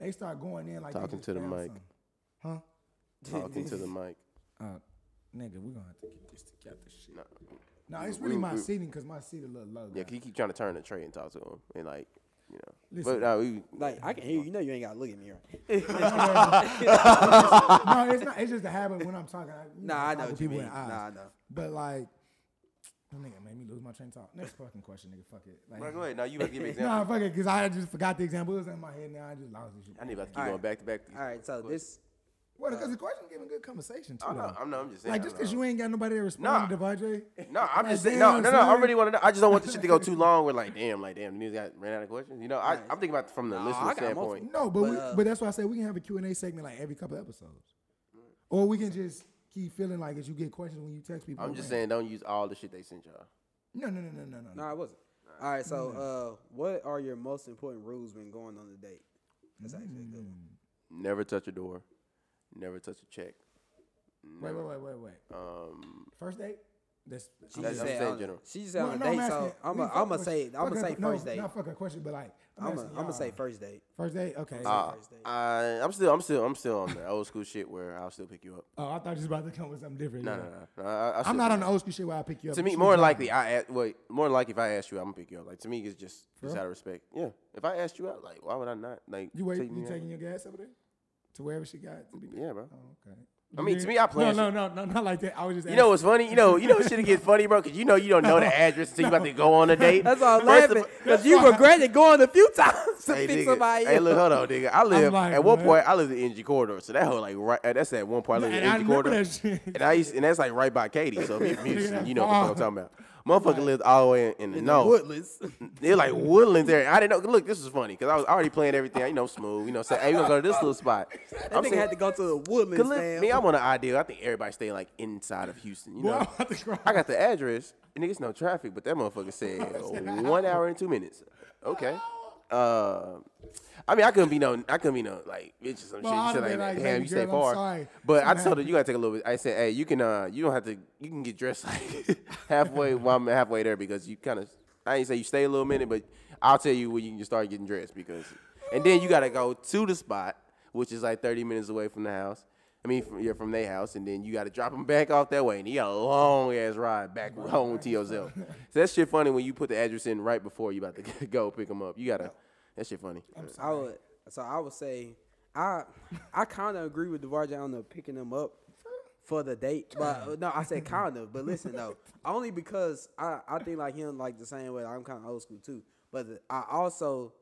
[SPEAKER 3] They start going in like they
[SPEAKER 2] Talking
[SPEAKER 3] just
[SPEAKER 2] to the
[SPEAKER 3] found
[SPEAKER 2] mic.
[SPEAKER 3] something. Huh?
[SPEAKER 2] Talking to the mic.
[SPEAKER 3] Uh, nigga, we're gonna have to get this together. Shit.
[SPEAKER 2] Nah.
[SPEAKER 3] No, it's really
[SPEAKER 2] we-
[SPEAKER 3] my
[SPEAKER 2] we-
[SPEAKER 3] seating because my seat a little low.
[SPEAKER 2] Yeah,
[SPEAKER 3] guys.
[SPEAKER 2] 'cause you keep trying to turn the tray and talk to him, and like, you know. but
[SPEAKER 3] Listen.
[SPEAKER 2] nah, we,
[SPEAKER 1] like I can hear you. You know you ain't gotta look at me. Right?
[SPEAKER 3] no, it's not. It's just a habit when I'm talking. I, you
[SPEAKER 1] Nah, I know
[SPEAKER 3] talk
[SPEAKER 1] what
[SPEAKER 3] with
[SPEAKER 1] you
[SPEAKER 3] people in
[SPEAKER 1] mean.
[SPEAKER 3] eyes.
[SPEAKER 1] Nah, I know.
[SPEAKER 3] But like, that nigga made me lose my train of thought. Next fucking question, nigga. Fuck it.
[SPEAKER 2] Nah,
[SPEAKER 3] Like,
[SPEAKER 2] go ahead. Now you have to give an example.
[SPEAKER 3] nah, fuck it, cause I just forgot the example. It was in my head now. I just lost this shit.
[SPEAKER 2] I need about to keep
[SPEAKER 1] All right.
[SPEAKER 2] going back to back. to these
[SPEAKER 1] All right, so this
[SPEAKER 3] Well, because the question giving good conversation too.
[SPEAKER 2] I know,
[SPEAKER 3] though.
[SPEAKER 2] I'm, no, I'm just saying.
[SPEAKER 3] like
[SPEAKER 2] I
[SPEAKER 3] just
[SPEAKER 2] know.
[SPEAKER 3] because you ain't got nobody to respond to Devondre.
[SPEAKER 2] No, I'm
[SPEAKER 3] Like,
[SPEAKER 2] just saying. No,
[SPEAKER 3] damn,
[SPEAKER 2] no, no. I
[SPEAKER 3] son.
[SPEAKER 2] really want to know. I just don't want this shit to go too long. We're like, damn, like, damn, the news got ran out of questions. You know, I, I'm thinking about from the
[SPEAKER 1] I
[SPEAKER 2] listener
[SPEAKER 1] got
[SPEAKER 2] standpoint.
[SPEAKER 1] multiple.
[SPEAKER 3] No, but
[SPEAKER 1] But,
[SPEAKER 3] we,
[SPEAKER 1] uh,
[SPEAKER 3] but that's why I said we can have a Q and A segment like every couple episodes, or we can just keep feeling like as you get questions when you text people.
[SPEAKER 2] I'm just
[SPEAKER 3] around.
[SPEAKER 2] saying, don't use all the shit they sent y'all.
[SPEAKER 3] No, no, no, no, no, no.
[SPEAKER 1] no, I wasn't. All right, so uh, what are your most important rules when going on a date? That's actually a
[SPEAKER 3] Mm-hmm.
[SPEAKER 1] good one.
[SPEAKER 2] Never touch a door. Never touch a check.
[SPEAKER 3] Wait, wait, wait, wait, wait.
[SPEAKER 2] Um,
[SPEAKER 3] First date? That's
[SPEAKER 1] She
[SPEAKER 2] That's-
[SPEAKER 1] just
[SPEAKER 2] I'm
[SPEAKER 1] said,
[SPEAKER 2] saying
[SPEAKER 1] on-
[SPEAKER 2] general.
[SPEAKER 1] She just said on a date, so I'm
[SPEAKER 3] We
[SPEAKER 1] gonna
[SPEAKER 3] fuck
[SPEAKER 1] I'm
[SPEAKER 3] with-
[SPEAKER 1] say I'm gonna
[SPEAKER 3] fuck
[SPEAKER 1] say
[SPEAKER 3] a- no,
[SPEAKER 1] first date.
[SPEAKER 3] Not fuck a question, but like
[SPEAKER 1] I'm gonna
[SPEAKER 3] asking
[SPEAKER 1] I'm gonna say
[SPEAKER 3] y'all.
[SPEAKER 1] first date.
[SPEAKER 3] First date. Okay.
[SPEAKER 2] uh,
[SPEAKER 1] first date.
[SPEAKER 2] I, I'm still, I'm still, I'm still on the old school shit where I'll still pick you up.
[SPEAKER 3] oh, I thought you was about to come with something different.
[SPEAKER 2] No,
[SPEAKER 3] yeah.
[SPEAKER 2] no, no. no I, I still
[SPEAKER 3] I'm not
[SPEAKER 2] pick
[SPEAKER 3] on the old school shit where I pick you up.
[SPEAKER 2] To
[SPEAKER 3] You
[SPEAKER 2] me,
[SPEAKER 3] should
[SPEAKER 2] more
[SPEAKER 3] drive.
[SPEAKER 2] likely, I ask, wait, more likely, if I ask you, I'm gonna pick you up. Like to me, it's just it's out of respect. Yeah, if I asked you out, like why would I not? Like
[SPEAKER 3] you wait.
[SPEAKER 2] take
[SPEAKER 3] You
[SPEAKER 2] me out?
[SPEAKER 3] taking your gas over there to wherever she got. To be,
[SPEAKER 2] Yeah, bro.
[SPEAKER 3] oh, okay.
[SPEAKER 2] I mean, to me, I plan.
[SPEAKER 3] No,
[SPEAKER 2] shit.
[SPEAKER 3] no, no, no, not like that. I was just.
[SPEAKER 2] You know what's funny? You know, you know, shit get funny, bro, because you know you don't know the address until you about to go on a date.
[SPEAKER 1] That's all I'm
[SPEAKER 2] First of
[SPEAKER 1] laughing.
[SPEAKER 2] all-
[SPEAKER 1] Because you regretted going a few times to
[SPEAKER 2] Hey,
[SPEAKER 1] pick
[SPEAKER 2] nigga,
[SPEAKER 1] somebody
[SPEAKER 2] hey,
[SPEAKER 1] up.
[SPEAKER 2] look, hold on, nigga. I live
[SPEAKER 3] like,
[SPEAKER 2] at one
[SPEAKER 3] what?
[SPEAKER 2] point. I lived in NG corridor, so that whole like right. uh, That's at one point I lived in
[SPEAKER 3] And I
[SPEAKER 2] NG
[SPEAKER 3] remember
[SPEAKER 2] corridor,
[SPEAKER 3] that shit.
[SPEAKER 2] and I used, and that's like right by Katie. So if you're from Houston, you know what I'm
[SPEAKER 3] far.
[SPEAKER 2] talking about. Motherfucker lived all the way in, in the north.
[SPEAKER 1] Woodlands.
[SPEAKER 2] They're like woodlands area. I didn't know. Look, this is funny because I was already playing everything. You know, smooth. You know, say, hey, we gonna go to this little spot.
[SPEAKER 1] That nigga had to go to the
[SPEAKER 2] Cause
[SPEAKER 1] Woodlands,
[SPEAKER 2] look,
[SPEAKER 1] fam.
[SPEAKER 2] me, I'm on an ideal. I think everybody stay like inside of Houston. You
[SPEAKER 3] Boy, I'm
[SPEAKER 2] know,
[SPEAKER 3] about to cry.
[SPEAKER 2] I got the address. And niggas no traffic, but that motherfucker said one hour and two minutes. Okay. Uh, I mean, I couldn't be no, I couldn't be no like bitch or some
[SPEAKER 3] Well,
[SPEAKER 2] shit. You
[SPEAKER 3] I'd've
[SPEAKER 2] said like,
[SPEAKER 3] been like,
[SPEAKER 2] damn,
[SPEAKER 3] "Baby
[SPEAKER 2] you stay
[SPEAKER 3] girl, I'm
[SPEAKER 2] far.
[SPEAKER 3] sorry.
[SPEAKER 2] But I
[SPEAKER 3] Something
[SPEAKER 2] told her you gotta take a little bit. I said, hey, you can, uh, you don't have to, you can get dressed like halfway while I'm halfway there because you kind of, I ain't say you stay a little minute, but I'll tell you when you can just start getting dressed because, and then you gotta go to the spot, which is like 30 minutes away from the house. I mean, from, yeah, from their house, and then you got to drop them back off that way, and you got a long ass ride back home to yourself. so that shit funny when you put the address in right before you about to go pick them up. You gotta, that shit funny.
[SPEAKER 1] I would. So I would say, I I kind of agree with DeVarge on the picking them up for the date, but uh, no, I said kind of. But listen though, only because I I think like him like the same way. I'm kind of old school too, but I also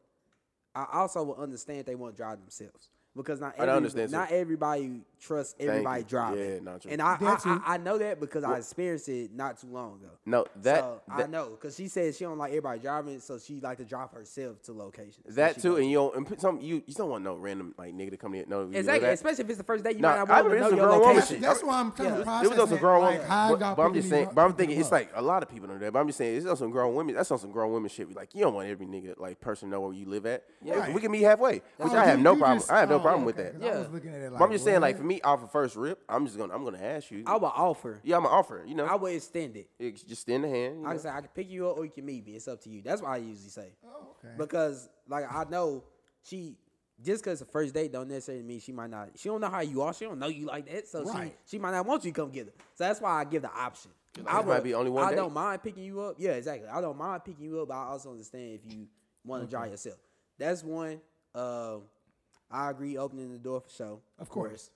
[SPEAKER 1] I also will understand they won't drive themselves. Because not,
[SPEAKER 2] I don't
[SPEAKER 1] every,
[SPEAKER 2] understand, too.
[SPEAKER 1] not everybody trusts
[SPEAKER 2] you.
[SPEAKER 1] everybody driving,
[SPEAKER 2] Yeah, not true.
[SPEAKER 1] and I I,
[SPEAKER 3] That too.
[SPEAKER 1] I I know that because I experienced it not too long ago.
[SPEAKER 2] No, that
[SPEAKER 1] so I
[SPEAKER 2] that,
[SPEAKER 1] know because she said she don't like everybody driving, so she like to drive herself to locations. when
[SPEAKER 2] that
[SPEAKER 1] she
[SPEAKER 2] too,
[SPEAKER 1] goes.
[SPEAKER 2] and you don't, and p- some you you don't want no random like nigga to come in. No, you know
[SPEAKER 1] Exactly,
[SPEAKER 2] that.
[SPEAKER 1] especially if it's the first day you
[SPEAKER 2] Nah,
[SPEAKER 1] might not
[SPEAKER 2] I
[SPEAKER 1] want to know
[SPEAKER 2] remember
[SPEAKER 1] your
[SPEAKER 2] growing up-
[SPEAKER 1] location.
[SPEAKER 3] That's,
[SPEAKER 2] shit.
[SPEAKER 3] that's why I'm trying
[SPEAKER 1] Yeah.
[SPEAKER 3] to process
[SPEAKER 2] There was also
[SPEAKER 3] that,
[SPEAKER 2] grown
[SPEAKER 3] like,
[SPEAKER 2] women,
[SPEAKER 3] how
[SPEAKER 2] but,
[SPEAKER 3] y'all
[SPEAKER 2] but I'm
[SPEAKER 3] picking
[SPEAKER 2] just
[SPEAKER 3] these
[SPEAKER 2] saying.
[SPEAKER 3] up-
[SPEAKER 2] But I'm
[SPEAKER 3] picking
[SPEAKER 2] thinking
[SPEAKER 3] them
[SPEAKER 2] it's
[SPEAKER 3] up?
[SPEAKER 2] like a lot of people know that. But I'm just saying it's also some grown women. That's on some grown women shit. Like you don't want every nigga like person to know where you live at. Yeah,
[SPEAKER 3] Right.
[SPEAKER 2] we can meet halfway, which
[SPEAKER 3] Oh,
[SPEAKER 2] I have
[SPEAKER 3] you-
[SPEAKER 2] no
[SPEAKER 3] you
[SPEAKER 2] problem.
[SPEAKER 3] just-
[SPEAKER 2] I have no
[SPEAKER 3] oh,
[SPEAKER 2] problem
[SPEAKER 3] okay,
[SPEAKER 2] with
[SPEAKER 3] 'cause
[SPEAKER 2] that.
[SPEAKER 3] I
[SPEAKER 1] Yeah.
[SPEAKER 3] was looking at it like,
[SPEAKER 2] But I'm just saying, like
[SPEAKER 3] what?
[SPEAKER 2] for me, off a first rip, I'm just gonna I'm gonna ask you.
[SPEAKER 1] I will offer.
[SPEAKER 2] yeah, I'm gonna offer. You know,
[SPEAKER 1] I will extend it.
[SPEAKER 2] It's just in the hand. You
[SPEAKER 1] I
[SPEAKER 2] know?
[SPEAKER 1] can say I can pick you up or you can meet me. It's up to you. That's what I usually say
[SPEAKER 3] Oh, okay.
[SPEAKER 1] because like I know she just because the first date don't necessarily mean she might not. She don't know how you are. She don't know you like that, so
[SPEAKER 3] Right.
[SPEAKER 1] she she might not want you to come get her. So that's why I give the option.
[SPEAKER 2] like,
[SPEAKER 1] I
[SPEAKER 2] this might
[SPEAKER 1] would-
[SPEAKER 2] be only one
[SPEAKER 1] I
[SPEAKER 2] date.
[SPEAKER 1] don't mind picking you up. Yeah, exactly. I don't mind picking you up, but I also understand if you want to drive yourself. That's one. Um, I agree opening the door for sure.
[SPEAKER 3] Of course.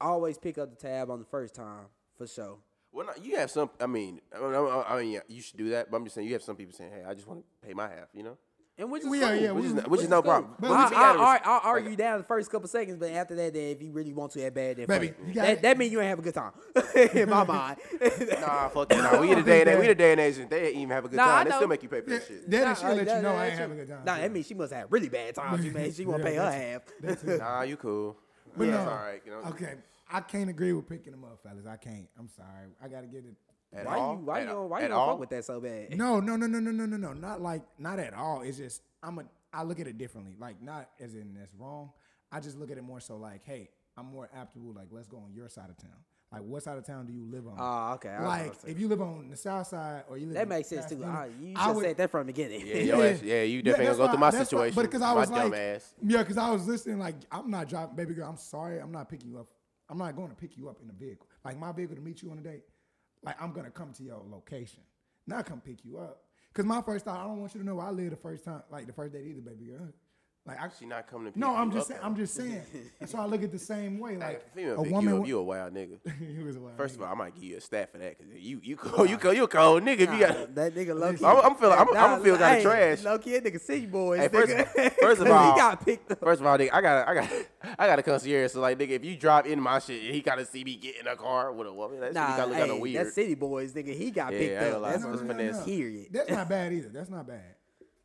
[SPEAKER 1] I always pick up the tab on the first time for sure.
[SPEAKER 2] Well, no, you have some. I mean, I mean, I- I mean, yeah, you should do that. But I'm just saying, you have some people saying, "Hey, I just want to pay my half," you know,
[SPEAKER 1] And which is
[SPEAKER 3] We are-
[SPEAKER 1] cool.
[SPEAKER 3] yeah,
[SPEAKER 2] which
[SPEAKER 3] we-
[SPEAKER 2] is
[SPEAKER 3] we-
[SPEAKER 2] no- which is no
[SPEAKER 1] cool.
[SPEAKER 2] problem.
[SPEAKER 1] I,
[SPEAKER 2] But
[SPEAKER 3] But we-
[SPEAKER 2] to be honest-
[SPEAKER 1] I, I, I argue down the first couple seconds, but after that, then if you really want to at bad, then fuck
[SPEAKER 3] Baby,
[SPEAKER 1] it.
[SPEAKER 3] you gotta-
[SPEAKER 1] that, that means you ain't have a good time in my mind.
[SPEAKER 2] Nah, fuck that. Nah, we in the day and age. We the day and age, and they ain't even have a good
[SPEAKER 1] Nah, I
[SPEAKER 2] time. They
[SPEAKER 1] know.
[SPEAKER 2] still make you pay for that shit.
[SPEAKER 3] Daddy should let
[SPEAKER 1] that-
[SPEAKER 3] you know
[SPEAKER 1] that-
[SPEAKER 3] I
[SPEAKER 1] that
[SPEAKER 3] ain't
[SPEAKER 1] shit-
[SPEAKER 3] having a good time.
[SPEAKER 1] Nah, that means she must have really bad times. She man, she won't
[SPEAKER 3] Yeah,
[SPEAKER 1] pay her
[SPEAKER 3] that's-
[SPEAKER 1] half.
[SPEAKER 2] Nah, you cool.
[SPEAKER 3] But
[SPEAKER 2] yeah,
[SPEAKER 3] no,
[SPEAKER 2] it's all right. You know,
[SPEAKER 3] okay. I can't agree with picking them up, fellas. I can't. I'm sorry. I gotta get it.
[SPEAKER 2] At
[SPEAKER 1] Why
[SPEAKER 2] all?
[SPEAKER 1] you why you
[SPEAKER 2] At-
[SPEAKER 1] gonna why you
[SPEAKER 2] at
[SPEAKER 1] gonna
[SPEAKER 2] all?
[SPEAKER 1] fuck with that so bad?
[SPEAKER 3] No, no, no, no, no, no, no, no. Not like not at all. It's just I'm a I look at it differently. Like not as in that's wrong. I just look at it more so like, hey, I'm more apt to like let's go on your side of town. Like what side of town do you live on?
[SPEAKER 1] Ah, okay. I- I
[SPEAKER 3] Like
[SPEAKER 1] see.
[SPEAKER 3] if you live on the south side or you live
[SPEAKER 1] That
[SPEAKER 3] in
[SPEAKER 1] makes sense too.
[SPEAKER 3] Pasadena,
[SPEAKER 1] I, you
[SPEAKER 3] I
[SPEAKER 1] should
[SPEAKER 3] would-
[SPEAKER 1] said that from the beginning.
[SPEAKER 2] Yeah, yo, ass- yeah, you definitely gonna
[SPEAKER 3] that's
[SPEAKER 2] go
[SPEAKER 3] why-
[SPEAKER 2] through my
[SPEAKER 3] that's why-
[SPEAKER 2] situation.
[SPEAKER 3] But because I
[SPEAKER 2] my
[SPEAKER 3] was
[SPEAKER 2] dumb
[SPEAKER 3] like,
[SPEAKER 2] ass.
[SPEAKER 3] yeah, because I was listening. Like, I'm not driving, baby girl. I'm sorry, I'm not picking you up. I'm not going to pick you up in a vehicle. Like my vehicle to meet you on a date. Like I'm gonna come to your location, not come pick you up. Cause my first thought, I don't want you to know where I live the first time, like the first date either, baby girl. Like I,
[SPEAKER 2] She not coming to pick
[SPEAKER 3] no, I'm
[SPEAKER 2] you
[SPEAKER 3] just
[SPEAKER 2] up,
[SPEAKER 3] saying, I'm just saying. so I look at the same way.
[SPEAKER 2] Like,
[SPEAKER 3] Like
[SPEAKER 2] if a female
[SPEAKER 3] a
[SPEAKER 2] pick
[SPEAKER 3] woman.
[SPEAKER 2] you up,
[SPEAKER 3] wa-
[SPEAKER 2] you a wild nigga.
[SPEAKER 3] He was a wild
[SPEAKER 2] First of
[SPEAKER 3] nigga.
[SPEAKER 2] all, I might give you a stat for that because you you cold, you cold, you a cold nigga. If you
[SPEAKER 1] Nah,
[SPEAKER 2] got
[SPEAKER 1] that nigga low key.
[SPEAKER 2] I'm- I'm feeling- I'm-
[SPEAKER 1] Nah,
[SPEAKER 2] I'm feel kinda
[SPEAKER 1] hey,
[SPEAKER 2] trash.
[SPEAKER 1] Low key, that nigga city boys.
[SPEAKER 2] Hey, first-
[SPEAKER 1] nigga.
[SPEAKER 2] first of
[SPEAKER 1] 'Cause
[SPEAKER 2] all-
[SPEAKER 1] he got picked up.
[SPEAKER 2] First of all, nigga, I got I got I got a concierge. So like, nigga, if you drop in my shit, he gotta see me get in a car with a woman. That shit
[SPEAKER 1] Nah,
[SPEAKER 2] gotta look kind
[SPEAKER 1] hey,
[SPEAKER 2] of weird.
[SPEAKER 1] that city boys, nigga, he got
[SPEAKER 2] Yeah,
[SPEAKER 1] picked
[SPEAKER 2] I ain't
[SPEAKER 1] up.
[SPEAKER 2] gonna lie,
[SPEAKER 1] That's
[SPEAKER 2] it's
[SPEAKER 1] what
[SPEAKER 2] finesse.
[SPEAKER 1] Period.
[SPEAKER 3] That's not bad either. That's not bad.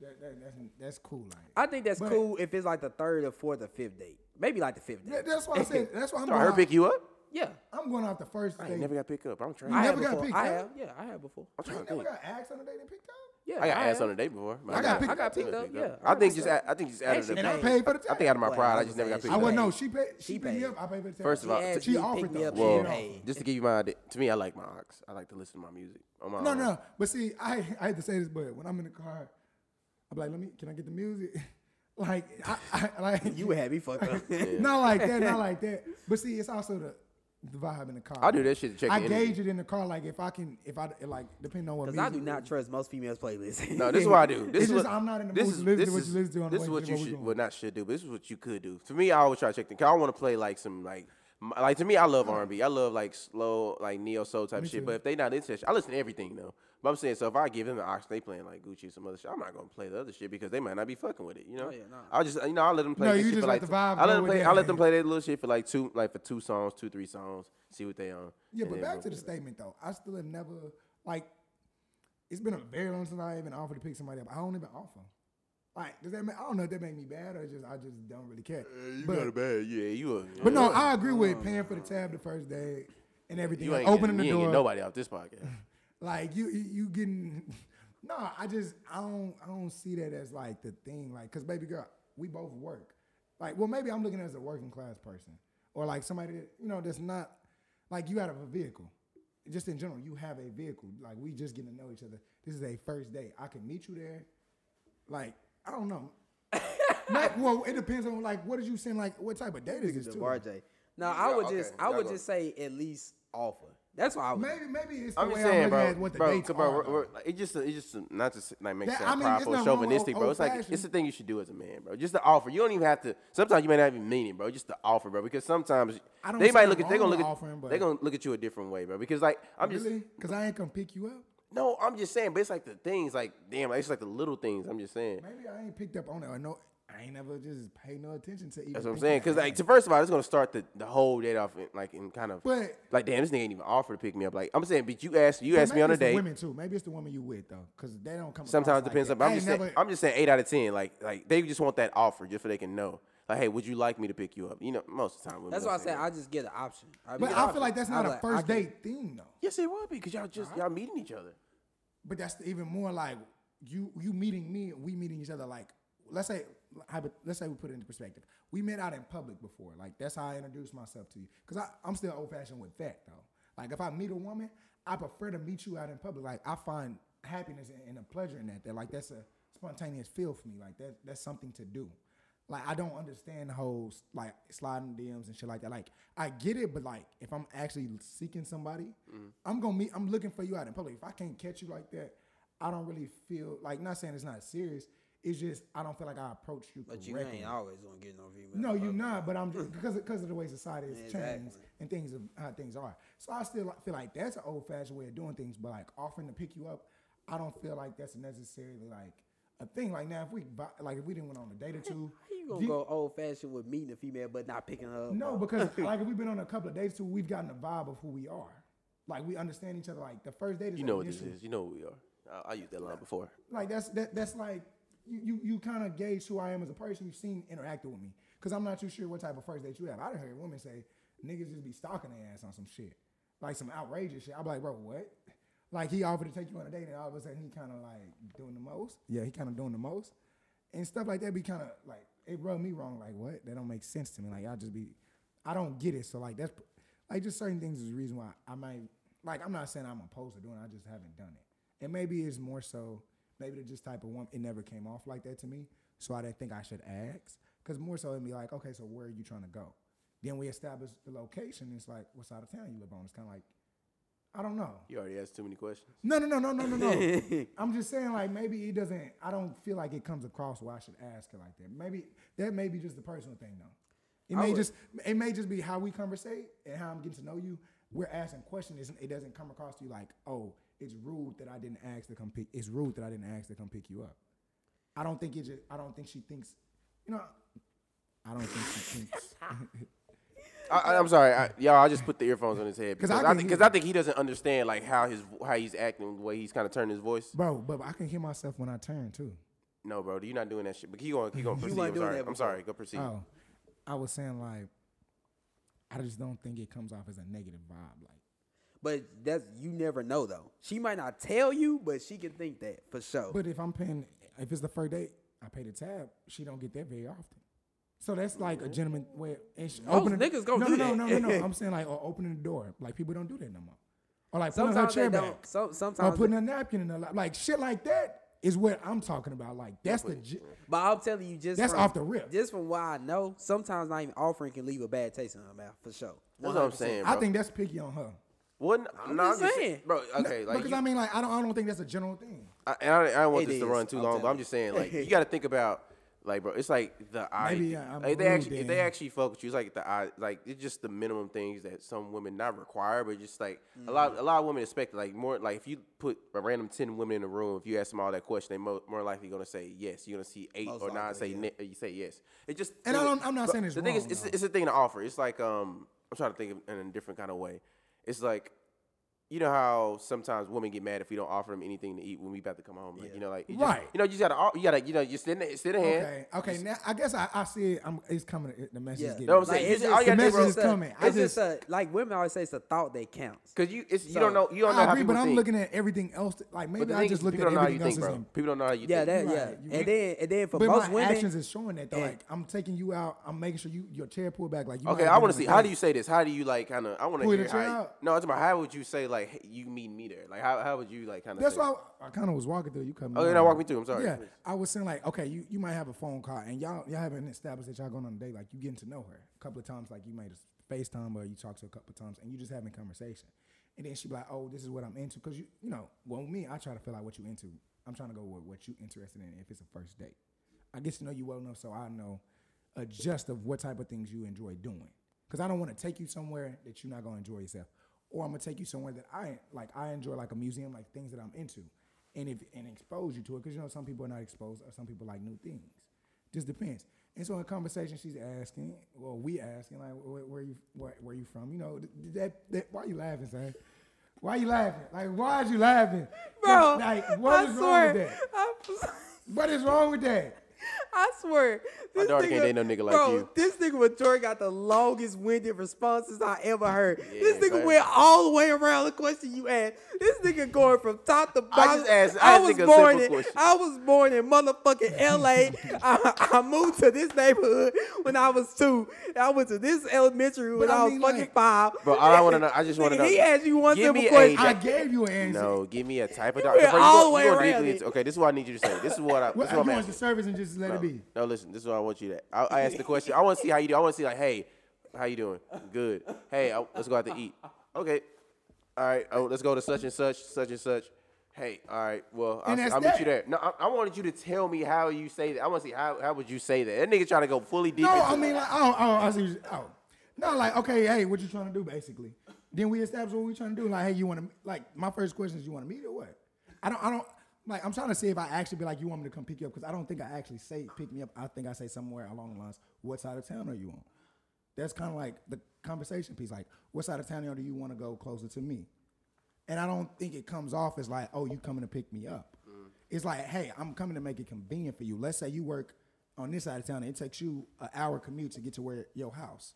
[SPEAKER 3] That, that, that's, that's cool. Like
[SPEAKER 1] I think that's
[SPEAKER 3] But-
[SPEAKER 1] cool if it's like the third or fourth or fifth date. Maybe like the fifth
[SPEAKER 3] Yeah,
[SPEAKER 1] date.
[SPEAKER 3] that's why I said. That's why I'm
[SPEAKER 2] Or
[SPEAKER 3] going.
[SPEAKER 2] her
[SPEAKER 3] Her
[SPEAKER 2] pick you up?
[SPEAKER 1] Yeah.
[SPEAKER 3] I'm going off the first
[SPEAKER 2] I
[SPEAKER 3] date.
[SPEAKER 2] ain't never got picked up. I'm trying.
[SPEAKER 1] I
[SPEAKER 2] I,
[SPEAKER 1] have
[SPEAKER 3] never got
[SPEAKER 1] before.
[SPEAKER 3] picked
[SPEAKER 1] I
[SPEAKER 3] up?
[SPEAKER 1] have. Yeah, I have before.
[SPEAKER 2] am
[SPEAKER 3] You
[SPEAKER 2] trying to
[SPEAKER 3] never
[SPEAKER 2] think.
[SPEAKER 3] got asked on a date and picked up.
[SPEAKER 1] Yeah,
[SPEAKER 2] I got asked
[SPEAKER 1] have.
[SPEAKER 2] on the day before. but
[SPEAKER 3] I got
[SPEAKER 2] never-
[SPEAKER 3] picked
[SPEAKER 1] I got
[SPEAKER 3] up, too.
[SPEAKER 1] picked up. Yeah.
[SPEAKER 2] I think
[SPEAKER 1] got
[SPEAKER 2] just
[SPEAKER 1] picked
[SPEAKER 2] out-
[SPEAKER 1] up.
[SPEAKER 2] I think just out of the.
[SPEAKER 1] Actually,
[SPEAKER 3] And I
[SPEAKER 1] Hey,
[SPEAKER 3] paid for the
[SPEAKER 2] I
[SPEAKER 3] tab.
[SPEAKER 2] think out of my
[SPEAKER 1] Well,
[SPEAKER 2] pride,
[SPEAKER 1] I
[SPEAKER 2] I just
[SPEAKER 1] was
[SPEAKER 2] never
[SPEAKER 1] gonna
[SPEAKER 2] got picked
[SPEAKER 3] I
[SPEAKER 2] up.
[SPEAKER 1] paid.
[SPEAKER 3] wouldn't know. She paid. She,
[SPEAKER 1] She
[SPEAKER 3] picked me
[SPEAKER 1] paid.
[SPEAKER 3] up. I paid for the tab.
[SPEAKER 2] First of all,
[SPEAKER 1] She asked
[SPEAKER 3] she
[SPEAKER 1] you to
[SPEAKER 3] offered
[SPEAKER 1] pick me
[SPEAKER 3] though.
[SPEAKER 1] up. She
[SPEAKER 2] Well,
[SPEAKER 1] paid.
[SPEAKER 2] just to give you my idea- to me, I like my ox. I like to listen to my music. On my uh,
[SPEAKER 3] No,
[SPEAKER 2] own.
[SPEAKER 3] no. But see, I I hate to say this, but when I'm in the car, I'm like, let me. Can I get the music? Like, I, I like
[SPEAKER 1] You would have me fucked up.
[SPEAKER 3] Not like that. Not like that. But see, it's also the. The vibe in the car.
[SPEAKER 2] I do that shit to check
[SPEAKER 3] I
[SPEAKER 2] the energy.
[SPEAKER 3] gauge it in the car, like if I can, if I like, depending on what.
[SPEAKER 1] Because
[SPEAKER 3] Music
[SPEAKER 1] I do not trust most females' playlists.
[SPEAKER 2] No, this is what I do. This
[SPEAKER 3] It's
[SPEAKER 2] is what,
[SPEAKER 3] just I'm not in the
[SPEAKER 2] this
[SPEAKER 3] mood to
[SPEAKER 2] is-
[SPEAKER 3] listen
[SPEAKER 2] this
[SPEAKER 3] to what
[SPEAKER 2] is-
[SPEAKER 3] you listen to on
[SPEAKER 2] This
[SPEAKER 3] the way
[SPEAKER 2] is
[SPEAKER 3] to
[SPEAKER 2] what
[SPEAKER 3] where
[SPEAKER 2] you
[SPEAKER 3] we
[SPEAKER 2] should,
[SPEAKER 3] going.
[SPEAKER 2] well, not should do, but this is what you could do. To me, I always try to check the. Cause I want to play like some like m- like to me, I love R and B. I love like slow, like neo soul type
[SPEAKER 3] Me
[SPEAKER 2] shit.
[SPEAKER 3] too.
[SPEAKER 2] But if they not into that shit, I listen to everything though. But I'm saying, so if I give them the ox, they playing like Gucci or some other shit. I'm not gonna play the other shit because they might not be fucking with it. You know,
[SPEAKER 4] Oh, yeah, nah.
[SPEAKER 2] I'll just you know I'll let them play.
[SPEAKER 3] No,
[SPEAKER 2] their
[SPEAKER 3] you
[SPEAKER 2] shit
[SPEAKER 3] just
[SPEAKER 2] for,
[SPEAKER 3] let
[SPEAKER 2] like,
[SPEAKER 3] the vibe
[SPEAKER 2] I
[SPEAKER 3] go
[SPEAKER 2] let them
[SPEAKER 3] with
[SPEAKER 2] play.
[SPEAKER 3] it.
[SPEAKER 2] I let them play their little shit for like two, like for two songs, two three songs. See what they on.
[SPEAKER 3] Yeah,
[SPEAKER 2] and
[SPEAKER 3] but
[SPEAKER 2] then
[SPEAKER 3] back
[SPEAKER 2] go
[SPEAKER 3] to the
[SPEAKER 2] from
[SPEAKER 3] statement though. I still have never like. It's been a very long time I've been offered to pick somebody up. I don't even offer. Like, does that make? I don't know if that make me bad or just I just don't really care.
[SPEAKER 2] there. You
[SPEAKER 3] but,
[SPEAKER 2] got a bad, yeah. You a,
[SPEAKER 3] but no, I agree with paying for the tab the first day and everything.
[SPEAKER 2] you
[SPEAKER 3] like,
[SPEAKER 2] ain't
[SPEAKER 3] opening
[SPEAKER 2] getting, you
[SPEAKER 3] the
[SPEAKER 2] ain't
[SPEAKER 3] door.
[SPEAKER 2] getting nobody off this podcast.
[SPEAKER 3] Like you, you you getting? No, I just I don't I don't see that as like the thing. Like, cause baby girl, we both work. Like, well, maybe I'm looking at it as a working class person or like somebody that you know that's not like you out of a vehicle. Just in general, you have a vehicle. Like we just getting to know each other. This is a first date. I can meet you there. Like I don't know. Like, well, it depends on like what did you send? Like what type of date is this?
[SPEAKER 4] The
[SPEAKER 3] too?
[SPEAKER 4] RJ. Now I
[SPEAKER 2] Yeah,
[SPEAKER 4] would
[SPEAKER 2] okay,
[SPEAKER 4] just I
[SPEAKER 2] y'all
[SPEAKER 4] would
[SPEAKER 2] go.
[SPEAKER 4] just say at least offer. That's what I would.
[SPEAKER 3] Maybe maybe it's the
[SPEAKER 2] I'm
[SPEAKER 3] way
[SPEAKER 2] just
[SPEAKER 3] I'm
[SPEAKER 2] saying,
[SPEAKER 3] looking
[SPEAKER 2] bro.
[SPEAKER 3] at what the
[SPEAKER 2] bro,
[SPEAKER 3] dates
[SPEAKER 2] so, bro,
[SPEAKER 3] are.
[SPEAKER 2] we're-
[SPEAKER 3] though.
[SPEAKER 2] we're- it just it just not to s- like make
[SPEAKER 3] That- I
[SPEAKER 2] sound
[SPEAKER 3] mean,
[SPEAKER 2] prideful and
[SPEAKER 3] it's nothing wrong with
[SPEAKER 2] chauvinistic,
[SPEAKER 3] old-
[SPEAKER 2] bro. It's like it's the
[SPEAKER 3] old-fashioned.
[SPEAKER 2] thing you should do as a man, bro. Just the offer. You don't even have to. Sometimes you may not even mean it, bro. Just the offer, bro. Because sometimes
[SPEAKER 3] I don't
[SPEAKER 2] they
[SPEAKER 3] see
[SPEAKER 2] might
[SPEAKER 3] nothing
[SPEAKER 2] look at they gonna
[SPEAKER 3] wrong with
[SPEAKER 2] look at
[SPEAKER 3] offering, but-
[SPEAKER 2] they gonna look at you a different way, bro. Because like I'm just
[SPEAKER 3] Really? Cause I ain't gonna pick you up.
[SPEAKER 2] no, I'm just saying, but it's like the things, like damn, like, it's like the little things. I'm just saying.
[SPEAKER 3] Maybe I ain't picked up on it. Or no, I ain't never just paid no attention to. Even
[SPEAKER 2] That's what I'm
[SPEAKER 3] thinking
[SPEAKER 2] saying. Because
[SPEAKER 3] that.
[SPEAKER 2] like, to first of all, it's gonna start the, the whole date off in, like in kind of
[SPEAKER 3] But-
[SPEAKER 2] like damn, this nigga ain't even offer to pick me up. Like I'm saying, but you asked you
[SPEAKER 3] But
[SPEAKER 2] asked me
[SPEAKER 3] maybe
[SPEAKER 2] on a
[SPEAKER 3] it's the
[SPEAKER 2] date.
[SPEAKER 3] Women too. Maybe it's the woman you with though, because they don't come.
[SPEAKER 2] Sometimes it
[SPEAKER 3] across
[SPEAKER 2] depends
[SPEAKER 3] like
[SPEAKER 2] on.
[SPEAKER 3] that.
[SPEAKER 2] I'm
[SPEAKER 3] I
[SPEAKER 2] just
[SPEAKER 3] ain't
[SPEAKER 2] saying.
[SPEAKER 3] never-
[SPEAKER 2] I'm just saying eight out of ten. Like like they just want that offer just so they can know. Like hey, would you like me to pick you up? You know, most of the time. women
[SPEAKER 4] That's
[SPEAKER 2] don't
[SPEAKER 4] why I
[SPEAKER 2] say
[SPEAKER 4] said
[SPEAKER 2] that.
[SPEAKER 4] I just get an option. I
[SPEAKER 3] but
[SPEAKER 4] get
[SPEAKER 3] I
[SPEAKER 4] an
[SPEAKER 3] feel like that's
[SPEAKER 4] option.
[SPEAKER 3] not
[SPEAKER 4] I'm
[SPEAKER 3] a
[SPEAKER 4] like, I
[SPEAKER 3] first
[SPEAKER 4] can-
[SPEAKER 3] date thing though.
[SPEAKER 2] Yes, it would be because y'all just y'all meeting each other.
[SPEAKER 3] But that's even more like you you meeting me, we meeting each other. Like let's say hypo- let's say we put it into perspective. We met out in public before. Like that's how I introduced myself to you. Cause I, I'm still old fashioned with that though. Like if I meet a woman, I prefer to meet you out in public. Like I find happiness and, and a pleasure in that. That like that's a spontaneous feel for me. Like that that's something to do. Like I don't understand the whole s- like sliding DMs and shit like that. Like I get it, but like if I'm actually seeking somebody,
[SPEAKER 4] Mm.
[SPEAKER 3] I'm gonna meet. I'm looking for you out in public. If I can't catch you like that, I don't really feel like. Not saying it's not serious. It's just I don't feel like I approached you
[SPEAKER 4] But you
[SPEAKER 3] correctly.
[SPEAKER 4] ain't always gonna get no female.
[SPEAKER 3] no,
[SPEAKER 4] fuck.
[SPEAKER 3] you're not. But I'm just, because because of the way society has changed
[SPEAKER 4] Exactly.
[SPEAKER 3] and things of how things are. So I still like- feel like that's an old fashioned way of doing things. But like offering to pick you up, I don't feel like that's necessarily like a thing. Like now, if we bu- like if we didn't went on a date or two,
[SPEAKER 4] How you gonna
[SPEAKER 3] you-
[SPEAKER 4] go old fashioned with meeting a female but not picking her up?
[SPEAKER 3] no, because like if we've been on a couple of dates too, we've gotten a vibe of who we are. Like we understand each other. Like the first date is
[SPEAKER 2] You know what this
[SPEAKER 3] initial.
[SPEAKER 2] is. You know who we are. I, I used that line before.
[SPEAKER 3] Like that's that that's like you you, you kind of gauge who I am as a person. You've seen interacting with me because I'm not too sure what type of first date you have. I done heard women say niggas just be stalking their ass on some shit, like some outrageous shit. I'm like, bro, what? Like he offered to take you on a date, and all of a sudden he kind of like doing the most. Yeah, he kind of doing the most, and stuff like that. Be kind of like it rubbed me wrong. Like what? That don't make sense to me. Like I just be, I don't get it. So like that's like just certain things is the reason why I might like I'm not saying I'm opposed to doing it, I just haven't done it. And maybe it's more so maybe the just type of woman it never came off like that to me. So I didn't think I should ask. Cause more so it'd be like, okay, so where are you trying to go? Then we establish the location. It's like, what side of town you live on? It's kind of like, I don't know.
[SPEAKER 2] You already asked too many questions.
[SPEAKER 3] No, no, no, no, no, no, no. I'm just saying, like, maybe it doesn't, I don't feel like it comes across where I should ask it like that. Maybe that may be just a personal thing, though. It may just it may just be how we conversate and how I'm getting to know you. We're asking questions. It doesn't come across to you like, oh, it's rude that I didn't ask to come pick. It's rude that I didn't ask to come pick you up. I don't think it. Just, I don't think she thinks. You know, I don't think she thinks.
[SPEAKER 2] I, I, I'm sorry, I, y'all. I just put the earphones on his head
[SPEAKER 3] 'Cause
[SPEAKER 2] because
[SPEAKER 3] I
[SPEAKER 2] I,
[SPEAKER 3] can
[SPEAKER 2] think
[SPEAKER 3] hear
[SPEAKER 2] because I
[SPEAKER 3] you.
[SPEAKER 2] think he doesn't understand like how his how he's acting, the way he's kind of turning his voice.
[SPEAKER 3] Bro, but I can hear myself when I turn too.
[SPEAKER 2] No, bro, you're not doing that shit. But keep going, keep going. Proceed.
[SPEAKER 4] weren't
[SPEAKER 2] I'm
[SPEAKER 4] doing
[SPEAKER 2] sorry.
[SPEAKER 4] that
[SPEAKER 2] I'm sorry. Go proceed.
[SPEAKER 3] Oh, I was saying like, I just don't think it comes off as a negative vibe. Like,
[SPEAKER 4] But that's you never know though. She might not tell you, but she can think that for sure.
[SPEAKER 3] but if I'm paying, if it's the first date, I pay the tab. She don't get that very often. So that's like a gentleman where and she-
[SPEAKER 4] Mm-hmm. Most
[SPEAKER 3] opening-
[SPEAKER 4] niggas gonna
[SPEAKER 3] no,
[SPEAKER 4] do
[SPEAKER 3] no,
[SPEAKER 4] that.
[SPEAKER 3] no, no, no, no. I'm saying like or opening the door. Like people don't do that no more. Or like putting her
[SPEAKER 4] Sometimes they
[SPEAKER 3] chair
[SPEAKER 4] don't.
[SPEAKER 3] back.
[SPEAKER 4] So-
[SPEAKER 3] or
[SPEAKER 4] sometimes
[SPEAKER 3] putting a napkin in her lap. Like shit like that is what I'm talking about. Like that's the. ge-
[SPEAKER 4] but I'm telling you, just
[SPEAKER 3] That's
[SPEAKER 4] from,
[SPEAKER 3] off the rip.
[SPEAKER 4] Just from what I know, sometimes not even offering can leave a bad taste in her mouth for sure.
[SPEAKER 2] That's what I'm saying, bro.
[SPEAKER 3] I think that's picky on her.
[SPEAKER 2] What? I'm
[SPEAKER 4] just saying.
[SPEAKER 2] bro. Okay, like
[SPEAKER 3] because
[SPEAKER 2] you-
[SPEAKER 3] I mean, like I don't, I don't think that's a general thing.
[SPEAKER 2] I, and I, I don't want
[SPEAKER 4] It
[SPEAKER 2] this to
[SPEAKER 4] is,
[SPEAKER 2] run too
[SPEAKER 4] I'm
[SPEAKER 2] long, but
[SPEAKER 4] telling
[SPEAKER 2] I'm just saying, like, you got to think about Like, bro, it's like the I.
[SPEAKER 3] Maybe I- I'm
[SPEAKER 2] like, they
[SPEAKER 3] rude
[SPEAKER 2] actually, if they
[SPEAKER 3] then.
[SPEAKER 2] actually fuck with you, it's like the I. Like, it's just the minimum things that some women not require, but just like a lot,
[SPEAKER 3] Mm-hmm.
[SPEAKER 2] a lot of women expect. Like more, like if you put a random ten women in a room, if you ask them all that question, they mo- more likely gonna say yes. You're gonna see eight
[SPEAKER 1] Most
[SPEAKER 2] or nine
[SPEAKER 1] likely,
[SPEAKER 2] say
[SPEAKER 1] yeah.
[SPEAKER 2] ne- you say yes. It just
[SPEAKER 3] And I
[SPEAKER 2] thing-
[SPEAKER 3] don't- I'm not
[SPEAKER 2] but
[SPEAKER 3] saying it's
[SPEAKER 2] the thing is,
[SPEAKER 3] wrong,
[SPEAKER 2] it's,
[SPEAKER 3] though.
[SPEAKER 2] it's a thing to offer. It's like um, I'm trying to think of in a different kind of way. It's like you know how sometimes women get mad if we don't offer them anything to eat when we about to come home. Like, You know, like you just-
[SPEAKER 3] Right.
[SPEAKER 2] you know, you just gotta, au- you gotta, you know, you stand, stand in hand.
[SPEAKER 3] Okay, okay. Now I guess I, I see it. I'm, it's coming. it- The message
[SPEAKER 1] Yeah.
[SPEAKER 3] is getting.
[SPEAKER 2] Know what I'm
[SPEAKER 1] Like, it's
[SPEAKER 2] saying? You
[SPEAKER 1] just-
[SPEAKER 2] all you
[SPEAKER 3] the
[SPEAKER 2] gotta do,
[SPEAKER 3] message
[SPEAKER 2] bro,
[SPEAKER 3] is coming. I
[SPEAKER 1] It's
[SPEAKER 3] just,
[SPEAKER 1] just a, like women always say, it's the thought that counts.
[SPEAKER 2] Cause you, it's, you
[SPEAKER 1] So,
[SPEAKER 2] don't know, you don't know
[SPEAKER 3] I
[SPEAKER 2] how
[SPEAKER 3] agree,
[SPEAKER 2] people
[SPEAKER 3] but I'm
[SPEAKER 2] think.
[SPEAKER 3] looking at everything else. Like
[SPEAKER 2] But
[SPEAKER 3] maybe
[SPEAKER 2] the
[SPEAKER 3] I
[SPEAKER 2] thing
[SPEAKER 3] just
[SPEAKER 2] is,
[SPEAKER 3] look at
[SPEAKER 2] people don't know how you
[SPEAKER 3] everything else.
[SPEAKER 2] think,
[SPEAKER 3] as
[SPEAKER 2] bro.
[SPEAKER 3] in-
[SPEAKER 2] People don't know how you
[SPEAKER 1] Yeah,
[SPEAKER 2] think.
[SPEAKER 1] that,
[SPEAKER 3] Right.
[SPEAKER 1] yeah.
[SPEAKER 3] You-
[SPEAKER 1] and then, and then for
[SPEAKER 3] But
[SPEAKER 1] most
[SPEAKER 3] my
[SPEAKER 1] women,
[SPEAKER 3] actions is showing that though.
[SPEAKER 1] and-
[SPEAKER 3] Like I'm taking you out. I'm making sure you your chair pulled back. Like you.
[SPEAKER 2] Okay,
[SPEAKER 3] might
[SPEAKER 2] I
[SPEAKER 3] have
[SPEAKER 2] want to
[SPEAKER 3] been
[SPEAKER 2] see.
[SPEAKER 3] on a
[SPEAKER 2] How do
[SPEAKER 3] date.
[SPEAKER 2] you say this? How do you like kind of? I want to
[SPEAKER 3] Pull
[SPEAKER 2] hear.
[SPEAKER 3] the chair
[SPEAKER 2] how you-
[SPEAKER 3] out.
[SPEAKER 2] No, it's about how would you say like hey, you meet me there? Like how how would you like kind of?
[SPEAKER 3] That's why I, kind of was walking through. You coming.
[SPEAKER 2] Okay,
[SPEAKER 3] in.
[SPEAKER 2] now walk me through. I'm sorry.
[SPEAKER 3] Yeah,
[SPEAKER 2] please.
[SPEAKER 3] I was saying like, okay, you, you might have a phone call and y'all y'all haven't established that y'all going on a date. Like you getting to know her a couple of times. Like you made a FaceTime or you talked to her a couple of times and you just having conversation. And then she be like, oh, this is what I'm into because you you know, well me, I try to feel out what you into. I'm trying to go with what you interested in if it's a first date. I get to know you well enough so I know adjust of what type of things you enjoy doing. Because I don't want to take you somewhere that you're not gonna enjoy yourself, or I'm gonna take you somewhere that I like. I enjoy like a museum, like things that I'm into, and if and expose you to it. Because you know some people are not exposed, or some people like new things. Just depends. And so in conversation, she's asking, well, we asking like, where, where you where, where you from? You know th- th- that, that why you laughing, son? Why you laughing? Like why is you laughing,
[SPEAKER 5] Bro,
[SPEAKER 3] Like what is wrong with that? What is wrong with that?
[SPEAKER 5] I swear. This
[SPEAKER 2] daughter can't date no nigga like
[SPEAKER 1] Bro,
[SPEAKER 2] you.
[SPEAKER 1] this nigga with Joy got the longest winded responses I ever heard. this
[SPEAKER 2] Yeah,
[SPEAKER 1] nigga
[SPEAKER 2] man.
[SPEAKER 1] went all the way around the question you asked. This nigga going from top to bottom.
[SPEAKER 2] just asked- I asked
[SPEAKER 1] was
[SPEAKER 2] nigga a
[SPEAKER 1] born
[SPEAKER 2] simple
[SPEAKER 1] in,
[SPEAKER 2] question.
[SPEAKER 1] I was born in motherfucking LA. I, I moved to this neighborhood when I was two. I went to this elementary when
[SPEAKER 3] But I
[SPEAKER 1] I, was
[SPEAKER 3] mean,
[SPEAKER 1] fucking
[SPEAKER 3] like-
[SPEAKER 1] five.
[SPEAKER 2] Bro, all I wanna know- I just wanna
[SPEAKER 1] Nigga,
[SPEAKER 2] know-
[SPEAKER 1] He asked you one
[SPEAKER 2] Give
[SPEAKER 1] simple
[SPEAKER 2] me a-
[SPEAKER 1] question.
[SPEAKER 3] I gave you an answer.
[SPEAKER 2] No, give me a type
[SPEAKER 1] You
[SPEAKER 2] of dog.
[SPEAKER 1] went all the way around it.
[SPEAKER 2] okay, this is what I need you to say. This is what I.
[SPEAKER 3] What,
[SPEAKER 2] This is
[SPEAKER 3] you
[SPEAKER 2] what I'm
[SPEAKER 3] want
[SPEAKER 2] asking.
[SPEAKER 3] the service and just let it
[SPEAKER 2] No,
[SPEAKER 3] be.
[SPEAKER 2] no, listen. This is what I want you to. I, I asked the question. I want to see how you do. I want to see like, hey, how you doing? Good. Hey, I, let's go out to eat. Okay. All right. Oh, let's go to such and such, such and such. Hey, all right. Well, I'll,
[SPEAKER 3] And that's
[SPEAKER 2] I'll meet you
[SPEAKER 3] that.
[SPEAKER 2] there. No, I, I wanted you to tell me how you say that. I want to see how how would you say that. That nigga trying to go fully deep.
[SPEAKER 3] No,
[SPEAKER 2] into
[SPEAKER 3] I mean,
[SPEAKER 2] it.
[SPEAKER 3] like, oh, oh, I see. what you- Oh, no, like, okay, hey, what you trying to do, basically? Then we establish what we trying to do. Like, hey, you want to, like, my first question is, you want to meet or what? I don't, I don't, like, I'm trying to see if I actually be like, you want me to come pick you up? Because I don't think I actually say pick me up. I think I say somewhere along the lines, what side of town are you on? That's kind of like the conversation piece. Like, what side of town are you- do you want to go closer to me? And I don't think it comes off as like, oh, you coming to pick me up.
[SPEAKER 2] Mm.
[SPEAKER 3] It's like, hey, I'm coming to make it convenient for you. Let's say you work on this side of town and it takes you an hour commute to get to where your house.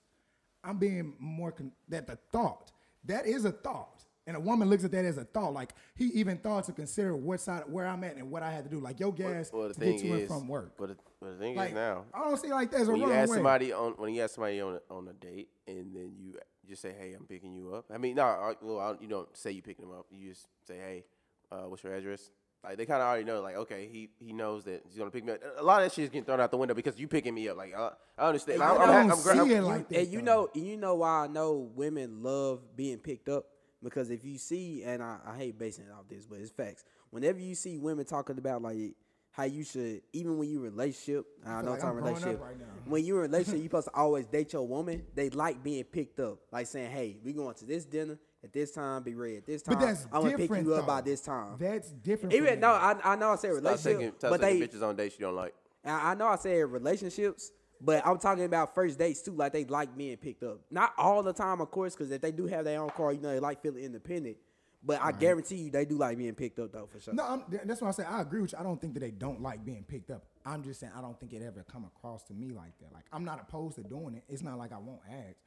[SPEAKER 3] I'm being more con- that the thought that is a thought, and a woman looks at that as a thought. Like he even thought to consider what side where I'm at and what I had to do, like your gas
[SPEAKER 2] well, the
[SPEAKER 3] to get
[SPEAKER 2] thing
[SPEAKER 3] to and
[SPEAKER 2] is,
[SPEAKER 3] from work.
[SPEAKER 2] But the, but the thing
[SPEAKER 3] like
[SPEAKER 2] is now,
[SPEAKER 3] I don't see like there's a
[SPEAKER 2] when
[SPEAKER 3] wrong
[SPEAKER 2] you ask
[SPEAKER 3] way.
[SPEAKER 2] somebody on when you ask somebody on a- on a date and then you just say, "Hey, I'm picking you up." I mean, no, I, well, I, you don't say you picking them up. You just say, "Hey, uh, what's your address?" Like they kind of already know. Like, okay, he he knows that he's gonna pick me up. A lot of that shit is getting thrown out the window because you picking me up. Like, I, I understand. Like,
[SPEAKER 3] I
[SPEAKER 2] I'm,
[SPEAKER 3] don't
[SPEAKER 2] I'm, I'm,
[SPEAKER 3] see
[SPEAKER 2] gra- I'm,
[SPEAKER 3] it like that.
[SPEAKER 1] and you
[SPEAKER 3] though.
[SPEAKER 1] know, and you know why I know women love being picked up because if you see, and I, I hate basing it off this, but it's facts. Whenever you see women talking about like how you should, even when you relationship, I know
[SPEAKER 3] like
[SPEAKER 1] it's not
[SPEAKER 3] I'm growing up
[SPEAKER 1] relationship.
[SPEAKER 3] right now.
[SPEAKER 1] When you're in a relationship, you supposed to always date your woman. They like being picked up, like saying, "Hey, we going to this dinner at this time. Be ready at this time.
[SPEAKER 3] but that's
[SPEAKER 1] I'm gonna pick
[SPEAKER 3] different,
[SPEAKER 1] you up by
[SPEAKER 3] though.
[SPEAKER 1] this time."
[SPEAKER 3] That's different. from
[SPEAKER 1] Even no,
[SPEAKER 3] that.
[SPEAKER 1] I, I know I said
[SPEAKER 2] stop
[SPEAKER 1] relationship,
[SPEAKER 2] taking, stop
[SPEAKER 1] but
[SPEAKER 2] taking
[SPEAKER 1] they
[SPEAKER 2] bitches on dates you don't like.
[SPEAKER 1] I I know I said relationships, but I'm talking about first dates too. Like they like being picked up. Not all the time, of course, because if they do have their own car, you know they like feeling independent. But I guarantee you, they do like being picked up though for sure.
[SPEAKER 3] No, I'm, th- that's why I say I agree with you. I don't think that they don't like being picked up. I'm just saying I don't think it ever come across to me like that. Like I'm not opposed to doing it. It's not like I won't ask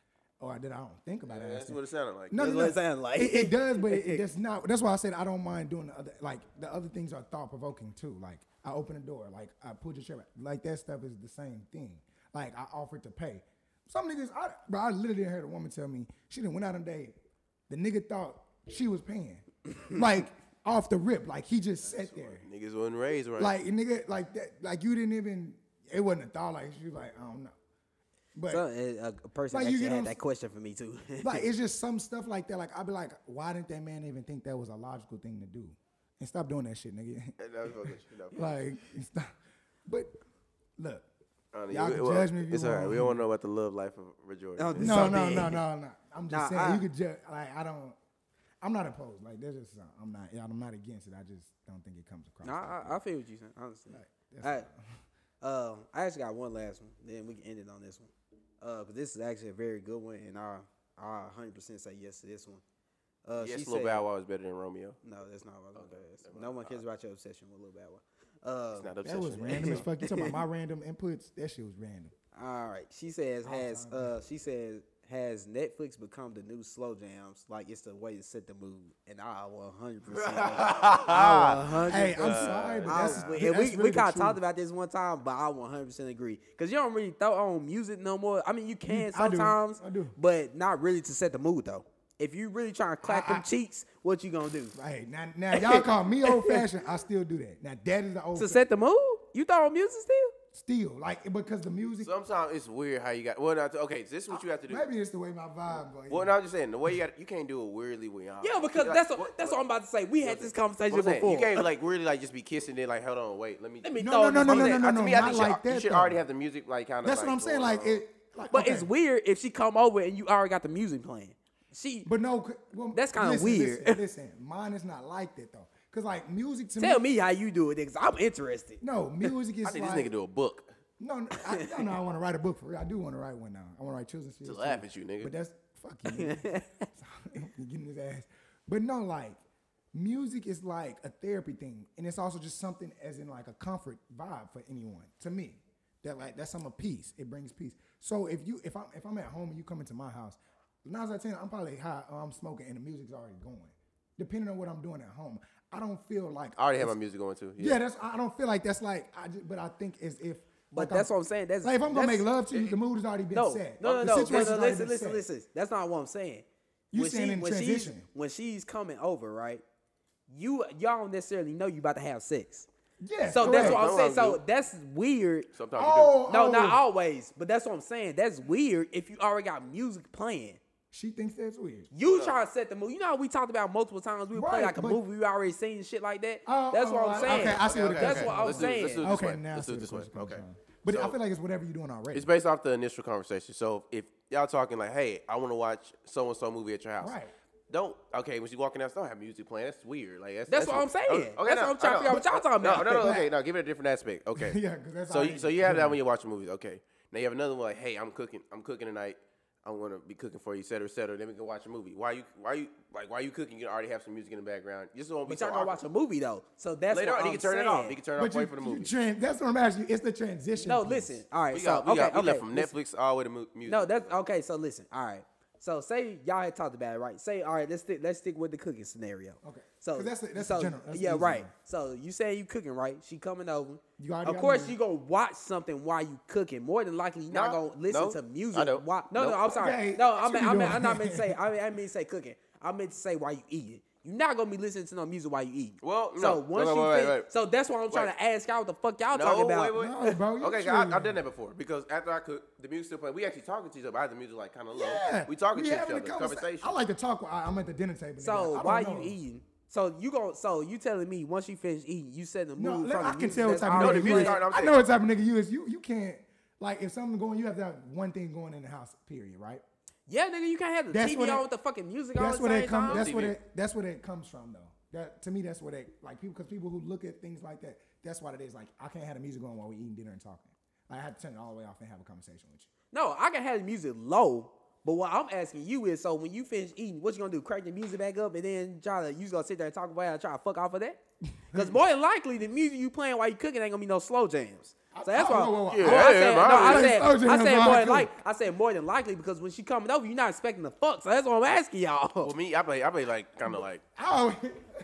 [SPEAKER 3] or that I don't think about it.
[SPEAKER 2] That's what it sounded like.
[SPEAKER 3] No,
[SPEAKER 1] That's
[SPEAKER 3] no,
[SPEAKER 1] what
[SPEAKER 3] no.
[SPEAKER 1] it sound like.
[SPEAKER 3] It, it does, but it, it- that's not. That's why I said I don't mind doing the other. Like the other things are thought provoking too. Like I open the door, like I pulled your chair, back. like that stuff is the same thing. Like I offered to pay. Some niggas, I, bro, I literally heard a woman tell me she didn't went out on a date. The nigga thought she was paying, like off the rip. Like he just sat there.
[SPEAKER 2] Niggas wasn't raised right.
[SPEAKER 3] Like nigga, like that, like you didn't even. It wasn't a thought. Like she was like, I don't know. But
[SPEAKER 1] So, uh, a, a person
[SPEAKER 3] Like, you
[SPEAKER 1] actually
[SPEAKER 3] get
[SPEAKER 1] had
[SPEAKER 3] on-
[SPEAKER 1] that question for me too.
[SPEAKER 3] like it's just some stuff like that. Like I'd be like, why didn't that man even think that was a logical thing to do? And stop doing that shit, nigga.
[SPEAKER 2] That was fucking- no.
[SPEAKER 3] like stop. But Look,
[SPEAKER 2] I don't know,
[SPEAKER 3] Y'all
[SPEAKER 2] you-
[SPEAKER 3] can
[SPEAKER 2] well,
[SPEAKER 3] judge me if you
[SPEAKER 2] it's all right.
[SPEAKER 3] want.
[SPEAKER 2] We don't want to know about the love life of Rejoice.
[SPEAKER 1] No,
[SPEAKER 2] man.
[SPEAKER 1] this-
[SPEAKER 3] no, no,
[SPEAKER 1] something.
[SPEAKER 3] no, no, no. I'm just
[SPEAKER 1] Nah,
[SPEAKER 3] saying
[SPEAKER 1] I-
[SPEAKER 3] you could judge. Like I don't. I'm not opposed. Like that's just something. I'm not. I'm not against it. I just don't think it comes across.
[SPEAKER 1] No,
[SPEAKER 3] like
[SPEAKER 1] I, I, I feel what you're saying. Honestly,
[SPEAKER 3] that's
[SPEAKER 1] I, uh, I actually got one last one. Then we can end it on this one. Uh, but this is actually a very good one, and I I 100 percent say yes to this one. Uh,
[SPEAKER 2] yes,
[SPEAKER 1] she
[SPEAKER 2] Lil
[SPEAKER 1] said-
[SPEAKER 2] Bow Wow is better than Romeo.
[SPEAKER 1] No, that's not what I was going to ask. No one cares about your obsession with Lil Bow Wow. Uh,
[SPEAKER 2] It's not
[SPEAKER 3] that was
[SPEAKER 2] obsession.
[SPEAKER 3] random as fuck. You talking about my random inputs? That shit was random.
[SPEAKER 1] All right. She says has uh she says has Netflix become the new slow jams? Like it's the way to set the mood. And I 100 percent.
[SPEAKER 3] Hey,
[SPEAKER 2] uh,
[SPEAKER 3] I'm sorry, but that's,
[SPEAKER 1] we, and
[SPEAKER 3] that's
[SPEAKER 1] we,
[SPEAKER 3] really
[SPEAKER 1] we
[SPEAKER 3] the
[SPEAKER 1] kind of
[SPEAKER 3] truth.
[SPEAKER 1] talked about this one time, but I 100% agree. Because you don't really throw on music no more. I mean, you can
[SPEAKER 3] I do.
[SPEAKER 1] sometimes,
[SPEAKER 3] I do.
[SPEAKER 1] but not really to set the mood, though. If you really trying to clap them cheeks, what you going to do?
[SPEAKER 3] Hey, now, now y'all call me old fashioned. I still do that. Now that is the old
[SPEAKER 1] To set the mood? You throw on music still?
[SPEAKER 3] still like because the music.
[SPEAKER 2] Sometimes it's weird how you got. Well, not okay. This is what you have to do.
[SPEAKER 3] maybe it's the way my vibe going.
[SPEAKER 2] Well, no, I'm just saying the way you got. You can't do it weirdly with y'all.
[SPEAKER 1] Yeah, because
[SPEAKER 2] Like,
[SPEAKER 1] that's what,
[SPEAKER 2] what-
[SPEAKER 1] that's what I'm about to say. We had this conversation
[SPEAKER 2] what I'm saying.
[SPEAKER 1] before.
[SPEAKER 2] You can't like really like just be kissing. Then like, hold on, wait, let me.
[SPEAKER 1] Let me
[SPEAKER 3] no,
[SPEAKER 1] throw
[SPEAKER 3] no,
[SPEAKER 1] this
[SPEAKER 3] no,
[SPEAKER 1] on
[SPEAKER 3] no,
[SPEAKER 1] there.
[SPEAKER 3] no, no,
[SPEAKER 2] I- to
[SPEAKER 3] no,
[SPEAKER 2] me, I
[SPEAKER 3] not
[SPEAKER 2] think you should-
[SPEAKER 3] like
[SPEAKER 2] You
[SPEAKER 3] that.
[SPEAKER 2] should
[SPEAKER 3] though.
[SPEAKER 2] already have the music like kind of.
[SPEAKER 3] That's what I'm saying. Like it. Like,
[SPEAKER 1] But
[SPEAKER 3] okay.
[SPEAKER 1] it's weird if she come over and you already got the music playing. She
[SPEAKER 3] But no, c- well,
[SPEAKER 1] That's kinda
[SPEAKER 3] listen,
[SPEAKER 1] weird.
[SPEAKER 3] Listen, listen, mine is not like that though, cause like music to
[SPEAKER 1] tell
[SPEAKER 3] me.
[SPEAKER 1] me how you do it, because I'm interested.
[SPEAKER 3] No, music is
[SPEAKER 2] I think
[SPEAKER 3] like
[SPEAKER 2] this nigga do a book.
[SPEAKER 3] no, no, I, no, no. I want to write a book for real. I do want to write one now. I want to write children's series.
[SPEAKER 2] To
[SPEAKER 3] too.
[SPEAKER 2] laugh at you, nigga.
[SPEAKER 3] But that's fuck you. nigga. Getting his ass. But no, like music is like a therapy thing, and it's also just something as in like a comfort vibe for anyone. To me, that like that's some of peace. It brings peace. So if you if I'm if I'm at home and you come into my house, nine out of ten I'm probably high. Or I'm smoking, and the music's already going. Depending on what I'm doing at home, I don't feel like
[SPEAKER 2] I already have my music going too.
[SPEAKER 3] yeah, that's. I don't feel like that's like. I just, but I think as if.
[SPEAKER 1] But
[SPEAKER 3] like
[SPEAKER 1] that's what I'm saying. That's
[SPEAKER 3] Like if I'm gonna
[SPEAKER 1] that's-
[SPEAKER 3] make love to you, the mood has already been
[SPEAKER 1] No,
[SPEAKER 3] set.
[SPEAKER 1] no, no,
[SPEAKER 3] The
[SPEAKER 1] no, no,
[SPEAKER 3] situation's
[SPEAKER 1] no.
[SPEAKER 3] already
[SPEAKER 1] Listen,
[SPEAKER 3] been
[SPEAKER 1] listen,
[SPEAKER 3] set.
[SPEAKER 1] listen. That's not what I'm saying.
[SPEAKER 3] You saying in
[SPEAKER 1] when She's,
[SPEAKER 3] transition.
[SPEAKER 1] when she's coming over, right? You y'all don't necessarily know you about to have sex.
[SPEAKER 3] Yes,
[SPEAKER 1] so that's
[SPEAKER 3] correct.
[SPEAKER 1] what I'm
[SPEAKER 2] No,
[SPEAKER 1] saying.
[SPEAKER 2] I
[SPEAKER 1] So
[SPEAKER 2] do.
[SPEAKER 1] that's weird.
[SPEAKER 2] Sometimes you
[SPEAKER 3] Oh,
[SPEAKER 1] No,
[SPEAKER 3] oh,
[SPEAKER 1] not always, but that's what I'm saying. That's weird if you already got music playing.
[SPEAKER 3] She thinks that's weird.
[SPEAKER 1] You trying to set the mood. You know how we talked about multiple times. We would play
[SPEAKER 3] Right,
[SPEAKER 1] like a
[SPEAKER 3] but-
[SPEAKER 1] movie we already seen and shit like that.
[SPEAKER 3] Oh,
[SPEAKER 1] That's what
[SPEAKER 3] oh,
[SPEAKER 1] I'm
[SPEAKER 3] I-
[SPEAKER 1] saying.
[SPEAKER 3] Okay, I see
[SPEAKER 2] do. Okay,
[SPEAKER 3] what it
[SPEAKER 2] okay,
[SPEAKER 3] comes
[SPEAKER 1] That's
[SPEAKER 2] okay.
[SPEAKER 1] what I
[SPEAKER 3] from.
[SPEAKER 1] was
[SPEAKER 2] Let's do-
[SPEAKER 1] saying.
[SPEAKER 2] Let's do it this
[SPEAKER 3] Okay,
[SPEAKER 2] way.
[SPEAKER 3] now
[SPEAKER 2] Let's
[SPEAKER 3] I
[SPEAKER 2] do it
[SPEAKER 3] see
[SPEAKER 2] this
[SPEAKER 3] where
[SPEAKER 2] way.
[SPEAKER 3] the question
[SPEAKER 2] Okay.
[SPEAKER 3] comes from. But I
[SPEAKER 2] So-
[SPEAKER 3] feel like it's whatever you do on already.
[SPEAKER 2] It's based off the initial conversation. So if y'all talking like, "Hey, I want to watch so and so movie at your house,"
[SPEAKER 3] Right.
[SPEAKER 2] Don't okay when she walking out. Don't have music playing. That's weird. Like that's
[SPEAKER 1] That's what I'm saying. That's what I'm trying to
[SPEAKER 2] I
[SPEAKER 1] figure out what y'all talking
[SPEAKER 2] no,
[SPEAKER 1] about.
[SPEAKER 2] No, no, okay, no. Give it a different aspect. Okay.
[SPEAKER 3] Yeah, 'cause that's
[SPEAKER 2] so
[SPEAKER 3] how
[SPEAKER 2] you,
[SPEAKER 3] I-
[SPEAKER 2] so you have that when you're watching movies. Okay. Now you have another one like, "Hey, I'm cooking. I'm cooking tonight. I'm gonna be cooking for you, et cetera, et cetera. Then we can watch a movie. Why you why you like why you cooking? You already have some music in the background. This won't be
[SPEAKER 1] But
[SPEAKER 2] so
[SPEAKER 1] y'all gonna watch
[SPEAKER 2] awkward.
[SPEAKER 1] a movie though. So that's
[SPEAKER 2] later
[SPEAKER 1] what
[SPEAKER 2] on.
[SPEAKER 1] I'm
[SPEAKER 2] He can turn
[SPEAKER 1] saying.
[SPEAKER 2] it off. He can turn it
[SPEAKER 3] But
[SPEAKER 2] off. Wait
[SPEAKER 3] you,
[SPEAKER 2] for the
[SPEAKER 3] you
[SPEAKER 2] movie.
[SPEAKER 3] tran- that's what I'm asking you. It's the transition.
[SPEAKER 1] No,
[SPEAKER 3] piece.
[SPEAKER 1] listen. All right.
[SPEAKER 2] We
[SPEAKER 1] so
[SPEAKER 2] got, we
[SPEAKER 1] okay,
[SPEAKER 2] got, we
[SPEAKER 1] okay.
[SPEAKER 2] left from
[SPEAKER 1] listen.
[SPEAKER 2] Netflix all the way to mu- music.
[SPEAKER 1] No, that's okay. So listen. All right. So say y'all had talked about it, right? Say all right. Let's stick. Let's stick with the cooking scenario.
[SPEAKER 3] Okay.
[SPEAKER 1] So
[SPEAKER 3] 'Cause that's a- that's a
[SPEAKER 1] so,
[SPEAKER 3] general- that's
[SPEAKER 1] yeah,
[SPEAKER 3] an easy
[SPEAKER 1] right.
[SPEAKER 3] one.
[SPEAKER 1] So you say you cooking, right? She coming over.
[SPEAKER 3] You already
[SPEAKER 1] of
[SPEAKER 3] got
[SPEAKER 1] course,
[SPEAKER 3] music.
[SPEAKER 1] you gonna watch something while you cooking. More than likely, you not
[SPEAKER 2] No,
[SPEAKER 1] gonna listen
[SPEAKER 2] no,
[SPEAKER 1] to
[SPEAKER 2] I
[SPEAKER 1] music.
[SPEAKER 2] don't.
[SPEAKER 1] While, no, no,
[SPEAKER 2] Nope.
[SPEAKER 1] I'm sorry.
[SPEAKER 3] Okay,
[SPEAKER 1] No, I
[SPEAKER 3] what
[SPEAKER 1] mean,
[SPEAKER 3] you
[SPEAKER 1] I mean,
[SPEAKER 3] doing?
[SPEAKER 1] I'm not meant to say. I mean, I mean to say cooking. I meant to say while you eating. You're not gonna be listening to no music while you eat.
[SPEAKER 2] Well,
[SPEAKER 1] so
[SPEAKER 2] no.
[SPEAKER 1] once
[SPEAKER 2] No, no,
[SPEAKER 1] you
[SPEAKER 2] wait,
[SPEAKER 1] fin-
[SPEAKER 2] wait, wait.
[SPEAKER 1] so that's why I'm trying to ask y'all what the fuck y'all
[SPEAKER 2] no,
[SPEAKER 1] talking about.
[SPEAKER 2] Wait, wait.
[SPEAKER 3] No, bro, you
[SPEAKER 2] okay, 'cause I, I've
[SPEAKER 3] tripping.
[SPEAKER 2] done that before because after I cook, the music still playing. We actually talking to each other. but I had the music like kind of low.
[SPEAKER 3] Yeah,
[SPEAKER 2] We talking to each
[SPEAKER 3] having
[SPEAKER 2] other.
[SPEAKER 3] a conversa-
[SPEAKER 2] Conversation.
[SPEAKER 3] I like to talk. While I- I'm at the dinner table. nigga. I
[SPEAKER 1] So
[SPEAKER 3] don't
[SPEAKER 1] why
[SPEAKER 3] know.
[SPEAKER 1] you eating? So you gon' so you telling me once you finish eating, you setting the mood
[SPEAKER 3] No,
[SPEAKER 1] from
[SPEAKER 3] let-
[SPEAKER 1] the
[SPEAKER 3] I can
[SPEAKER 1] music
[SPEAKER 3] tell what
[SPEAKER 1] that's
[SPEAKER 3] type of
[SPEAKER 2] already
[SPEAKER 3] nigga you is.
[SPEAKER 2] playing. Alright, I'm
[SPEAKER 3] I
[SPEAKER 2] saying-
[SPEAKER 3] know what type of nigga you is. You you can't like if something going, you have to have one thing going in the house. Period. Right.
[SPEAKER 1] Yeah, nigga, you can't have the
[SPEAKER 3] That's
[SPEAKER 1] TV
[SPEAKER 3] what
[SPEAKER 1] on
[SPEAKER 3] it-
[SPEAKER 1] with the fucking music on. at
[SPEAKER 3] That's
[SPEAKER 1] the
[SPEAKER 3] where
[SPEAKER 1] same
[SPEAKER 3] that comes.
[SPEAKER 1] time.
[SPEAKER 3] That's where
[SPEAKER 2] TV.
[SPEAKER 3] that, that's where that comes from though. That to me, that's where that like people because people who look at things like that, that's what it is. Like I can't have the music going while we eating dinner and talking. Like, I have to turn it all the way off and have a conversation with you.
[SPEAKER 1] No, I can have the music low. But what I'm asking you is, so when you finish eating, what you gonna do? Crank the music back up and then try to you just gonna sit there and talk about it and try to fuck off of that? Because more than likely, the music you playing while you cooking ain't gonna be no slow jams. So that's
[SPEAKER 3] I-
[SPEAKER 1] why.
[SPEAKER 3] whoa, whoa, whoa.
[SPEAKER 1] Yeah, I
[SPEAKER 3] Yeah,
[SPEAKER 2] yeah,
[SPEAKER 1] said, no,
[SPEAKER 2] bro, I
[SPEAKER 1] I
[SPEAKER 2] was-
[SPEAKER 1] said,
[SPEAKER 3] Slow jam
[SPEAKER 1] I
[SPEAKER 3] is
[SPEAKER 1] said
[SPEAKER 3] why I
[SPEAKER 1] more than
[SPEAKER 3] cook.
[SPEAKER 1] like, I said more than likely because when she coming over, you're not expecting the fuck. So that's what I'm asking y'all.
[SPEAKER 2] For me, I play. I play like kind of like.
[SPEAKER 3] Oh,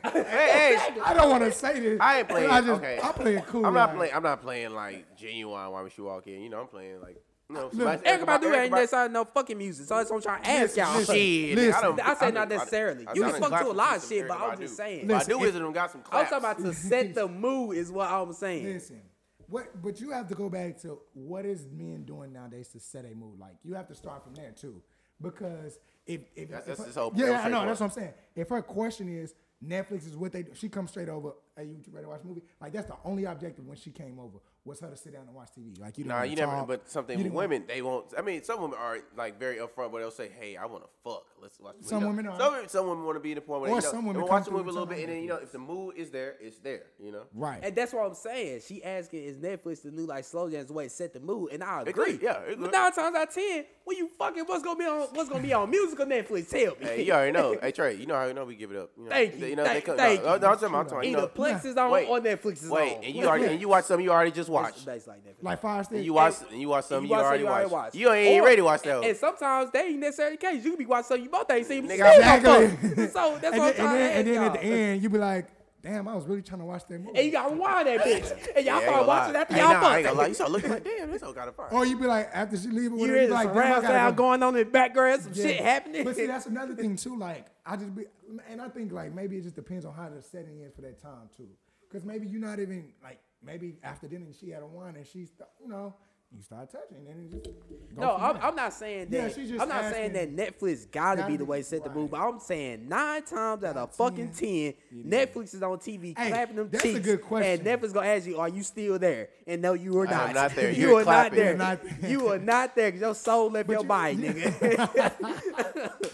[SPEAKER 2] Hey, hey.
[SPEAKER 3] I don't want to say this.
[SPEAKER 2] I ain't playing.
[SPEAKER 3] but I just,
[SPEAKER 2] okay.
[SPEAKER 3] I play it cool.
[SPEAKER 2] I'm not
[SPEAKER 3] like,
[SPEAKER 2] playing. I'm not playing like genuine. Why when she walk in, you know, I'm playing like. You know, somebody-
[SPEAKER 1] Everybody do ain't
[SPEAKER 2] everybody-
[SPEAKER 1] necessarily no fucking music. So that's what I'm trying to ask y'all.
[SPEAKER 3] listen.
[SPEAKER 2] Shit,
[SPEAKER 3] Listen.
[SPEAKER 2] I, don't,
[SPEAKER 1] I said
[SPEAKER 2] don't-
[SPEAKER 1] not necessarily. You
[SPEAKER 2] don't
[SPEAKER 1] can fuck
[SPEAKER 2] clap
[SPEAKER 1] to a
[SPEAKER 2] with
[SPEAKER 1] lot
[SPEAKER 2] you
[SPEAKER 1] of shit,
[SPEAKER 2] some
[SPEAKER 1] but
[SPEAKER 2] period,
[SPEAKER 1] I'm just
[SPEAKER 2] I do.
[SPEAKER 1] saying.
[SPEAKER 2] But I
[SPEAKER 3] Listen,
[SPEAKER 2] do
[SPEAKER 3] if-
[SPEAKER 2] is them got some
[SPEAKER 1] I'm
[SPEAKER 2] claps.
[SPEAKER 1] talking about to set the mood is what I'm saying.
[SPEAKER 3] Listen, what? But you have to go back to what is men doing nowadays to set a mood. Like you have to start from there too, because if if
[SPEAKER 2] That's-
[SPEAKER 3] if
[SPEAKER 2] that's this whole-
[SPEAKER 3] yeah,
[SPEAKER 2] that's
[SPEAKER 3] I know
[SPEAKER 2] straightforward.
[SPEAKER 3] that's what I'm saying. If her question is Netflix is what they do, she comes straight over. Hey, you ready to watch a movie? Like that's the only objective when she came over was her to sit down and watch TV. Like you didn't
[SPEAKER 2] Nah,
[SPEAKER 3] wanna
[SPEAKER 2] you never.
[SPEAKER 3] talk.
[SPEAKER 2] But something
[SPEAKER 3] You
[SPEAKER 2] with
[SPEAKER 3] didn't wanna-
[SPEAKER 2] women, they won't. I mean, some women are like very upfront, but they'll say, "Hey, I want to fuck." Let's watch.
[SPEAKER 3] Some
[SPEAKER 2] you know,
[SPEAKER 3] women are.
[SPEAKER 2] Some women, some women want to be in the point where
[SPEAKER 3] Or
[SPEAKER 2] they, you know,
[SPEAKER 3] some
[SPEAKER 2] they
[SPEAKER 3] women
[SPEAKER 2] will
[SPEAKER 3] come
[SPEAKER 2] watch a
[SPEAKER 3] through
[SPEAKER 2] movie a
[SPEAKER 3] and
[SPEAKER 2] little
[SPEAKER 3] tell
[SPEAKER 2] bit, and
[SPEAKER 3] them
[SPEAKER 2] then you know, if the mood is there, it's there. You know.
[SPEAKER 3] right.
[SPEAKER 1] And that's what I'm saying. She asking is Netflix the new like slow jams way to set the mood, and I agree.
[SPEAKER 2] Agree, yeah, agree.
[SPEAKER 1] But nine times out of ten, when you fucking what's gonna be on what's gonna be on musical Netflix? Tell me.
[SPEAKER 2] Hey, you already know. Hey Trey, you know how you know we give it up. You know,
[SPEAKER 1] Thank you,
[SPEAKER 2] You know
[SPEAKER 1] thank-
[SPEAKER 2] they come.
[SPEAKER 1] thank
[SPEAKER 2] no,
[SPEAKER 1] you.
[SPEAKER 2] no, I'm talking. I'm talking. You
[SPEAKER 1] Either
[SPEAKER 2] know,
[SPEAKER 1] Plex is on
[SPEAKER 2] Wait,
[SPEAKER 1] or Netflix is
[SPEAKER 2] wait,
[SPEAKER 1] on.
[SPEAKER 2] and you already and you watch something you already
[SPEAKER 1] It's
[SPEAKER 2] just watched.
[SPEAKER 1] based like Netflix.
[SPEAKER 3] like Fire
[SPEAKER 2] And
[SPEAKER 3] Stick.
[SPEAKER 2] you watch and you watch something you,
[SPEAKER 1] watch
[SPEAKER 2] already
[SPEAKER 1] something
[SPEAKER 2] watched.
[SPEAKER 1] watched.
[SPEAKER 2] You ain't
[SPEAKER 1] Or-
[SPEAKER 2] ready to watch that.
[SPEAKER 1] And,
[SPEAKER 2] one.
[SPEAKER 1] and sometimes they ain't necessarily the case. You could be watching something you both ain't seen. but you
[SPEAKER 2] Nigga,
[SPEAKER 1] still gonna
[SPEAKER 3] Exactly.
[SPEAKER 1] fuck. so that's
[SPEAKER 3] and,
[SPEAKER 1] what
[SPEAKER 3] then,
[SPEAKER 1] I'm
[SPEAKER 3] and,
[SPEAKER 1] trying
[SPEAKER 3] then, and
[SPEAKER 1] to
[SPEAKER 3] then
[SPEAKER 1] ask
[SPEAKER 3] at the
[SPEAKER 1] y'all.
[SPEAKER 3] end, you be like, "Damn, I was really trying to watch that movie."
[SPEAKER 1] And you gotta rewind that bitch. And y'all
[SPEAKER 2] Yeah, I ain't
[SPEAKER 1] start
[SPEAKER 2] gonna lie.
[SPEAKER 1] watching after
[SPEAKER 2] Hey,
[SPEAKER 1] y'all
[SPEAKER 2] nah, I ain't gonna lie.
[SPEAKER 1] fuck.
[SPEAKER 2] You start looking like, damn, this all got a fire.
[SPEAKER 3] or you be like, after she leave, or
[SPEAKER 1] You
[SPEAKER 3] whatever,
[SPEAKER 1] hear
[SPEAKER 3] you be
[SPEAKER 1] the
[SPEAKER 3] like, "Damn, I
[SPEAKER 1] surround
[SPEAKER 3] gotta
[SPEAKER 1] sound
[SPEAKER 3] go."
[SPEAKER 1] going on in the background, some
[SPEAKER 3] Yeah.
[SPEAKER 1] shit happening.
[SPEAKER 3] But see, that's another thing too. Like, I just be, and I think like maybe it just depends on how the setting is for that time too. Because maybe you're not even like maybe after dinner she had a wine and she's you know you start touching and it just go
[SPEAKER 1] No,
[SPEAKER 3] from
[SPEAKER 1] I'm,
[SPEAKER 3] there.
[SPEAKER 1] I'm not saying
[SPEAKER 3] Yeah,
[SPEAKER 1] that.
[SPEAKER 3] she just
[SPEAKER 1] I'm not saying that
[SPEAKER 3] asking-
[SPEAKER 1] Netflix gotta be
[SPEAKER 3] Gotta
[SPEAKER 1] the
[SPEAKER 3] be-
[SPEAKER 1] way to set the move. But
[SPEAKER 3] right.
[SPEAKER 1] I'm saying nine times out of fucking ten, Netflix is on TV
[SPEAKER 3] Hey,
[SPEAKER 1] clapping them
[SPEAKER 3] that's a
[SPEAKER 1] cheeks,
[SPEAKER 3] good question.
[SPEAKER 1] and Netflix gonna ask you, "Are you still there?" And no, you are
[SPEAKER 2] I am
[SPEAKER 1] not.
[SPEAKER 2] not there.
[SPEAKER 1] you
[SPEAKER 2] You're
[SPEAKER 1] are
[SPEAKER 2] clapping. You're
[SPEAKER 1] not
[SPEAKER 3] not
[SPEAKER 1] there.
[SPEAKER 3] there.
[SPEAKER 1] you are not there because your soul left your
[SPEAKER 3] you-
[SPEAKER 1] body, nigga.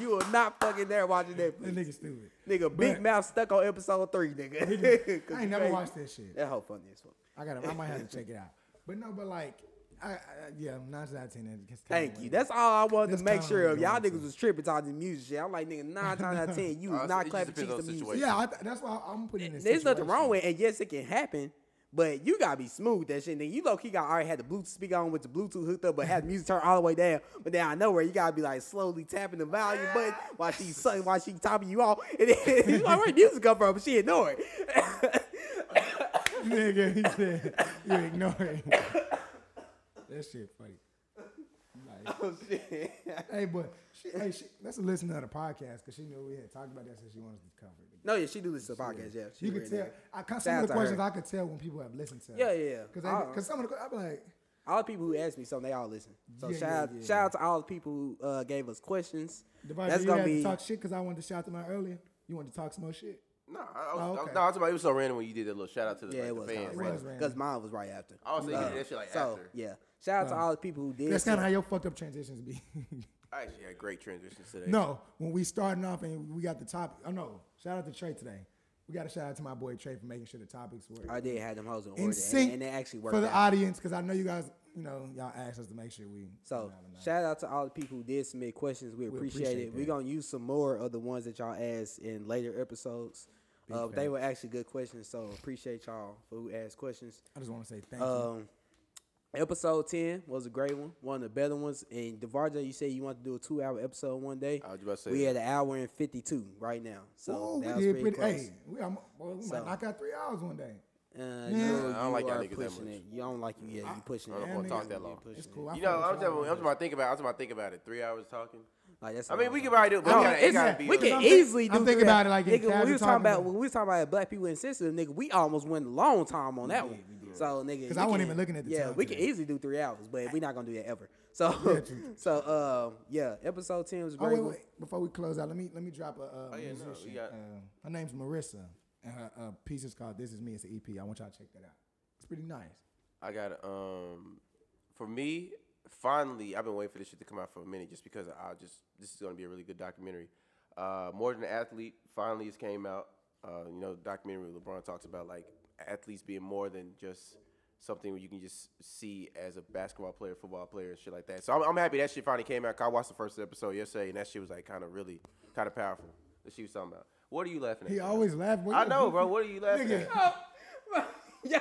[SPEAKER 1] you are not fucking there watching
[SPEAKER 3] That
[SPEAKER 1] Netflix,
[SPEAKER 3] nigga stupid.
[SPEAKER 1] nigga. Big
[SPEAKER 3] But-
[SPEAKER 1] Mouth stuck on episode three, nigga. 'Cause
[SPEAKER 3] I
[SPEAKER 1] you
[SPEAKER 3] ain't never
[SPEAKER 1] crazy.
[SPEAKER 3] watched that shit.
[SPEAKER 1] That whole funny as fuck.
[SPEAKER 3] I got. to I might have to check it out. But no, but like, I, I yeah, nine out of ten. that gets kinda
[SPEAKER 1] Thank you.
[SPEAKER 3] like-
[SPEAKER 1] That's all I wanted to
[SPEAKER 3] That's
[SPEAKER 1] make
[SPEAKER 3] kinda
[SPEAKER 1] sure
[SPEAKER 3] what
[SPEAKER 1] of.
[SPEAKER 3] I'm
[SPEAKER 1] Y'all
[SPEAKER 3] going
[SPEAKER 1] niggas
[SPEAKER 3] to.
[SPEAKER 1] was tripping talking the music shit. I'm like, nigga, nine times out of ten, you was
[SPEAKER 2] Honestly, it
[SPEAKER 1] not
[SPEAKER 2] just
[SPEAKER 1] clapping cheeks
[SPEAKER 2] depends
[SPEAKER 1] to
[SPEAKER 2] on the
[SPEAKER 1] music.
[SPEAKER 2] situation.
[SPEAKER 3] yeah. I, that's why I'm putting in. this
[SPEAKER 1] There's nothing wrong
[SPEAKER 3] situation.
[SPEAKER 1] with it. And yes, it can happen, but you gotta be smooth that shit. Nigga, you low key got already had the Bluetooth speaker on with the Bluetooth hooked up, but had the music turned all the way down. But then I know where you gotta be like slowly tapping the volume button while she sucking, while she topping you off. And then you like, where the music come from? But she ignored.
[SPEAKER 3] Nigga, he said, you ignoring. that shit funny. Like,
[SPEAKER 1] oh shit.
[SPEAKER 3] hey, but she, hey, she, that's a listener of the podcast because she knew we had talked about that, so she wanted us to cover it.
[SPEAKER 1] No, yeah, she do listen to podcasts. Yeah, she
[SPEAKER 3] you
[SPEAKER 1] weird,
[SPEAKER 3] could tell.
[SPEAKER 1] nigga.
[SPEAKER 3] I caught
[SPEAKER 1] Shout
[SPEAKER 3] some
[SPEAKER 1] out
[SPEAKER 3] of
[SPEAKER 1] to
[SPEAKER 3] the questions
[SPEAKER 1] her.
[SPEAKER 3] I could tell when people have listened to.
[SPEAKER 1] Yeah, yeah, Uh-uh. yeah. I-
[SPEAKER 3] Because some of the, I'm like,
[SPEAKER 1] All the people who ask me something, they all listen. So
[SPEAKER 3] Yeah,
[SPEAKER 1] shout
[SPEAKER 3] yeah,
[SPEAKER 1] out,
[SPEAKER 3] yeah.
[SPEAKER 1] shout out to all the people who uh, gave us questions.
[SPEAKER 3] Devon,
[SPEAKER 1] That's
[SPEAKER 3] you
[SPEAKER 1] gonna
[SPEAKER 3] had
[SPEAKER 1] be
[SPEAKER 3] to talk shit because I wanted to shout them out earlier. You wanted to talk some more shit.
[SPEAKER 2] No, I was,
[SPEAKER 3] Oh,
[SPEAKER 2] I was, no,
[SPEAKER 3] okay.
[SPEAKER 2] I was talking about, it was so random when you did that little shout out to the,
[SPEAKER 1] yeah,
[SPEAKER 2] like,
[SPEAKER 1] it
[SPEAKER 2] the
[SPEAKER 1] was
[SPEAKER 2] fans.
[SPEAKER 3] Random,
[SPEAKER 2] Like,
[SPEAKER 3] random.
[SPEAKER 1] because mine was right after.
[SPEAKER 2] I was thinking
[SPEAKER 1] Uh,
[SPEAKER 2] that shit like
[SPEAKER 1] so
[SPEAKER 2] after.
[SPEAKER 1] yeah, shout out to all the people who did.
[SPEAKER 3] Uh, That's kind of
[SPEAKER 1] send-
[SPEAKER 3] how your fucked up transitions be.
[SPEAKER 2] I actually had great transitions today.
[SPEAKER 3] no, when we starting off and we got the topic. Oh no, shout out to Trey today. We got to shout out to my boy Trey for making sure the topics were
[SPEAKER 1] I did have them hoes in order,
[SPEAKER 3] in
[SPEAKER 1] and,
[SPEAKER 3] sync
[SPEAKER 1] and they actually worked
[SPEAKER 3] for the
[SPEAKER 1] out.
[SPEAKER 3] audience because I know you guys, you know, y'all asked us to make sure we.
[SPEAKER 1] So
[SPEAKER 3] we have a nice-
[SPEAKER 1] shout out to all the people who did submit questions. We appreciate,
[SPEAKER 3] appreciate
[SPEAKER 1] it. We're
[SPEAKER 3] that.
[SPEAKER 1] gonna use some more of the ones that y'all asked in later episodes. Uh, they were actually good questions, so appreciate y'all for who asked questions.
[SPEAKER 3] I just want to say thank you.
[SPEAKER 1] Um, episode ten was a great one, one of the better ones. And Devarja, you said you want to do a two-hour episode one day.
[SPEAKER 2] I was about to say
[SPEAKER 1] we
[SPEAKER 2] that.
[SPEAKER 1] at an hour and fifty-two right now, so
[SPEAKER 3] Ooh,
[SPEAKER 1] that
[SPEAKER 3] we
[SPEAKER 1] was
[SPEAKER 3] did
[SPEAKER 1] pretty,
[SPEAKER 3] pretty.
[SPEAKER 1] close.
[SPEAKER 3] Hey, we, i we might
[SPEAKER 1] So-
[SPEAKER 3] knock out three hours one day.
[SPEAKER 1] Uh,
[SPEAKER 3] Yeah,
[SPEAKER 1] you,
[SPEAKER 2] I don't
[SPEAKER 1] you
[SPEAKER 2] like y'all
[SPEAKER 1] are
[SPEAKER 2] niggas that
[SPEAKER 1] pushing
[SPEAKER 2] much.
[SPEAKER 1] it. You don't like you. Yeah, you pushing
[SPEAKER 2] I
[SPEAKER 1] it.
[SPEAKER 2] don't want to
[SPEAKER 3] Yeah,
[SPEAKER 2] talk that long.
[SPEAKER 3] It's cool. I
[SPEAKER 2] You know,
[SPEAKER 3] fuck
[SPEAKER 2] I'm
[SPEAKER 3] with
[SPEAKER 2] talking,
[SPEAKER 3] y'all.
[SPEAKER 2] I'm talking about think about. it. I'm talking about think about it. Three hours talking.
[SPEAKER 1] Like that's.
[SPEAKER 2] I
[SPEAKER 1] a
[SPEAKER 2] mean,
[SPEAKER 1] long
[SPEAKER 2] we
[SPEAKER 1] time.
[SPEAKER 2] can probably do it, but
[SPEAKER 1] No,
[SPEAKER 2] we gotta, it
[SPEAKER 1] Oh. it's-
[SPEAKER 2] gotta be.
[SPEAKER 1] we
[SPEAKER 2] a-
[SPEAKER 1] can
[SPEAKER 3] I'm think-
[SPEAKER 1] easily do
[SPEAKER 3] I'm thinking
[SPEAKER 1] that.
[SPEAKER 3] about it like in
[SPEAKER 1] nigga, when we
[SPEAKER 3] casual
[SPEAKER 1] was talking
[SPEAKER 3] talking
[SPEAKER 1] about
[SPEAKER 3] about-
[SPEAKER 1] when we was talking about black people insensitive, nigga, we almost went a long time on that one. So nigga,
[SPEAKER 3] 'Cause
[SPEAKER 1] we
[SPEAKER 3] I wasn't
[SPEAKER 1] can-
[SPEAKER 3] even looking at the
[SPEAKER 1] Yeah,
[SPEAKER 3] time
[SPEAKER 1] we
[SPEAKER 3] today.
[SPEAKER 1] can easily do three hours, but we're not gonna do that ever. So so uh, yeah, episode ten was a
[SPEAKER 3] Oh
[SPEAKER 1] great.
[SPEAKER 3] wait,
[SPEAKER 1] one.
[SPEAKER 3] wait. Before we close out, let me let me drop a uh,
[SPEAKER 2] Oh, yeah, no, we
[SPEAKER 3] musician.
[SPEAKER 2] got-
[SPEAKER 3] uh, her name's Marissa, and her uh, piece is called "This Is Me." It's an EP. I want y'all to check that out. It's pretty nice.
[SPEAKER 2] I got um, for me, finally, I've been waiting for this shit to come out for a minute, just because I just this is gonna be a really good documentary. Uh, more than an athlete, finally, it came out. Uh, you know, documentary LeBron talks about like athletes being more than just something where you can just see as a basketball player, football player, and shit like that. So I'm, I'm happy that shit finally came out. 'cause I watched the first episode yesterday, and that shit was like kind of really kind of powerful. That she was talking about. What are you laughing at?
[SPEAKER 3] He
[SPEAKER 2] bro?
[SPEAKER 3] always laugh. boy.
[SPEAKER 2] I know, bro. What are you laughing
[SPEAKER 3] Nigga.
[SPEAKER 2] at?
[SPEAKER 1] y'all,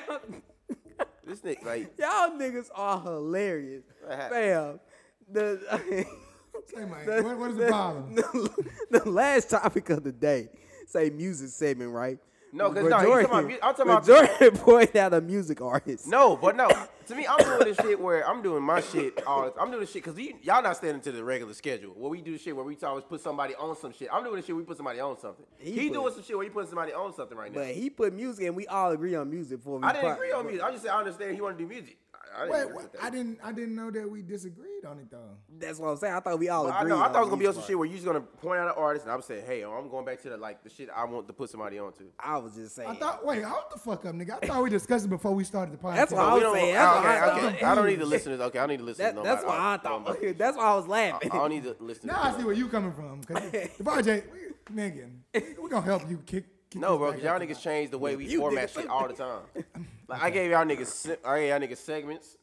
[SPEAKER 2] This nigga, like,
[SPEAKER 1] y'all niggas are hilarious,
[SPEAKER 2] What happened?
[SPEAKER 1] fam. The,
[SPEAKER 3] Say, man, what, what is the problem?
[SPEAKER 1] the the last topic of the day, say music segment, right?
[SPEAKER 2] No, 'cause no, he's talking about mu- I'm talking about-
[SPEAKER 1] Jordan pointed out a music artist.
[SPEAKER 2] No, but no. to me, I'm doing this shit where I'm doing my shit. All the- I'm doing this shit because y'all not standing to the regular schedule. Where we do shit where we always put somebody on some shit. I'm doing this shit. where We put somebody on something. He,
[SPEAKER 1] put-
[SPEAKER 2] doing some shit where he putting somebody on something right now.
[SPEAKER 1] But he put music, and we all agree on music. Before we
[SPEAKER 2] I didn't
[SPEAKER 1] pro-
[SPEAKER 2] agree on music. I just said I understand he want to do music. I- I didn't
[SPEAKER 3] Wait,
[SPEAKER 2] agree
[SPEAKER 3] what?
[SPEAKER 2] with that.
[SPEAKER 3] I didn't. I didn't know that we disagreed on it though.
[SPEAKER 1] That's what I'm saying. I thought we all
[SPEAKER 2] But I
[SPEAKER 1] agreed.
[SPEAKER 2] know. I thought it was
[SPEAKER 1] on
[SPEAKER 2] gonna be
[SPEAKER 1] these
[SPEAKER 2] on some
[SPEAKER 1] parts.
[SPEAKER 2] shit where you was gonna point out an artist, and I'm saying, hey, I'm going back to the like the shit I want to put somebody onto.
[SPEAKER 1] I was just saying.
[SPEAKER 3] I thought. Wait, hold the fuck up, nigga. I thought we discussed it before we started the podcast.
[SPEAKER 1] That's why
[SPEAKER 2] But
[SPEAKER 1] I
[SPEAKER 2] we
[SPEAKER 1] was
[SPEAKER 2] don't-
[SPEAKER 1] saying. That's
[SPEAKER 2] Okay,
[SPEAKER 1] why I
[SPEAKER 2] okay,
[SPEAKER 1] thought.
[SPEAKER 2] I don't need to listen to this. Okay, I don't need to listen.
[SPEAKER 1] That-
[SPEAKER 2] to nobody.
[SPEAKER 1] that's why I thought.
[SPEAKER 2] nobody.
[SPEAKER 1] That's why I was
[SPEAKER 2] I I
[SPEAKER 1] laughing.
[SPEAKER 2] don't need to listen.
[SPEAKER 3] Now
[SPEAKER 2] to
[SPEAKER 3] I see where you coming from. Cause the project, we, nigga, we gonna help you kick. kick
[SPEAKER 2] No,
[SPEAKER 3] this
[SPEAKER 2] bro,
[SPEAKER 3] back
[SPEAKER 2] because
[SPEAKER 3] up
[SPEAKER 2] y'all
[SPEAKER 3] tonight.
[SPEAKER 2] niggas change the way we
[SPEAKER 1] You
[SPEAKER 2] format
[SPEAKER 1] niggas
[SPEAKER 2] shit all the time. Like I gave y'all niggas, se- I gave y'all niggas segments.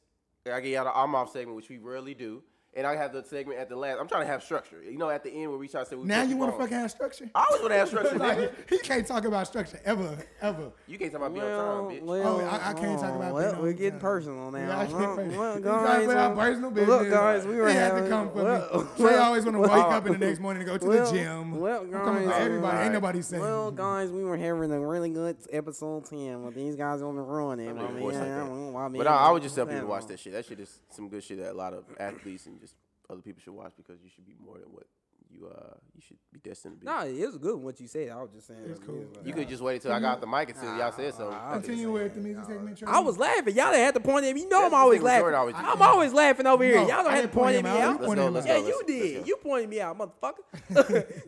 [SPEAKER 2] I gave y'all the I'm off segment, which we rarely do, and I have the segment at the last. I'm trying to have structure. You know, at the end where we try to say we.
[SPEAKER 3] Now
[SPEAKER 2] put
[SPEAKER 3] you want to
[SPEAKER 2] on.
[SPEAKER 3] fucking have structure?
[SPEAKER 2] I always want to have structure. nigga.
[SPEAKER 3] like, he can't talk about structure ever, ever.
[SPEAKER 2] You can't talk about being
[SPEAKER 1] Well,
[SPEAKER 2] on time, bitch.
[SPEAKER 3] Oh, I- I can't talk about
[SPEAKER 1] well,
[SPEAKER 3] being on
[SPEAKER 1] we're getting
[SPEAKER 3] time.
[SPEAKER 1] personal
[SPEAKER 3] Yeah,
[SPEAKER 1] now.
[SPEAKER 3] I can't-
[SPEAKER 1] Well, well, guys, uh,
[SPEAKER 3] He talking about
[SPEAKER 1] well,
[SPEAKER 3] personal
[SPEAKER 1] Look,
[SPEAKER 3] business.
[SPEAKER 1] guys, we were
[SPEAKER 3] He had
[SPEAKER 1] having.
[SPEAKER 3] to come for
[SPEAKER 1] well,
[SPEAKER 3] me. Trey always want to wake
[SPEAKER 1] well,
[SPEAKER 3] up in the next morning to go to
[SPEAKER 1] well,
[SPEAKER 3] the gym.
[SPEAKER 1] well,
[SPEAKER 3] I'm coming for
[SPEAKER 1] guys, uh,
[SPEAKER 3] everybody.
[SPEAKER 2] well,
[SPEAKER 3] Ain't nobody saying.
[SPEAKER 1] Well, guys, we were having a really good episode 10 with these guys on the run. And,
[SPEAKER 2] I
[SPEAKER 1] I mean,
[SPEAKER 2] don't do voice like
[SPEAKER 1] I
[SPEAKER 2] that.
[SPEAKER 1] don't know, I mean,
[SPEAKER 2] But I, I would just tell people to
[SPEAKER 1] know.
[SPEAKER 2] watch that shit. That shit is some good shit that a lot of athletes and just other people should watch because you should be more than what you uh you should be destined to be.
[SPEAKER 1] Nah, it was good what you said. I was just saying.
[SPEAKER 3] It's
[SPEAKER 1] like,
[SPEAKER 3] cool.
[SPEAKER 1] yeah,
[SPEAKER 2] you could just wait until I got off the mic until y'all said something.
[SPEAKER 1] I-
[SPEAKER 3] Continue with the music segment. Trey.
[SPEAKER 1] I was laughing. Y'all didn't have to point at me. You know
[SPEAKER 2] That's
[SPEAKER 1] I'm
[SPEAKER 2] the
[SPEAKER 1] always
[SPEAKER 2] thing with
[SPEAKER 1] laughing.
[SPEAKER 2] Jordan always
[SPEAKER 1] I'm
[SPEAKER 2] do.
[SPEAKER 1] always laughing over here.
[SPEAKER 3] No,
[SPEAKER 1] Y'all don't have
[SPEAKER 3] I
[SPEAKER 1] to
[SPEAKER 3] didn't point
[SPEAKER 1] point at
[SPEAKER 3] him
[SPEAKER 1] me
[SPEAKER 3] out. You
[SPEAKER 1] out.
[SPEAKER 2] Let's go. Let's
[SPEAKER 1] Yeah,
[SPEAKER 2] go.
[SPEAKER 1] you
[SPEAKER 2] let's- let's
[SPEAKER 1] did.
[SPEAKER 2] go.
[SPEAKER 1] You pointed me out, motherfucker.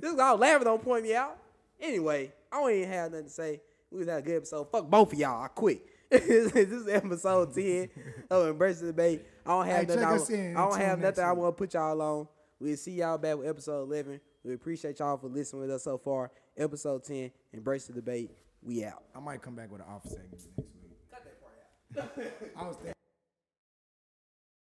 [SPEAKER 1] this is all laughing. Don't point me out. Anyway, I don't even have nothing to say. We was had a good episode. Fuck both of y'all. I quit. this is episode ten of Embracing the Debate. I don't have
[SPEAKER 3] Hey,
[SPEAKER 1] nothing.
[SPEAKER 3] check
[SPEAKER 1] I,
[SPEAKER 3] us in
[SPEAKER 1] I don't
[SPEAKER 3] until
[SPEAKER 1] have
[SPEAKER 3] next
[SPEAKER 1] nothing. I
[SPEAKER 3] week.
[SPEAKER 1] want to put y'all on. We'll see y'all back with episode eleven. We appreciate y'all for listening with us so far. Episode ten, Embrace the Debate. We out.
[SPEAKER 3] I might come back with an off segment next week. Cut that part out. I was thinking.